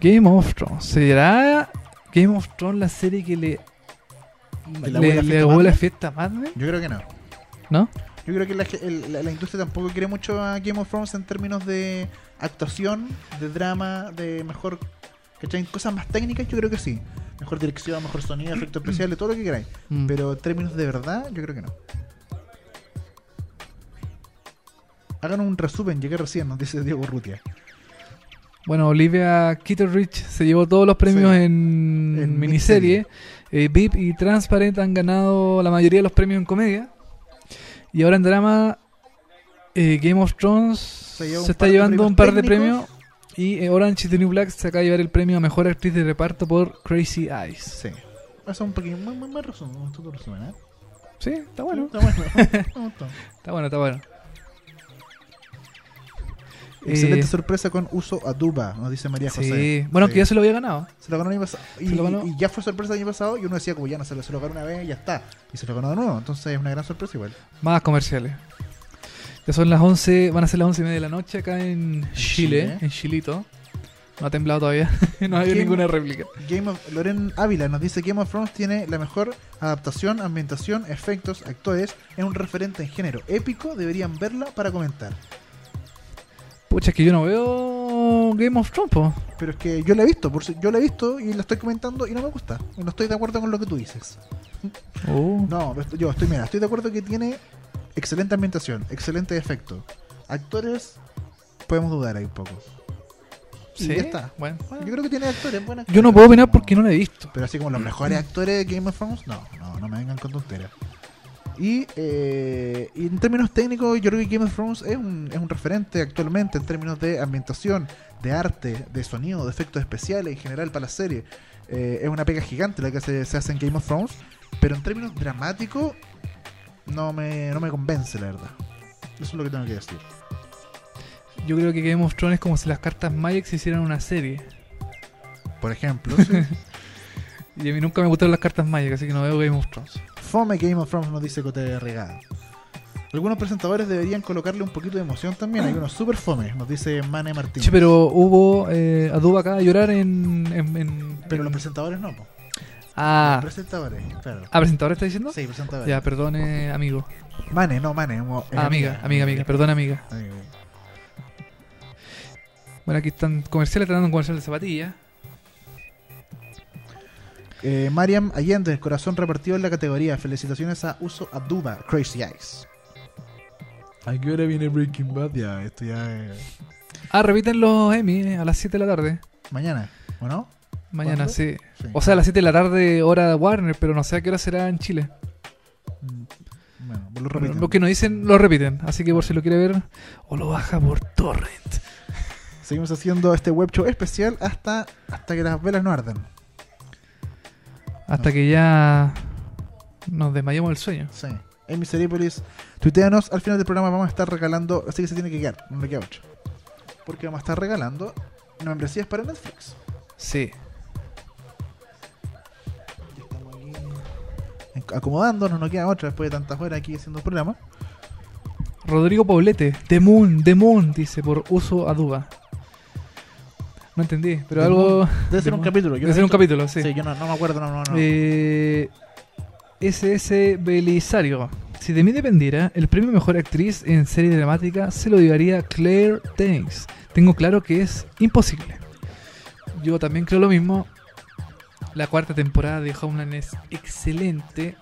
S1: Game of Thrones. ¿Será Game of Thrones la serie que le
S2: ¿Que le
S1: le
S2: huele
S1: le
S2: la fiesta
S1: huele
S2: a Mad
S1: a
S2: Men?
S1: fiesta a Mad Men?
S2: Yo creo que no.
S1: ¿No?
S2: Yo creo que la, ge- el- la- la industria tampoco quiere mucho a Game of Thrones en términos de actuación, de drama, de mejor. ¿Cachai? Cosas más técnicas, yo creo que sí. Mejor dirección, mejor sonido, efectos especiales, todo lo que queráis.
S1: Mm.
S2: Pero en términos de verdad, yo creo que no. Hagan un resumen, llegué recién, nos dice Diego Rutia.
S1: Bueno, Olivia Kitteridge se llevó todos los premios
S2: Sí.
S1: en,
S2: En
S1: miniserie. Eh, VIP y Transparent han ganado la mayoría de los premios en comedia. Y ahora en drama, eh, Game of Thrones se,
S2: lleva un
S1: está
S2: par de
S1: llevando un par de premios.
S2: premios
S1: Y eh, Orange is the New Black se acaba de llevar el premio a Mejor Actriz de Reparto por Crazy Eyes.
S2: Sí. Eso es un pequeño, muy, muy buen resumen, un todo resumen, ¿eh?
S1: Sí, está bueno.
S2: Está bueno. Me gustó.
S1: Está bueno, está bueno.
S2: Excelente
S1: Eh,
S2: sorpresa con Uso Aduba, nos dice María José.
S1: sí. Bueno,
S2: Sí.
S1: que ya se lo había ganado.
S2: Se lo ganó el año pasado. Y,
S1: Se lo ganó.
S2: y ya fue sorpresa el año pasado. Y uno decía, como ya no se lo, se lo ganó una vez y ya está. Y se lo ganó de nuevo. Entonces es una gran sorpresa igual.
S1: Más comerciales. Ya son las 11, van a ser las 11 y media de la noche acá en Chile,
S2: Chile.
S1: en Chilito. No ha temblado todavía, no ha habido
S2: ¿Quién?
S1: ninguna réplica.
S2: Game of, Loren Ávila nos dice: Game of Thrones tiene la mejor adaptación, ambientación, efectos, actores. Es un referente en género épico. Deberían verla para comentar.
S1: Pucha, es que yo no veo Game of Thrones, po.
S2: Pero es que yo la he visto. Por, si- yo la he visto y la estoy comentando y no me gusta. No estoy de acuerdo con lo que tú dices. No, pero yo estoy, mira, estoy de acuerdo que tiene excelente ambientación, excelente efecto. Actores, podemos dudar ahí un poco. y ya está.
S1: Bueno,
S2: Yo creo que tiene actores buenos.
S1: Yo no puedo opinar porque no la he visto.
S3: Pero así como los mejores actores de Game of Thrones, no, no, no me vengan con tonteras.
S2: Y, eh, y en términos técnicos, yo creo que Game of Thrones es un, es un referente actualmente en términos de ambientación, de arte, de sonido, de efectos especiales en general para la serie. Eh, es una pega gigante la que se, se hace en Game of Thrones, pero en términos dramáticos no me, no me convence, la verdad.
S3: Eso es lo que tengo que decir.
S1: Yo creo que Game of Thrones es como si las cartas Magic se hicieran una serie.
S2: Por ejemplo, sí.
S1: Y a mí nunca me gustaron las cartas Magic, así que no veo Game of Thrones.
S3: Fome Game of Thrones nos dice Cote Regada.
S2: algunos presentadores deberían colocarle un poquito de emoción también. Hay unos super fome, nos dice Mane Martínez. pero,
S1: pero hubo eh, a Duba acá a llorar en. en- en-
S2: los presentadores no, po.
S1: Ah,
S2: presentadores, claro.
S1: ¿a presentador está diciendo?
S2: Sí, presentadores.
S1: Ya, perdone, amigo.
S2: Mane, no, Mane. mo- es
S1: Ah, amiga, amiga, amiga, perdón, amiga.
S2: Amiga.
S1: Bueno, aquí están comerciales tratando un comercial de zapatillas.
S2: Eh, Mariam Allende, corazón repartido en la categoría. Felicitaciones a Uso Aduba, Crazy Eyes.
S3: ¿A qué hora viene Breaking Bad? Ya, esto ya es...
S1: Ah, repiten los Emmy eh, a las 7 de la tarde.
S3: Mañana, ¿o no?
S1: Mañana,
S3: ¿Cuándo?
S1: sí.
S3: Sí.
S1: O sea, a las 7 de la tarde, hora de Warner, pero no sé a qué hora será en Chile.
S3: Mm, Bueno, vos lo
S1: Pero
S3: repiten.
S1: Lo que nos dicen, lo repiten. Así que por si lo quiere ver, o lo baja por torrent.
S2: Seguimos haciendo este web show especial hasta, hasta que las velas no arden.
S1: Hasta que ya nos desmayemos del sueño.
S2: Sí. En Miserípolis, tuiteanos. Al final del programa vamos a estar regalando. Así que se tiene que quedar, no le queda ocho. Porque vamos a estar regalando membresías para Netflix.
S1: Sí.
S2: En- Acomodándonos, no queda otra después de tantas horas aquí haciendo el programa.
S1: Rodrigo Poblete, The Moon, The Moon, dice por uso aduba. No entendí, pero
S3: The
S1: algo.
S3: Debe ser
S1: de
S3: un
S1: mo-
S3: capítulo. yo
S1: Debe
S3: no
S1: ser
S3: he
S1: un
S3: visto-
S1: capítulo, sí.
S3: Sí, yo no, no me acuerdo, no, no, no.
S1: Eh, SS Belisario. Si de mí dependiera, el premio Mejor Actriz en serie dramática se lo llevaría Claire Danes. Tengo claro que es imposible. Yo también creo lo mismo. La cuarta temporada de Homeland es excelente.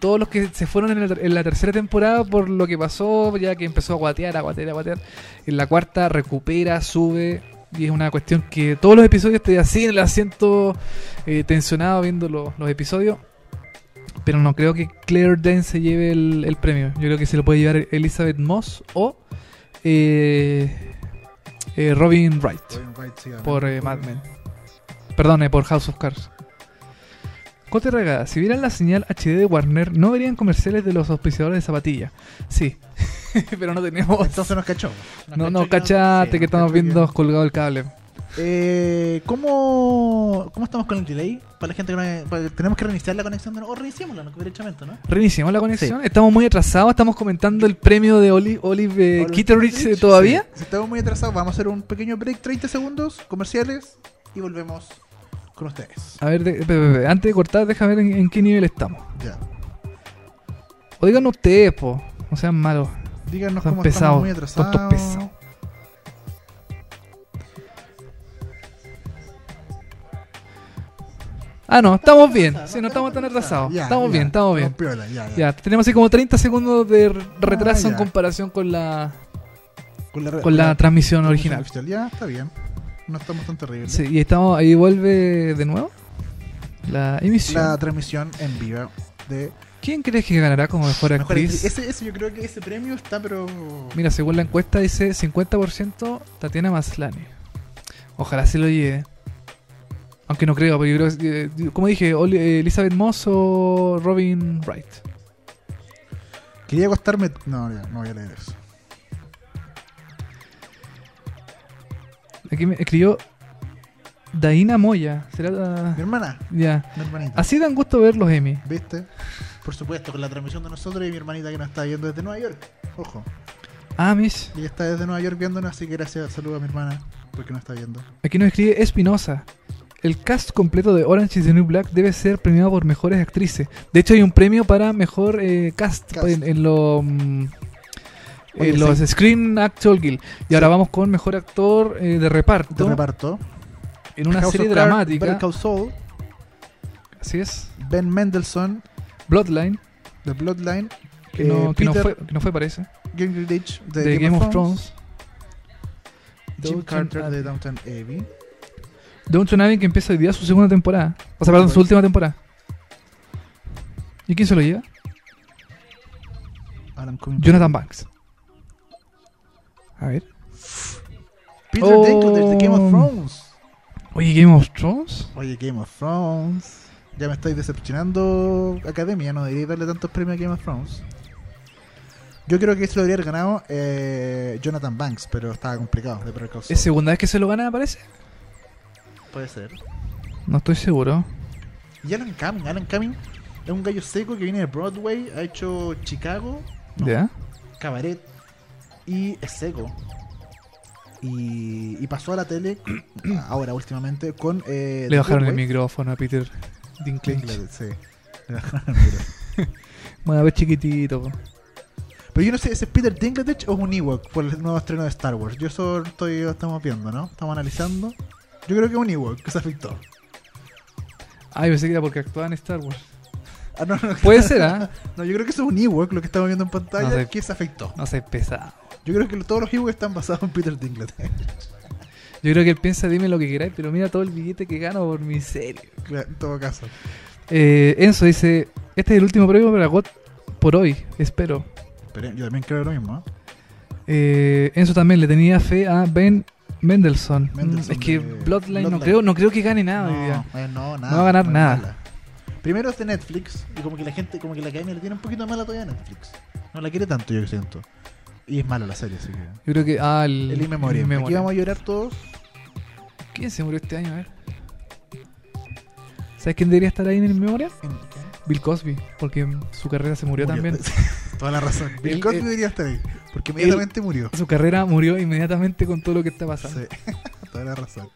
S1: Todos los que se fueron en la, ter- en la tercera temporada por lo que pasó, ya que empezó a guatear, a guatear, a guatear. En la cuarta recupera, sube. Y es una cuestión que todos los episodios estoy así en el asiento eh, tensionado viendo lo- los episodios. Pero no creo que Claire Danes se lleve el, el premio. Yo creo que se lo puede llevar Elizabeth Moss o eh, eh, Robin Wright
S2: Robin Wright, sí,
S1: por eh,
S2: obviamente.
S1: Mad Men. Perdón, eh, por House of Cards. Cote regada, si vieran la señal HD de Warner, no verían comerciales de los auspiciadores de zapatilla. Sí, pero no tenemos.
S2: Entonces Oh, nos cachó.
S1: No, no,
S3: cachó que no-
S1: cachate que
S3: sí, no
S1: estamos
S3: cachó que-
S1: viendo colgado el cable.
S2: Eh, ¿cómo, ¿Cómo estamos con el delay? Para la gente que no- para- tenemos que reiniciar la conexión de nuevo. O reiniciémosla ¿no? directamente, ¿no?
S1: Reiniciamos la conexión. Estamos muy atrasados. Estamos comentando el premio de Oli- Olive eh,
S2: Olive
S1: Kitteridge eh,
S2: Kitteridge,
S1: todavía.
S2: Si estamos muy atrasados, vamos a hacer un pequeño break, 30 segundos, comerciales, y volvemos con ustedes.
S1: A ver, de- pe- pe- pe- antes de cortar, deja ver en, en qué nivel estamos.
S2: Ya.
S1: O díganos ustedes, po. No sean malos.
S2: Díganos
S1: Son
S2: cómo
S1: pesados,
S2: estamos muy
S1: tontos
S2: atrasados.
S1: pesados. Ah, no, estamos bien.
S2: atrasados,
S1: Sí,
S2: no
S1: no estamos tan
S2: estamos
S1: atrasados.
S2: Ya,
S1: Estamos
S2: ya,
S1: bien, estamos bien.
S2: piola, ya, ya.
S1: Ya, tenemos así como 30 segundos de r- retraso
S2: Ah,
S1: en
S2: ya.
S1: comparación con la,
S2: Con la,
S1: con la transmisión original.
S2: oficial. Ya, está bien. No estamos tan terribles.
S1: Sí, y estamos, ahí vuelve de nuevo la emisión.
S2: La transmisión en vivo de
S1: ¿Quién crees que ganará como mejor
S2: Mejor
S1: actriz?
S2: actriz. Ese, ese, yo creo que ese premio está, pero.
S1: Mira, según la encuesta dice 50% Tatiana Maslany. Ojalá se lo lleve. Aunque no creo, pero yo creo que, eh, como dije, Oli- eh, Elizabeth Moss o Robin Wright.
S2: Quería acostarme. No, ya, no voy a leer eso.
S1: Aquí me escribió Daina Moya. Será la-
S2: Mi hermana,
S1: Ya.
S2: mi hermanita.
S1: Así dan gusto ver los Emmy.
S2: ¿Viste? Por supuesto, con la transmisión de nosotros y mi hermanita que nos está viendo desde Nueva York. Ojo,
S1: Amish.
S2: ella está desde Nueva York viéndonos, así que gracias, saludo a mi hermana, porque nos está viendo.
S1: Aquí nos escribe Espinosa. El cast completo de Orange is the New Black debe ser premiado por mejores actrices. De hecho, hay un premio para mejor eh, cast,
S2: Cast.
S1: en, en lo, mm,
S2: Oye,
S1: en los Screen Actor Guild. Y ahora vamos con mejor actor eh, de reparto
S2: Te reparto.
S1: en una
S2: House
S1: serie
S2: of Cards,
S1: dramática.
S2: Better Call Saul,
S1: Así es.
S2: Ben Mendelssohn,
S1: Bloodline,
S2: The Bloodline,
S1: que,
S2: eh,
S1: no, que no
S2: Peter
S1: fue, que no fue, parece.
S2: Gingrich de,
S1: De Game, of Thrones.
S2: Jim
S1: Downton
S2: Carter
S1: Abbey.
S2: de Downton Abbey.
S1: Downton Abbey que empieza hoy día su segunda temporada. O sea, perdón, su última temporada. ¿Y quién se lo lleva?
S2: Alan Cumming.
S1: Jonathan Banks. A ver.
S2: Peter
S1: Oh.
S2: Dinklage de Game of Thrones.
S1: Oye, Game of Thrones.
S2: Oye, Game of Thrones. Ya me estáis decepcionando, Academia. No debería darle tantos premios a Game of Thrones. Yo creo que se lo habría ganado eh, Jonathan Banks, pero estaba complicado de precaución.
S1: ¿Es segunda vez que se lo gana, parece?
S2: Puede ser.
S1: No estoy seguro.
S2: Y Alan Cumming. Alan Cumming es un gallo seco que viene de Broadway, ha hecho Chicago, No.
S1: ¿Ya?
S2: Cabaret y es seco. Y, y pasó a la tele ahora últimamente con... eh, The
S1: Le bajaron el
S2: Good Wife.
S1: micrófono a Peter pues. Dinklage.
S2: Dinklage, sí. Le bajaron el micro.
S1: Bueno, a ver chiquitito. po.
S2: Pero yo no sé, ¿ese es Peter Dinklage o es un Ewok por el nuevo estreno de Star Wars? Yo eso estoy, lo estamos viendo, ¿no? Estamos analizando. Yo creo que es un Ewok que se afectó.
S1: Ah, yo pensé que era porque actuaba en Star Wars.
S2: Ah, no, no,
S1: Puede ser, ¿ah?
S2: no, yo creo que eso es un Ewok lo que estamos viendo en pantalla
S1: No sé.
S2: que se afectó.
S1: No sé, pesado.
S2: Yo creo que todos los Ewoks están basados en Peter Dinklage.
S1: Yo creo que él piensa, dime lo que queráis, pero mira todo el billete que gano por mi serie.
S2: Claro, en todo caso.
S1: Eh, Enzo dice, este es el último premio para GOT por hoy, espero.
S2: Pero yo también creo lo mismo, ¿eh?
S1: Eh, Enzo también le tenía fe a Ben Mendelssohn.
S2: Mendelssohn
S1: Mm, es que
S2: de-
S1: Bloodline, No,
S2: Bloodline.
S1: creo, no creo que gane nada hoy día.
S2: eh, no, nada.
S1: No va a ganar
S2: muy
S1: nada.
S2: mala. Primero es de Netflix, y como que la gente, como que la academia le tiene un poquito mala todavía a Netflix. No la quiere tanto, yo siento. Y es mala la serie, así que.
S1: Yo creo que... Ah, el,
S2: El Inmemorial.
S1: el
S2: Aquí
S1: Inmemorial.
S2: vamos a llorar todos.
S1: ¿Quién se murió este año? A ver. ¿Sabes quién debería estar ahí en el memoria? Bill Cosby, porque su carrera se murió, también.
S2: Toda la razón.
S1: Él-
S2: Bill Cosby
S1: él-
S2: debería estar ahí. Porque inmediatamente murió.
S1: Su carrera murió inmediatamente con todo lo que está pasando.
S2: Sí. Toda la razón.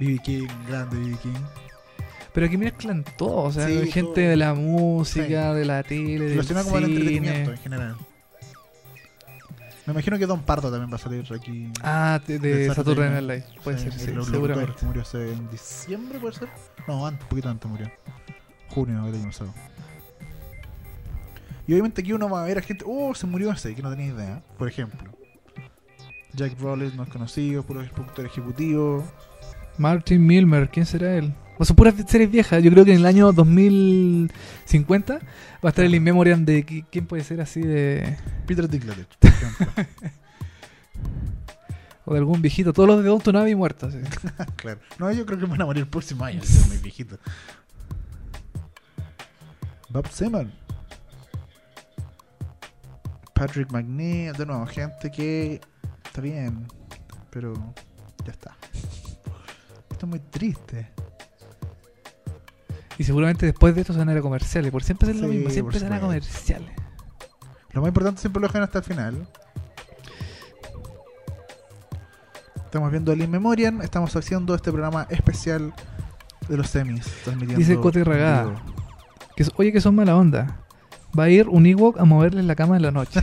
S2: BB King, grande BB King.
S1: Pero aquí mezclan todo, o sea,
S2: Sí,
S1: gente
S2: todo.
S1: de la música, de la tele, del
S2: Relaciona como al entretenimiento
S1: cine.
S2: en general. Me imagino que Don Pardo también va a salir aquí.
S1: Ah, de, de
S2: Del
S1: Saturday
S2: Saturday
S1: Night Live. Puede ser,
S2: el
S1: sí,
S2: locutor
S1: seguramente.
S2: que Murió hace en diciembre, puede ser. No, antes, un poquito antes murió. Junio del año pasado. Y obviamente aquí uno va a ver a gente. Oh, se murió ese, que no tenía idea. Por ejemplo, Jack Rollins no es conocido, puro productor ejecutivo.
S1: Martin Milmer, ¿quién será él? O sea, puras series viejas. Yo creo que en el año 2050 va a estar el In Memoriam de qui- quién puede ser así de.
S2: Peter Dinklage, por ejemplo.
S1: o de algún viejito. Todos los de Downton Abbey muertos. así.
S2: claro. No, yo creo que van a morir el próximo año, son muy viejitos. Bob Seaman. Patrick McNee, de nuevo, gente que está bien, pero ya está. Esto es muy triste.
S1: Y seguramente después de esto se van a ir a comerciales. Por siempre es lo
S2: Sí,
S1: mismo, siempre
S2: por
S1: se van a
S2: supuesto.
S1: comerciales.
S2: Lo más importante siempre lo dejan hasta el final. Estamos viendo el In Memoriam, estamos haciendo este programa especial de los semis. transmitiendo
S1: Dice Cote
S2: en
S1: Ragada.
S2: vivo.
S1: Que, es- oye, que son mala onda. Va a ir un Ewok a moverles la cama en la noche.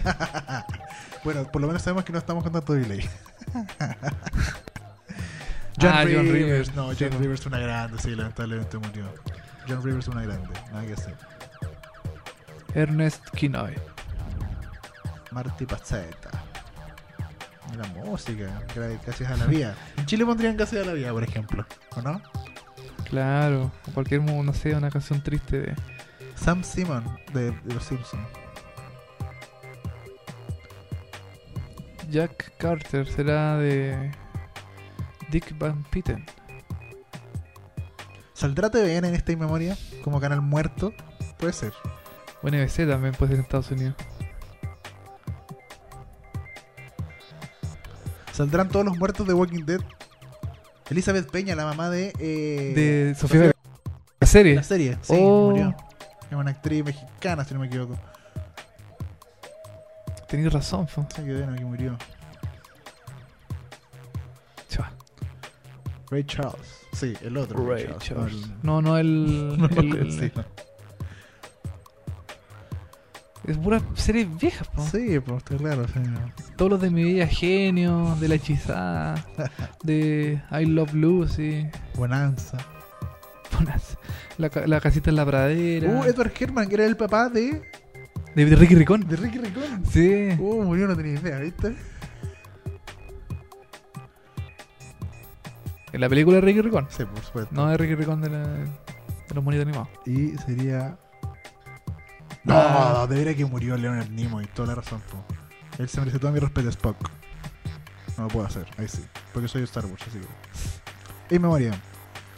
S2: Bueno, por lo menos sabemos que no estamos con tanto delay.
S1: Ah, John Rivers.
S2: No, John
S1: Sí, no.
S2: Rivers una grande, sí, lamentablemente murió. John Rivers una grande, nada que hacer.
S1: Ernest Kinoe.
S2: Marty Pazetta. La música, gra- gracias a la vía. En Chile pondrían gracias a la vía, por ejemplo. ¿O no?
S1: Claro, o cualquier, mu- no sé, una canción triste de.
S2: Sam Simon de, de Los Simpsons.
S1: Jack Carter será de Dick Van Pitten.
S2: ¿Saldrá TVN en esta inmemoria? Como canal muerto. Puede ser.
S1: O NBC también puede ser en Estados Unidos.
S2: ¿Saldrán todos los muertos de Walking Dead? Elizabeth Peña, la mamá de. eh,
S1: De Sofía Vergara. La serie.
S2: La serie, sí,
S1: Oh.
S2: murió. Es una actriz mexicana, si no me equivoco.
S1: Tenéis razón, fue.
S2: Sí, que bueno que murió. Ray Charles. Sí, el otro. Ray, Charles.
S1: No, no, el.
S2: No, no,
S1: el- el-
S2: sí, no.
S1: es pura serie vieja, po.
S2: Sí, pues está claro. sí, no.
S1: Todos los de mi vida genio, de la hechizada, de I Love Lucy.
S2: Bonanza.
S1: Buenas. La, ca- la casita en la pradera.
S2: Uh, Edward Herman, que era el papá de,
S1: de Ricky Ricón.
S2: de Ricky Ricón.
S1: Sí.
S2: Uh, murió, no tenía idea, ¿viste?
S1: En la película de Ricky Ricón.
S4: Sí, por supuesto.
S1: No de Ricky Ricón de, la- de los monitos animados.
S4: Y sería.
S2: No,
S4: No,
S2: de veras que murió Leonard Nimoy, toda la razón. po. Él se merece todo mi respeto, Spock. No lo puedo hacer, ahí sí. Porque soy de Star Wars, así que. Y memoria.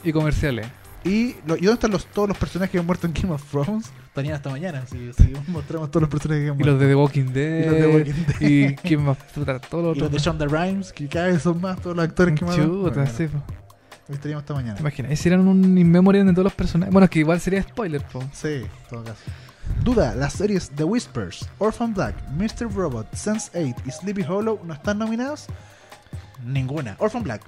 S1: Y comerciales.
S2: ¿Y, lo- ¿y dónde están los, todos los personajes que han muerto en Game of Thrones? Estarían hasta mañana, así que si mostramos todos los personajes que han
S1: Y
S2: muerto.
S1: los de The Walking Dead.
S2: Y los de Walking Dead.
S1: Y quién más. Puta, todos los
S2: Y los de
S1: otros.
S2: Shonda Rhimes, que cada vez son más todos los actores que matan.
S1: Chuta,
S2: Bueno,
S1: sí, po.
S2: Estaríamos hasta mañana.
S1: ¿Te imaginas? Hicieran un in-memory de todos los personajes. Bueno, es que igual sería spoiler, po.
S2: Sí, en todo caso. Duda, las series The Whispers, Orphan Black, Mr. Robot, Sense8 y Sleepy Hollow no están nominadas. Ninguna. Orphan Black,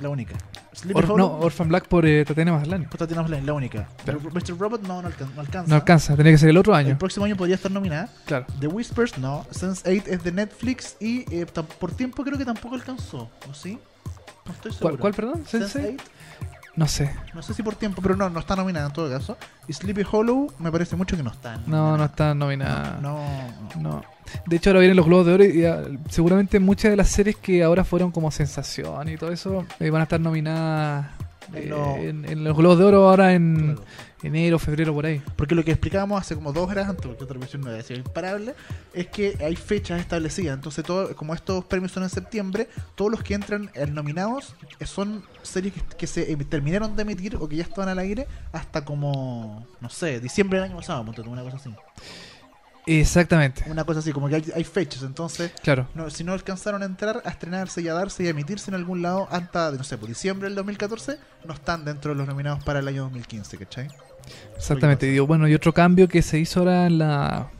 S2: la única. Sleepy
S1: Or- no,
S2: Hollow,
S1: Orphan Black por eh, Tatiana Maslany.
S2: pues, Tatiana Maslany, la única.
S1: Claro.
S2: Mr. Robot no, no, alcan- no alcanza.
S1: No alcanza, tenía que ser el otro año.
S2: El próximo año podría estar nominada.
S1: Claro.
S2: The Whispers no. Sense8 es de Netflix y eh, tam- por tiempo creo que tampoco alcanzó. ¿O sí? No estoy seguro.
S1: ¿Cuál, cuál, perdón? ¿Sensei?
S2: Sense8
S1: No sé.
S2: No sé si por tiempo, pero no, no está nominada en todo caso. Y Sleepy Hollow me parece mucho que no está.
S1: No, no
S2: nominada.
S1: está nominada.
S2: No, no.
S1: No. De hecho, ahora vienen los Globos de Oro y ah, seguramente muchas de las series que ahora fueron como sensación y todo eso eh, van a estar nominadas eh,
S2: En los-
S1: en, en los Globos de Oro ahora en
S2: Claro.
S1: enero, febrero, por ahí.
S2: Porque lo que explicábamos hace como dos horas antes, porque otra versión no decía imparable, es que hay fechas establecidas. Entonces, todo, como estos premios son en septiembre, todos los que entran eh, nominados eh, son series que, que se em- terminaron de emitir o que ya estaban al aire hasta como, no sé, diciembre del año pasado, ponte tú, una cosa así.
S1: Exactamente,
S2: Una cosa así, como que hay, hay fechas. Entonces,
S1: claro.
S2: no, si no alcanzaron a entrar, a estrenarse y a darse y a emitirse en algún lado hasta, no sé, por diciembre del 2014, no están dentro de los nominados para el año 2015, ¿cachai?
S1: Exactamente. Y, bueno, y otro cambio que se hizo ahora en la,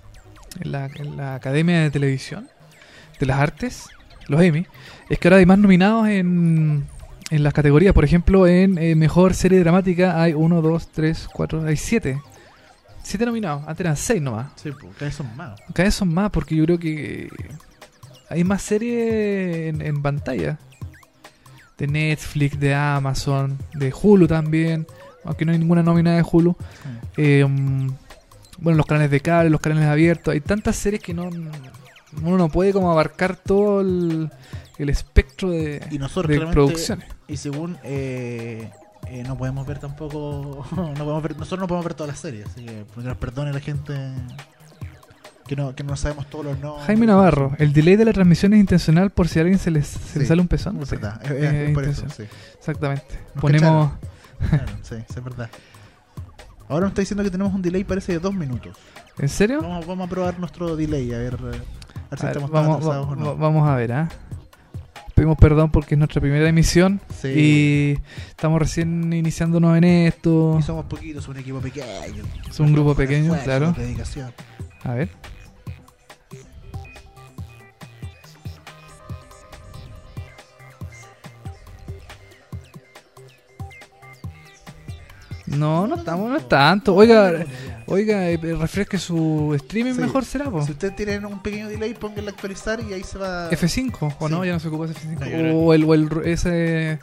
S1: en la, en la Academia de Televisión de las Artes, los Emmy, es que ahora hay más nominados en, en las categorías. Por ejemplo, en eh, Mejor Serie Dramática hay 1, 2, 3, 4, hay 7. 7 nominados. Antes eran 6 nomás.
S2: Sí, pues, cada vez son más.
S1: Cada vez son más porque yo creo que hay más series en, en pantalla. De Netflix, de Amazon, de Hulu también. Aunque no hay ninguna nómina de Hulu.
S2: Sí.
S1: Eh, mm, bueno, los canales de cable, los canales abiertos. Hay tantas series que no uno no puede como abarcar todo el, el espectro de,
S2: Y nosotros
S1: de
S2: claramente-
S1: producciones.
S2: Y según eh, eh, no podemos ver tampoco, no podemos ver, nosotros no podemos ver todas las series, así que que nos perdone la gente que no, que no sabemos todos los nombres.
S1: Jaime Navarro, el delay de la transmisión es intencional por si a alguien se le se le
S2: Sí,
S1: sale un pezón.
S2: Es
S1: Sí,
S2: verdad, es,
S1: eh,
S2: es por eso,
S1: intencional.
S2: sí.
S1: Exactamente.
S2: Nos
S1: Ponemos.
S2: Claro, sí, sí, es verdad. Ahora nos está diciendo que tenemos un delay, parece de dos minutos.
S1: ¿En serio?
S2: Vamos, vamos a probar nuestro delay, a ver, eh, a ver si
S1: A ver,
S2: estamos tan
S1: vamos,
S2: atrasados
S1: va-
S2: o no.
S1: va- vamos a ver, ¿ah? Pedimos perdón porque es nuestra primera emisión
S2: Sí.
S1: y estamos recién iniciándonos en esto.
S2: Y somos poquitos, un equipo pequeño.
S1: Es un grupo pequeño,
S2: Esfuerzo,
S1: claro.
S2: dedicación.
S1: A ver. No, no estamos, no es tanto. Oiga, oiga, eh, refresque su streaming
S2: Sí.
S1: mejor será, po.
S2: Si ustedes tienen un pequeño delay, pónganlo a actualizar y ahí se va.
S1: F5, o
S2: Sí.
S1: no, ya no se ocupa ese F5.
S2: No, yo creo
S1: o el, o el ru- ese,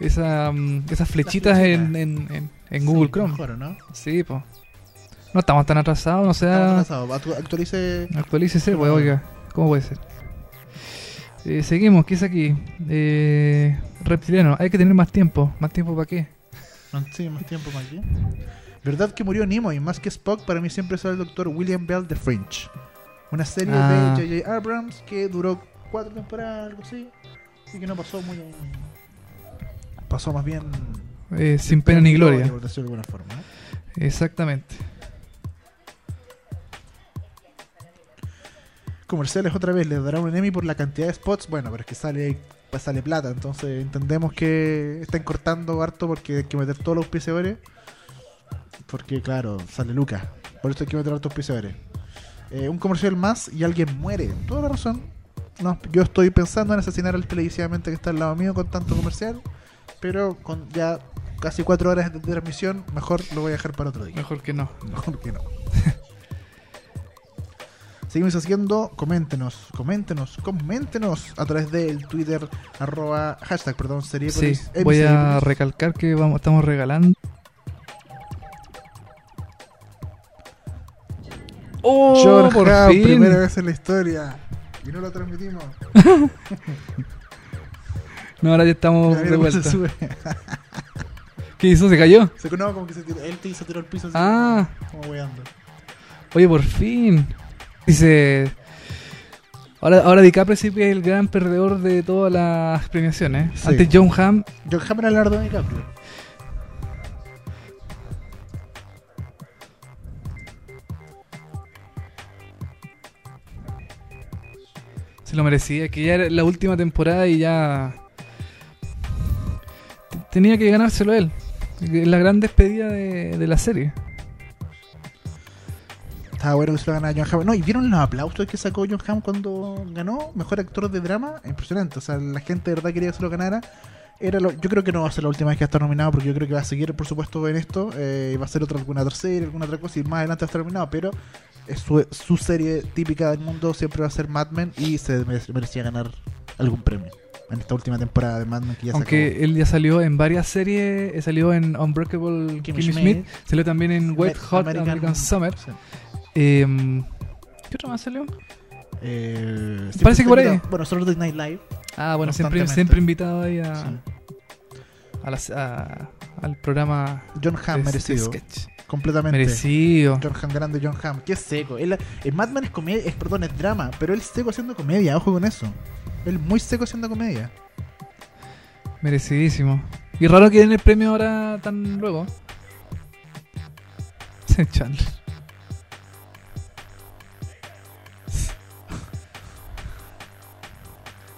S1: esa, mm, esas flechitas en, en, en, en Google
S2: Sí,
S1: Chrome.
S2: mejor, ¿o ¿no?
S1: Sí, po. No estamos tan atrasados, no
S2: Estamos
S1: sea.
S2: atrasados. Actu- Actualice.
S1: Actualícese, pues,
S2: Claro.
S1: oiga, ¿cómo puede ser? Eh, seguimos, ¿qué es aquí? Eh, reptiliano, hay que tener más tiempo. ¿Más tiempo para qué?
S2: No, sí, más tiempo para aquí. ¿Verdad que murió Nimoy? Más que Spock, para mí siempre será el doctor William Bell de Fringe. Una serie
S1: Ah.
S2: de J.J. Abrams que duró cuatro temporadas, algo así. Y que no pasó muy. Pasó más bien.
S1: Eh, sin pena ni gloria.
S2: Por decirlo de alguna forma. ¿eh?
S1: Exactamente.
S2: Comerciales otra vez, les dará un Emmy por la cantidad de spots. Bueno, pero es que sale, pues sale plata, entonces entendemos que están cortando harto porque hay que meter todos los auspiciadores. Porque, claro, sale Lucas. Por eso hay que meter hartos auspiciadores. Eh, un comercial más y alguien muere. Toda la razón. No, yo estoy pensando en asesinar al televisivamente que está al lado mío con tanto comercial. Pero con ya casi cuatro horas de transmisión, mejor lo voy a dejar para otro día.
S1: Mejor que no.
S2: Mejor que no. Seguimos haciendo, coméntenos, coméntenos, coméntenos a través del Twitter, arroba, hashtag, perdón, serie
S1: Sí, voy a
S2: pues.
S1: recalcar que vamos, estamos regalando. ¡Oh!
S2: George
S1: por
S2: Hamm,
S1: fin.
S2: primera vez en la historia. Y no lo transmitimos.
S1: No, ahora ya estamos
S5: Mira, mira
S1: Oh, de
S5: cómo
S1: vuelta.
S5: se sube.
S1: ¿Qué hizo? ¿Se cayó?
S2: Se no, como que se tiró, él te- se tiró al piso así,
S1: Ah.
S2: como weando.
S1: Oye, por fin. Dice. Ahora, ahora DiCaprio sí que es el gran perdedor de todas las premiaciones. ¿eh?
S2: Sí.
S1: Antes John Hamm.
S2: John Hamm era Leonardo DiCaprio.
S1: Se lo merecía, que ya era la última temporada y ya. T- Tenía que ganárselo él. La gran despedida de, de la serie.
S2: Estaba bueno que se lo ganara John Hamm. No, y vieron los aplausos que sacó John Hamm cuando ganó mejor actor de drama. Impresionante. O sea, la gente de verdad quería que se lo ganara. Era lo- yo creo que no va a ser la última vez que va a estar nominado, porque yo creo que va a seguir, por supuesto, en esto. Eh, va a ser otra, alguna tercera, alguna otra cosa, y más adelante va a estar nominado. Pero es su, su serie típica del mundo siempre va a ser Mad Men, y se mere- merecía ganar algún premio en esta última temporada de Mad Men que ya se acabó.
S1: Aunque él ya salió en varias series, eh, salió en Unbreakable Kimmy
S2: Kimmy
S1: Schmidt,
S2: Schmidt.
S1: salió también en Wet
S2: Amer-
S1: Hot American, Summer.
S2: Sí.
S1: Em, ¿Qué otra más salió?
S2: Eh, siempre
S1: Parece que por ahí.
S2: está invitado- Bueno, Saturday Night Live.
S1: Ah, bueno, siempre,
S2: Constantemente.
S1: siempre invitado ahí a,
S2: sí.
S1: a las- a- al programa
S2: John
S1: de-
S2: Hamm
S1: de
S2: merecido.
S1: sketch.
S2: Completamente.
S1: Merecido.
S2: John Hamm grande, John Hamm. Qué seco. Él, el Madman es comedia, es, perdón, es drama, pero él seco haciendo comedia. Ojo con eso. Él muy seco haciendo comedia.
S1: Merecidísimo. Y raro que den el premio ahora tan luego. Sí, Chandler.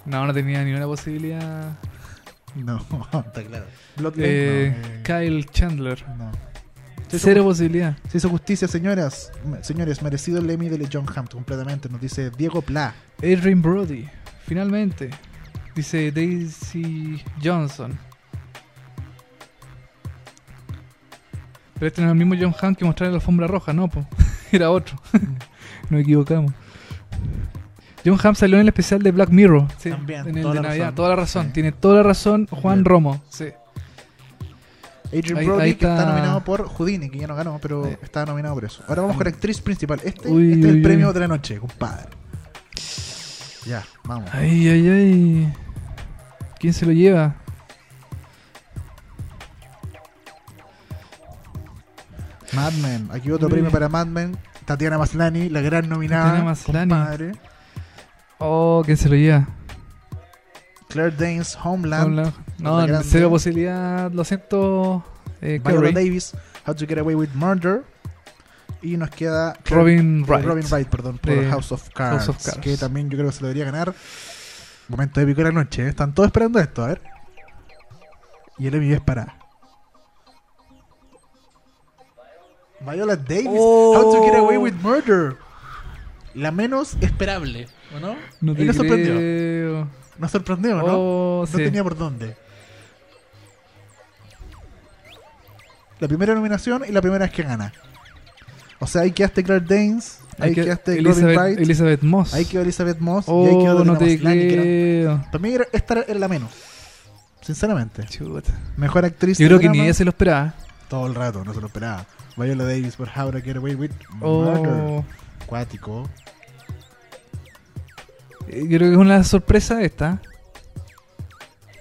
S1: No, no tenía ni una posibilidad.
S2: No, está claro. Bloodlane,
S1: Eh,
S2: no, eh,
S1: Kyle Chandler.
S2: no. Se hizo,
S1: Cero posibilidad.
S2: se hizo justicia, señoras. Me- Señores, merecido el Emmy de John Hamm completamente. Nos dice Diego Pla.
S1: Adrian Brody. Finalmente. Dice Daisy Johnson. Pero este no es el mismo John Hamm que mostraba en la alfombra roja, ¿no? po? Era otro. Nos equivocamos. John Hamm salió en el especial de Black Mirror. Sí,
S2: También,
S1: en el
S2: toda
S1: de
S2: la
S1: Navidad.
S2: razón.
S1: Toda la razón.
S2: Sí.
S1: Tiene toda la razón Juan
S2: Bien.
S1: Romo. Sí.
S2: Adrian
S1: Ahí-
S2: Brody,
S1: ahí
S2: que está
S1: está.
S2: nominado por Houdini, que ya no ganó, pero
S1: Sí.
S2: estaba nominado por eso. Ahora vamos con actriz principal. Este,
S1: Uy,
S2: este es
S1: uy,
S2: el premio
S1: uy.
S2: de la noche, compadre. Ya, vamos.
S1: Ay, ay, ay. ¿Quién se lo lleva?
S2: Ah, Mad Men, aquí otro
S1: Uy.
S2: premio para Mad Men. Tatiana Maslani, la gran nominada.
S1: Tatiana Maslany.
S2: compadre.
S1: Oh, ¿quién se lo lleva?
S2: Claire Danes, Homeland,
S1: Hola. No,
S2: grande.
S1: cero posibilidad. Lo siento. Eh,
S2: Viola
S1: Carrie.
S2: Davis, How to Get Away with Murder. Y nos queda Claire-
S1: Robin Wright.
S2: Robin Wright, perdón, por
S1: De
S2: House, of Cards,
S1: House of Cards.
S2: Que también yo creo que se lo debería ganar. Momento épico de la noche, ¿eh? están todos esperando esto, a ver. Y el Emmy es para. Viola Davis, How to Get
S1: Oh.
S2: Away with Murder. La menos esperable, ¿o no?
S1: No
S2: Ahí
S1: te
S2: nos sorprendió.
S1: creo.
S2: Nos sorprendió, ¿no?
S1: Oh,
S2: no
S1: sí.
S2: tenía por dónde. La primera nominación y la primera es que gana. O sea, ahí quedaste Claire Danes, ahí
S1: Hay que-
S2: quedaste Robin
S1: Elizabeth,
S2: Wright,
S1: Elizabeth Moss.
S2: ahí quedó Elizabeth Moss y ahí quedó
S1: oh, no
S2: Tatiana
S1: te
S2: Maslany, que era-
S1: creo.
S2: Para mí era- esta era la menos. Sinceramente.
S1: Chuta.
S2: Mejor actriz.
S1: Yo
S2: de
S1: creo que
S2: drama,
S1: ni ella se lo esperaba.
S2: Todo el rato, no se lo esperaba. Viola Davis por How to Get Away with Murder.
S1: Oh,
S2: Cuático.
S1: eh, yo creo que es una sorpresa esta.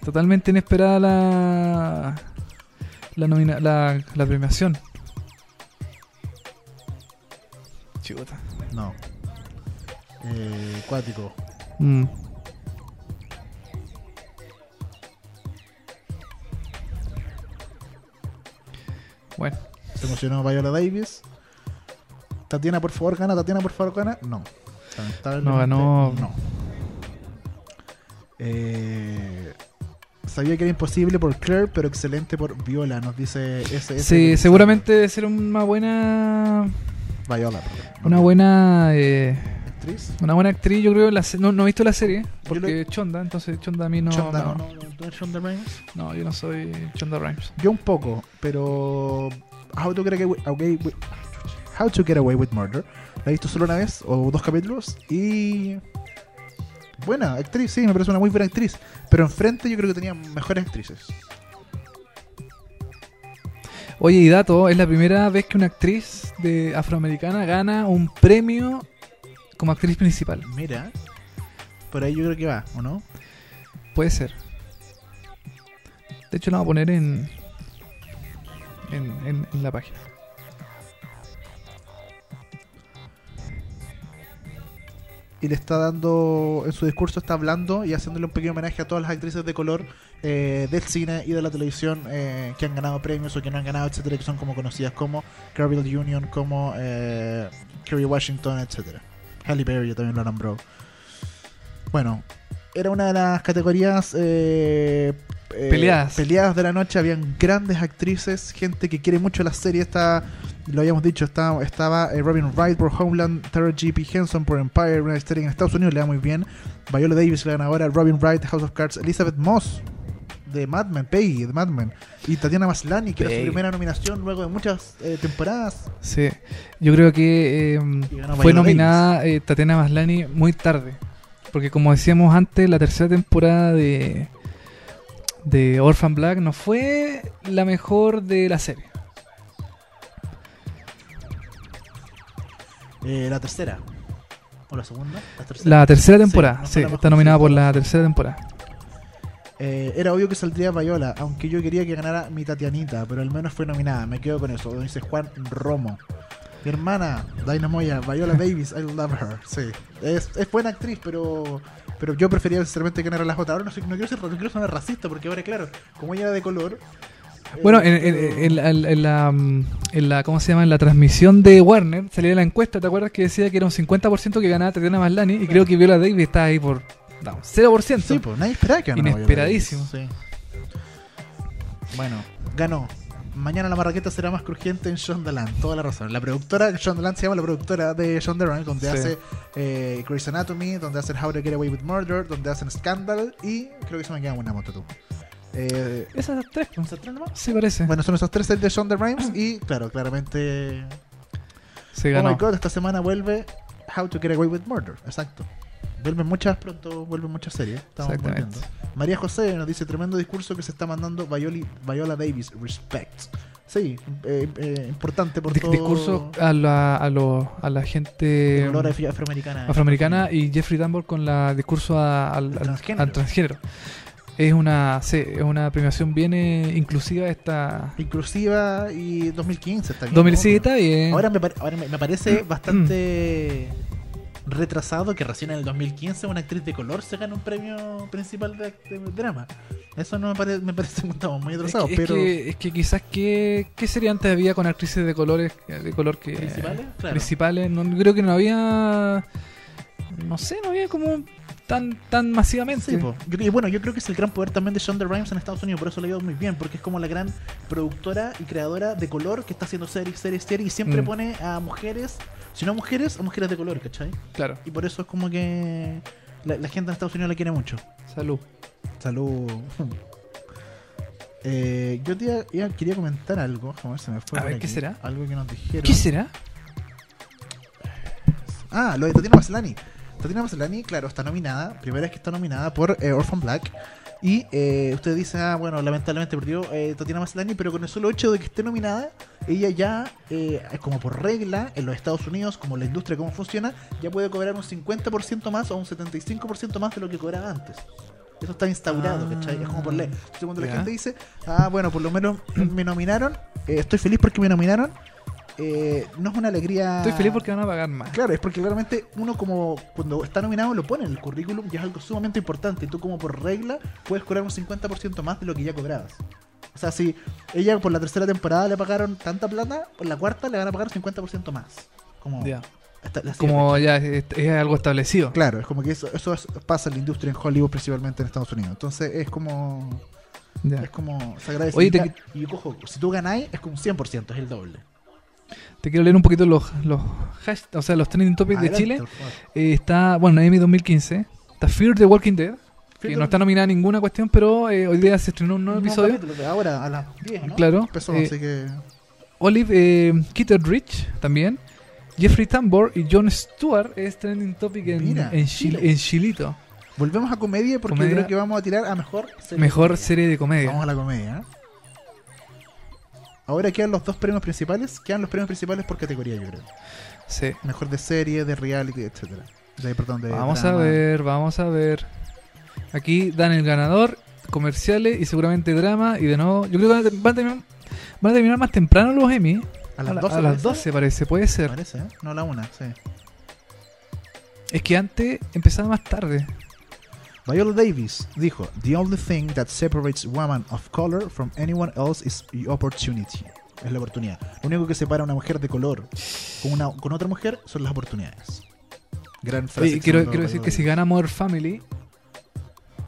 S1: Totalmente inesperada la la, nomina- la, la premiación. Chuta.
S2: No. Eh, cuático.
S1: Mm. Bueno,
S2: Se emocionó Viola Davis. Tatiana, por favor, gana. Tatiana, por favor, gana. No. Lamentablemente,
S1: No ganó.
S2: No. Eh, sabía que era imposible por Claire, pero excelente por Viola, nos dice ese.
S1: sí, seguramente debe ser una buena,
S2: Viola, perdón.
S1: una buena, eh,
S2: actriz.
S1: una buena actriz. Yo creo la se- no, no he visto la serie
S2: Yo
S1: porque Chonda, entonces Chonda a mí no,
S2: Shonda,
S1: no,
S2: no, no, no, Shonda Rhimes.
S1: no, yo no soy Chonda Rhimes.
S2: Yo un poco, pero. How to, get away, away with, How to Get Away with Murder. La he visto solo una vez o dos capítulos y. Buena actriz, sí, me parece una muy buena actriz. Pero enfrente yo creo que tenía mejores actrices.
S1: Oye, y dato, es la primera vez que una actriz de afroamericana gana un premio como actriz principal.
S2: Mira, por ahí yo creo que va, ¿o no?
S1: Puede ser. De hecho, la vamos a poner en, en, en- en la página.
S2: y le está dando, en su discurso está hablando y haciéndole un pequeño homenaje a todas las actrices de color eh, del cine y de la televisión eh, que han ganado premios o que no han ganado, etcétera, que son como conocidas como Carville Union, como eh, Kerry Washington, etcétera. Halle Berry yo también lo nombró. Bueno, era una de las categorías eh, eh,
S1: Peleadas.
S2: peleadas de la noche. Habían grandes actrices, gente que quiere mucho la serie. Está, lo habíamos dicho, está- estaba eh, Robin Wright por Homeland, Tara G.P. Henson por Empire, una serie en Estados Unidos, le da muy bien. Viola Davis, la ganadora, Robin Wright, House of Cards, Elizabeth Moss de Mad Men, Peggy de Mad Men, y Tatiana Maslany, que era su
S1: Peggy.
S2: primera nominación luego de muchas eh, temporadas.
S1: Sí, yo creo que em,
S2: Y ganó
S1: fue
S2: Viola
S1: nominada eh, Tatiana Maslany muy tarde. Porque como decíamos antes, la tercera temporada de, de Orphan Black no fue la mejor de la serie.
S2: Eh, la tercera. ¿O la segunda? La tercera.
S1: La tercera
S2: Sí,
S1: temporada,
S2: no fue
S1: sí,
S2: la mejor,
S1: está nominada
S2: sí.
S1: por la tercera temporada.
S2: Eh, era obvio que saldría Viola, aunque yo quería que ganara mi Tatianita, pero al menos fue nominada. Me quedo con eso. Lo dice Juan Romo. Mi hermana, Daina Moya, Viola Davis, I love her. Sí. Es, es buena actriz, pero pero yo prefería sinceramente que ganara la J. Ahora no, sé, no quiero ser, no quiero sonar racista, porque ahora, claro, como ella era de color. eh,
S1: Bueno, en, en- en la- en la, mm, en la- ¿cómo se llama? En la transmisión de Warner salía la encuesta, ¿te acuerdas que decía que era un 50% que ganaba Tatiana Maslany? Y creo que Viola Davis está ahí por no, 0%.
S2: Sí, pues nadie esperaba que ganara. Viola
S1: Inesperadísimo.
S2: Davis, sí. Bueno, ganó. Mañana la marraqueta será más crujiente en Shondaland. Toda la razón. La productora, Shondaland se llama la productora de Shondaland, donde
S1: Sí.
S2: hace eh, Grey's Anatomy, donde hacen How to Get Away with Murder, donde hacen Scandal y creo que se me queda una moto tú. Eh,
S1: Esas tres, ¿no?
S2: ¿son tres nomás?
S1: sí parece.
S2: Bueno, son esos tres sets de Shonda Rhimes y claro, claramente...
S1: se
S2: Oh my
S1: ganó.
S2: god, esta semana vuelve How to Get Away with Murder. Exacto. Vuelven muchas, pronto vuelven muchas series. Estamos
S1: Exactamente.
S2: volviendo. María José nos dice tremendo discurso que se está mandando Violi- Viola Davis. Respect. Sí, eh, eh, importante por
S1: Di-
S2: todo
S1: discurso eh, a la, a, lo- a la gente mm,
S2: el olor af- afroamericana.
S1: afroamericana y Jeffrey Tambor con la discurso a- al,
S2: Al
S1: al-
S2: transgénero.
S1: al transgénero. Es una, sí, es una premiación bien eh, inclusiva esta
S2: Inclusiva y 2015 está bien.
S1: 2007
S2: ¿no?
S1: está bien.
S2: Ahora me, pare- ahora me- me
S1: Mm.
S2: parece bastante retrasado que recién en el 2015 una actriz de color se gane un premio principal de, de drama. Eso no me, pare- me parece muy, estamos muy
S1: es
S2: atrasados,
S1: que, es
S2: pero...
S1: que- es que quizás que qué sería antes había con actrices de colores eh, de color que
S2: ¿Principales? eh, Claro.
S1: principales no creo que no había no sé no había como tan tan masivamente
S2: Sí, po. Yo- y bueno, yo creo que es el gran poder también de Shonda Rhimes en Estados Unidos, por eso le ha ido muy bien, porque es como la gran productora y creadora de color que está haciendo series, series, series, y siempre
S1: Mm.
S2: pone a mujeres, si no a mujeres, a mujeres de color, ¿cachai?
S1: claro
S2: Y por eso es como que la, la gente en Estados Unidos la quiere mucho.
S1: salud
S2: Salud. Eh, yo te iba- iba- quería comentar algo, a ver, se me fue.
S1: A
S2: por
S1: ver, ¿qué será?
S2: Algo que nos dijeron.
S1: qué será
S2: Ah, lo de Tatiana Maslany. Tatiana Maslany, claro, está nominada. Primera vez que está nominada por eh, Orphan Black. Y eh, usted dice, ah, bueno, lamentablemente perdió eh, Tatiana Maslany, pero con el solo hecho de que esté nominada, ella ya, eh, como por regla, en los Estados Unidos, como la industria, cómo funciona, ya puede cobrar un 50% más o un 75% más de lo que cobraba antes. Eso está instaurado,
S1: Ah.
S2: ¿cachai? Es como por ley. Entonces, cuando
S1: Ya.
S2: la gente dice, ah, bueno, por lo menos me nominaron, eh, estoy feliz porque me nominaron, eh, no es una alegría.
S1: estoy feliz porque van a pagar más
S2: Ah. Claro, es porque claramente uno como cuando está nominado lo pone en el currículum y es algo sumamente importante. Tú como por regla puedes cobrar un 50% más de lo que ya cobrabas. O sea, si ella por la tercera temporada le pagaron tanta plata, por la cuarta le van a pagar 50% más. Como,
S1: Ya.
S2: hasta la
S1: como ya es, es algo establecido
S2: Claro, es como que eso, eso es- pasa en la industria en Hollywood, principalmente en Estados Unidos. Entonces es como...
S1: Ya.
S2: Es como... Se agradece.
S1: Oye,
S2: Y
S1: te-
S2: ca- Y cojo, si tú ganáis es como un 100%, es el doble.
S1: te quiero leer un poquito los los hashtags, o sea los trending topics
S2: Adelante,
S1: de Chile
S2: por favor.
S1: Eh, está, bueno, Emmy 2015. Está Fear the Walking Dead,
S2: Fear
S1: que
S2: the-
S1: no está nominada a ninguna cuestión, pero eh, hoy día se estrenó un nuevo
S2: Un
S1: episodio.
S2: capítulo de Ahora a las 10, ¿no?
S1: Claro.
S2: Empezó,
S1: Eh,
S2: así que...
S1: Olive eh, Kitteridge también. Jeffrey Tambor y John Stewart es trending topic en,
S2: Mira,
S1: en, Chil-
S2: Chile.
S1: en Chilito.
S2: Volvemos a comedia porque
S1: Comedia.
S2: yo creo que vamos a tirar a mejor serie.
S1: Mejor
S2: de comedia.
S1: serie de comedia.
S2: Vamos a la comedia. ¿eh? Ahora quedan los dos premios principales. Quedan los premios principales por categoría, yo creo.
S1: Sí.
S2: Mejor de serie, de reality, etcétera. De, perdón, de
S1: Vamos a
S2: drama.
S1: ver, vamos a ver. Aquí dan el ganador comerciales y seguramente drama. Y de nuevo, yo creo que van a, ter- van a terminar, van a terminar más temprano los Emmy.
S2: A las
S1: la-
S2: 12.
S1: a las
S2: parece.
S1: 12 parece, puede ser.
S2: Parece, ¿eh? No a la 1, sí.
S1: Es que antes empezaba más tarde.
S2: Viola Davis dijo, The only thing that separates women of color from anyone else is the opportunity. Es la oportunidad. Lo único que separa a una mujer de color con, una, con otra mujer son las oportunidades. Gran frase.
S1: Oye,
S2: que
S1: quiero,
S2: soltó
S1: quiero
S2: Viola
S1: decir que si
S2: Davis.
S1: gana Modern Family,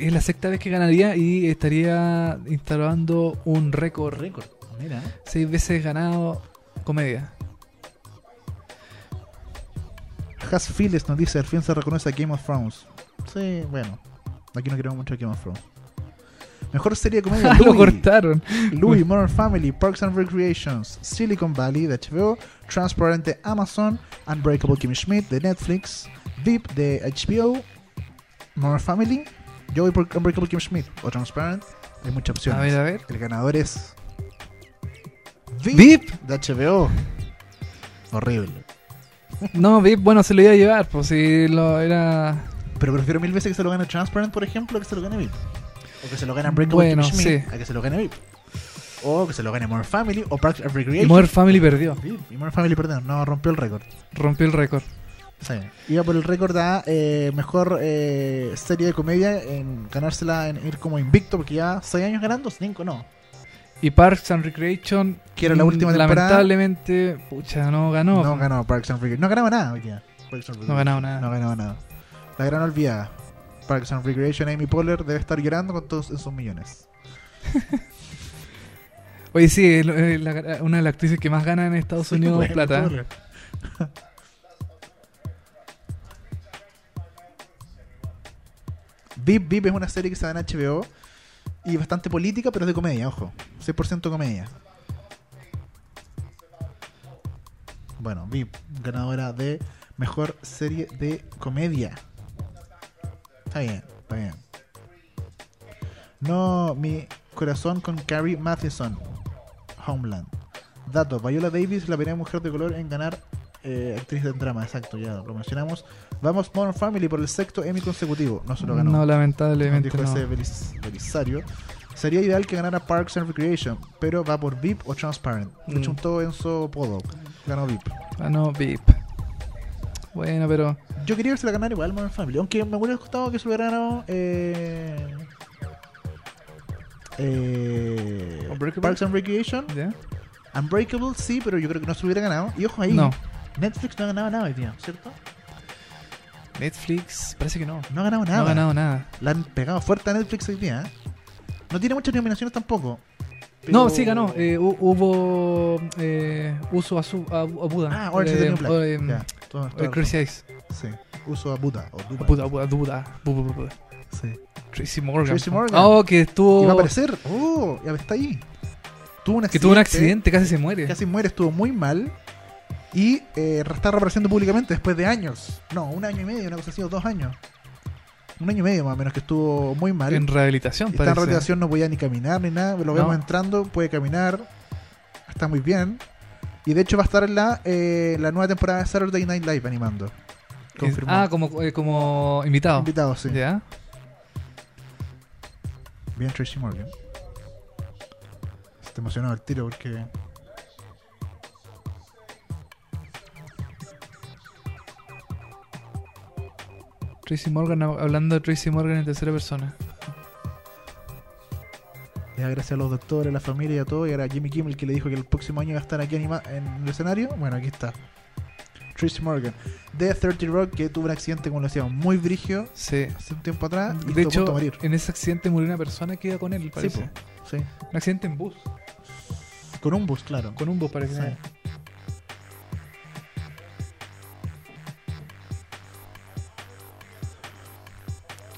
S1: es la sexta vez que ganaría y estaría instalando un récord.
S2: Récord. Mira.
S1: Seis veces ganado comedia.
S2: Has Phillips nos dice, al fin se reconoce a Game of Thrones. Sí, bueno. Aquí no queremos mucho a Game of Thrones. Mejor serie de comedia.
S1: Ah, lo
S2: Louis.
S1: cortaron.
S2: Louis, Modern Family, Parks and Recreations, Silicon Valley de HBO, Transparent de Amazon, Unbreakable Kimmy Schmidt de Netflix, Deep de HBO, Modern Family, Joey por Unbreakable Kimmy Schmidt o Transparent. Hay muchas opciones.
S1: A ver, a ver.
S2: El ganador es Deep,
S1: VIP.
S2: de HBO. Horrible.
S1: No, VIP, bueno, se lo iba a llevar, pues si lo era.
S2: Pero prefiero mil veces que se lo gane Transparent, por ejemplo, a que se lo gane VIP. O que se lo gane Unbreakable
S1: Bueno,
S2: Kimmy Schmidt,
S1: sí.
S2: a que se lo gane VIP. O que se lo gane Modern Family o Parks and
S1: Y
S2: Recreation.
S1: Modern Family perdió.
S2: Sí, y Modern Family, perdón, no rompió el récord.
S1: Rompió el récord.
S2: Sí. Iba por el récord a eh, mejor eh, serie de comedia en ganársela en ir como invicto, porque ya 6 años ganando, 5 no.
S1: Y Parks and Recreation.
S2: Que era la
S1: mm,
S2: última temporada.
S1: Lamentablemente, pucha, no ganó.
S2: No ganó Parks and Recreation. No ganaba nada hoy día. Parks and
S1: No ganaba nada.
S2: No ganaba nada. La gran olvidada. Parks and Recreation, Amy Poehler debe estar llorando con todos esos millones.
S1: Oye, sí, es lo- es la- una de las actrices que más gana en Estados Unidos
S2: Bueno,
S1: plata.
S2: Poehler. Deep Deep es una serie que se da en HBO y bastante política, pero es de comedia, ojo. 6% comedia. Bueno, Deep, ganadora de mejor serie de comedia. Está bien, está bien. No, mi corazón con Carrie Matheson. Homeland. Dato, Viola Davis, la primera mujer de color en ganar eh, actriz de drama, exacto, ya lo mencionamos. Vamos Modern Family por el sexto Emmy consecutivo. No se lo ganó.
S1: No,
S2: Nos
S1: lamentablemente.
S2: dijo
S1: no.
S2: ese Belis- Belisario. Sería ideal que ganara Parks and Recreation, pero va por VIP o Transparent. Le
S1: Mm.
S2: chuntó Enzo Podo. Ganó VIP.
S1: Ganó VIP. Ah, Bueno, pero.
S2: Yo quería que se la ganara igual Modern Family, aunque me hubiera gustado que se lo hubiera ganado eh, eh,
S1: Unbreakable.
S2: Parks and Recreation.
S1: ¿Ya?
S2: Unbreakable sí, pero yo creo que no se hubiera ganado. Y ojo ahí,
S1: No.
S2: Netflix no ha ganado nada hoy día, ¿cierto?
S1: Netflix, parece que no.
S2: No ha ganado nada.
S1: No ha ganado nada.
S2: La han pegado fuerte a Netflix hoy día. ¿eh? No tiene muchas nominaciones tampoco.
S1: No,
S2: pero-
S1: sí ganó. Eh, hu- hubo eh, uso a, su, a, a Buda.
S2: Ah, Orange is the
S1: Eh,
S2: New Black.
S1: o, em,
S2: Ya, todo- todo
S1: eh, Crazy Eyes.
S2: Sí. Uso a Buda. O Dubai.
S1: Buda, Buda, Buda. Bu- bu- bu- bu-
S2: Sí.
S1: Tracy Morgan.
S2: Tracy Morgan.
S1: Ah, Oh, que
S2: Y va a
S1: estuvo.
S2: aparecer. Oh, ya está ahí. Tuvo un accidente.
S1: Que tuvo un accidente, casi se muere.
S2: Casi muere, estuvo muy mal. Y eh, está reapareciendo públicamente después de años. No, un año y medio, una cosa así, o dos años. Un año y medio más o menos que estuvo muy mal.
S1: En rehabilitación,
S2: Está en
S1: parece.
S2: rotación, no podía ni caminar ni nada. Lo
S1: No.
S2: vemos entrando, puede caminar. Está muy bien. Y de hecho va a estar en la, eh, la nueva temporada de Saturday Night Live animando. Confirmó.
S1: Ah, como, eh, como invitado.
S2: Invitado, sí.
S1: ¿Ya?
S2: Bien Tracy Morgan. Se te emocionó el tiro porque...
S1: Tracy Morgan, hablando de Tracy Morgan en tercera persona.
S2: Le da gracias a los doctores, a la familia y a todo. Y ahora Jimmy Kimmel que le dijo que el próximo año va a estar aquí anima en el escenario. Bueno, aquí está. Tracy Morgan. De 30 Rock que tuvo un accidente, como lo decíamos, muy brigio
S1: Sí.
S2: hace un tiempo atrás. Ah, Y
S1: De
S2: estuvo a punto
S1: hecho,
S2: de morir.
S1: en ese accidente murió una persona que iba con él,
S2: Sí,
S1: parece.
S2: po. sí.
S1: Un accidente en bus.
S2: Con un bus, claro.
S1: Con un bus, parece.
S2: Sí.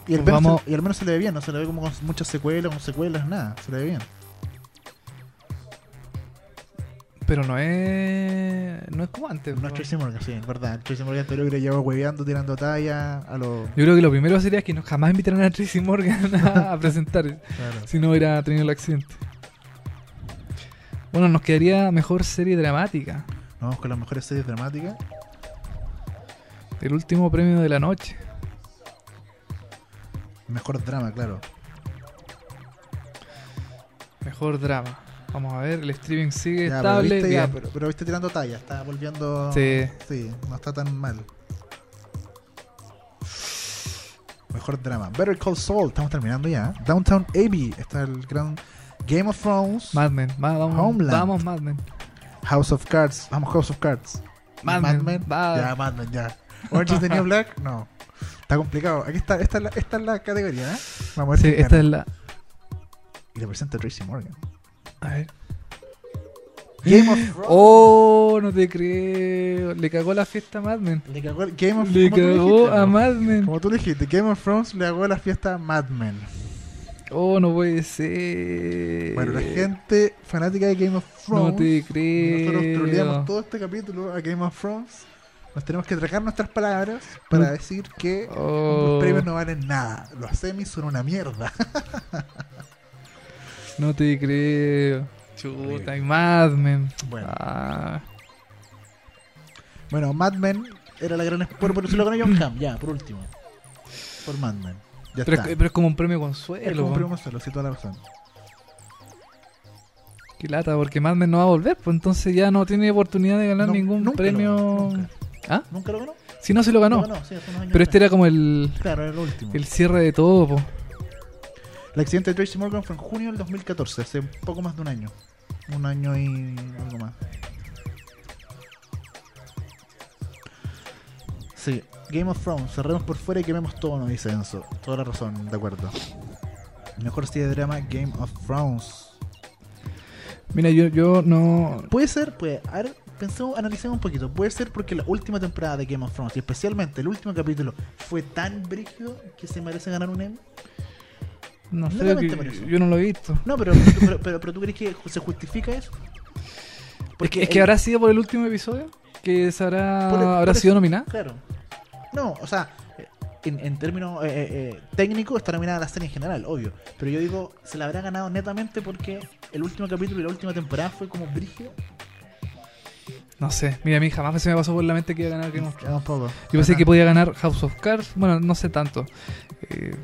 S2: Y al,
S1: Nos
S2: menos
S1: vamos-
S2: se, y al menos se le ve bien, no se le ve como con muchas secuelas, con secuelas, nada, se le ve bien.
S1: Pero no es. No es como antes.
S2: No es
S1: po.
S2: Tracy Morgan, sí, es verdad. Tracy Morgan te lo hubiera llevado hueveando, tirando talla a los...
S1: Yo creo que lo primero sería que no jamás invitaran a Tracy Morgan a, a presentar si no hubiera tenido el accidente. Bueno, nos quedaría mejor serie dramática.
S2: Nos vamos con las mejores series dramáticas.
S1: El último premio de la noche.
S2: Mejor drama, claro.
S1: Mejor drama. Vamos a ver, el streaming sigue
S2: Ya, pero,
S1: estable.
S2: viste, ya,
S1: bien.
S2: pero, pero viste tirando talla, está volviendo.
S1: Sí.
S2: Sí, no está tan mal. Mejor drama. Better Call Saul, estamos terminando ya. Downtown Abbey, está el gran Game of Thrones.
S1: Mad Men, va- vamos,
S2: Homeland.
S1: vamos Mad Men.
S2: House of Cards, vamos House of Cards.
S1: Mad Men, va.
S2: Ya, Mad Men, ya. Orange is the New Black, no. Está complicado. Aquí está, esta es la, esta es la categoría, ¿eh? Vamos a ver
S1: Sí,
S2: quién
S1: esta
S2: gana.
S1: es la.
S2: Y le presenta Tracy Morgan.
S1: A ver.
S2: Game of Thrones.
S1: Oh, no te creo. Le cagó la fiesta a Mad Men.
S2: Le cagó el- Game of
S1: Le
S2: como tú
S1: cagó
S2: dijiste,
S1: a
S2: ¿no?
S1: Mad Men.
S2: Como tú le dijiste, Game of Thrones le hago la fiesta a Mad Men.
S1: Oh, no puede ser.
S2: Bueno, la gente fanática de Game of Thrones.
S1: No te
S2: Nosotros troleamos
S1: creo.
S2: todo este capítulo a Game of Thrones. Nos tenemos que tragar nuestras palabras para decir que
S1: Mm. Oh,
S2: los premios no valen nada. Los semis son una mierda.
S1: no te creo. Chuta, y Mad Men.
S2: Bueno,
S1: Ah,
S2: bueno Mad Men era la gran. Por, por eso lo ganó John Hamm, ya, por último. Por Mad Men. Ya
S1: pero,
S2: está.
S1: es, pero es como un premio
S2: Es
S1: consuelo.
S2: como un
S1: po.
S2: premio solo, sí, toda la razón.
S1: Qué lata, porque Mad Men no va a volver. Pues entonces ya no tiene oportunidad de ganar
S2: No,
S1: ningún
S2: nunca lo
S1: premio.
S2: ganó, nunca.
S1: ¿Ah?
S2: ¿Nunca lo ganó?
S1: Si no, se lo ganó.
S2: Lo ganó, sí, hace unos años
S1: Pero este
S2: atrás.
S1: era como el,
S2: Claro, era el último.
S1: el cierre de todo. po.
S2: El accidente de Tracy Morgan fue en junio del 2014, hace un poco más de un año. Un año y algo más. Sí, Game of Thrones, cerremos por fuera y quememos todo, nos dice Enzo. Toda la razón, de acuerdo. Mejor serie de drama, Game of Thrones.
S1: Mira, yo, yo no.
S2: Puede ser, pues, a ver, pensemos, analicemos un poquito. Puede ser porque la última temporada de Game of Thrones, y especialmente el último capítulo, fue tan brígido que se merece ganar un Emmy.
S1: No sé,
S2: Netamente
S1: que-
S2: por eso.
S1: yo no lo he visto.
S2: No, pero, pero, pero, pero ¿tú crees que se justifica eso?
S1: Porque es que
S2: el-
S1: habrá sido por el último episodio que se habrá,
S2: Por el-
S1: habrá
S2: por
S1: sido
S2: eso.
S1: nominada.
S2: Claro. No, o sea, eh, en, en términos eh, eh, eh, técnicos está nominada la serie en general, obvio. Pero yo digo, se la habrá ganado netamente porque el último capítulo y la última temporada fue como brígido.
S1: No sé, mira, a mí jamás se me pasó por la mente que iba a ganar Game of Thrones.
S2: poco.
S1: Yo pensé que podía ganar House of Cards, bueno, no sé tanto. Eh,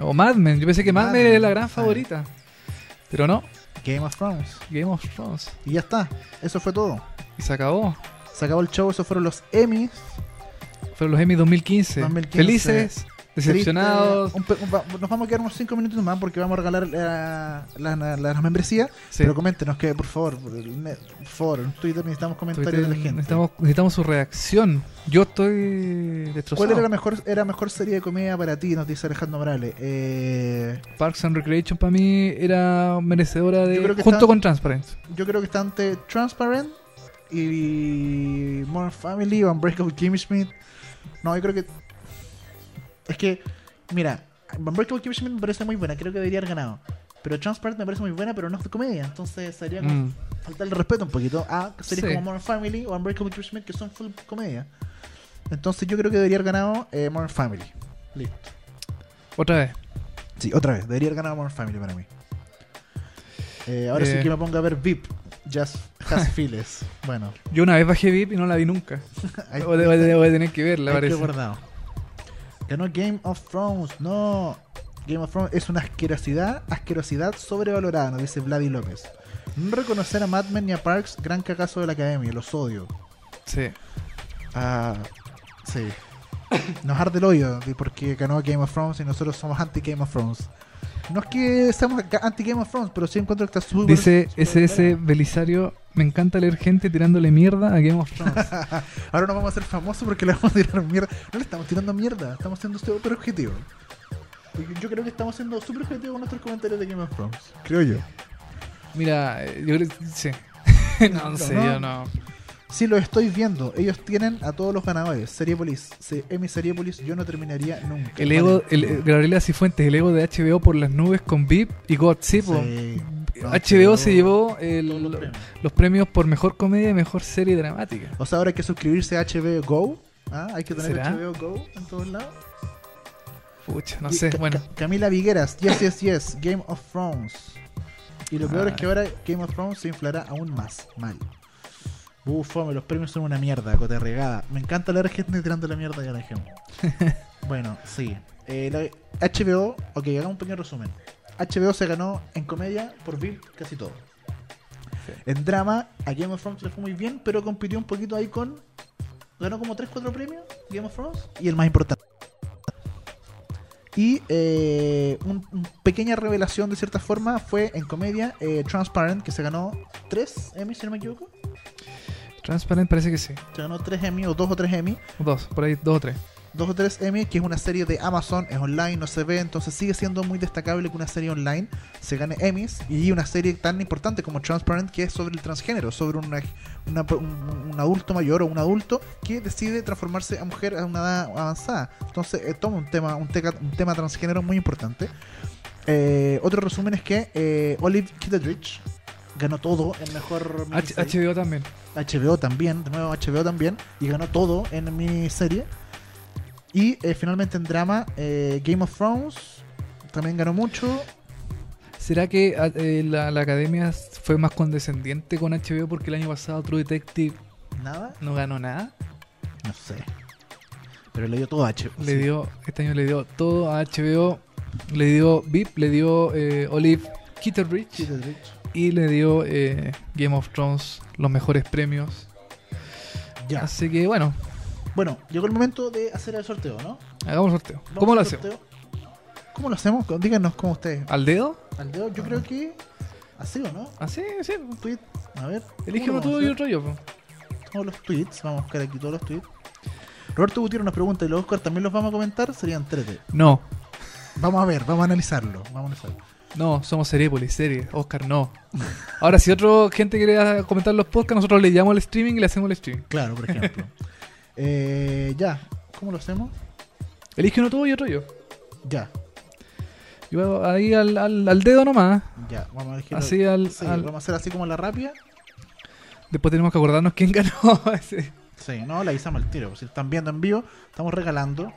S1: o Mad Men, yo pensé que Mad
S2: Mad
S1: Men
S2: Men, Ah.
S1: era la gran
S2: sí.
S1: favorita. Pero no,
S2: Game of Thrones.
S1: Game of Thrones.
S2: Y ya está. Eso fue todo.
S1: Y se acabó.
S2: Se acabó el show. Esos fueron los Emmys.
S1: Fueron los Emmy 2015.
S2: 2015.
S1: Felices, decepcionados.
S2: Triste. Un pe- un va- nos vamos a quedar unos 5 minutos más porque vamos a regalar la, la, la- la membresía.
S1: Sí.
S2: Pero coméntenos que, por favor, por, el net- por favor, en Twitter necesitamos comentarios
S1: Twitter,
S2: de la gente.
S1: necesitamos, necesitamos su reacción. Yo estoy destrozado.
S2: ¿Cuál era la mejor, era mejor serie de comedia para ti? Nos dice Alejandro Morales. Eh,
S1: Parks and Recreation para mí era merecedora de.
S2: Yo creo que
S1: Junto
S2: está-
S1: con Transparent.
S2: yo creo que está ante Transparent y More Family o Unbreakable Kimmy Schmidt. No, yo creo que. Es que, mira, Unbreakable Kimmy Schmidt me parece muy buena, creo que debería haber ganado. Pero Transparent me parece muy buena, pero no es de comedia. Entonces sería como
S1: Mm.
S2: faltarle respeto un poquito a series
S1: Sí.
S2: como Modern Family o Unbreakable Kimmy Schmidt que son full comedia. Entonces yo creo que debería haber ganado eh, Modern Family. Listo.
S1: Otra vez.
S2: Sí, otra vez. Debería haber ganado Modern Family para mí. Eh, ahora
S1: Eh.
S2: sí que me pongo a ver VIP. Just has feelings. Bueno,
S1: Yo una vez bajé VIP y no la vi nunca.
S2: ahí,
S1: Voy a- voy a voy a tener que verla,
S2: ahí
S1: parece.
S2: quedó guardado. Ganó Game of Thrones. No. Game of Thrones es una asquerosidad, asquerosidad sobrevalorada, nos dice Vladi López. No reconocer a Mad Men ni a Parks, gran cagazo de la academia, los odio.
S1: Sí.
S2: Ah, sí. Nos arde el hoyo de porque ganó Game of Thrones y nosotros somos anti-Game of Thrones. No es que seamos ga- anti-Game of Thrones, pero sí encuentro que está súper.
S1: Dice
S2: súper
S1: SS
S2: buena.
S1: Belisario. Me encanta leer gente tirándole mierda a Game of Thrones.
S2: Ahora nos vamos a hacer famosos porque le vamos a tirar mierda. No le estamos tirando mierda, estamos siendo súper objetivos. Yo- Yo creo que estamos siendo súper objetivos con nuestros comentarios de Game of Thrones. Creo yo.
S1: Mira, eh, yo creo. Sí. no, no sé,
S2: No, no.
S1: yo no.
S2: Sí, lo estoy viendo. Ellos tienen a todos los ganadores. Seriepolis, se- Emmy Seriepolis, yo no terminaría nunca.
S1: El ego, el, eh, Gabriela Cifuentes, el ego de HBO por las nubes con VIP y God, sí, po.
S2: Sí. No,
S1: HBO se
S2: pero-
S1: llevó el-
S2: Todos los premios.
S1: los premios por mejor comedia y mejor serie dramática.
S2: O sea, ahora hay que suscribirse a HBO Go. ¿Ah? Hay que tener
S1: ¿Será?
S2: HBO Go en todos lados.
S1: Pucha, no
S2: Y
S1: sé,
S2: Ca-
S1: bueno.
S2: Ca- Camila Vigueras, yes, yes, yes, Game of Thrones. Y lo peor
S1: Ah.
S2: es que ahora Game of Thrones se inflará aún más. Mal. Uh, fome, los premios son una mierda, cote regada. Me encanta leer gente tirando la mierda y la dejemos. bueno, sí. Eh, la- HBO, ok, hagamos un pequeño resumen. HBO se ganó en comedia por Bill casi todo. En drama, a Game of Thrones le fue muy bien, pero compitió un poquito ahí con. Ganó como 3-4 premios Game of Thrones y el más importante. Y eh, una pequeña revelación de cierta forma fue en comedia eh, Transparent, que se ganó 3 Emmy, si no me equivoco.
S1: Transparent parece que sí.
S2: Se ganó 3 Emmy o 2 o 3 Emmy.
S1: Dos, por ahí dos o tres.
S2: Dos o tres Emmy, que es una serie de Amazon, es online, no se ve, entonces sigue siendo muy destacable que una serie online se gane Emmys y una serie tan importante como Transparent, que es sobre el transgénero, sobre una, una- un, un adulto mayor o un adulto que decide transformarse a mujer a una edad avanzada. Entonces eh, toma un tema, un, teca- un tema transgénero muy importante. Eh, otro resumen es que eh, Olive Kitteridge ganó todo en mejor
S1: H-
S2: miniserie.
S1: HBO también.
S2: HBO también, de nuevo HBO también, y ganó todo en mi serie. Y eh, finalmente en drama, eh, Game of Thrones también ganó mucho.
S1: ¿Será que a- eh, la, la academia fue más condescendiente con HBO porque el año pasado True Detective
S2: Nada,
S1: no ganó nada?
S2: no sé. Pero le dio todo a HBO.
S1: Le
S2: sí.
S1: dio, este año le dio todo a HBO, le dio VIP, le dio eh, Olive
S2: Sí,
S1: Kitteridge
S2: de hecho.
S1: y le dio eh, Game of Thrones los mejores premios.
S2: Ya.
S1: Así que bueno,
S2: Bueno, llegó el momento de hacer el sorteo, ¿no?
S1: hagamos sorteo.
S2: Vamos
S1: ¿Cómo lo
S2: al
S1: hacemos?
S2: sorteo. ¿Cómo lo hacemos? Díganos cómo ustedes.
S1: ¿Al dedo?
S2: Al dedo, yo
S1: Ah.
S2: creo que así o no.
S1: Así, sí.
S2: Tweet, a ver.
S1: Elige
S2: ¿cómo
S1: uno
S2: lo vamos
S1: tú
S2: a
S1: y
S2: hacer?
S1: otro yo. po.
S2: todos los tweets. Vamos a buscar aquí todos los tweets. Roberto Gutiérrez nos pregunta y los Oscar también los vamos a comentar. Serían 3D.
S1: No,
S2: Vamos a ver, vamos a analizarlo. Vamos a analizarlo.
S1: no, somos Seriepolis, serie. Oscar, no. Ahora, si otra gente quiere comentar los podcasts, nosotros le llamamos al streaming y le hacemos el streaming.
S2: Claro, por ejemplo. Eh, ya, ¿cómo lo hacemos?
S1: Elige uno tú y otro yo.
S2: Ya,
S1: Yo ahí al, al- al dedo nomás.
S2: ya. Vamos a elegir.
S1: Así al-
S2: Sí,
S1: al,
S2: Vamos a hacer así como la rápida.
S1: Después tenemos que acordarnos quién ganó. ese.
S2: Sí, no, la avisamos al tiro. Si están viendo en vivo, estamos regalando.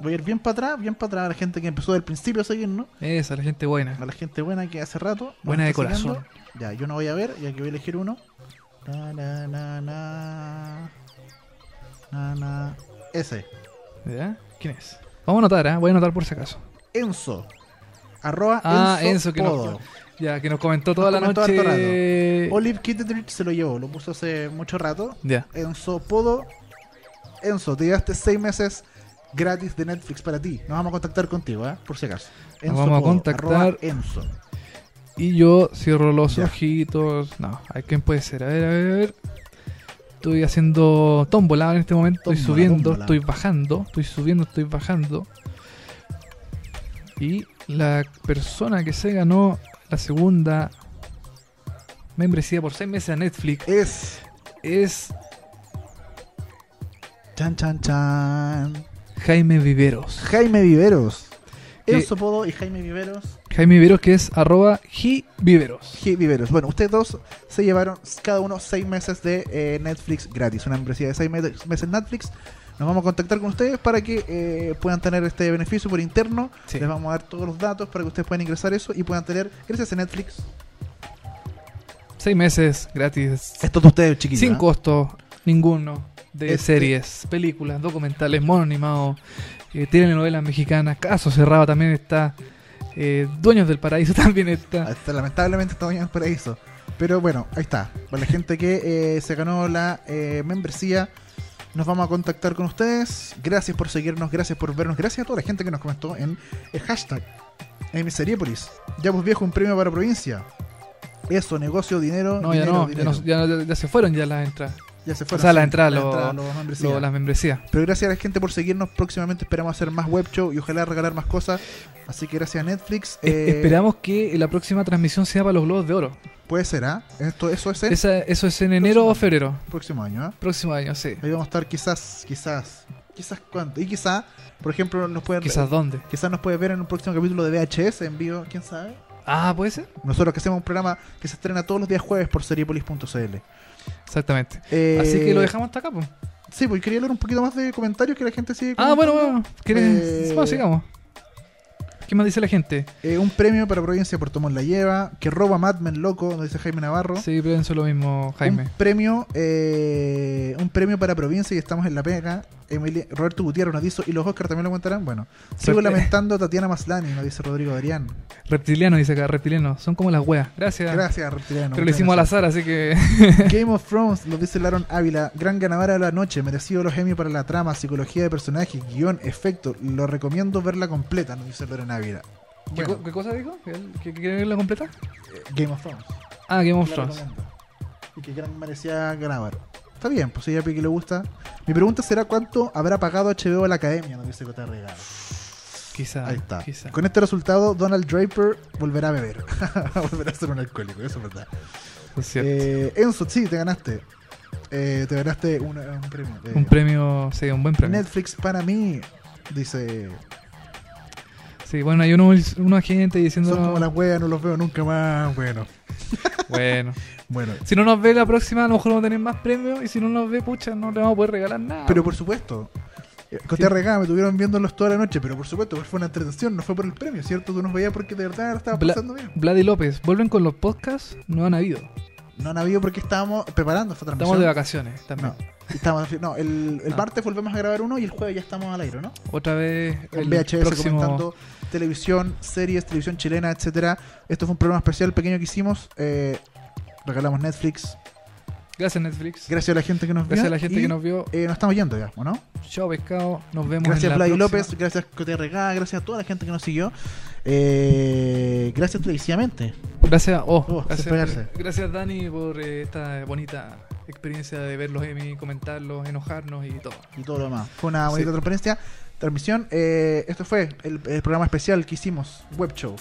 S2: Voy a ir bien para atrás, bien para atrás a la gente que empezó del principio a seguirnos.
S1: Esa, la gente buena.
S2: A la gente buena que hace rato. nos
S1: Buena de
S2: está
S1: corazón.
S2: siguiendo. Ya, yo no voy a ver, ya que voy a elegir uno. Na, na, na, na. Na, na. Ese.
S1: ¿Ya? ¿Quién es? Vamos a anotar, ¿eh? Voy a anotar por si acaso.
S2: Enzo. Arroba
S1: Ah,
S2: Enzo,
S1: Enzo, que
S2: Podo.
S1: nos, ya, que nos comentó toda la
S2: Nos comentó harto
S1: noche.
S2: Olive Kitteridge se lo llevó, lo puso hace mucho rato.
S1: Ya.
S2: Enzo Podo. Enzo, te llevaste seis meses gratis de Netflix para ti. Nos vamos a contactar contigo, ¿eh? Por si acaso.
S1: vamos a
S2: Podo,
S1: contactar.
S2: arroba Enzo.
S1: Y yo cierro los
S2: Ya.
S1: ojitos. No, a ver quién puede ser. A ver, a ver, a ver. Estoy haciendo tómbola en este momento.
S2: Tómbola,
S1: estoy subiendo,
S2: tómbola.
S1: estoy bajando. Estoy subiendo, estoy bajando. Y la persona que se ganó la segunda membresía por seis meses a Netflix
S2: Es.
S1: es
S2: Chan, chan, chan.
S1: Jaime Viveros.
S2: Jaime Viveros.
S1: Que-
S2: Enzo Podo y Jaime Viveros.
S1: Jaime Viveros que es arroba jiviveros.
S2: G. Viveros. Bueno, ustedes dos se llevaron cada uno seis meses de eh, Netflix gratis, una membresía de seis me- meses Netflix. Nos vamos a contactar con ustedes para que eh, puedan tener este beneficio por interno.
S1: Sí.
S2: Les vamos a dar todos los datos para que ustedes puedan ingresar eso y puedan tener, gracias a Netflix,
S1: Seis meses gratis.
S2: estos de ustedes, chiquillos. ¿eh?
S1: Sin costo ninguno de
S2: Este-
S1: series, películas, documentales, mono animado, eh, telenovelas mexicanas, Caso Cerrado también está, eh, Dueños del Paraíso también
S2: Ah,
S1: está.
S2: está- lamentablemente está en el paraíso. Pero bueno, ahí está. Para la gente que eh, se ganó la eh, membresía, nos vamos a contactar con ustedes. Gracias por seguirnos, gracias por vernos, gracias a toda la gente que nos comentó en el hashtag Emiseriepolis. Ya pues viejo, un premio para provincia. Eso, negocio, dinero.
S1: No, ya
S2: Ah, dinero,
S1: no, ya,
S2: dinero.
S1: no- ya no- ya se fueron ya las entradas,
S2: Ya se
S1: o
S2: fueron.
S1: sea, las
S2: sí,
S1: entradas,
S2: la
S1: lo-
S2: entrada, los membresías.
S1: lo- las membresías.
S2: Pero gracias a la gente por seguirnos. Próximamente esperamos hacer más web show y ojalá regalar más cosas. Así que gracias a Netflix.
S1: Es-
S2: eh,
S1: Esperamos que la próxima transmisión sea para los Globos de Oro.
S2: Puede ser, ¿ah? Esto, eso es el
S1: Esa- eso es en enero o
S2: Próximo.
S1: febrero,
S2: próximo año, ¿ah?
S1: próximo año, sí.
S2: Ahí vamos a estar quizás, quizás, quizás cuánto. Y quizá, por ejemplo, nos pueden
S1: Quizás dónde.
S2: quizás nos puede ver en un próximo capítulo de VHS en vivo, quién sabe.
S1: Ah, puede ser.
S2: Nosotros que hacemos un programa que se estrena todos los días jueves por seriepolis.cl.
S1: Exactamente.
S2: Eh,
S1: Así que lo dejamos hasta acá. po.
S2: Sí, pues quería leer un poquito más de comentarios que la gente sigue.
S1: Ah, bueno,
S2: comentando.
S1: bueno. ¿Quieres?
S2: eh,
S1: Bueno, sigamos. ¿Qué más dice la gente?
S2: Eh, un premio para Providencia por Tomás la lleva. Que roba Mad Men loco, nos dice Jaime Navarro.
S1: Sí, pienso lo mismo, Jaime.
S2: Un premio, eh, un premio para Provincia y estamos en la pega. Emili- Roberto Gutiérrez nos dice, y los Oscar también lo cuentarán. Bueno, sigo
S1: Repti-
S2: lamentando a Tatiana Maslani, nos dice Rodrigo Adrián.
S1: Reptiliano dice acá, reptiliano. Son como las weas. Gracias.
S2: Gracias, reptiliano.
S1: Pero lo hicimos al azar, así que.
S2: Game of Thrones, nos dice Laron Ávila. Gran ganadora de la noche, merecido los Emmy para la trama, psicología de personaje, guión, efecto. Lo recomiendo verla completa, nos dice Laron Ávila.
S1: ¿Qué,
S2: Bueno,
S1: co- qué cosa dijo? ¿Que quiere verla completa?
S2: eh, Game of Thrones.
S1: Ah, Game of
S2: la
S1: Thrones.
S2: recomiendo. Y que gran merecía grabar. Está bien, pues ella que le gusta. Mi pregunta será cuánto habrá pagado HBO a la academia, nos dice Cota Regalo.
S1: Quizá.
S2: Ahí está.
S1: Ah, Quizá.
S2: Con este resultado, Donald Draper volverá a beber. volverá a ser un alcohólico, eso es verdad.
S1: Es cierto.
S2: Eh, Enzo, sí, te ganaste. Eh, te ganaste un, un premio. Eh,
S1: un premio, sí, un buen premio.
S2: Netflix para mí, dice.
S1: Sí, bueno, hay unos, unos gente diciendo.
S2: Son como las weas, no los veo nunca más. Bueno,
S1: Bueno.
S2: bueno.
S1: Si no nos ve la próxima, a lo mejor vamos a tener más premios. Y si no nos ve, pucha, no le vamos a poder regalar nada.
S2: Pero por supuesto. eh, Con
S1: Sí.
S2: TRK me tuvieron viéndolos toda la noche, pero por supuesto, fue una entretención, no fue por el premio, ¿cierto? Tú nos veías porque de verdad estaba
S1: Bla-
S2: pasando bien.
S1: Vladi López, vuelven con los podcasts, no han habido.
S2: No han habido porque estábamos preparando esta
S1: Estamos
S2: transmisión.
S1: de vacaciones también.
S2: No, estábamos- no, el, el
S1: Ah.
S2: martes volvemos a grabar uno y el jueves ya estamos al aire, ¿no?
S1: Otra vez
S2: Con
S1: el
S2: VHS
S1: próximo
S2: comentando televisión, series, televisión chilena, etcétera. Esto fue un programa especial pequeño que hicimos. eh, regalamos Netflix.
S1: Gracias Netflix.
S2: Gracias a la gente que nos vio.
S1: Gracias a la gente
S2: y,
S1: que nos vio.
S2: eh, nos estamos yendo ya, ¿o no?
S1: Chao pescado. Nos vemos en
S2: Gracias
S1: la
S2: Vladi
S1: próxima.
S2: López, gracias KTRK, gracias a toda la gente que nos siguió. Eh, gracias televisivamente.
S1: Gracias, oh,
S2: Oh,
S1: gracias,
S2: despegarse.
S1: gracias Dani por eh, esta bonita experiencia de verlos Emmy, comentarlos, enojarnos y todo.
S2: y todo lo demás. Fue una
S1: Sí.
S2: bonita transparencia. Transmisión. Eh, esto fue el, el programa especial que hicimos, Web Show.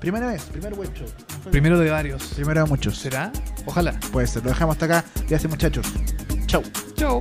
S2: Primera vez, primer Web Show. Fue-
S1: Primero de varios.
S2: Primero de muchos.
S1: ¿Será? Ojalá.
S2: Puede ser. Lo dejamos hasta acá. Gracias, muchachos. Chau.
S1: Chao.